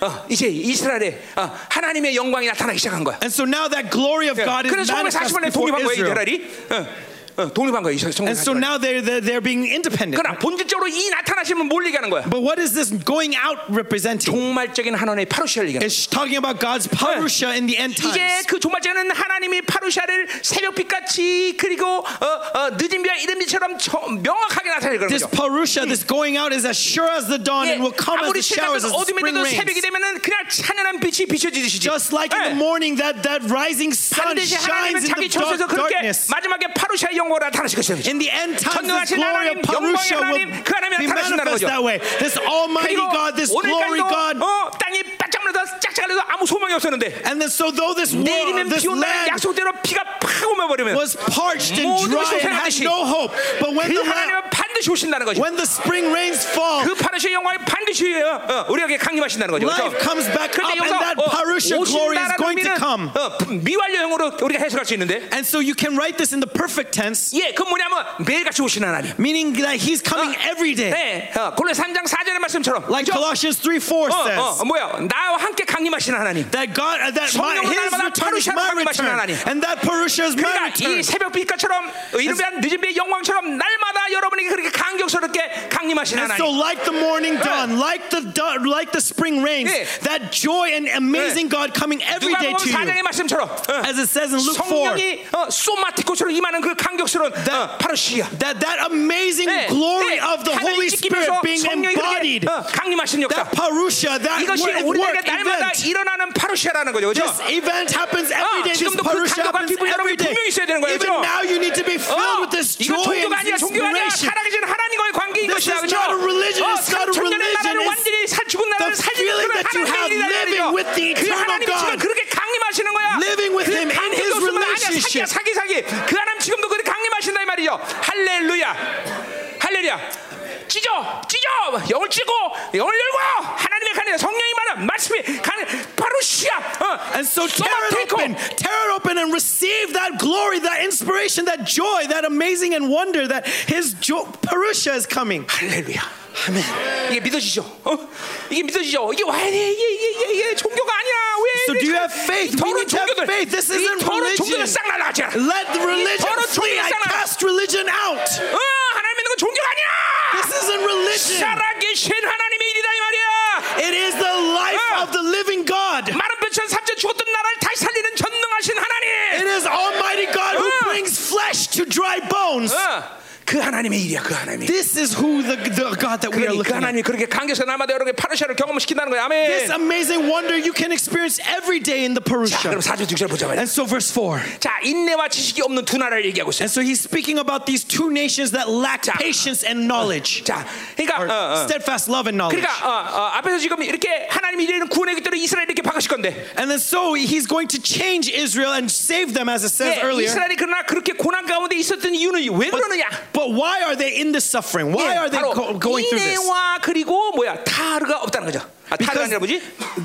A: 어, 이제 이스라엘에 어, 하나님의 영광이 나타나기 시작한 거야.
B: And so now that glory of God is
A: 그래서 성경
B: manifested
A: 40년에
B: before
A: 독립한 거야
B: Israel.
A: 이스라엘이. 어, 어, 독립한 거야 이스라엘.
B: And so now they're, they're, they're being independent.
A: 그러나 본질적으로 이 나타나심은 뭘 얘기하는 거야?
B: But what is this going out representing?
A: 종말적인 하나님의 파루시아를 얘기하는 거야.
B: It's talking about
A: Uh.
B: God's parusha in the end
A: 이제
B: times.
A: 그 종말자는 하나님이 파루샤를 새벽빛같이 그리고 어, 어, 늦은 비와 이른 비처럼 저- 명확하게 나타낼 거라는
B: This
A: 거죠.
B: parusha, this going out, is as sure as the dawn
A: 예,
B: and will 뭐 come as
A: 아무리
B: the
A: 새벽은
B: showers as the
A: 어둠이
B: spring
A: 돼도 새벽이
B: rains.
A: 되면은 그냥 찬연한 빛이 비춰지듯이 예.
B: Just like in the morning, that, that rising sun
A: 반드시 하나님은
B: shines in
A: 자기
B: the
A: 처소에서
B: dark,
A: 그렇게
B: darkness.
A: 마지막에 파루샤의 영광으로 나타나실 것이죠.
B: In the end times,
A: 전능하신
B: this glory of
A: 하나님, 영광의
B: parusha
A: 하나님,
B: will
A: 그 하나님이
B: be
A: 나타나신다는 거죠.
B: manifest that way. This almighty
A: 그리고
B: God, this glory God.
A: 오늘까지도 어, 땅이 바짝말라서 짝짝거려도 아무 소망이 없었는데
B: And then, so though this world,
A: 내일이면
B: this
A: 비 온다는
B: land
A: 약속대로 비가 팍 오며버리면
B: was parched
A: 모든
B: and dry
A: 것이
B: and had
A: 쇠락이시.
B: no hope, but when
A: 그
B: the, la-
A: 하나님은 반드시 오신다는 거죠.
B: when the spring rains fall,
A: 그 파르시의 영광이 반드시 어, 어, 우리에게 강림하신다는 거죠. 그렇죠?
B: Life comes back up
A: 그런데
B: and that
A: 여기서
B: parousia
A: 어,
B: glory is
A: 오신다라는
B: going to
A: 의미는
B: come.
A: 어, 미완료형으로 우리가 해석할 수 있는데
B: And so you can write this in the perfect tense,
A: 예, 그 뭐냐면 매일같이 오시는 하나님
B: meaning that he's coming every day.
A: 네, 어, 골로새 3장 4절의 말씀처럼
B: Like Colossians 3 4
A: 어,
B: says.
A: 어, 뭐야 나와 함께 강림하시는 하나님
B: That God, uh, that my,
A: 성령으로
B: his
A: 날마다
B: return is
A: 파루시아를
B: my
A: 강림하시는
B: return,
A: 하나님.
B: and that Parusha is my
A: 그러니까 이
B: return.
A: 새벽 빛과처럼 이른비한 늦은 비의 영광처럼 날마다 여러분에게 그렇게 강격스럽게 강림하시는
B: And so,
A: 하나님
B: like the morning dawn, like the dawn, like the spring rains,
A: Yeah.
B: that joy and amazing God coming every
A: 누가
B: day
A: 보면
B: to you,
A: 4장의 말씀처럼 어,
B: as it says in Luke four,
A: 성령이 어, 소마티코처럼 임하는 그 강격스러운 어, 파루시아
B: that that amazing
A: 네,
B: glory
A: 네.
B: of the
A: 하늘이
B: Holy Spirit
A: 찢기면서
B: being
A: 성령이 그렇게,
B: embodied,
A: 어, 강림하신
B: that
A: 역사
B: Parusha, that
A: 이것이 우리에게
B: wo- work
A: 날마다
B: event.
A: 일어나는 파루시아라는 거죠 그죠?
B: This event happens every
A: 어,
B: day. This
A: 지금도 그
B: Parusha
A: 감격과
B: happens
A: 기쁨이
B: every
A: 여러분이
B: day.
A: 분명히 있어야 되는 거예요,
B: Even
A: 그죠?
B: now, you need to be filled with this
A: 어? 이건
B: joy and
A: 종교가 아니야
B: this
A: 종교가 아니야
B: inspiration.
A: 살아계신 하나님과의 관계인
B: This
A: 것이다
B: is
A: 그죠?
B: not a religion,
A: 어,
B: it's not a
A: 삼천년의
B: religion,
A: 나라를
B: it's
A: 완전히 살 죽은
B: the
A: 나라를 살리는
B: feeling
A: 그런
B: that you have
A: 하나님의
B: living with the
A: 일이다 그
B: eternal
A: 하나님이 지금
B: God.
A: 그렇게 강림하시는 거야
B: Living with
A: 그
B: him in
A: 강림도
B: his
A: 없으면 아니야 사기야
B: relationship.
A: 사기 사기 그 하나님 지금도 그렇게 강림하신다 이 말이죠 할렐루야 할렐루야 찢어 찢어 영을 찢고 영을 열고 하나님의 강림 성령이 말하 말씀이 강림 바로 시야 어.
B: And so tear it
A: 소마테이코.
B: open, tear it open, and receive that glory, that inspiration, that joy, that amazing and wonder that His jo- Parusha is coming.
A: 할렐루야. 아멘. 이게 믿어지죠? 어? 이게 믿어지죠? 이게 와야 돼. 이게 이게 이게, 이게 종교가 아니야. 왜?
B: So
A: 이게
B: do you
A: 참-
B: have
A: 이
B: faith? We
A: 더러운
B: need to have
A: 종교들.
B: faith. This
A: 이
B: isn't
A: 더러운
B: religion.
A: 종교들 싹 날아가지 않아.
B: Let the religion
A: 더러운
B: flee. I
A: 종교를 싹 날아.
B: cast religion out.
A: 어, 하나님 믿는 건 종교가 아니야.
B: This isn't religion.
A: 살아계신 하나님의 일이다 이 말이야.
B: It is the life
A: Ah.
B: of the living God.
A: 마른 뼈처럼 삼자 죽었던 나라를 다시 살리는 전능하신
B: It
A: 하나님.
B: is Almighty
A: Ah.
B: God who brings flesh to dry bones.
A: 어, 그 하나님의 일이야. 그 하나님이.
B: This is who the, the God that we are
A: 그러니 그
B: looking at.
A: 하나님이 그렇게 강겨서 날마다 여러 개 파르샤를 경험시킨다는 거야. 아멘.
B: This amazing wonder you can experience every day in
A: 자,
B: the
A: 그럼
B: Parusha.
A: 4절 6절 보자 말이야.
B: And so, verse 4.
A: 자, 인내와 지식이 없는 두 나라를 얘기하고 있어요.
B: And so he's speaking about these two nations that lack
A: 자.
B: patience and knowledge.
A: 자, 그러니까 어,
B: Or
A: 어.
B: steadfast love and knowled의
A: 그러니까 어, 어, 앞에서 지금 이렇게 하나님이 이르는 구원의 길대로 이스라엘 이렇게 박으실 건데
B: And then so he's going to change Israel and save them as it
A: 예,
B: says earlier.
A: 이스라엘이 그러나 그렇게 고난 가운데 있었던 이유는 왜 그러느냐?
B: But why are they in this suffering? Why
A: 예,
B: are they
A: 바로
B: go- going through this?
A: 인애와 그리고 뭐야 타르가 없다는 거죠. 아, 타르가 아니라 뭐지?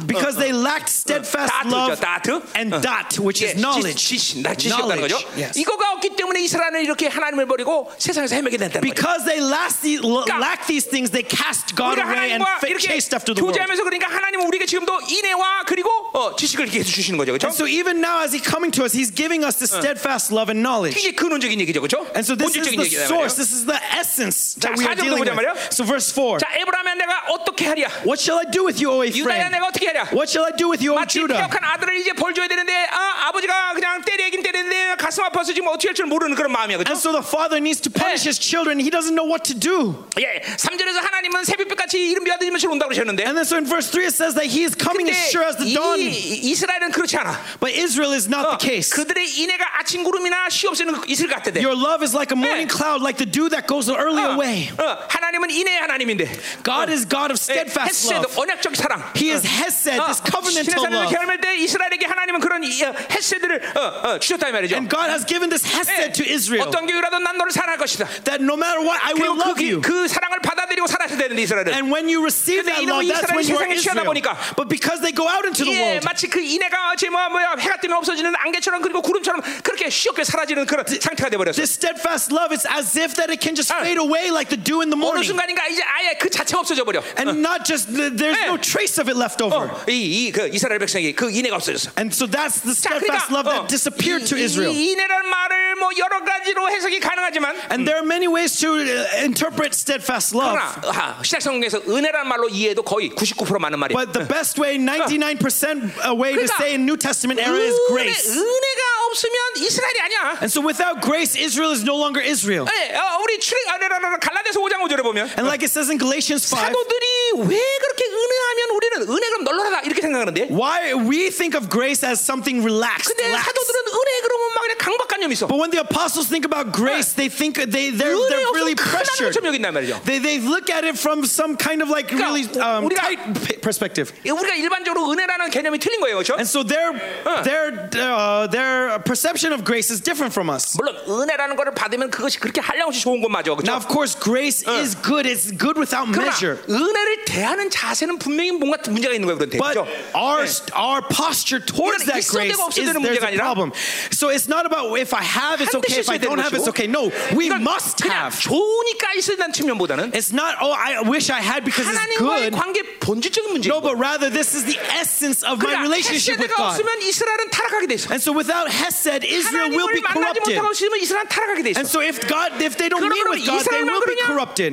B: because they lacked steadfast
A: 다트죠,
B: love
A: 다트.
B: and
A: 어.
B: dot, which
A: 예,
B: is knowledge.
A: 지, 지, 나 지식 없다는 거죠.
B: Knowledge, yes.
A: 이거가 없기 때문에 이스라엘은 이렇게 하나님을 버리고 세상에서 헤매게 된다는 거죠.
B: Because they last the, lack these things, they cast God
A: 우리가
B: away and
A: 하나님과
B: fa-
A: 이렇게
B: chased after the world.
A: 교제하면서 그러니까 하나님은 우리에게 지금도 인애와 그리고 어, 지식을 이렇게 주시는 거죠, 그렇죠?
B: And so even now, as he's coming to us, he's giving us the steadfast love and knowledge.
A: 이게 근원적인 얘기죠, 그렇죠?
B: And so this is
A: 본질적인
B: the
A: 얘기다
B: source. This is the essence
A: 자,
B: that we are
A: 사절도
B: dealing
A: 보자 말이야.
B: with. So verse 4.
A: 자, 에브라함이 내가 어떻게 하랴?
B: What shall I do with you, O
A: 유다야
B: Ephraim?
A: 내가 어떻게 하랴?
B: What shall I do with you, O
A: 마치
B: Judah?
A: 폐역한 아들을 이제 벌 줘야 되는데 아, 아버지가 그냥 때리긴 때리는데 가슴 아파서 지금 어떻게 할 줄 모르는 그런 마음이야 그죠?
B: And so the father needs to punish
A: 네.
B: his children. He doesn't know what to do.
A: 예, 3절에서 하나님은 새벽빛같이 이른 비와 드림을 온다고 그러셨는데
B: And then so in verse 3 it says that he is coming as sure as the dawn.
A: 이, 이- 이스라엘은 그렇지 않아
B: But Israel is
A: 어,
B: not the case.
A: 그들의 인해가 아침 구름이나 쉬 없애는 그 이슬 같대대
B: Your love is like a morning
A: 네.
B: cloud, like the dew that goes early
A: 어,
B: away.
A: 어, 하나님은 인해의 하나님인데 예,
B: God is God of steadfast
A: 헤세드
B: love.
A: 언약적 사랑 어,
B: He is Hesed,
A: Uh.
B: this covenantal
A: 신해산을
B: love.
A: 경험할 때 이스라엘에게 하나님은 그런 이, 어, 헤세드를 어, 어, 주셨다 이 말이죠
B: And God has given this
A: 예,
B: Hesed to Israel
A: 어떤 교회라도 난 너를 사랑할 것이다
B: that no matter what, I
A: 그리고
B: will
A: 그,
B: love
A: 기-
B: you.
A: 그 사랑을 받아들이고 살아야 되는데 이스라엘은
B: And when you receive
A: 근데
B: that
A: 이놈의
B: love, that's when
A: 이스라엘이
B: you are
A: 세상에 취하다
B: Israel.
A: 보니까
B: But because they go out into the
A: 예,
B: world,
A: 마치 그 인해가 어제 뭐 뭐야 해가 뜨면 없어지는 안개처럼 그리고 구름처럼 그렇게 쉽게 사라지는 그런 상태가 돼 버렸어.
B: this steadfast love is as if that it can just
A: 아.
B: fade away like the dew in the
A: 어느
B: morning.
A: 순간인가 이제 아예 그 자체가 없어져 버려.
B: And not just, there's
A: 예.
B: no trace of it left over.
A: 이이그 이스라엘 백성에게 그 인해가 없어졌어.
B: And so that's the
A: 자,
B: steadfast
A: 그러니까
B: love
A: 어,
B: that disappeared to
A: 이- 이-
B: Israel.
A: 이 인해란 말을 뭐 여러 가지로 해석이 가능하지만
B: And there are many ways to uh, interpret steadfast love.
A: 그러나 아, 신약 성경에서 은혜란 말로 이해도 거의 99% 많은 말이야.
B: But the best way, 99% a way to
A: 그러니까
B: say in New Testament era
A: 은혜,
B: is grace.
A: 은혜가 없으면 이스라엘이 아니야.
B: And so without grace, Israel is no longer Israel.
A: 예, 어, 우리 출애 아, 갈라디아서 5장 5절에 보면
B: And like it says in Galatians 5,
A: 사도들이 왜 그렇게 은혜하면 우리는 은혜 그럼 널널하다 이렇게 생각하는데
B: why we think of grace as something relaxed.
A: 근데
B: lax.
A: 사도들은 은혜 그러면 막 그냥 강박관념이 있어
B: But when the apostles think about grace, they think they, they're, they're
A: 은혜 없으면
B: really
A: 큰일 나는
B: pressured.
A: 것처럼 여긴단 말이죠
B: They, they look at it from some kind of like
A: 그러니까
B: really um,
A: 우리가-
B: tight p- perspective.
A: 예, 우리가 일반적으로 은혜라는 개념이 틀린 거예요 그렇죠?
B: And so their,
A: 어.
B: their, uh, their perception of grace is different from us.
A: 물론 은혜라는 거를 받으면 그것이 그렇게 한량없이 좋은 건 맞아
B: Now,
A: 그렇죠?
B: of course, grace is good. It's good without
A: 그러나
B: measure.
A: 은혜를 대하는 자세는 분명히 뭔가 문제가 있는 거예요 그런데
B: But
A: 그렇죠?
B: our our posture towards
A: 이거는
B: that
A: 있어야
B: grace
A: 되고
B: is
A: 없어야 되는
B: there's
A: 문제가
B: a
A: 아니라
B: problem. So it's not about if I have it's okay, if
A: 있어야
B: I
A: 되는
B: don't have
A: 것이고
B: it's okay. No, we
A: 이건
B: must
A: 그러니까 그냥
B: have.
A: 좋으니까 있어야 되는 측면보다는
B: It's not oh I wish I had because it's
A: 하나님과의
B: good.
A: 관계 본질적인 문제예요
B: No, but rather this is the essence of my
A: 그러니까
B: relationship with
A: 헤세드가
B: God.
A: 없으면 이스라엘은 타락하게 돼 있어
B: And so without Hesed, Israel will
A: 하나님을
B: be
A: 만나지
B: corrupted.
A: 못하고 있으면 이스라엘 타락하게 돼 있어.
B: And so if God if they don't meet
A: 그러므로
B: with God, they
A: 이스라엘만
B: will be
A: 그러냐?
B: corrupted.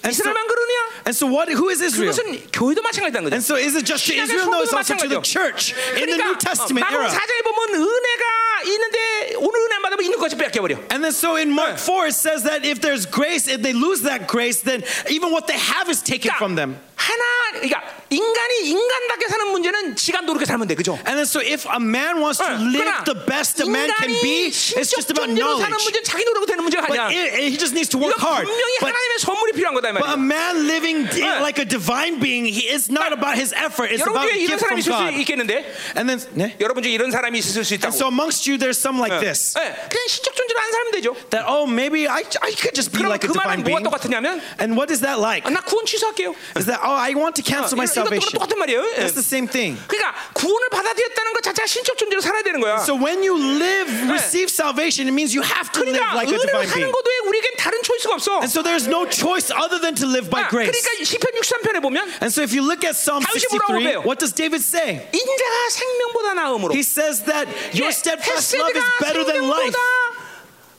B: And so,
A: 이스라엘만 그러냐?
B: and so what who is Israel?
A: 그것은 교회도 마찬가지다는 거죠.
B: And so is it just to
A: 신약의
B: Israel? No, it's
A: 성도도
B: also to
A: 마찬가지죠.
B: the church in the
A: 그러니까
B: New Testament
A: 마태복음
B: era.
A: 사장에 보면 은혜가 있는데 오늘 은혜 안 받으면 있는 것이 뺏겨 버려.
B: And then so in Mark 4 it says that if there's grace, if they lose that grace, then even what they have is taken from them.
A: 그러니까 하나, 그러니까 인간이 인간답게 사는 문제는 지가 노력해 살면 돼, 그죠? 네.
B: And then so if a man wants to
A: 그러나
B: live the best a man can be,
A: 인간이
B: it's just
A: 신적
B: about
A: 존재로 사는
B: knowledge.
A: 문제는 자기 노력으로 되는 문제가
B: But
A: 아니야.
B: it, it- he just needs to
A: 이거
B: work hard.
A: 분명히
B: But,
A: 하나님의 선물이 필요한 거다 이
B: but
A: 말이야.
B: a man living d-
A: 네.
B: like a divine being, he, it's not about his effort. It's
A: 여러분
B: about
A: 중에 이런
B: gift
A: 사람이
B: from
A: 있을 수
B: God.
A: 있겠는데,
B: And then, 네?
A: 여러분 중에 이런 사람이 있을 수
B: and
A: 있다고.
B: so amongst you, there's some like this.
A: 예, 그냥 신적 존재로 한 사람 되죠.
B: That oh maybe I, I could just be
A: 그러면
B: like
A: 그
B: a
A: 말은 뭐가
B: divine being.
A: 똑같으냐면
B: And what is that like?
A: 아, 나 구원 취소할게요.
B: Is that oh I want to cancel
A: 아,
B: my
A: 이거- 이것도
B: salvation?
A: 똑같은 말이에요. 예.
B: That's the same thing.
A: 그러니까 구원을 받아들였다는 것 자체가 신적 존재로 살아야 되는 거야.
B: So when you live, receive salvation, it means you have to live
A: 그러니까
B: like a
A: 은혜로
B: divine
A: 사는
B: being.
A: 것에 우리에겐 다른 초이스가 없어.
B: And so there's no choice other than to live
A: 아,
B: by grace.
A: 그러니까 시편 63편에 보면
B: And so if you look at Psalm
A: 다윗이 뭐라고
B: 63,
A: 그래요?
B: what does David say?
A: 인자가 생명보다 나음으로.
B: He says that your steadfast love is
A: 헤세드가
B: better than life.
A: 생명보다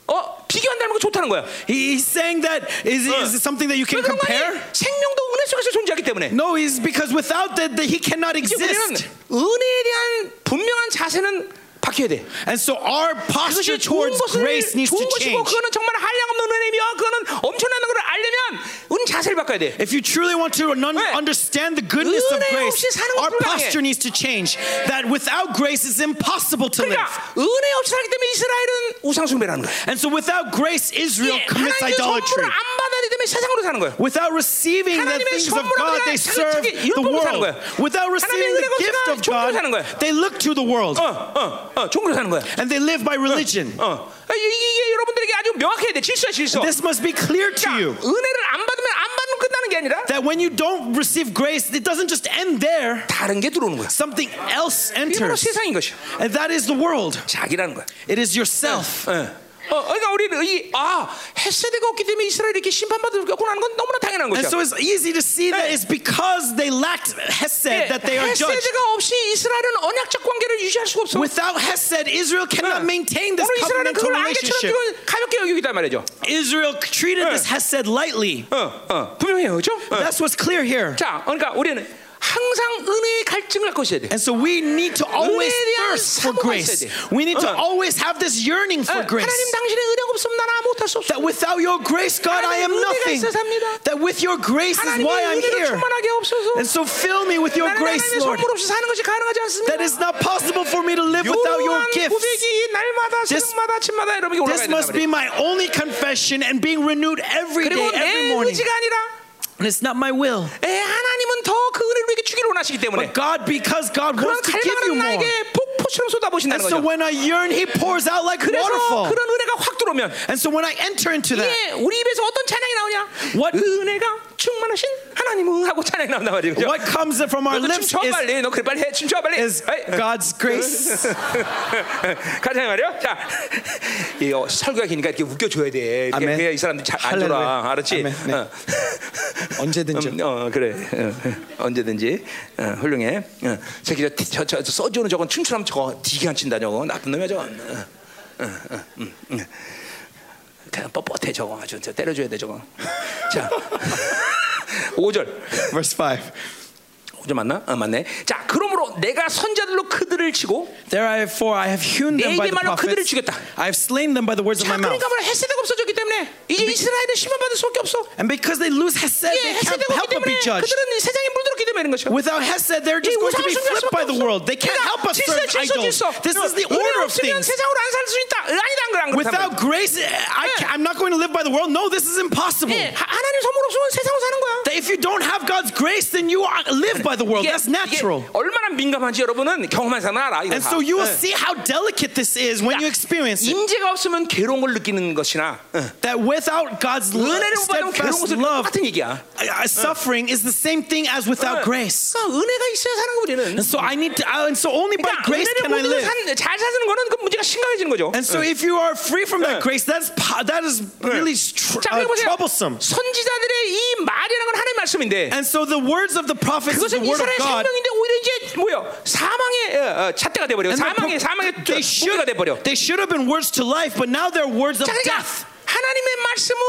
A: 어 비교한다는 거 좋다는 거야. 왜
B: He- He's saying that is, is it something that you can
A: 그런
B: compare?
A: 거야? 생명도 은혜 속에서 존재하기 때문에.
B: No, he's because without that, that he cannot
A: 이제 우리는
B: exist.
A: 은혜에 대한 분명한 자세는 바뀌어야 돼.
B: And so our posture
A: 그것이 좋은
B: towards
A: 것을
B: grace needs
A: 좋은
B: to
A: 것이고
B: change.
A: 그거는 정말 한량 없는 은혜며 그거는 엄청난 걸 알려면 은 자세를 바꿔야 돼.
B: If you truly want to un-
A: 네.
B: understand the goodness of
A: 은혜 없이
B: grace,
A: 사는
B: our
A: 것도 불가능해.
B: posture needs to change. That without grace, it's impossible to live.
A: 그러니까 은혜 없이 살기 때문에 이스라엘은 우상 숭배라는 거야.
B: And so without grace, Israel
A: 예,
B: commits
A: 하나님의 선물을
B: idolatry.
A: 안 받아들이기 때문에 세상으로 사는 거야.
B: Without receiving the
A: 하나님의
B: things of
A: 선물을
B: God, they
A: 그냥 자기
B: serve
A: 자기
B: the
A: 율법으로 사는
B: world.
A: 거야.
B: Without receiving
A: 하나님의
B: the gift
A: 은혜가
B: of
A: 종교로 사는
B: God,
A: 거야.
B: they look to the
A: 어,
B: world
A: 어, 어, 종교로 사는 거야.
B: and they live by religion.
A: 어, 아, 이게, 이게 여러분들에게 아주 명확해야 돼. 질서야 질서.
B: This must be clear to you
A: 그러니까 은혜를 안 받으면 안 받으면 끝나는 게 아니라
B: that when you don't receive grace, it doesn't just end there.
A: 다른 게 들어오는 거야.
B: Something else
A: 이게 바로
B: enters,
A: 세상인 것이야.
B: and that is the world.
A: 자기라는 거야.
B: It is yourself.
A: 예. 어, 그러니까 우리는 이아 햇세대가 없기 때문에 이스라엘이 이렇게 심판받을 거고 나는 건 너무나 당연한
B: And
A: 것이야.
B: so it's easy to see
A: 네.
B: that it's because they lacked Hesed that they are
A: 햇세대가
B: judged.
A: 예. 없이 이스라엘은 언약적 관계를 유지할 수가 없어.
B: Without Hesed, Israel cannot maintain this
A: 오늘 이스라엘은
B: covenantal
A: 그걸 안개처럼
B: relationship.
A: 지금 가볍게 여기고 있단 말이죠.
B: Israel treated this Hesed lightly.
A: 어, 어, 분명해요, 그렇죠?
B: That's what's clear here.
A: 자, 그러니까 우리는 항상 은혜의 갈증을 갖고 있어야 돼.
B: And so we need to always
A: 은혜에 대한
B: thirst for
A: 사모가
B: grace.
A: 있어야 돼.
B: We need to
A: 어.
B: always have this
A: 어,
B: yearning for
A: 하나님
B: grace.
A: 당신의 은혜가 없으면 나나 못할 수 없어.
B: That without your grace, God, I
A: 하나님
B: am
A: 은혜가
B: nothing.
A: 있어야 삽니다.
B: That with your grace is why
A: 하나님의
B: I'm
A: 은혜를
B: here.
A: 충만하게 없어서
B: And so fill me with your
A: 나는
B: grace,
A: 하나님의
B: Lord.
A: 선물 없이 사는 것이 가능하지 않습니다.
B: That it's not possible for me to live without your
A: 요한
B: gifts.
A: 고백이 날마다
B: This-
A: 새벽마다 아침마다 여러분이 올라가야
B: This must be
A: 된다.
B: my only confession and being renewed every day,
A: 그리고
B: every
A: 내
B: morning.
A: 의지가 아니라
B: And it's not my will.
A: 에, 하나님은 더 그 은혜를 우리에게 주기를 원하시기 때문에
B: But God, because God
A: 그런
B: wants to give
A: 갈망은
B: you more.
A: 나에게 폭포처럼
B: And
A: 쏟아보신다는
B: so
A: 거죠.
B: when I yearn, He pours out like
A: 그래서
B: waterfall.
A: 그런 은혜가 확 들어오면
B: And so when I enter into that,
A: 이게 우리 입에서 어떤 찬양이 나오냐?
B: What-
A: 은혜가 충만하신 하나님은 하고 찬양이 나온단 말이에요. 그죠?
B: what comes from our
A: 너도
B: lips
A: 춤춰
B: is,
A: 빨리. 너 그래 빨리 해. 춤춰 빨리.
B: is
A: 어이.
B: God's grace.
A: 가자 말이요. 자, 이 어, 설교가 기니까 이렇게 웃겨줘야 돼. 이렇게
B: 아멘.
A: 그냥 이 사람들이 잘안
B: 할렐루야.
A: 돌아. 알았지?
B: 아멘. 네.
A: 어.
B: 언제든지.
A: 음, 어 그래 어, 언제든지 어, 훌륭해. 어, 새끼 저저 저, 저 써주는 저건 춤추라면 저거 디게 안 친다 저거 나쁜 놈이야 저거. 어, 어, 어, 음, 음. 그냥 뻣뻣해 저거 아주 저 때려줘야 돼 저거. 자, 5절.
B: Verse 5.
A: 5절 맞나? 어, 맞네. 자, 그러므로 내가 선자들로 그들을 치고
B: There I therefore I have hewn them
A: 내 입의
B: by the
A: 말로 그들을
B: prophets.
A: 죽였다.
B: I have slain them by the words of
A: 자,
B: my mouth.
A: 그러니까 뭐 헤세드가 없어졌기 때문에 이제 이스라엘은 심판받을 수밖에 없어.
B: And because they lose Hesed,
A: 예,
B: they can't
A: 헤세드가
B: help
A: 없기
B: but
A: 때문에
B: be judged.
A: 그들은 이 세상에 물들었기 때문에 이런 것이요.
B: Without Hesed,
A: 이
B: they're just going to
A: 우상을
B: be
A: 숭배할
B: flipped
A: 수밖에
B: by the world.
A: 없어.
B: They can't help
A: 그러니까
B: but
A: 질서,
B: serve
A: 질서,
B: idols.
A: 질서.
B: This is the
A: 은혜
B: order of
A: 없으면
B: things.
A: 세상으로 안 살 수 있다. 아니다, 안 그래, 안 그렇다.
B: Without grace, I can, I'm not going to live by the world. No, this is impossible.
A: 예, 하- 하나님 선물 없으면 세상으로 사는 거야.
B: That if you don't have God's grace, then you are, live by the world. That's natural.
A: 얼마나 민감한지 여러분은 경험한 사람 알아. 이거
B: And
A: 다.
B: so you will
A: 예.
B: see how delicate this is when you experience it.
A: 임재가 없으면 괴로운 걸 느끼는 것이나 예.
B: That without God's love,
A: 은혜를 못 받으면 괴로운
B: steadfast
A: 것을
B: love,
A: 같은 얘기야.
B: uh, suffering is the same thing as without grace.
A: 그러니까 은혜가 있어야 사는 거 우리는.
B: And so I need to, uh, and so only by
A: 그러니까
B: grace
A: 은혜를
B: can I
A: 못
B: live.
A: 산- 잘 사는 거는 그 문제가 심각해지는 거죠.
B: And so if you are free from that grace, that's po- that is really tr-
A: 자,
B: uh,
A: 그리고 보세요.
B: troublesome.
A: 선지자들의 이 말이라는 건 하나님의 말씀인데
B: And so the words of the prophets is
A: 그것은
B: the word of
A: 이스라엘
B: God.
A: 생명인데 오히려 이제 뭐요 사망의 어, 어, 잣대가 돼버려
B: And they're
A: 사망의
B: pro-
A: 사망의
B: they
A: 무기가 돼버려
B: should, they should have been words to life, but now they're words of
A: 자 그러니까
B: death.
A: 하나님의 말씀은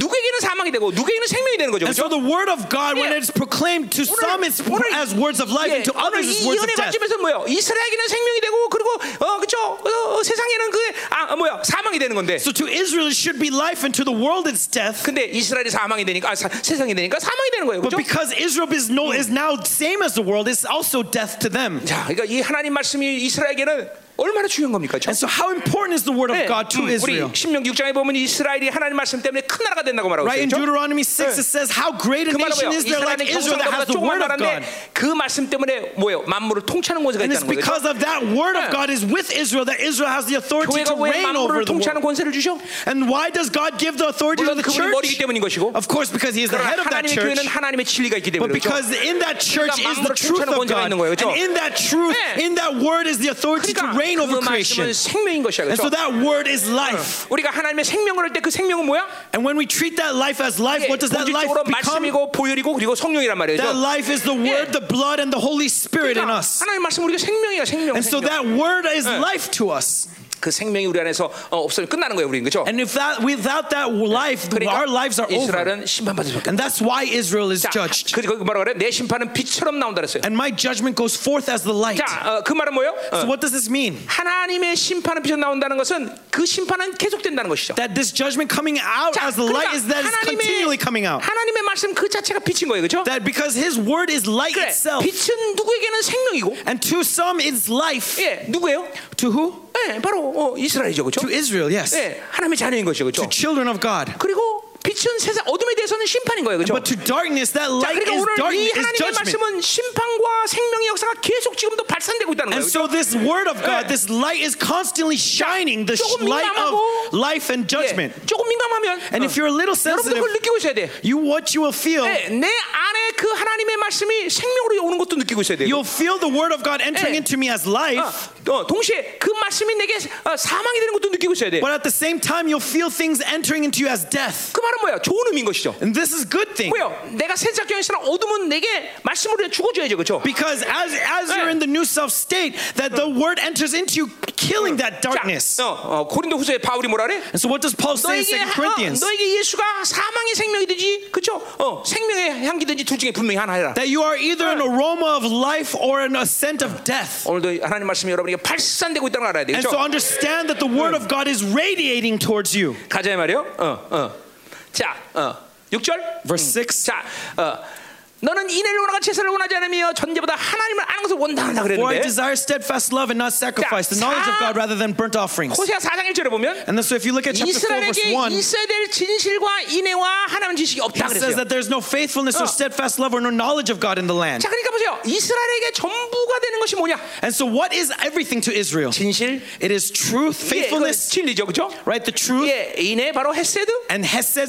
A: 누구에게는 사망이 되고 누구에게는 생명이 되는 거죠
B: And so
A: 그렇죠?
B: the word of God, when
A: Yeah.
B: it's proclaimed to some, it's
A: 오늘-
B: as words of life,
A: 예,
B: and to
A: 오늘
B: others, it's
A: 이
B: words
A: 연의
B: of death.
A: 관점에서 뭐요 이스라엘에게는 생명이 되고 그리고 어 그죠 어, 어, 세상에는 그아 어, 뭐야 사망이 되는 건데
B: So to Israel, it should be life, and to the world, it's death.
A: 근데 이스라엘이 사망이 되니까 아, 사- 세상이 되니까 사망이 되는 거예요 그렇죠?
B: But because Israel is no is now same as the world, it's also death to them.
A: 자 그러니까 이 하나님 말씀이 이스라엘에게는 얼마나 중요한 겁니까? 그렇죠?
B: And so, how important is the word
A: 네,
B: of God
A: 음,
B: to
A: 우리
B: Israel?
A: 신명기 6장에 보면 이스라엘이 하나님 말씀 때문에 큰 나라가 된다고 말하고
B: Right in
A: 있죠.
B: Deuteronomy 6, it says, How great a
A: 그 말은
B: nation
A: 뭐예요?
B: is there like
A: 이스라엘은
B: Israel
A: 경상도보다
B: that has the
A: 조금만
B: word of God.
A: 나라인데 그 말씀 때문에 뭐예요? 만물을 통치하는 권세가
B: And it's
A: 있다는 거죠.
B: because of that word
A: Yeah.
B: of God is with Israel that Israel has the authority
A: 교회가
B: to
A: 왜
B: reign
A: 만물을
B: over the
A: 통치하는
B: world.
A: 권세를 주셔?
B: And why does God give the authority to
A: 물론
B: the
A: 그분이 머리이기
B: church?
A: 때문인 것이고
B: Of course, because He is the
A: 그러나
B: head of that
A: 하나님의
B: church.
A: 교회는 하나님의 진리가 있기 때문에 그렇죠.
B: But because in that church
A: 그러니까
B: is the
A: 만물을
B: truth
A: 통치하는
B: of
A: 권세가
B: God.
A: 있는 거예요,
B: And
A: 그렇죠?
B: in that truth,
A: 네.
B: in that word is the authority to
A: 그러니까
B: reign over
A: 그 말씀은
B: creation.
A: 생명인 것이야
B: And so
A: 그렇죠.
B: that word is life.
A: 우리가 하나님의 생명을 할 때 그 생명은 뭐야?
B: And when we treat that life as life, what does that life
A: 본질적으로
B: become?
A: 말씀이고 보혈이고 그리고 성령이란 말이죠.
B: That life is the
A: Yeah.
B: word, the blood, and the Holy Spirit in
A: 그러니까
B: us.
A: 하나님 말씀 우리가 생명이야 생명.
B: And so
A: 생명.
B: that word is life to us.
A: 그 생명이 우리 안에서 어, 없으면 끝나는 거예요, 우리는 그렇죠?
B: And if that without that life, our lives are over.
A: 그러니까 이스라엘은 심판받을 수밖에.
B: And that's why Israel is
A: 자,
B: judged.
A: 그 거기 뭐라 그래? 내 심판은 빛처럼 나온다 그랬어요.
B: And my judgment goes forth as the light.
A: 자, 어, 그 말은 뭐예요?
B: So what does this mean?
A: 하나님의 심판은 빛처럼 나온다는 것은 그 심판은 계속된다는 것이죠. 그러니까
B: That this judgment coming out as the light is that it's continually coming out.
A: 하나님의 말씀 그 자체가 빛인 거예요, 그렇죠?
B: That because His word is light
A: 그래,
B: itself,
A: 빛은 누구에게는 생명이고,
B: and to some it's life.
A: 예, 누구예요?
B: To who?
A: 예, 바로 어, 이스라엘이죠, 그렇죠?
B: To Israel, yes.
A: 예, 하나님의 자녀인 것이죠, 그렇죠?
B: Children of God.
A: 그리고 빛은 세상 어둠에 대해서는 심판인 거예요, 그렇죠?
B: But to darkness,
A: 자,
B: that light
A: 그러니까
B: is
A: 오늘 이
B: darkness, is
A: 하나님의
B: judgment.
A: 말씀은 심판과 생명의 역사가 계속 지금도 발산되고 있다는
B: And
A: 거예요.
B: so this word of
A: Yeah.
B: God, this light is constantly shining, the sh-
A: 조금
B: light of
A: 민감하고,
B: life and judgment.
A: 예, 조금 민감하면 어,
B: And if you're a little
A: 여러분도
B: sensitive,
A: 그걸 느끼고 있어야 돼.
B: you what you will feel,
A: 예, 내 안에 그 하나님의 말씀이 생명으로 오는 것도 느끼고 있어야 돼요.
B: you'll feel the word of God entering
A: Yeah.
B: into me as life,
A: 어, 어, 동시에 그 말씀이 내게 어, 사망이 되는 것도 느끼고 있어야 돼.
B: but at the same time you'll feel things entering into you as death.
A: 그 말은 뭐야? 좋은 의미인 것이죠.
B: And this is good thing.
A: 왜요? 내가 새싹경에 있으나 어둠은 내게 말씀으로 죽어줘야죠, 그렇죠?
B: Because as as
A: Yeah.
B: you're in the new self state, that the word enters into you, killing that darkness.
A: 자, 어, 어, 고린도 후서에 바울이 뭐라 그래?
B: And so what does Paul say in
A: 너에게,
B: 2
A: 하- 어,
B: Corinthians?
A: 너에게 예수가 사망의 생명이든지 그쵸? 어, 생명의 향기든지 둘 중에 분명히 하나 해라
B: That you are either an aroma of life or an ascent of death.
A: 오늘도 하나님 말씀이 여러분에게 발산되고 있다는 걸 알아야 그렇죠? 되겠죠?
B: And so understand that the word of God is radiating towards you.
A: 가자 이 말이요 어, 어. 자, 어, 6절 음.
B: Verse 6
A: 자, 어, 너는 이내로 나가 제사를 원하지 않으며 전제보다 하나님을 아는 것을 원한다
B: For I
A: 그랬는데
B: desire steadfast love and not sacrifice, the knowledge of God rather than burnt offerings.
A: 호세아 4장 1절에 보면
B: And then, so if you look at chapter 4, verse
A: 이스라엘에게
B: 1, it
A: 있어야 될 진실과 인애와 하나님 지식이 없다 그랬어요
B: says that there's no faithfulness
A: 어.
B: or steadfast love or no knowledge of God in the land.
A: 자 그러니까 보세요 이스라엘에게 전부가 되는 것이 뭐냐 예,
B: And so, what is everything to Israel?
A: 진실
B: It is truth,
A: 예, 그건
B: faithfulness,
A: 진리죠 그죠?
B: right? The truth,
A: 예, 인애 바로 헤세드
B: and Hesed,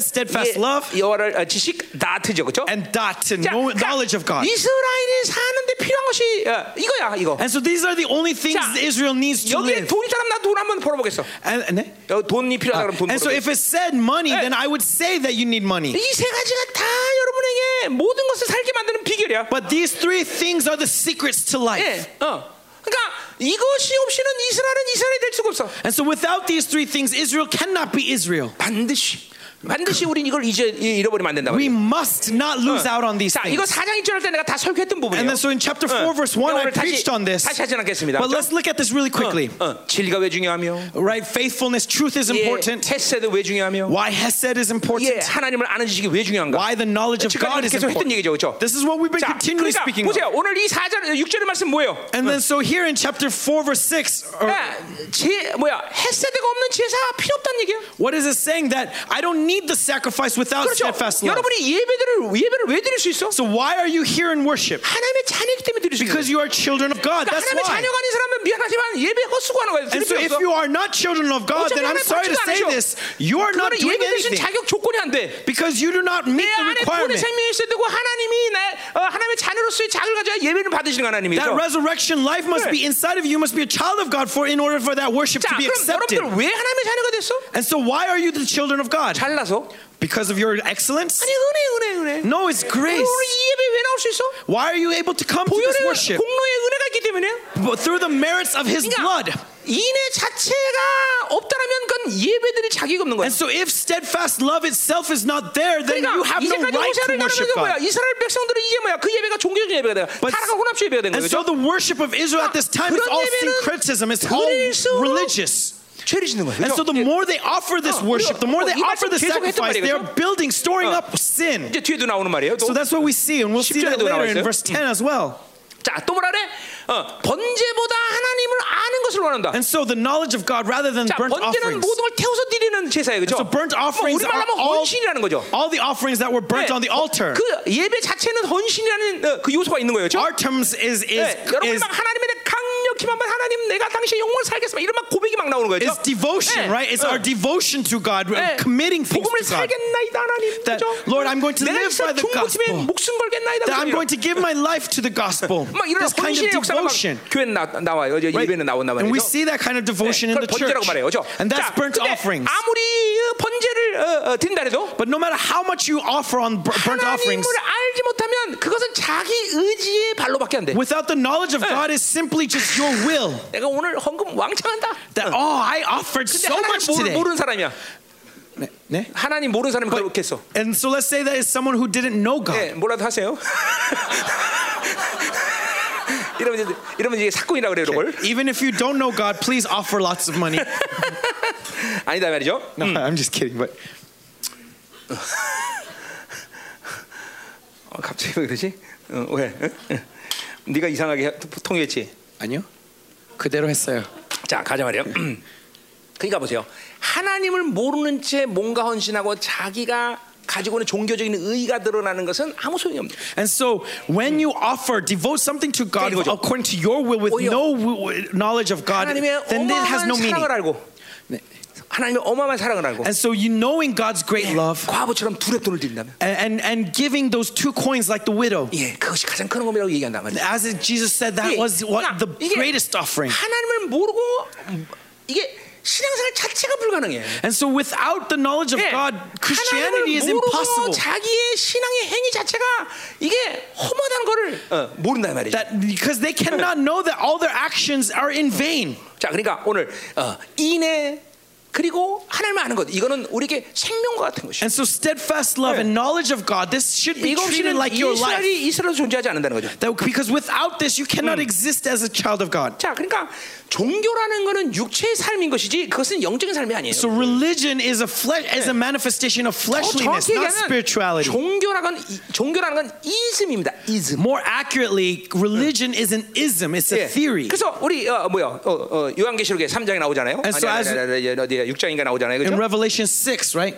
A: 예,
B: steadfast love,
A: 여호와를 어, 지식 나트죠 그죠?
B: and Dot, to
A: 자,
B: know,
A: 자,
B: knowledge of God.
A: 이스라엘이 사는데 필요한 것이 어, 이거야 이거
B: And so, these are the only things
A: 자,
B: Israel needs to
A: 여기
B: live.
A: 돈 있다면 나돈 한번 벌어보겠어
B: And, and, eh?
A: 여, 돈이 필요하다 그러면 돈
B: And so,
A: 벌어보겠어
B: if it said money, then I would say that you need money.
A: 이 세 가지가 다 여러분에게 모든 것을 살게 만드는 비결이야
B: But these three things are the secrets to life.
A: 예, 어. 그러니까 이것이 없이는 이스라엘은 이스라엘이 될 수가 없어
B: And so without these three things, Israel cannot be Israel.
A: 반드시 반드시 우린 이걸 잊어, 이- 잃어버리면 안 된다고 어.
B: We must not lose out on these
A: 자 이거
B: things.
A: 4장 1절 할 때 내가 다 설교했던 부분이에요 어.
B: And then so in chapter
A: Uh.
B: 4, verse 1, I
A: 오늘 다시,
B: preached on this.
A: 다시 하지 않겠습니다
B: But let's look at this really quickly.
A: 어, 어, 진리가 왜 중요하며
B: Right? Faithfulness, truth is important.
A: 테스에도 왜 중요하며
B: Why Hesed is
A: 예,
B: important.
A: 하나님을 아는 지식이 왜 중요한가
B: Why the knowledge of
A: 지금까지
B: God is
A: 계속 했던
B: important.
A: 얘기죠 그렇죠
B: This is what we've been
A: 자
B: continually
A: 그러니까
B: speaking of.
A: 보세요 오늘 이 4절 6절의 말씀 뭐예요
B: And then so here in chapter 4, verse 6,
A: Uh.
B: or-
A: 야, 아, 제, 뭐야 헤세드가 없는 제사 필요 없다는 얘기예요
B: what is it saying? That I don't need the sacrifice without
A: 그렇죠
B: steadfast love.
A: 여러분이 예배들을 예배를 왜 드릴 수 있어
B: So why are you here in worship?
A: 하나님의 자녀이기 때문에 드릴 수 있어
B: Because you are children of God.
A: 그러니까
B: That's
A: 하나님의
B: why.
A: 자녀가 아닌 사람은 미안하지만 예배 헛수고하는 거예요 드릴
B: And so
A: 필요
B: if
A: 없어
B: you are not children of God, then I'm sorry to say this. You are not
A: 그거는
B: doing
A: 예배 드신
B: anything
A: 자격 조건이 안돼내
B: because you do not meet the
A: 안에 본의
B: requirement.
A: 생명이 있어야 되고 하나님이 나 어, 하나님의 자녀로서의 자격을 가져야 예배를 받으시는
B: That
A: 하나님이죠
B: resurrection life must be inside of you, You must be a child of God for in order for that worship
A: 자
B: to be
A: 그럼
B: accepted.
A: 여러분들 왜 하나님의 자녀가 됐어?
B: And so why are you the children of God?
A: 잘나서
B: Because of your excellence?
A: 아니 은혜 은혜 은혜
B: No, it's
A: 그럼 오늘
B: grace.
A: 이 예배 왜 나올 수 있어?
B: Why are you able to come to this
A: 보혈의
B: worship?
A: 공로의 은혜가 있기 때문에
B: But through the merits of his blood.
A: 그러니까 인애 자체가 없다라면 그건 예배들이 자격이 없는 거야
B: And so if steadfast love itself is not there, then you
A: 그러니까
B: have no
A: 이제까지
B: right
A: 호세아를
B: to
A: 나누는
B: worship
A: 게 뭐야
B: God.
A: 이스라엘 백성들은 이제 뭐야 그 예배가 종교적인 예배가 돼요
B: But-
A: 타락한 혼합주 예배가 된
B: And
A: 거죠
B: so the worship of Israel at this time is all syncretism, it's all religious.
A: 죄를 짓는 거예요
B: And so the more they offer this worship, the more they offer the sacrifice, they are building, storing up sin.
A: 이제 뒤에도 나오는 말이에요 또.
B: So that's what we see, and we'll see that later in verse 10 as well.
A: 자, 또 뭐라 그래? 어, 번제보다 하나님을 아는 것을 원한다
B: And so the knowledge of God rather than
A: 자,
B: burnt
A: 번제는
B: offerings.
A: 모든 걸 태워서 드리는 제사예요 그죠?
B: So burnt
A: 뭐
B: offerings
A: 우리말로
B: are
A: 하면
B: all,
A: 헌신이라는 거죠
B: all the offerings that were burnt
A: 네,
B: on the altar.
A: 그 예배 자체는 헌신이라는 어, 그 요소가 있는 거예요 그죠?
B: Our terms is, is,
A: 네, 여러분
B: is,
A: 막 하나님에 대해 강력히만 말 하나님 내가 당신의 영혼을 살겠습니다 이런 막 고백이 막 나오는 거예요
B: is
A: 그죠? 네,
B: devotion, right? It's
A: 어.
B: our devotion to God,
A: 네,
B: committing things
A: 복음을
B: to God.
A: 살겠나이다 하나님
B: That,
A: 그죠?
B: Lord, I'm going to
A: 내가
B: live
A: 진짜
B: by the
A: 중고집에
B: gospel.
A: 목숨 걸겠나이다
B: that
A: 그죠?
B: I'm going to give my life to the gospel.
A: 막 이런
B: this kind
A: 헌신의
B: of
A: 역사가 막
B: devotion.
A: 교회는 나, 나와요 어제
B: right?
A: 예배는 나온다
B: And we
A: 말이죠 예,
B: see that kind of devotion in
A: 그걸
B: the church.
A: 번제라고 말해요 그죠?
B: And that's
A: 자,
B: burnt
A: 근데
B: offerings.
A: 아무리 어, 번제를 어, 어, 드린다 해도
B: But no matter how much you offer on bur- burnt
A: 하나님을
B: offerings,
A: 알지 못하면 그것은 자기 의지의 발로밖에 안돼
B: without the knowledge of God, is simply just your will.
A: 내가 오늘 헌금 왕창한다
B: That, oh, I offered
A: 근데
B: so
A: 하나님
B: much today.
A: 모르는 사람이야
B: 네, 네.
A: 하나님 모르는 사람이 그렇게 했어
B: And so let's say that is someone who didn't know God.
A: 예, 뭐라도 하세요. 이러면 이제 이러면 이제 사건이라 그래요, 이걸.
B: Even if you don't know God, please offer lots of money.
A: 아니다 말이죠.
B: No, I'm just kidding. But
A: 어, 갑자기 왜 그러지? 어, 왜? 응? 네가 이상하게 해- 통했지.
B: 아니요. 그대로 했어요.
A: 자, 가자 말이요. 음. 그러니까 보세요. 하나님을 모르는 채 뭔가 헌신하고 자기가 가지고 있는 종교적인 의가 드러나는 것은 아무 소용이 없는.
B: And so when you offer, devote something to God
A: 그러니까 이거죠.
B: according to your will with
A: 오히려
B: no w- w- knowledge of God,
A: 하나님의
B: 아, 네. then it has
A: 어마어마한
B: no meaning.
A: 사랑을 알고,
B: 네.
A: 하나님의 어마어마한 사랑을 알고,
B: And so you knowing God's great love
A: 과부처럼 두렵돈을 드린다면,
B: and, and, and giving those two coins like the widow.
A: 예, 그것이 가장 큰 겁니다라고 얘기한단 말이에요.
B: As it- Jesus said, that
A: 예,
B: was what the
A: 그러니까 이게
B: greatest offering.
A: 하나님을 모르고 이게 신앙생활 자체가 불가능해.
B: And so without the knowledge of
A: 예,
B: God,
A: 하나님을
B: Christianity is
A: 모르고
B: impossible.
A: 자기의 신앙의 행위 자체가 이게 험하다는 거를 어, 모른다 말이죠.
B: That because they cannot know that all their actions are in vain.
A: 자, 그러니까 오늘 어, 인애 그리고 하나님을 아는 것 이거는 우리에게 생명과 같은 것이죠.
B: And so steadfast love and knowledge of God, this should be
A: 이거 없이는
B: treated like your life.
A: 이스라엘이 이스라엘 존재하지 않는다는 거죠.
B: That because without this, you cannot
A: Hmm.
B: exist as a child of God.
A: 자, 그러니까 종교라는 거는 육체의 삶인 것이지 그것은 영적인 삶이 아니에요.
B: So religion is a flesh, is a manifestation of
A: 어,
B: fleshliness,
A: 정확히
B: not
A: 얘기하면
B: spirituality.
A: 종교라는 건 이- 종교라는 건 이즘입니다. 이즘.
B: More accurately, religion is an ism. It's
A: 예.
B: a theory.
A: 그래서 우리 어, 뭐야 어, 어, 요한계시록에 3장이 나오잖아요.
B: And so
A: 아니, 아니,
B: as-
A: 아니, 아니, 아니, 어디야 6장인가 나오잖아요.
B: In
A: 그죠?
B: Revelation six, right?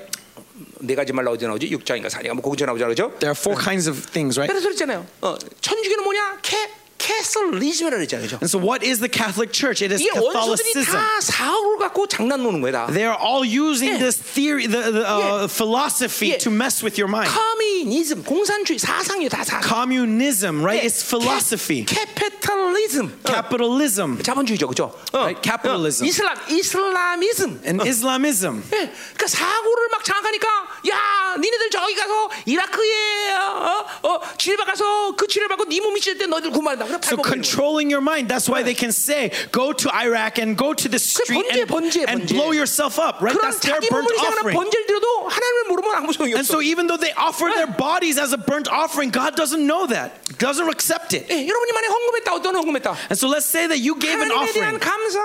A: 네 가지 말 나오지 나오지 6장인가 4장인가 뭐 거기서 나오잖아요. 그죠?
B: There are four kinds of things, right?
A: 그래서 그랬잖아요. 어, 천주교는 뭐냐? 캐 캐슬리즘이라고 했잖아요. 그죠?
B: And so, what is the Catholic Church? It is
A: 이게 원수들이
B: Catholicism.
A: 다 사업을 갖고 장난 노는 거예요. 다.
B: They are all using
A: Yeah.
B: this theory, the, the uh,
A: Yeah.
B: philosophy,
A: Yeah.
B: to mess with your mind.
A: 커뮤니즘, 공산주의 사상이 다 사상.
B: Communism, right? It's philosophy,
A: 캐피탈리즘.
B: capitalism,
A: 자본주의죠, 그렇죠?
B: Right, capitalism.
A: 이슬람, 이슬라미즘.
B: and Islamism.
A: 예, 그러니까 사고를 막 장악하니까 야 니네들 저기 가서 이라크에 어, 어, 어, 치료받 가서 그 치료받고 네 몸이 찢을 때 너희들 구만다 그래
B: So controlling your mind. That's why they can say, "Go to Iraq and go to the street
A: 번제,
B: and,
A: 번제,
B: and
A: 번제.
B: blow yourself up." Right?
A: 그런
B: That's their
A: 자기
B: burnt
A: 몸을 이상한
B: offering.
A: 번제를 드려도 하나님을 모르면 아무 소용이
B: And
A: 없어
B: so, even though they offer their bodies as a burnt offering, God doesn't know that. Doesn't accept it.
A: 예, 여러분이 만약 헌금했다 어떤 헌금했다
B: And so, let's say that you gave an
A: 하나님에 대한
B: offering.
A: 감사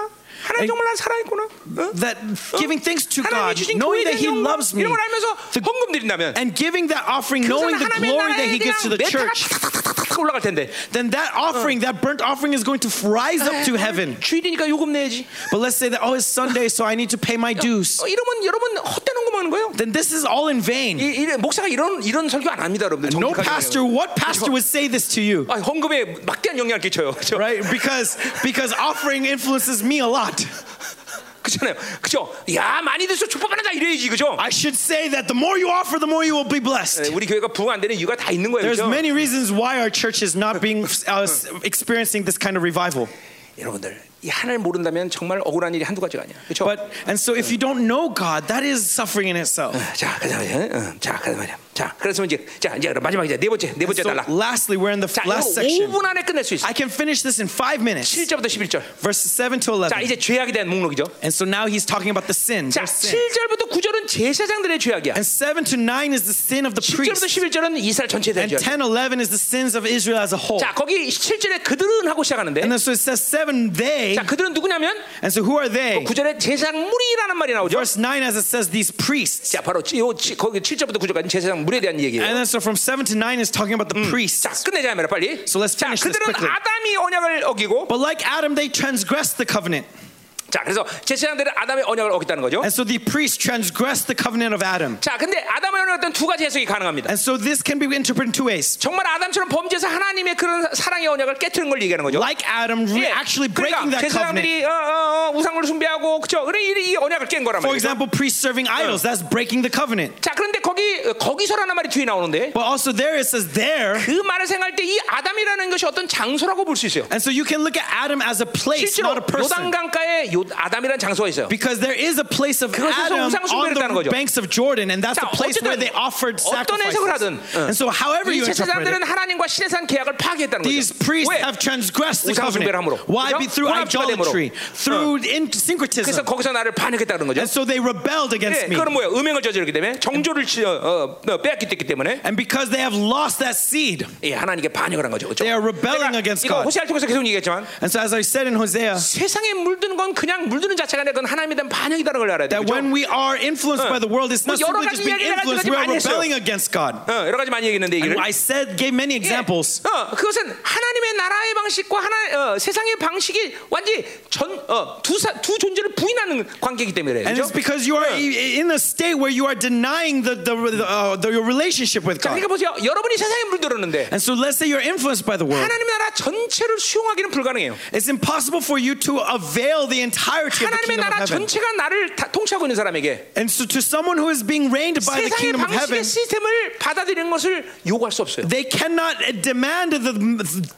A: 하나님
B: And-
A: 정말 난 살아있구나 어?
B: that giving thanks to
A: 하나님이
B: God,
A: 주신
B: knowing
A: 교회에
B: that He
A: 대한 영광
B: loves me,
A: 이런 걸 알면서
B: the-
A: 헌금 드린다면
B: and giving that offering, knowing the
A: 하나님의
B: glory that
A: 나라에
B: He
A: 대한
B: gives to the
A: 메타가
B: church,
A: 탁탁탁탁탁 올라갈 텐데
B: then that offering, that burnt offering, is going to rise up to heaven.
A: 주일이니까 요금 내야지
B: But let's say that, oh, it's Sunday, so I need to pay my
A: 어,
B: dues.
A: 이러면 여러분 헛된 헌금하는 거예요
B: Then this is all in vain.
A: 이, 이, 목사가 이런 이런 설교 안 합니다, 여러분들.
B: No
A: 정직하게
B: pastor,
A: 말해요.
B: what pastor would say this to you?
A: 아, 헌금에 막대한 영향을 끼쳐요. 그렇죠?
B: Right? Because because offering influences me a lot.
A: 그렇잖아요. 그렇죠? 야, 많이 드서 축복받는다 이래야지, 그죠?
B: I should say that the more you offer, the more you will be
A: 네,
B: blessed.
A: 우리 교회가 부흥 안 되는 이유가 다 있는 거예요.
B: There's
A: 그렇죠?
B: many reasons why our church is not being uh, experiencing this kind of revival.
A: 여러분들, 이 하나님 모른다면 정말 억울한 일이 한두 가지가 아니야. 그렇죠?
B: But and so if you don't know God, that is suffering in itself.
A: 자, 가자 말이야. 응, 자, 가자 말이야. 자, 그래서 이제 자, 이제 그럼 마지막 이제 네 번째, 네 번째
B: So
A: 달라.
B: lastly, we're in the
A: 자, 이거
B: last section.
A: 5분 안에 끝낼 수 있어.
B: I can finish this in five minutes,
A: 7절부터 11절.
B: verses seven to
A: 자,
B: eleven.
A: 이제 죄악에 대한 목록이죠.
B: And so now he's talking about the sin.
A: 자,
B: their sin.
A: 7절부터 9절은 제사장들의 죄악이야.
B: And seven to nine is the sin of the
A: 10절부터
B: priest.
A: 11절은 이스라엘 전체에 대한
B: And
A: 죄악.
B: 10, 11 is the sins of Israel as a whole.
A: 자, 거기 7절에 그들은 하고 시작하는데
B: And then so it says seven they.
A: 자, 그들은 누구냐면 그
B: And so who are they?
A: 구절에 제사장물이라는 말이 나오죠.
B: Verse nine, as it says, these priests.
A: 자, 바로 이 거기 7절부터 9절까지 제사장물에 대한 얘기예요.
B: And then so from seven to nine is talking about the priests.
A: 자, 끝내자 말이야, 빨리.
B: So let's
A: 자,
B: finish this
A: 그들은
B: quickly.
A: 아담이 언약을 어기고
B: But like Adam, they transgressed the covenant.
A: 자, 그래서 제사장들은 아담의 언약을 어겼다는 거죠.
B: And so the priests transgressed the covenant of Adam.
A: 자, 근데 아담의 언약을 어떤 두 가지 해석이 가능합니다.
B: And so this can be interpreted in two ways.
A: 정말 아담처럼 범죄해서 하나님의 그런 사랑의 언약을 깨뜨린 걸 얘기하는 거죠.
B: Like Adam, re-
A: 예,
B: actually breaking
A: 그러니까
B: that covenant.
A: 제사장들이 어, 어, 어, 우상을 숭배하고 그쵸? 그래 이, 이 언약을 깬 거란
B: For
A: 말이죠.
B: example, priests serving idols, that's breaking the covenant.
A: 자, 그런데 거기 거기서라는 말이 뒤에 나오는데
B: But also there it says there.
A: 그 말을 생각할 때 이 아담이라는 것이 어떤 장소라고 볼 수 있어요.
B: And so you can look at Adam as a place,
A: 실제로
B: not a person.
A: 요단강가에 요, 아담이라는 장소가 있어요.
B: Because there is a place of
A: 그것에서
B: Adam
A: 우상
B: on
A: 숭배했다는 거죠.
B: the banks of Jordan, and that's
A: 자,
B: the place
A: 어쨌든
B: where they offered
A: 어떤
B: sacrifices.
A: 해석을 하든, 응.
B: And so however
A: 이
B: you interpret it,
A: 제사장들은 하나님과 신의 산 계약을 파괴했다는
B: these priests
A: 거죠. 왜?
B: have transgressed the
A: 우상
B: covenant.
A: 숭배를 함으로.
B: Why?
A: 그죠?
B: Be through
A: 혼합주의가 됨으로.
B: idolatry, through in-
A: 그래서
B: syncretism.
A: 거기서 나를 반역했다는 거죠.
B: And so they rebelled
A: 예,
B: against me.
A: 그거는 뭐예요? 음행을 저지르기 때문에 정조를 치- 어, 어, 빼앗기 됐기 때문에
B: And because they have lost that seed,
A: 예, 하나님께 반역을 한 거죠. 그렇죠?
B: They are rebelling against
A: 이거
B: God.
A: 호세아를 통해서 계속 얘기했지만
B: and so as I said in Hosea,
A: 세상에 물드는 건 그냥 물드는 자체가 아니라 그건 하나님에 대한 반역이라는 걸 알아야 돼요.
B: that when
A: 그렇죠?
B: we are influenced by the world, it's not
A: 뭐 여러
B: simply
A: 가지
B: just being
A: 이야기를
B: influenced, we
A: 가지고
B: are
A: 많이 했어요.
B: rebelling against God.
A: 어, 여러 가지 많이 얘기했는데 얘기를
B: And I said, gave many
A: 예,
B: examples.
A: 어, 그것은 하나님의 나라의 방식과 하나 어, 세상의 방식이 완전히 어, 전두두 두 존재를 부인하는 관계이기 때문에 그래요.
B: And
A: 그죠?
B: it's because you are i- in a state where you are denying the, the, the the, uh, the, your relationship with
A: 자,
B: God.
A: 그러니까 보세요. 여러분이 세상에 물들었는데
B: And so let's say you're influenced by the world.
A: 하나님 나라 전체를 수용하기는 불가능해요.
B: It's impossible for you to avail the entirety of the
A: 하나님의
B: kingdom
A: 나라
B: of heaven.
A: 전체가 나를 다, 통치하고 있는 사람에게
B: And so to someone who is being reigned by the
A: 세상의
B: kingdom of
A: 방식의
B: heaven,
A: 시스템을 받아들이는 것을 요구할 수 없어요.
B: they cannot demand the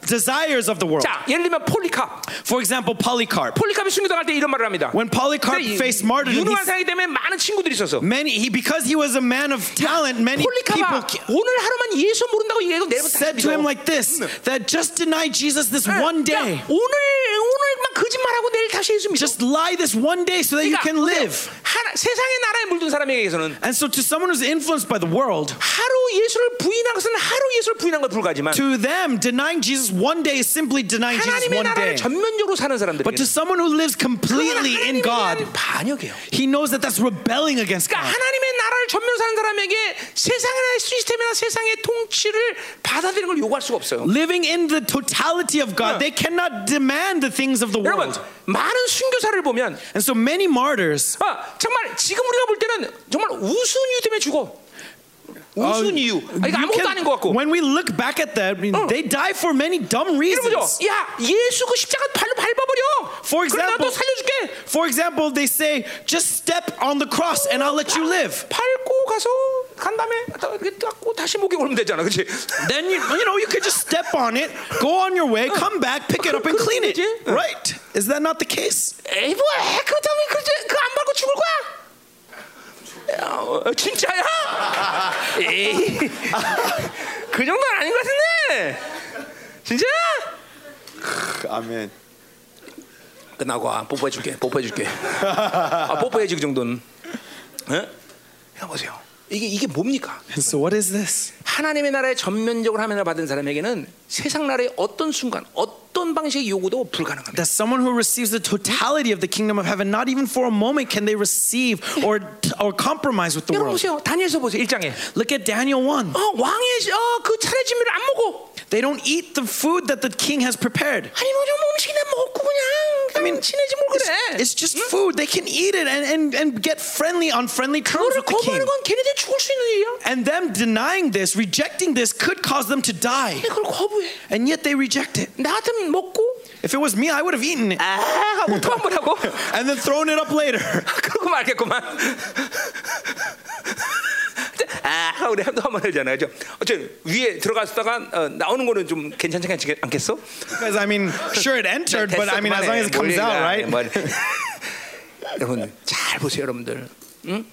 B: desires of the world.
A: 자, 예를 들면 폴리캅.
B: For example, Polycarp.
A: 폴리캅이 순교당할 때 이런 말을 합니다.
B: When Polycarp
A: 근데 이-
B: faced martyrdom,
A: 유능한
B: he,
A: 사람이 되면 많은 친구들이 있어서
B: many, he, because he was a man of talent, many people
A: 폴리캅아 오늘 하루만 예수 모른다고 얘기하고 내일부터 다
B: said to him like this that just deny Jesus this
A: 믿어.
B: one
A: 야,
B: day.
A: 예, 그러니까 오늘 오늘만 거짓말하고 내일 다시 예수 믿어. 그러니까
B: Just lie this one day so that you can live.
A: 하나, 세상의 나라에 물든 사람에게서는
B: And so to someone who's influenced by the world,
A: 하루 예수를 부인한 것은 하루 예수를 부인한 것 불가지만
B: to them, denying Jesus one day is simply denying Jesus
A: 하나님의
B: one
A: 나라를
B: day.
A: 전면적으로 사는 사람들에게
B: But to someone who lives completely in God, 아.
A: 반역이에요.
B: he knows that that's rebelling against
A: 그러니까
B: God.
A: 하나님의 나라를 전면 사는 사람에게 세상의 시스템이나 세상의 통치를 받아들이는 걸 요구할 수가 없어요.
B: Living in the totality of God, they cannot demand the things of the
A: 여러분
B: world.
A: 많은 순교사를 보면
B: And so many martyrs,
A: 아, 정말 지금 우리가 볼 때는 정말 우스운 이유 때문에 죽어. 우스운
B: uh,
A: 이유. 아, 이거
B: you
A: 아무것도
B: can-
A: 아닌 것 같고.
B: when we look back at that, I mean,
A: 어.
B: they die for many dumb
A: 이러죠.
B: reasons.
A: 야 예수 그 십자가 발로 밟아버려.
B: For
A: 그럼 나도
B: example-
A: 살려줄게.
B: For example, they say, just step on the cross and I'll let you live.
A: 밟고 가서 간 다음에 또 이렇게 닦고 다시 목에 걸면 되잖아, 그렇지?
B: Then you, you know you could just step on it, go on your way, come back, pick it up, and clean it.
A: 그러지?
B: Right? Is that not the case?
A: 에이 뭐야 그 다음에 그그안 밟고 죽을 거야? 야, 어, 진짜야? 에이 그 정도는 아닌 것 같은데 진짜?
B: Amen.
A: 끝나고 와 뽀뽀해줄게 뽀뽀해줄게 아 뽀뽀해줄 정도는 응? 여보세요 이게 이게 뭡니까?
B: And so, what is this?
A: 하나님의 나라에 전면적으로 하나님을 받은 사람에게는 세상 나라의 어떤 순간 어떤 방식의 요구도 불가능합니다.
B: That someone who receives the totality of the kingdom of heaven, not even for a moment can they receive or, or compromise with the
A: 여러분
B: world.
A: 보세요 다니엘서 보세요 1장에
B: Look at Daniel 1.
A: 어, 왕의 어, 그 차례 준비를 안 먹어.
B: They don't eat the food that the king has prepared.
A: 아니 뭐 좀 음식이나 먹고 그냥
B: I
A: 그냥
B: mean,
A: 친해지 뭘
B: it's,
A: 그래.
B: it's just food. They can eat it and, and, and get friendly on friendly terms
A: 그거를
B: with the king.
A: 거부하는 건 걔네들 죽을 수 있는 일이야.
B: And them denying this, rejecting this, could cause them to die.
A: 근데 그걸 거부해.
B: And yet they reject it.
A: 나 같으면 먹고
B: If it was me, I would have eaten it
A: 아 하고 토 한번 하고
B: and then thrown it up later.
A: 그러고 말겠구만. 아 하고 우리 한번 한번 하잖아요. 저 어쨌든 위에 들어갔다가 어, 나오는 거는 좀 괜찮지 않겠- 않겠어?
B: Because, I mean, sure, it entered, but I mean, as long as it comes out, right?
A: 여러분 잘 보세요, 여러분들. 응?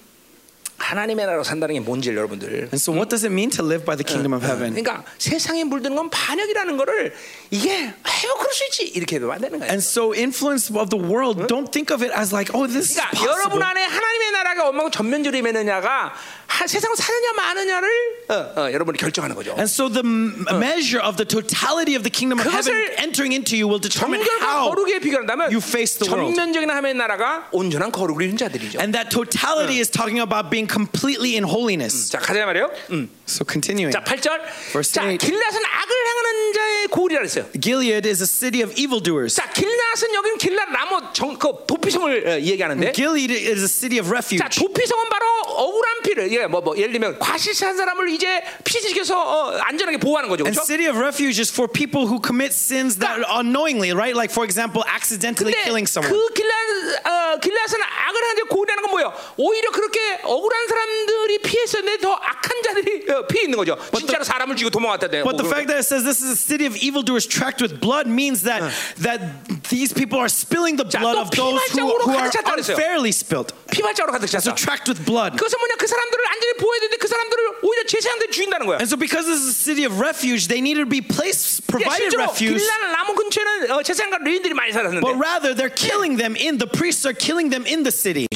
A: 하나님의 나라로 산다는 게 뭔지 여러분들.
B: And so, what does it mean to live by the kingdom of heaven?
A: 그러니까 세상에 물드는 건 반역이라는 거를 이게 해요 그럴 수 있지 이렇게 해도 안 되는 거예요.
B: And so, influence of the world, don't think of it as like, oh, this is
A: 그러니까 여러분
B: possible.
A: 안에 하나님의 나라가 얼마나 전면적으로 임했느냐가 하- 세상을 사느냐 마느냐를 어, 어, 여러분이 결정하는 거죠.
B: And so, the m- measure of the totality of the kingdom of heaven
A: 그것을
B: entering into you will determine
A: 정결과
B: how.
A: 거룩에 비교한다면
B: you face the world.
A: 전면적인 하나님의 나라가 온전한 거룩을 이룬 자들이죠.
B: And that totality is talking about being completely in holiness.
A: 자 가자 말이요. 음.
B: So, continuing.
A: 자 8절.
B: Verse
A: 자
B: eight.
A: 길낫은 악을 행하는 자의 고울이라 그랬어요.
B: Gilead is a city of evildoers.
A: 자 길낫은 여기는 길낫 라모 정그 도피성을 어, 얘기하는데
B: Gilead is a city of refuge.
A: 자 조피성은 바로 억울한 피를 예, 뭐, 뭐, 예를 들면 과실한 사람을 이제 피지켜서 어, 안전하게 보호하는 거죠
B: And
A: 그렇죠?
B: city of refuge is for people who commit sins that are unknowingly, right? Like for example, accidentally killing someone.
A: 그 길란 어, 길란은 악을 하는데 고인하는 건 뭐예요? 오히려 그렇게 억울한 사람들이 피했었는데 더 악한 자들이 어, 피해 있는 거죠 진짜로 사람을 죽이고 도망갔다대
B: But the fact that it says this is a city of evildoers tracked with blood means that that these people are spilling the
A: 자,
B: blood
A: 또
B: of those who,
A: 피말장으로
B: who are
A: 가득 찼다 그랬어요.
B: unfairly spilled.
A: 피발자로 가득 찼다
B: So tracked with blood.
A: 그것은 뭐냐 그 사람들을 안전히 보호해야 되는데 그 사람들을 오히려 제사장들이 죽인다는 거야
B: And so because this is a city of refuge, they needed to be placed
A: 그러니까
B: provided
A: 실제로
B: refuge.
A: 길란 라몬 근처에는 어, 제사장과 레인들이 많이 살았는데
B: But rather they're killing them in the priests are killing them in the city.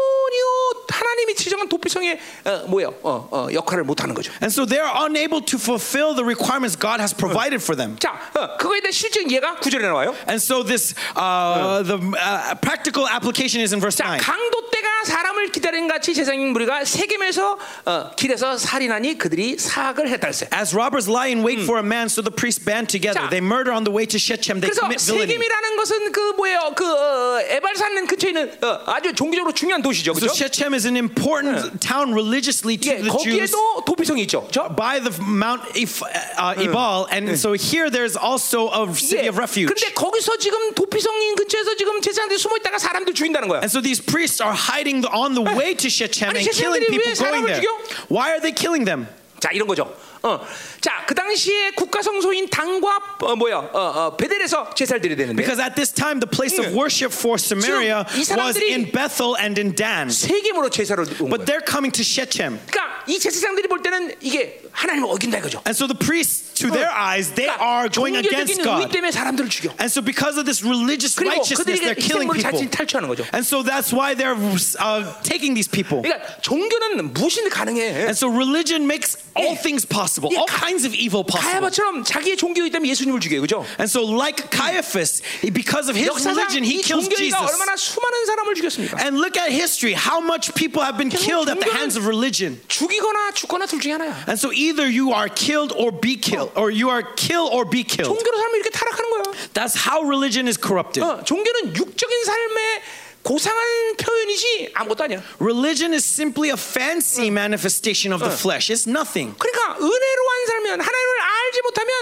A: 전혀 하나님이 지정한 도피성의 어, 뭐예요? 어, 어, 역할을 못 하는 거죠.
B: And so they're unable to fulfill the requirements God has provided for them.
A: 자, 어, 그거에 대한 실적인 예가 구절에 나와요.
B: And so this uh, the uh, practical application is in verse
A: 자,
B: 9.
A: 강도 때가 사람을 기다린 같이 세상인 무리가 세겜에서 어, 길에서 살인하니 그들이 사악을 했달세.
B: As robbers lie in wait for a man, so the priests band together.
A: 자.
B: They murder on the way to Shechem. They
A: 그래서
B: commit villainy.
A: 세겜이라는 것은 그 뭐예요? 그 어, 에발산 근처에 있는 어, 아주 종교적으로 중요한 도시죠,
B: So
A: 그렇죠?
B: Shechem is an important town religiously to
A: 예,
B: the Jews
A: 거기에도 도피성이 있죠. 저
B: by the Mount If, uh, Ebal, and so here there's also a city
A: 예.
B: of refuge.
A: 근데 거기서 지금 도피성인 근처에서 지금 제사장들이 숨어 있다가 사람들 죽인다는 거야.
B: And so these priests are hiding on the way to Shechem
A: 아니,
B: and killing
A: 제사장들이 왜
B: people going
A: 사람을
B: there.
A: 죽여?
B: Why are they killing them?
A: 자 이런 거죠. 어. 자, 그 당시에 국가 성소인 당과 어, 뭐야? 어, 어, 베델에서 제사를 드려야 되는데
B: Because at this time, the place of
A: 예.
B: worship for Samaria
A: 지금 이
B: was
A: 사람들이-
B: in Bethel and in Dan.
A: 세겜으로 제사를 온 거예요.
B: But they're coming to Shechem.
A: 그러니까 이 제사장들이 볼 때는 이게 하나님을 어긴다 이거죠. 그러니까
B: And so the priests, to their eyes, they are going against
A: 종교적인 의미
B: God.
A: 때문에 사람들을 죽여.
B: And so, because of this religious
A: 그리고
B: righteousness,
A: 그들에게
B: they're killing
A: 희생물을
B: people.
A: 자칫 탈취하는 거죠.
B: And so that's why they're uh, taking these people.
A: 그러니까 종교는 무엇이든 가능해.
B: And so religion makes
A: 예.
B: all things possible,
A: 예,
B: all
A: 가-
B: kinds of evil possible.
A: 가야바처럼 자기의 종교이기 때문에 예수님을 죽여요, 그죠?
B: And so, like Caiaphas, because of his
A: 역사상
B: religion, he
A: 이
B: kills
A: 종교가
B: Jesus.
A: 얼마나 수많은 사람을 죽였습니까?
B: And look at history how much people have been
A: 결국
B: killed at the
A: 종교는-
B: hands of religion.
A: 죽이거나 죽거나 둘 중에 하나야.
B: And so, either you are killed or be killed, or you are kill or be killed.
A: 종교로 살면 이렇게 타락하는 거야.
B: That's how religion is corrupted.
A: 어, 종교는 육적인 삶의 고상한 표현이지 아무것도 아니야.
B: Religion is simply a fancy manifestation of the flesh, it's nothing.
A: 그러니까 은혜로 안 살면 하나님을 알지 못하면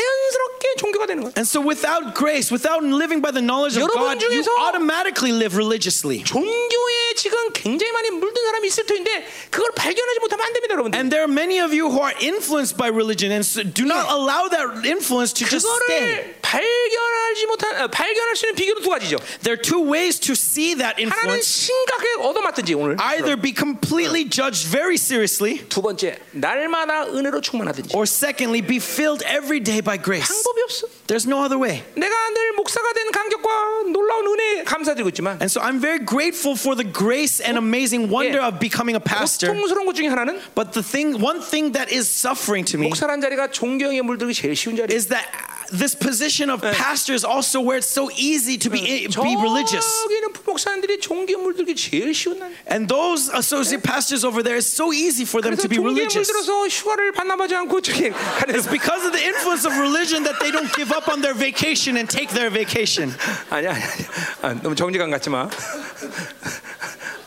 A: 자연스럽게 종교가 되는 거야.
B: And so, without grace, without living by the knowledge of
A: 여러분
B: God, you
A: 중에서-
B: automatically live religiously.
A: 종교에 지금 굉장히 많이 물든 사람이 있을 터인데 그걸 발견하지 못하면 안 됩니다, 여러분들.
B: And there are many of you who are influenced by religion and so do not allow that influence to just stay.
A: 그거를 발견하지 못한 어, 발견할 수 있는 비결은 두 가지죠.
B: There are two ways to see Uh. that
A: 하나는
B: influence.
A: 심각하게 얻어맞든지 오늘
B: Either be completely judged very seriously,
A: 두 번째 날마다 은혜로 충만하든지
B: or secondly, be filled every day by grace.
A: 방법이 없어.
B: There's no other way.
A: 내가 늘 목사가 된 감격과 놀라운 은혜에 감사드리고 있지만
B: And so I'm very grateful for the grace and amazing wonder
A: Yeah.
B: of becoming a pastor.
A: 고통스러운 것 중에 하나는
B: But the thing, one thing that is suffering to me
A: 목사란 자리가 존경에 물들기 제일 쉬운 자리.
B: is that uh, this position of pastor is also where it's so easy to be, be religious.
A: 저기는 목사님들이 종교에 물들기 제일 쉬운 날.
B: And those associate pastors over there, it's so easy for them
A: 그래서
B: to be
A: 종교에
B: religious.
A: 물들어서 휴가를 반납하지 않고 저기 가는
B: It's because of the influence of religion that they don't give up on their vacation and take their vacation.
A: 아니야, 아니야, 아니야. 아, 너무 정직한 같지 마.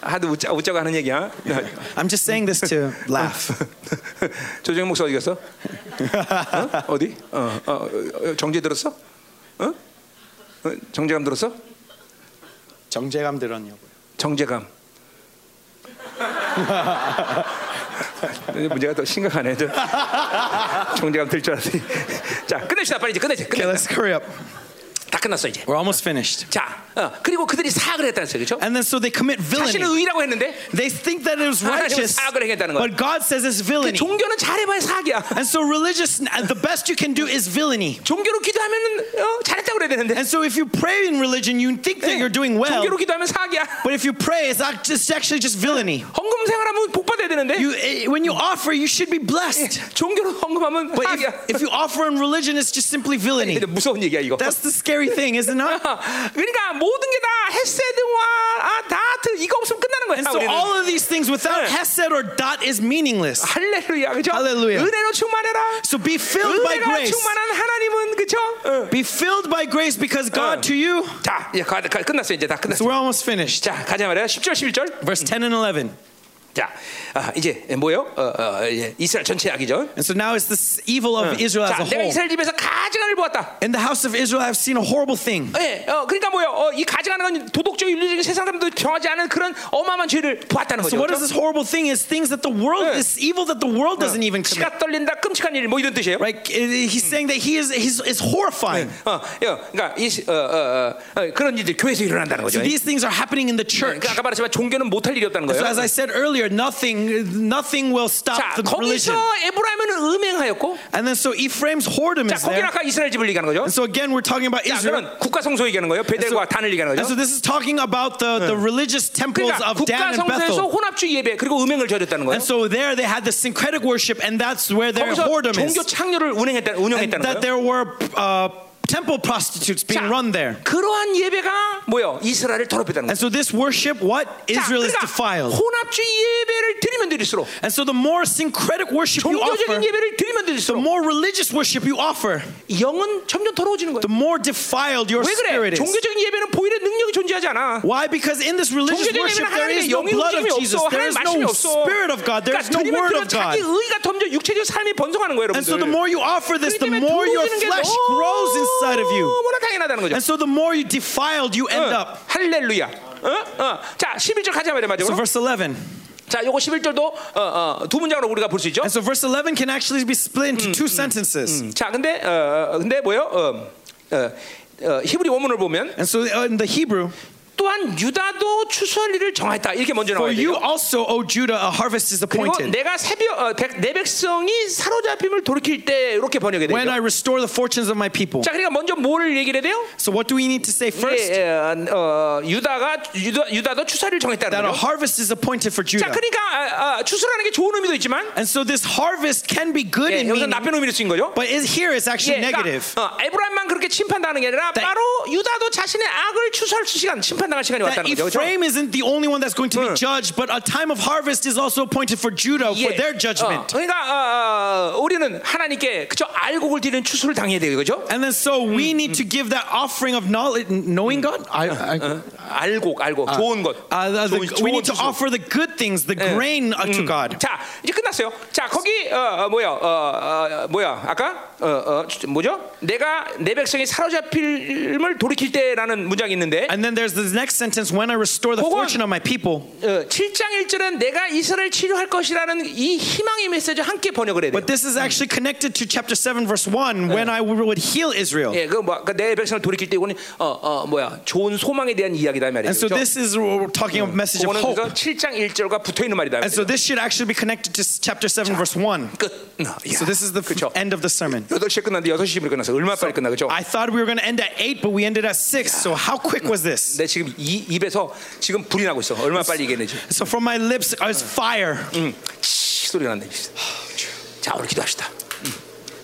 A: 하도 웃자, 웃자고 하는 얘기야.
B: I'm just saying this to laugh.
A: 조정 목사 어디 갔어? 어? 어디? 어, 어, 어, 정제 들었어? 어? 어, 정제감 들었어?
B: 정제감 들었냐고요.
A: 정제감. 문제가 더 심각하네. 저. 정제감 들 줄 알았더니. 자, 끝냅시다. 빨리 이제 끝내자.
B: Okay,
A: 끝내.
B: let's hurry up.
A: 다 끝났어 이제.
B: We're almost finished.
A: 자, 어, 그리고 그들이 사악을 했다는 소리 그렇죠?
B: And then so they commit
A: 자신은
B: villainy.
A: 의라고 했는데
B: They think that it was
A: 하나님은
B: righteous,
A: 사악을 행했다는 거예요.
B: but God says it's villainy.
A: 종교는 잘해봐야 사악이야.
B: And so religious, uh, the best you can do is villainy.
A: 종교로 기도하면 어, 잘했다고 그래야 되는데 예.
B: And so if you pray in religion, you think that you're doing well,
A: 종교로 기도하면 사악이야.
B: but if you pray, it's, not, it's actually just villainy.
A: 헌금 생활하면 복 받아야 되는데 예.
B: You, eh, when you offer, you should be blessed.
A: 종교로 헌금하면
B: But
A: 사악이야.
B: if, if you offer in religion, it's just simply villainy.
A: 근데 무서운 얘기야 이거.
B: That's the scary thing, is it not?
A: 그러니까 모든 게 다 헤세드와 아, 다트 이거 없으면 끝나는 거야.
B: And so
A: 우리는.
B: all of these things without hesed or dot is meaningless.
A: 할렐루야 그죠?
B: 할렐루야.
A: 은혜로 충만해라.
B: So be filled by
A: 은혜가
B: grace.
A: 충만한 하나님은 그죠? 어.
B: Be filled by grace because God to you.
A: 자, 이제 가, 가, 끝났어 이제 다
B: So
A: 끝났어.
B: we're almost finished.
A: 자, 가자 말이야. 10절 11절.
B: Verse 10 and 11.
A: 자, 아, 이제 뭐요? 어, 어, 이제 이스라엘 전체 악이죠.
B: And so now it's this evil of Israel as
A: 자,
B: a
A: 내가
B: whole.
A: 이스라엘 집에서 가증한을 보았다.
B: In the house of Israel, I've seen a horrible thing.
A: 예, 어, 그러니까 뭐요? 어, 이 가증하는 건 도덕적 윤리적인 세상 사람도 정하지 않은 그런 어마어마한 죄를 보았다는 거죠.
B: So what
A: 그렇죠?
B: is this horrible thing? Is things that the world,
A: Yeah.
B: this evil that the world doesn't even commit.
A: 치가 떨린다, 끔찍한 일, 뭐 이런 뜻이에요.
B: Right? Eh, He's saying that he is he's, is horrifying.
A: 어, 예, 그러니까 이, 시- 어, 어, 어, 어, 그런 일들 이 교회에서 일어난다는 거죠.
B: So these things are happening in the church.
A: 그러니까 아까 말했지만 종교는 못할 일이 없다는
B: So
A: 거예요.
B: as I said earlier, nothing nothing will
A: 자,
B: stop the religion.
A: 거기서 에브라임은 음행하였고,
B: And then so Ephraim's whoredom
A: 자,
B: is
A: 거기는
B: there.
A: 아까 이스라엘 집을 얘기하는 거죠.
B: And so again, we're talking about
A: 자,
B: Israel.
A: 그는 국가 성소 얘기하는 거예요. 베델과
B: And so-
A: 단을 얘기하는
B: And so
A: 거죠.
B: this is talking about the, the religious temples
A: 그러니까
B: of
A: 국가
B: Dan and
A: 성소에서
B: Bethel.
A: 혼합주의 예배 그리고 음행을 저렸다는 거예요.
B: And so there they had the syncretic worship, and that's where their
A: 거기서
B: whoredom
A: 종교
B: is.
A: 창녀를 운행했다,
B: And
A: 운영했다는 거예요.
B: that there were uh, temple prostitutes being run there.
A: 그러한 예배가 뭐요? 이스라엘을 더럽혔다는
B: And
A: 거예요.
B: so this worship, what?
A: 자,
B: Israel is
A: 그러니까
B: defiled.
A: 혼합주의 예배를 드리면 드릴수록
B: And so the more syncretic worship you offer,
A: 종교적인 예배를 드리면
B: the
A: 드릴수록
B: more religious worship you offer,
A: 영은 점점 더러워지는 거예요.
B: the more defiled your
A: 왜 그래?
B: spirit is.
A: 종교적인 예배는 보일의 능력이 존재하지 않아.
B: Why? Because in this religious
A: 정체적인
B: worship there
A: 하나님의
B: is no
A: 영의
B: blood of
A: 움직임이
B: Jesus.
A: 없어.
B: There
A: 하나님의
B: is
A: 말씀이
B: no
A: 없어.
B: spirit of God. There
A: 그러니까
B: is no
A: 들으면
B: word
A: 들어
B: of God.
A: 자기 의가 점점 육체적 삶이 번성하는 거예요,
B: And so the
A: 여러분들.
B: more you offer this,
A: 그렇기
B: the
A: 때문에
B: more your
A: 들어오는 게
B: flesh grows inside of you.
A: 너무나 당연하다는 거죠.
B: And so the more you defiled, you end
A: 어,
B: up.
A: 할렐루야. 어? 어. 자, 11절 가자 말이야,
B: So
A: 마지막으로.
B: verse 11.
A: 자, 요거 11절도 어, 어, 두 문장으로 우리가 볼 수 있죠.
B: And so verse 11 can actually be split into two sentences.
A: 자, 근데 어, 어, 근데 뭐예요? 어, 어, 어, 히브리 원문을 보면
B: And so uh, in the Hebrew,
A: 또한 유다도 추수할 일을 정하였다. 이렇게 먼저 나와요.
B: for you also, O Judah, a harvest is
A: 그리고
B: appointed.
A: 내가 새벽 어, 백, 내 백성이 사로잡힘을 돌이킬 때 이렇게 번역이 되죠.
B: When I restore the fortunes of my people.
A: 자, 그러니까 먼저 뭘 얘기를 해야 돼요?
B: So what do we need to say first?
A: 예, 예, 어, 유다가 유다, 유다도 추사를 정했다는
B: That a
A: 거죠.
B: harvest is appointed for
A: 자,
B: Judah.
A: 그러니까 아, 아, 추수라는 게 좋은 의미도 있지만
B: And so this harvest can be good
A: 예,
B: in
A: 여기서
B: meaning,
A: 나쁜 의미로 쓰인 거죠.
B: but is here it's actually
A: 예,
B: negative.
A: 그러니까, 어, 에브라임만 그렇게 침판당하는 게 아니라
B: That-
A: 바로 유다도 자신의 악을 추수할 수 시간, 침판당할 시간이
B: That
A: 왔다는 거죠. 그렇죠?
B: Ephraim isn't the only one that's going to
A: 응.
B: be judged, but a time of harvest is also appointed for Judah for
A: 예.
B: their
A: 어,
B: judgment.
A: 그러니까 어, 어, 우리는 하나님께 그저 알곡을 드리는 추수를 당해야 돼요, 그죠?
B: And then so we need to give that offering of knowledge, knowing God. I, I,
A: 알곡, 알곡, 좋은 것.
B: uh,
A: 좋은,
B: the- the- we
A: 좋은
B: need to
A: 추수.
B: offer the good things, the grain uh, to God.
A: 자 이제 끝났어요. 자 거기 어, 어, 뭐야 어, 어, 어, 뭐야 아까 어, 어, 뭐죠? 내가 내 백성이 사로잡힐을 돌이킬 때라는 문장이 있는데
B: And then there's this next sentence: When I restore the
A: 그건-
B: fortune of my people.
A: 어, 7장 1절은 내가 이스라엘 치료할 것이라는 이 희망의 메시지 함께 번역을 해야 돼요.
B: But this is actually connected to chapter seven, verse one, when I would heal Israel.
A: 예, 그뭐내 백성을 돌이킬 때 이거는 어, 어, 뭐야 좋은 소망에 대한 이야기다 이 말이에요.
B: And so
A: 그죠?
B: this is we're talking of message of
A: 그거는
B: hope.
A: 그래서 7장 1절과 붙어 있는 말이다. 이
B: And so
A: 말이죠.
B: this should actually be connected to chapter 7, verse 1.
A: 끝.
B: So this is the
A: 그렇죠.
B: f- end of the sermon.
A: 8시에 끝났는데 6시 10분에 끝났어. 얼마 빨리 끝나 그죠?
B: I thought we were going to end at 8, but we ended at 6. So how quick was this?
A: 내 지금 이, 입에서 지금 불이 나고 있어. 얼마 나 빨리 이겨내지?
B: So from my lips is fire.
A: 치 소리 난다. 자, 우리 기도합시다. 음.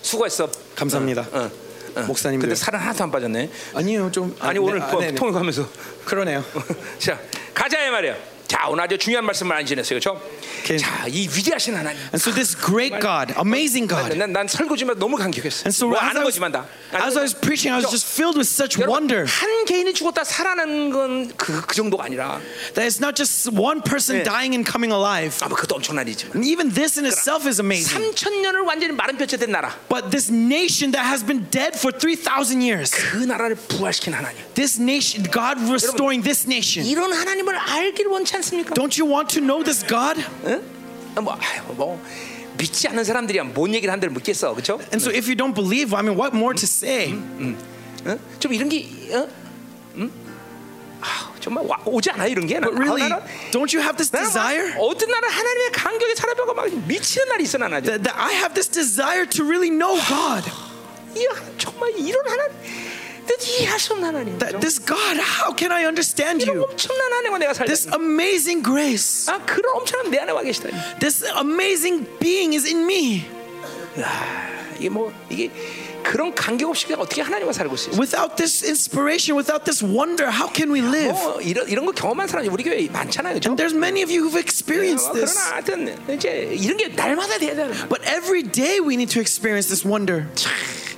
A: 수고했어.
B: 감사합니다.
A: 어, 어.
B: 목사님들.
A: 근데 살은 하나도 안 빠졌네.
B: 아니요, 좀
A: 아니 오늘
B: 아,
A: 뭐
B: 네네.
A: 통역하면서
B: 그러네요.
A: 자 가자 이 말이야. 자 오늘 아주 중요한 말씀 많이 지냈어요, 그렇죠?
B: 오케이.
A: 자이 위대하신 하나님.
B: And so this great God, amazing God.
A: 난, 난 설거지만 너무 감격했어.
B: 아, 네. And so
A: 뭐
B: as I,
A: 아는
B: was,
A: 거지만 다. 아는
B: as I was
A: 거지만.
B: preaching, I was
A: 그렇죠?
B: just filled with such
A: 여러분,
B: wonder
A: 한 개인이 죽었다 살아난 건그 그 정도가 아니라
B: that it's not just one
A: 네.
B: person dying and coming alive.
A: 아마 그것도 엄청난 일이지만
B: And even this in itself is amazing.
A: 3천 년을 완전히 마른 뼈째 된 나라
B: But this nation that has been dead for 3,000 years.
A: 그 나라를 부활시킨 하나님
B: this nation, God restoring this nation.
A: 이런 하나님을 알길 원치 않습니까?
B: Don't you want to know this God?
A: 응? 뭐, 아유, 뭐 믿지 않는 사람들이야 뭔 얘기를 한들 믿겠어, 그렇죠?
B: And so if you don't believe, I mean, what more to say?
A: 좀 이런 게, 어? 응? 아, 정말 와, 오지 않아 이런 게. 나-
B: But really,
A: 아, 나는-
B: don't you have this
A: 나는 막
B: desire?
A: 어떤 날은 하나님의 감격에 사로잡혀 막 미치는 날이 있어 나는. 아주.
B: That, that I have this desire to really know God.
A: 이야, 정말 이런 하나님, 뜻 이해할 수 없는 하나님.
B: That
A: 그죠?
B: this God, how can I understand
A: 이런
B: you?
A: 엄청난 하나님과 내가 살다.
B: This amazing grace,
A: 아, 그런 엄청난 내 안에 와 계시다니.
B: this amazing being is in me.
A: 아, 이게 뭐 이게 그런 감격 없이 그냥 어떻게 하나님과 살고 있어?
B: Without this inspiration, without this wonder, how can we live?
A: 뭐 이런 이런 거 경험한 사람이 우리 교회 많잖아요, 그죠? 어,
B: And there's many of you who've experienced
A: 그러나
B: this.
A: 하여튼 이제 이런 게 날마다 돼야 되는 거야.
B: But every day we need to experience this wonder.
A: 참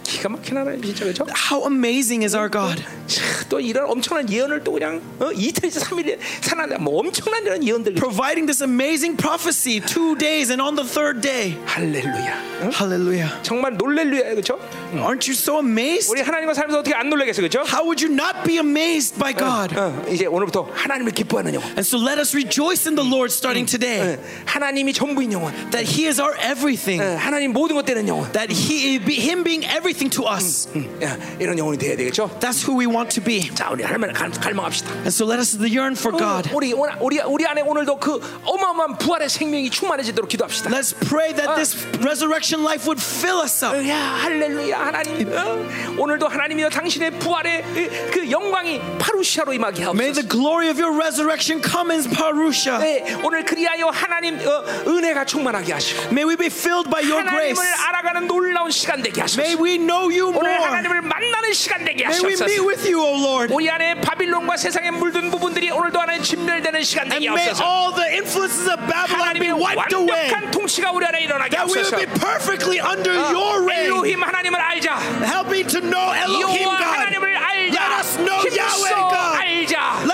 A: 기가 막힌 하나님 진짜 그죠?
B: How amazing is our God?
A: 차, 또 이런 엄청난 예언을 또 그냥 어? 이틀에서 삼일에 살아나 뭐 엄청난 이런 예언들
B: providing this amazing prophecy two days and on the third day.
A: 할렐루야 어?
B: Hallelujah.
A: 정말 놀렐루야 그렇죠?
B: Aren't you so amazed?
A: 우리 하나님과 살면서 어떻게 안 놀라겠어 그렇죠?
B: How would you not be amazed by God?
A: 어, 이제 오늘부터 하나님을 기뻐하는 영혼 어,
B: And so let us rejoice in the Lord starting today
A: 하나님이 전부인 영혼
B: that He is our
A: 어,
B: everything,
A: 하나님 모든 것 되는 영혼
B: that He, be- Him being everything to us.
A: 음, 야, 이런 영혼이 돼야 되겠죠?
B: That's who we want to be.
A: 자 우리 하나님을 갈- 갈망합시다
B: And so let us yearn for God.
A: 어, 우리, 오나- 우리, 우리 안에 오늘도 그 어마어마한 부활의 생명이 충만해지도록 기도합시다
B: Let's pray that this resurrection life would fill us up.
A: 어, 야 할렐루야 하나님 어? 오늘도 하나님이여 당신의 부활의 그- 그 영광이 파루시아로 임하게
B: May
A: 하옵소서
B: the glory of your resurrection come in Parusha.
A: 네, 오늘 그리하여 하나님 어, 은혜가 충만하게 하시고
B: May we be filled by your grace.
A: 하나님을 알아가는 놀라운 시간 되게
B: May
A: 하소서
B: we know you
A: 오늘
B: more.
A: 하나님을 만나는 시간 되게
B: May we
A: 하소서
B: meet with you, O Lord.
A: 우리 안에 바빌론과 세상에 물든 부분들이 오늘도 하나님 진멸되는 시간
B: And
A: 되게
B: may
A: 하소서
B: all the influences of Babylon
A: 하나님의
B: be wiped away.
A: 완벽한 통치가 우리 안에 일어나게
B: That we
A: 하소서
B: will be perfectly under your reign.
A: 엘로힘 하나님을 알자
B: Help me to know Elohim
A: 여호와
B: God.
A: 하나님을 알자
B: Let us know Yahweh
A: 힘써
B: God.
A: 알자 어,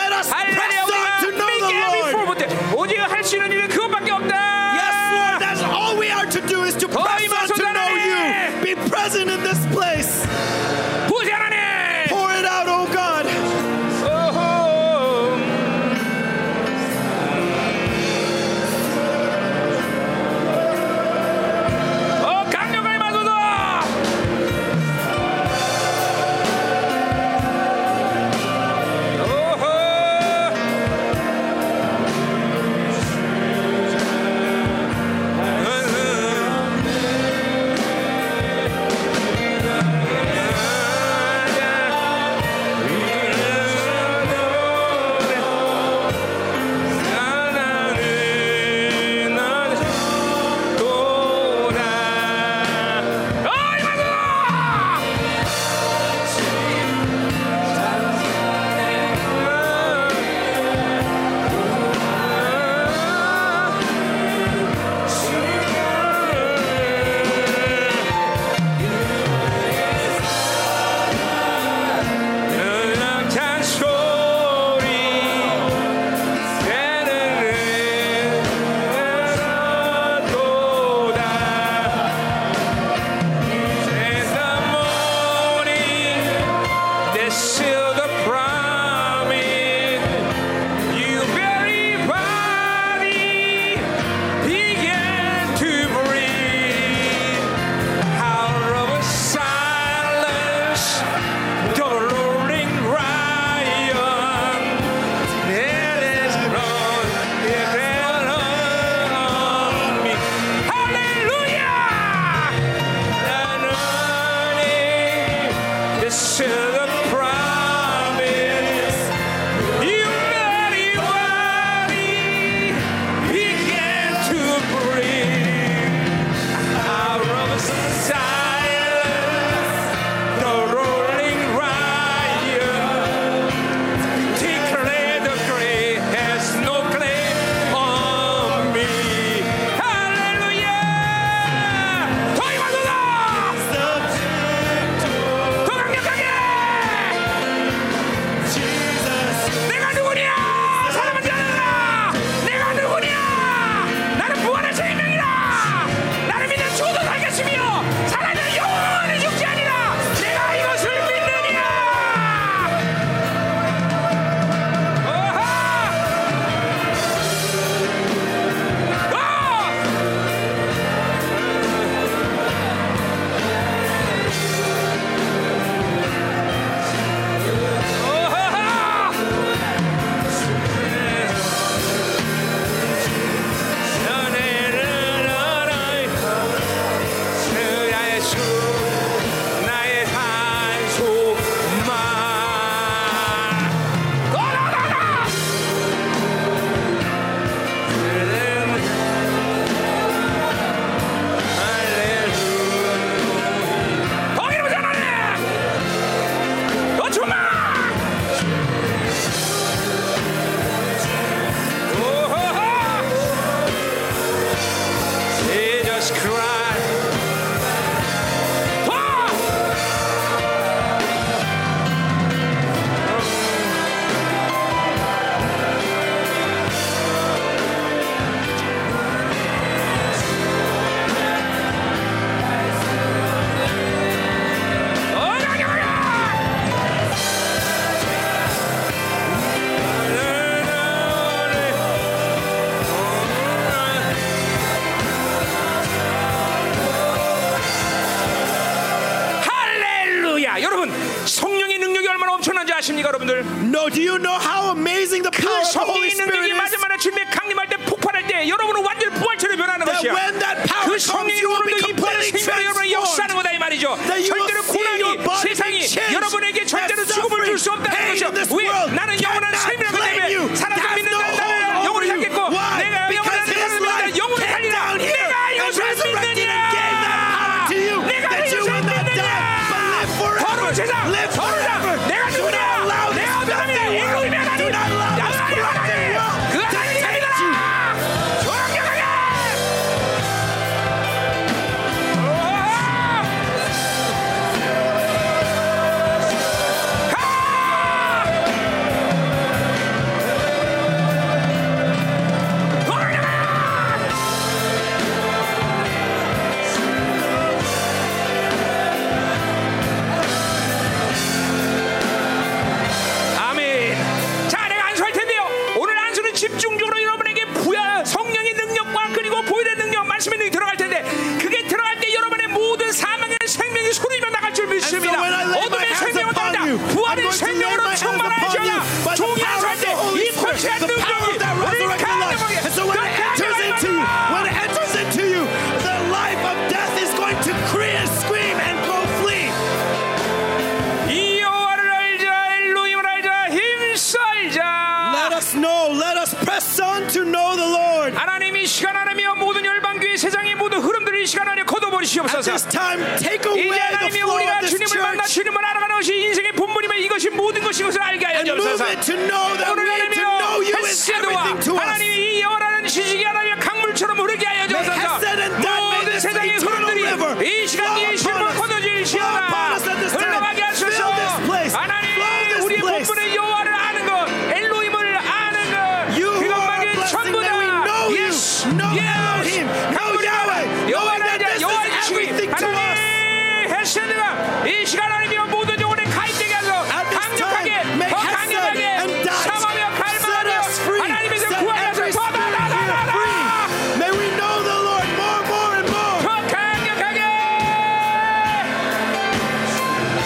A: Oh, 아십니까 여러분들?
B: No, do you know how amazing the power
A: 그
B: of the Holy
A: 성령의 능력이
B: Spirit is?
A: 마지막에 주님의 강림할 때 폭발할 때 여러분은 완전 부활체로 변하는
B: That
A: 것이야.
B: when that power
A: 그
B: comes,
A: 성령이
B: you will be
A: 여러분의 이 부활의
B: completely
A: 생명을 여러분의
B: transformed.
A: 역사하는 거다 이 말이죠.
B: That you will
A: 절대로
B: see your
A: 고난이
B: body
A: 세상이
B: being changed.
A: 여러분에게 절대로
B: That
A: 죽음을 줄 수
B: suffering,
A: 없다는
B: pain
A: 것이죠.
B: in this
A: 왜?
B: world
A: 나는 영원한
B: cannot
A: 생명을
B: claim you.
A: 때문에 사라져
B: There's
A: 믿는
B: no
A: 날 나는
B: hold
A: 영원히
B: over you.
A: 살겠고
B: Why?
A: 내가 영원한
B: Because his
A: 생명을 믿는
B: life
A: 영원히
B: came
A: 살리라.
B: down here
A: 내가
B: and
A: 요새
B: resurrected and gave that power
A: 믿느니라.
B: to you,
A: 내가
B: that you
A: 요새
B: will not die, but live
A: 믿느니라.
B: forever.
A: 더러운 세상,
B: Live
A: 더러운
B: forever.
A: 세상. 내가
B: Do not allow
A: 누구냐?
B: this
A: 내가 어떤
B: corrupted
A: 놈이야?
B: world.
A: 이놈이야
B: Do
A: 나니?
B: not allow
A: 야,
B: this
A: 이놈아,
B: corrupted
A: 나니?
B: world
A: 그
B: to
A: 하나님
B: hate
A: 자녀들아!
B: you.
A: 조용히 하게! 오! 아멘. 자, 내가 안수할 텐데요. 오늘 안수는 집중적으로 여러분에게 부야 성령의 능력과 그리고 보혈의 능력, 말씀의 능력 이 들어갈 텐데 그게 들어갈 때 여러분의 모든 사망의 생명이 소리로 나갈 줄 믿습니다.
B: when I lay my
A: 어둠의
B: hands
A: 생명을
B: upon
A: 따라
B: you, I'm
A: 부활의
B: going to lay my
A: 생명으로
B: hands upon you
A: 충만하셔야
B: by the
A: 종이
B: power
A: 안수할
B: of the Holy
A: 때이
B: Spirit,
A: 권세한
B: the power of
A: 능력이
B: that
A: 우리를
B: resurrected life.
A: 강력하게
B: And so when it enters into you, when it enters into you, the life of death is going to cry, scream, and go flee.
A: 이 여호와를 알자 엘로힘을 알자 힘살자
B: Let us know, let us press on to know the Lord.
A: 하나님이 시간 하나며 모든 열방교회 세상의 모든 흐름들을 이 시간 안에
B: At
A: 거둬버리시옵소서
B: this time, take away
A: 이제
B: the
A: 하나님이
B: flow
A: 우리가
B: of this
A: 주님을 만나
B: church
A: 주님을 알아가는 것이 인생의 본분이며 이것이 모든 것인 것을 알게 하여
B: and move
A: 주옵소서
B: it to know that we
A: 오늘
B: need to know
A: 하나님이여
B: you is everything to
A: 헤세드와
B: us.
A: 하나님이 이 영원한 지식이 하나님의 강물처럼 흐르게 하여 주옵소서
B: Hesed and that
A: 모든
B: may this
A: 세상의
B: eternal river
A: 흐름들이 이 시간
B: flow
A: 이
B: upon
A: 실물
B: us,
A: 거둬질
B: flow upon
A: 시험아
B: us at this time,
A: 흘러가게 하소서
B: fill this place, flow
A: 하나님
B: this
A: 우리의
B: place.
A: 본분의 여호와를 아는 것 엘로힘을 아는 것
B: You who are
A: 그것만이
B: a blessing
A: 전부다
B: that we know you,
A: Yes,
B: know
A: yes.
B: Elohim, know Yahweh, knowing
A: 여호와를
B: that
A: 알자
B: this
A: 여호와의
B: is
A: 지식이
B: everything to us.
A: 하나님 헤세드가 이 시간 하나님이여 모든 영혼에 가입되게 하소서
B: At this
A: 강력하게
B: time, may
A: 더
B: Hesed and
A: 강력하게
B: that
A: 사모하며
B: set us
A: 갈망하며
B: free,
A: 하나님에게
B: set
A: 구하여서
B: every
A: 더
B: spirit here free.
A: 나아가라
B: May we know the Lord more, more, and more.
A: 더 강력하게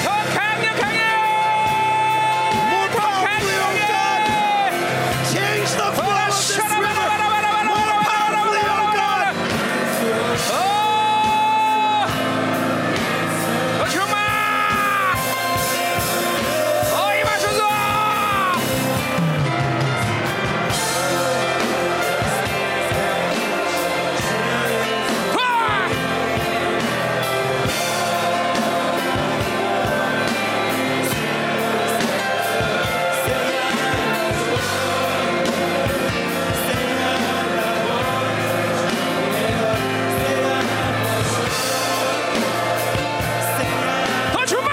A: 더 강력하게
B: More
A: 더
B: powerfully, oh God.
A: 강력하게
B: Change the
A: 더
B: flow of this river. More powerfully, oh God.
A: 샤라바라바라바라바라바라바라바라바라 어! 어, 주마! 어, 임하소서! 하! 더 주마!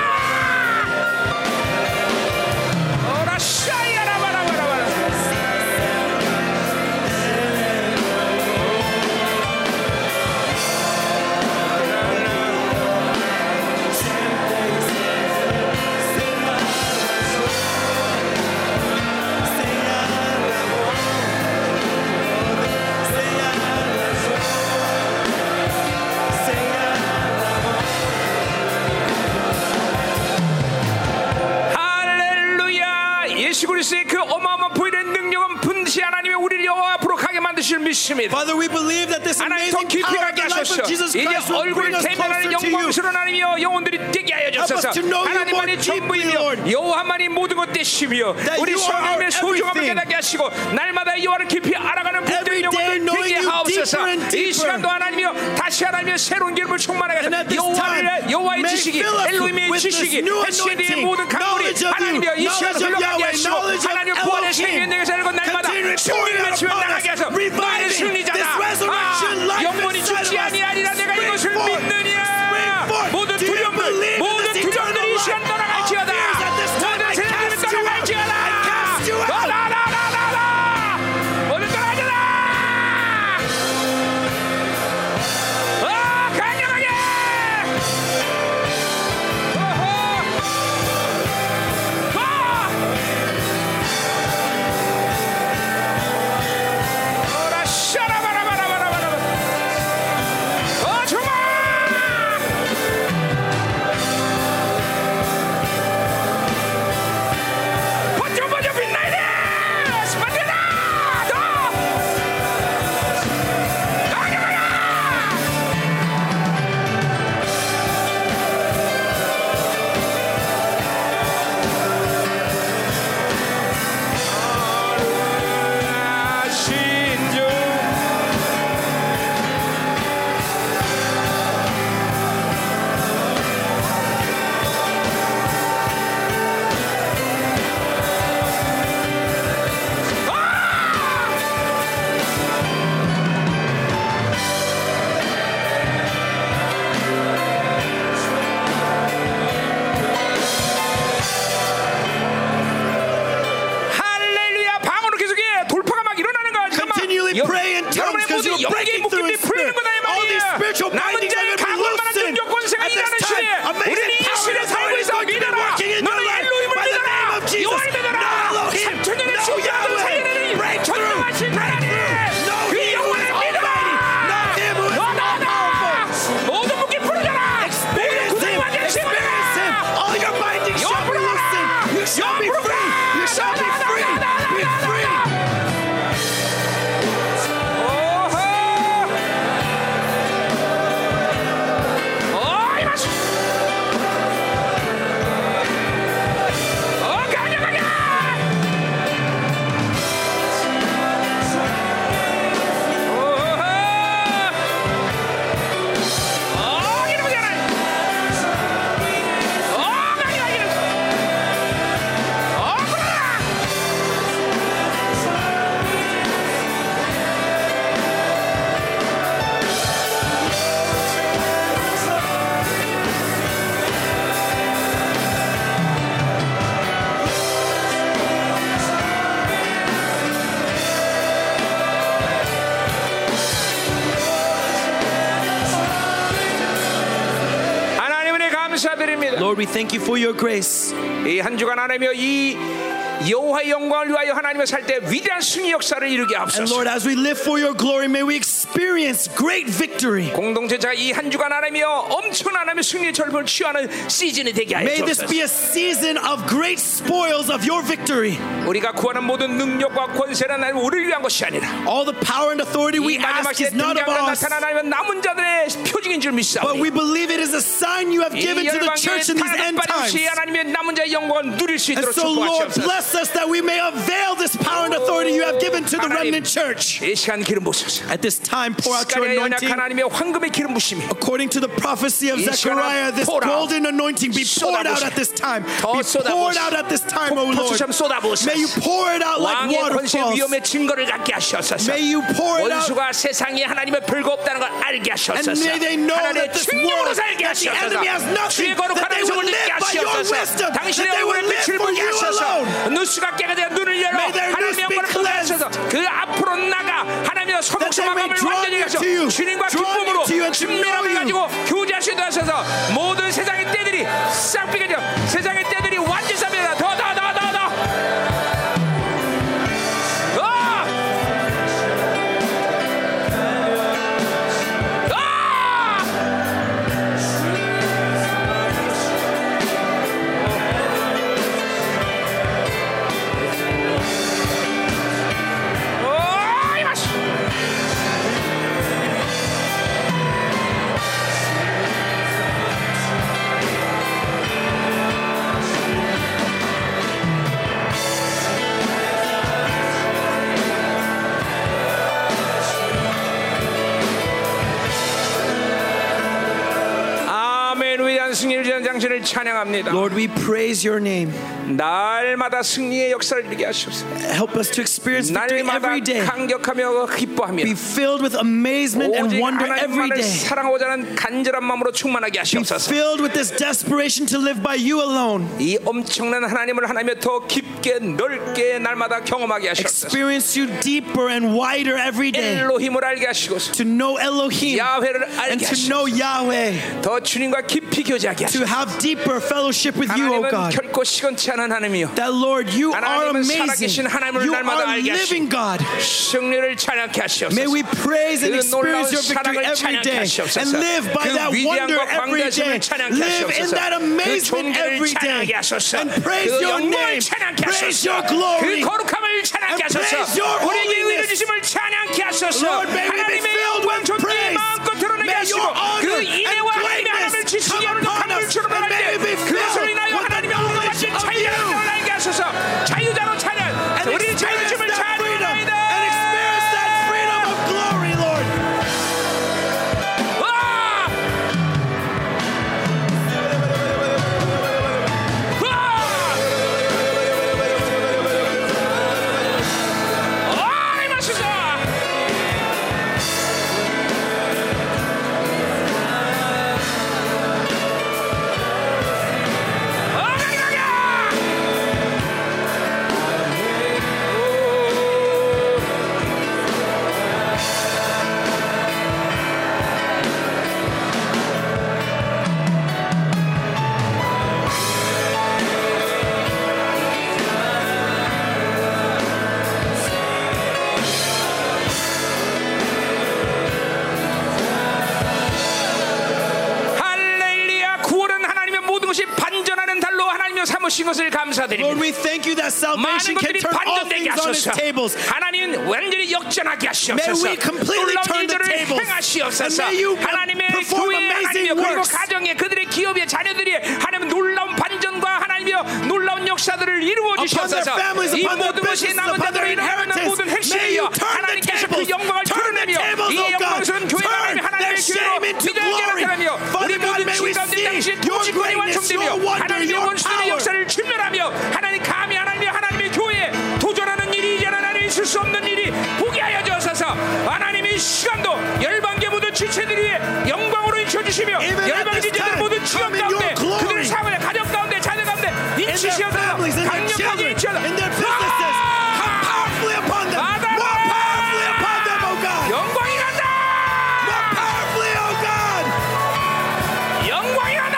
A: 어라 샤이라바라바라바라. 할렐루야 예수 그리스도의 그 어마어마한 보일의 능력은 분시 하나님의 우리를 여호와 앞으로 가게 만드실 믿습니다
B: Father, we believe that this
A: 하나님 더
B: amazing
A: 깊이
B: power of
A: 가게
B: the life
A: 하소서
B: of 아, 그 Jesus
A: 이제
B: Christ will bring
A: 얼굴을
B: us
A: 대면하는
B: closer to you.
A: 영광스러운 하나님이여 영혼들이 뛰게 하여 주소서
B: us to know you more
A: 하나님만이
B: deeply,
A: 전부이며
B: Lord.
A: 여호와만이 모든 것 대심이여
B: That
A: 우리
B: you are
A: 성령의
B: our
A: 소중함을
B: everything.
A: 깨닫게 하시고 날마다 여호와를 깊이 알아가는 복된
B: Every day
A: 영혼을
B: knowing
A: 되게
B: you
A: 하옵소서
B: deeper and
A: 이
B: deeper.
A: 시간도 하나님이여 다시 하나님이여 새로운 기름을 충만하게
B: And
A: 하소서
B: at this
A: 여호와를
B: time,
A: 여호와의
B: may
A: 지식이
B: fill us
A: 엘로임의
B: with this
A: 지식이
B: new
A: 헤시드의
B: anointing,
A: 모든 강물이
B: knowledge of you,
A: 하나님이여 이 시간
B: knowledge of
A: 흘러가게
B: Yahweh,
A: 하시고
B: knowledge of
A: 하나님 구원의
B: Elohim.
A: 생명의 능력에서 일고 날마다
B: Continue pouring
A: 승리를
B: out
A: 치며
B: upon us,
A: 나가게 하소서
B: reviving
A: 나의 승리자다
B: this resurrection
A: 아,
B: life
A: 영원히
B: inside
A: 죽지
B: of us.
A: 아니하리라 내가
B: Spring
A: 이것을
B: forth,
A: 믿느냐
B: spring forth.
A: 모든
B: Do you
A: 두려움들
B: believe in
A: 모든
B: this
A: 두려움들이 이
B: eternal
A: 시간
B: life?
A: 떠나갈지어다
B: All fears at this time
A: 모든
B: I
A: 세상을
B: cast you out.
A: 떠나갈지어다
B: I cast you out.
A: 떠나라라라라 모든 떠나가라 아 강력하게 어허 아! 감사드립니다.
B: Lord, we thank you for your grace.
A: 이 한 주간 하나님여 이 여호와의 영광을 위하여 하나님을 살 때 위대한 승리 역사를 이루게
B: And
A: 하옵소서.
B: Lord, as we live for your glory, may we experience great victory.
A: 공동체가 이 한 주간 하나님여 엄청난 하나님의 승리의 절벽을 취하는 시즌이 되게 하여
B: May this
A: 주옵소서.
B: be a season of great spoils of your victory.
A: 우리가 구하는 모든 능력과 권세는 하나님 우리를 위한 것이 아니라
B: All the power and
A: 이
B: authority we
A: 마지막
B: ask
A: 시대
B: is not of
A: 등장하는
B: us,
A: 나타난 하나님은 남은 자들의 표징인 줄
B: but
A: 믿사오니
B: we believe it is a sign you have
A: 이
B: given to the
A: 열방의
B: church in these end times.
A: 타락받음시 하나님의 남은 자의 영광을 누릴 수
B: And
A: 있도록
B: so, Lord,
A: 축복하시옵소서.
B: bless us that we may avail this power and authority you have given to the remnant church.
A: 이 시간 기름 부으소서.
B: At this time, pour out your
A: 스가랴 연약한
B: anointing.
A: 하나님의 황금의 기름 부심이
B: According to the prophecy of
A: 이 시간에
B: Zechariah, this
A: pour out.
B: golden anointing be poured out
A: 쏟아부으시오.
B: at this time. Be
A: 더 쏟아부으시오.
B: poured out at this time, O Oh, Lord.
A: 폭포수처럼 쏟아부으소서.
B: May you pour it out like
A: 왕의 권세
B: waterfalls.
A: 위험의 증거를 갖게 하시옵소서.
B: May you pour it out.
A: 원수가 세상에 하나님의 별거 없다는 걸 알게 하셨소서.
B: And may they know
A: 하나님의
B: that this
A: 충격으로
B: world,
A: 살게
B: that the
A: 하셨소서.
B: enemy has nothing,
A: 주의 거룩한
B: that they
A: 음성을
B: will
A: 듣게
B: live by your
A: 하셨소서.
B: wisdom,
A: 당신의
B: that they will
A: 영혼의
B: live
A: 빛을
B: for
A: 보게
B: you
A: 하셨소서.
B: alone.
A: 누수가 깨끗해 눈을 열어
B: May their
A: 하나님의
B: 눈 be
A: 영광을 보게
B: cleansed.
A: 하셔서 그 앞으로 나가 하나님의
B: That they may
A: 성공성함을
B: draw
A: 완전히
B: near
A: 하셔
B: to you,
A: 네, 주님과
B: draw
A: 기쁨으로
B: near to you and to
A: 신비함을
B: know you.
A: 가지고 교제하시도 하셔서 모든 세상의 때들이 싹 비게 되어 세상의 때들이 완전히 삽니다. 더더더더 더. 아! 아! 어이, 맛이. 아멘 위대한 승리를 지는 당신을 찬양합니다.
B: Lord, we praise your name.
A: 날마다 승리의 역사를 이루게 하시옵소서.
B: Help us to experience victory
A: 날마다
B: every day.
A: 감격하며 기뻐하며
B: Be filled with amazement and
A: 오직
B: wonder every
A: 하나님만을
B: day.
A: 사랑하고자 하는 간절한 마음으로 충만하게
B: Be
A: 하시옵소서.
B: filled with this desperation to live by you alone.
A: 이 엄청난 하나님을 하나님의 더 깊게 넓게 날마다 경험하게 하시옵소서.
B: Experience you deeper and wider every day.
A: 엘로힘을 알게 하시고서
B: To know Elohim
A: 야훼를
B: and
A: 알게
B: to
A: 하시고
B: know Yahweh.
A: 더 주님과 깊이 교제하게 하시고
B: To have deeper fellowship with you, O
A: 하나님은
B: God.
A: 결코 시건치 않은 하나님이요
B: That Lord, you are
A: 하나님은 살아계신
B: amazing.
A: 하나님을
B: You
A: 날마다
B: are
A: 알게 하시고
B: living God.
A: 승리를 찬양케
B: May
A: 하시옵소서
B: we praise and
A: 그
B: experience
A: 놀라운
B: your victory
A: 사랑을
B: every
A: 찬양케
B: day and
A: 하시옵소서
B: live by that
A: 그
B: wonder
A: 위대함과
B: every day.
A: 광대하심을 찬양케
B: Live
A: 하시옵소서
B: in that
A: 그
B: amazement
A: 존귀를
B: every
A: 찬양하게
B: day
A: 하소서
B: and praise
A: 그
B: your
A: 영광을
B: name,
A: 찬양케
B: praise
A: 하소서
B: your
A: 그
B: glory.
A: 거룩함을 찬양케
B: and praise
A: 하소서
B: your
A: 우리에게
B: holiness.
A: 내려주심을 찬양케 하소서
B: Lord, may we be
A: 하나님의
B: filled
A: 영광
B: with
A: 존귀를
B: praise.
A: 마음껏 드러내게
B: May
A: 하시고
B: your
A: 그
B: honor and
A: 인애와 하나님의 하나님을
B: greatness
A: 지시기
B: come
A: 하는
B: upon
A: 하나님을
B: us. And
A: 출발할
B: may we
A: 때
B: be
A: 그것으로
B: filled
A: 인하여
B: with the
A: 하나님의 영광을
B: knowledge
A: 완전
B: of
A: 자유자로
B: you.
A: 드러나게 하소서 자유자로 찬양
B: and
A: 우리
B: experience
A: 자유심을
B: that freedom and
A: 찬양합니다
B: experience that freedom of glory, Lord.
A: 와! 와! 와, 이 맛있어! 와, 강력이야! 할렐루야! 구원은 하나님의 모든 것이 반전하는 달로 하나님이 삼으신 것을 감사드립니다.
B: Lord, we thank you that
A: 많은
B: salvation can
A: 것들이
B: turn all
A: 반전되게
B: things on its
A: 하소서.
B: tables.
A: 하나님 완전히 역전하게 하시옵소서.
B: May we completely
A: 놀라운
B: turn the
A: 일들을
B: tables.
A: 행하시옵소서.
B: And may you
A: 하나님의
B: perform
A: 교회
B: amazing
A: 하나님의 그리고
B: works.
A: 가정에 그들의 기업에 자녀들이 하나님 놀라운 반전과 하나님의 놀라운 역사들을 이루어
B: Upon their
A: 주시옵소서.
B: families,
A: 이
B: upon their
A: 모든 것이
B: businesses,
A: 남은
B: upon
A: 자들로
B: their
A: 일어나는
B: inheritance.
A: 모든
B: May you
A: 핵심이요
B: turn the
A: 하나님께서 그
B: tables.
A: 영광을
B: Turn the
A: 드러내며
B: tables,
A: 이
B: oh
A: 영광스러운
B: God.
A: 교회가
B: Turn
A: 하나님 하나님의 교회로
B: their shame into
A: 믿음을
B: glory.
A: 자라나며 우리
B: Father God,
A: 모든
B: may we
A: 신감들
B: see
A: 그 당신
B: your
A: 도치권이
B: greatness, your
A: 완성되며
B: wonder,
A: 하나님의
B: your
A: 원수의
B: power.
A: 역사를 출멸하며 하나님 감히 하나님의 하나님의 교회에 도전하는 일이 이제는 하나님 있을 수 없는 일이 보게 하여 주옵소서 하나님이 시간도 열방계 모든 지체들 위해 영광으로 일쳐주시며
B: Even at
A: 열방
B: this
A: 지체들
B: time,
A: 모든 지역
B: come in your
A: 가운데
B: glory.
A: 그들 삶의 가정 가운데 자녀 가운데
B: in their
A: 인치시옵소서
B: families, in their
A: 강력하게
B: children,
A: 인치하라
B: in their businesses. Come powerfully upon them. More powerfully upon them, oh God.
A: 영광이 간다
B: More powerfully, oh God.
A: 영광이 간다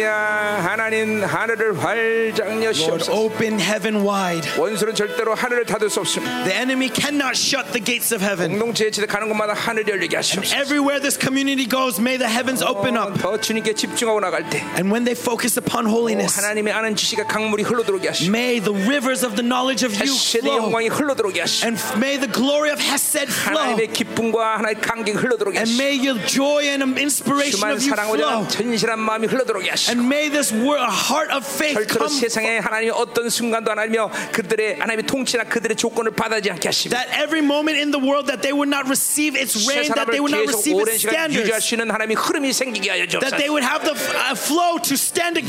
A: 하나님 하늘을 활짝
B: Lord,
A: 여시옵소서.
B: open heaven wide.
A: 원수는 절대로 하늘을 닫을 수 없습니다.
B: The enemy cannot shut the gates of heaven.
A: 공동체에 집에 가는 곳마다 하늘이 열리게 하시옵소서.
B: Everywhere this community goes, may the heavens open up.
A: 더 주님께 집중하고 나갈 때
B: And when they focus upon holiness,
A: 하나님의 아는 지식의 강물이 흘러들어오게 하시고
B: may the rivers of the knowledge of you
A: 신의
B: flow.
A: 영광이 흘러들어오게 하시고
B: And f- may the glory of Hesed flow.
A: 하나님의 기쁨과 하나님의 감격이 흘러들어오게
B: And
A: 하시고
B: may your joy and um, inspiration
A: 주만
B: of you
A: 사랑하고자
B: flow.
A: 하는 진실한 마음이 흘러들어오게 하시고
B: And may this word, a heart of faith
A: 절대로
B: come
A: 세상에 하나님의 어떤 순간도 하나님이여 그들의 하나님의 통치나 그들의 조건을 받아지 않게 하시고
B: that every moment in the world that they would not receive its reign, that
A: 세상을
B: they would not
A: 계속
B: receive
A: 오랜
B: its
A: 시간 유지할
B: standards,
A: 수 있는 하나님의 흐름이 생기게 하여
B: that
A: 주옵소서
B: they would have the f- uh, flow to stand
A: 야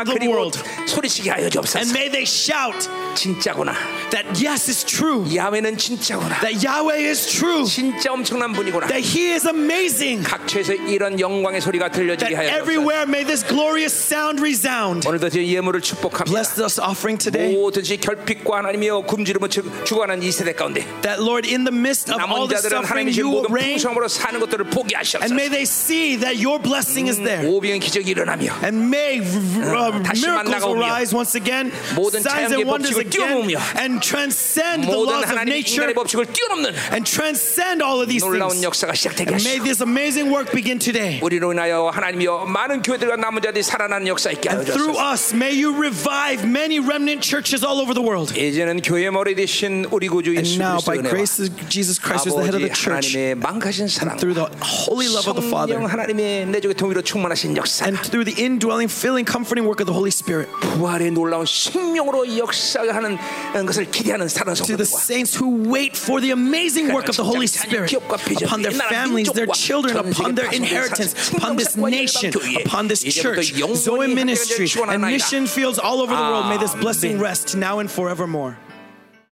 B: against the
A: 그리고
B: world.
A: 소리치게 하여
B: And
A: 주옵소서
B: may they shout
A: 진짜구나
B: that yes, it's true,
A: 야훼는 진짜구나
B: that Yahweh is true,
A: 진짜 엄청난 분이구나
B: that He is amazing,
A: 각처에서 이런 영광의 소리가
B: that
A: 들려지게 하여 주옵소서
B: everywhere may this glorious sound resound.
A: 오늘도 저 예물을 축복합니다
B: Bless this offering today.
A: 뭐든지 결핍과 하나님이여 굶주림을 죽- 죽어가는 이 세대 가운데
B: That Lord, in the midst of all
A: 남은
B: the
A: 자들은
B: suffering,
A: 하나님의
B: you will
A: 모든
B: reign,
A: 풍성함으로 사는 것들을
B: and
A: 포기하셨소서
B: may they see that your blessing is there.
A: 오병의 기적이 일어나며
B: And may uh,
A: 다시
B: miracles
A: 만나가 오며
B: arise once again,
A: 모든
B: signs
A: 자연의
B: and wonders
A: 법칙을
B: again,
A: 뛰어넘으며
B: and transcend the
A: 모든
B: laws of
A: 하나님의
B: nature
A: 인간의 법칙을 뛰어넘는
B: and transcend all of these
A: 놀라운
B: things.
A: 역사가 시작되게
B: And may
A: 하시고
B: this amazing work begin today.
A: 우리로 인하여 하나님이여 많은 교회들과 남은 자들이 살아나는 역사 있게 하여
B: And through
A: 주옵소서
B: us, may you revive many remnant churches all over the world.
A: 이제는 교회의 머리 되신 우리 구주
B: And
A: 예수
B: now, by
A: 그리스도의 은혜와
B: grace of Jesus Christ, who's the head of the
A: 아버지
B: church,
A: 하나님의 망가진 사랑
B: through the holy love of the
A: 성령
B: Father,
A: 하나님의 내적의 동의로 충만하신 역사
B: and through the indwelling, filling, comforting work of the Holy Spirit,
A: 부활의 놀라운 생명으로 역사하는 것을 기대하는 사랑
B: to the
A: 성도들과
B: saints who wait for the amazing work of the Holy Spirit upon their families, their children, upon their inheritance, upon this nation, upon this church, Zoe ministry, and mission fields all over the world. May this blessing rest now and forevermore.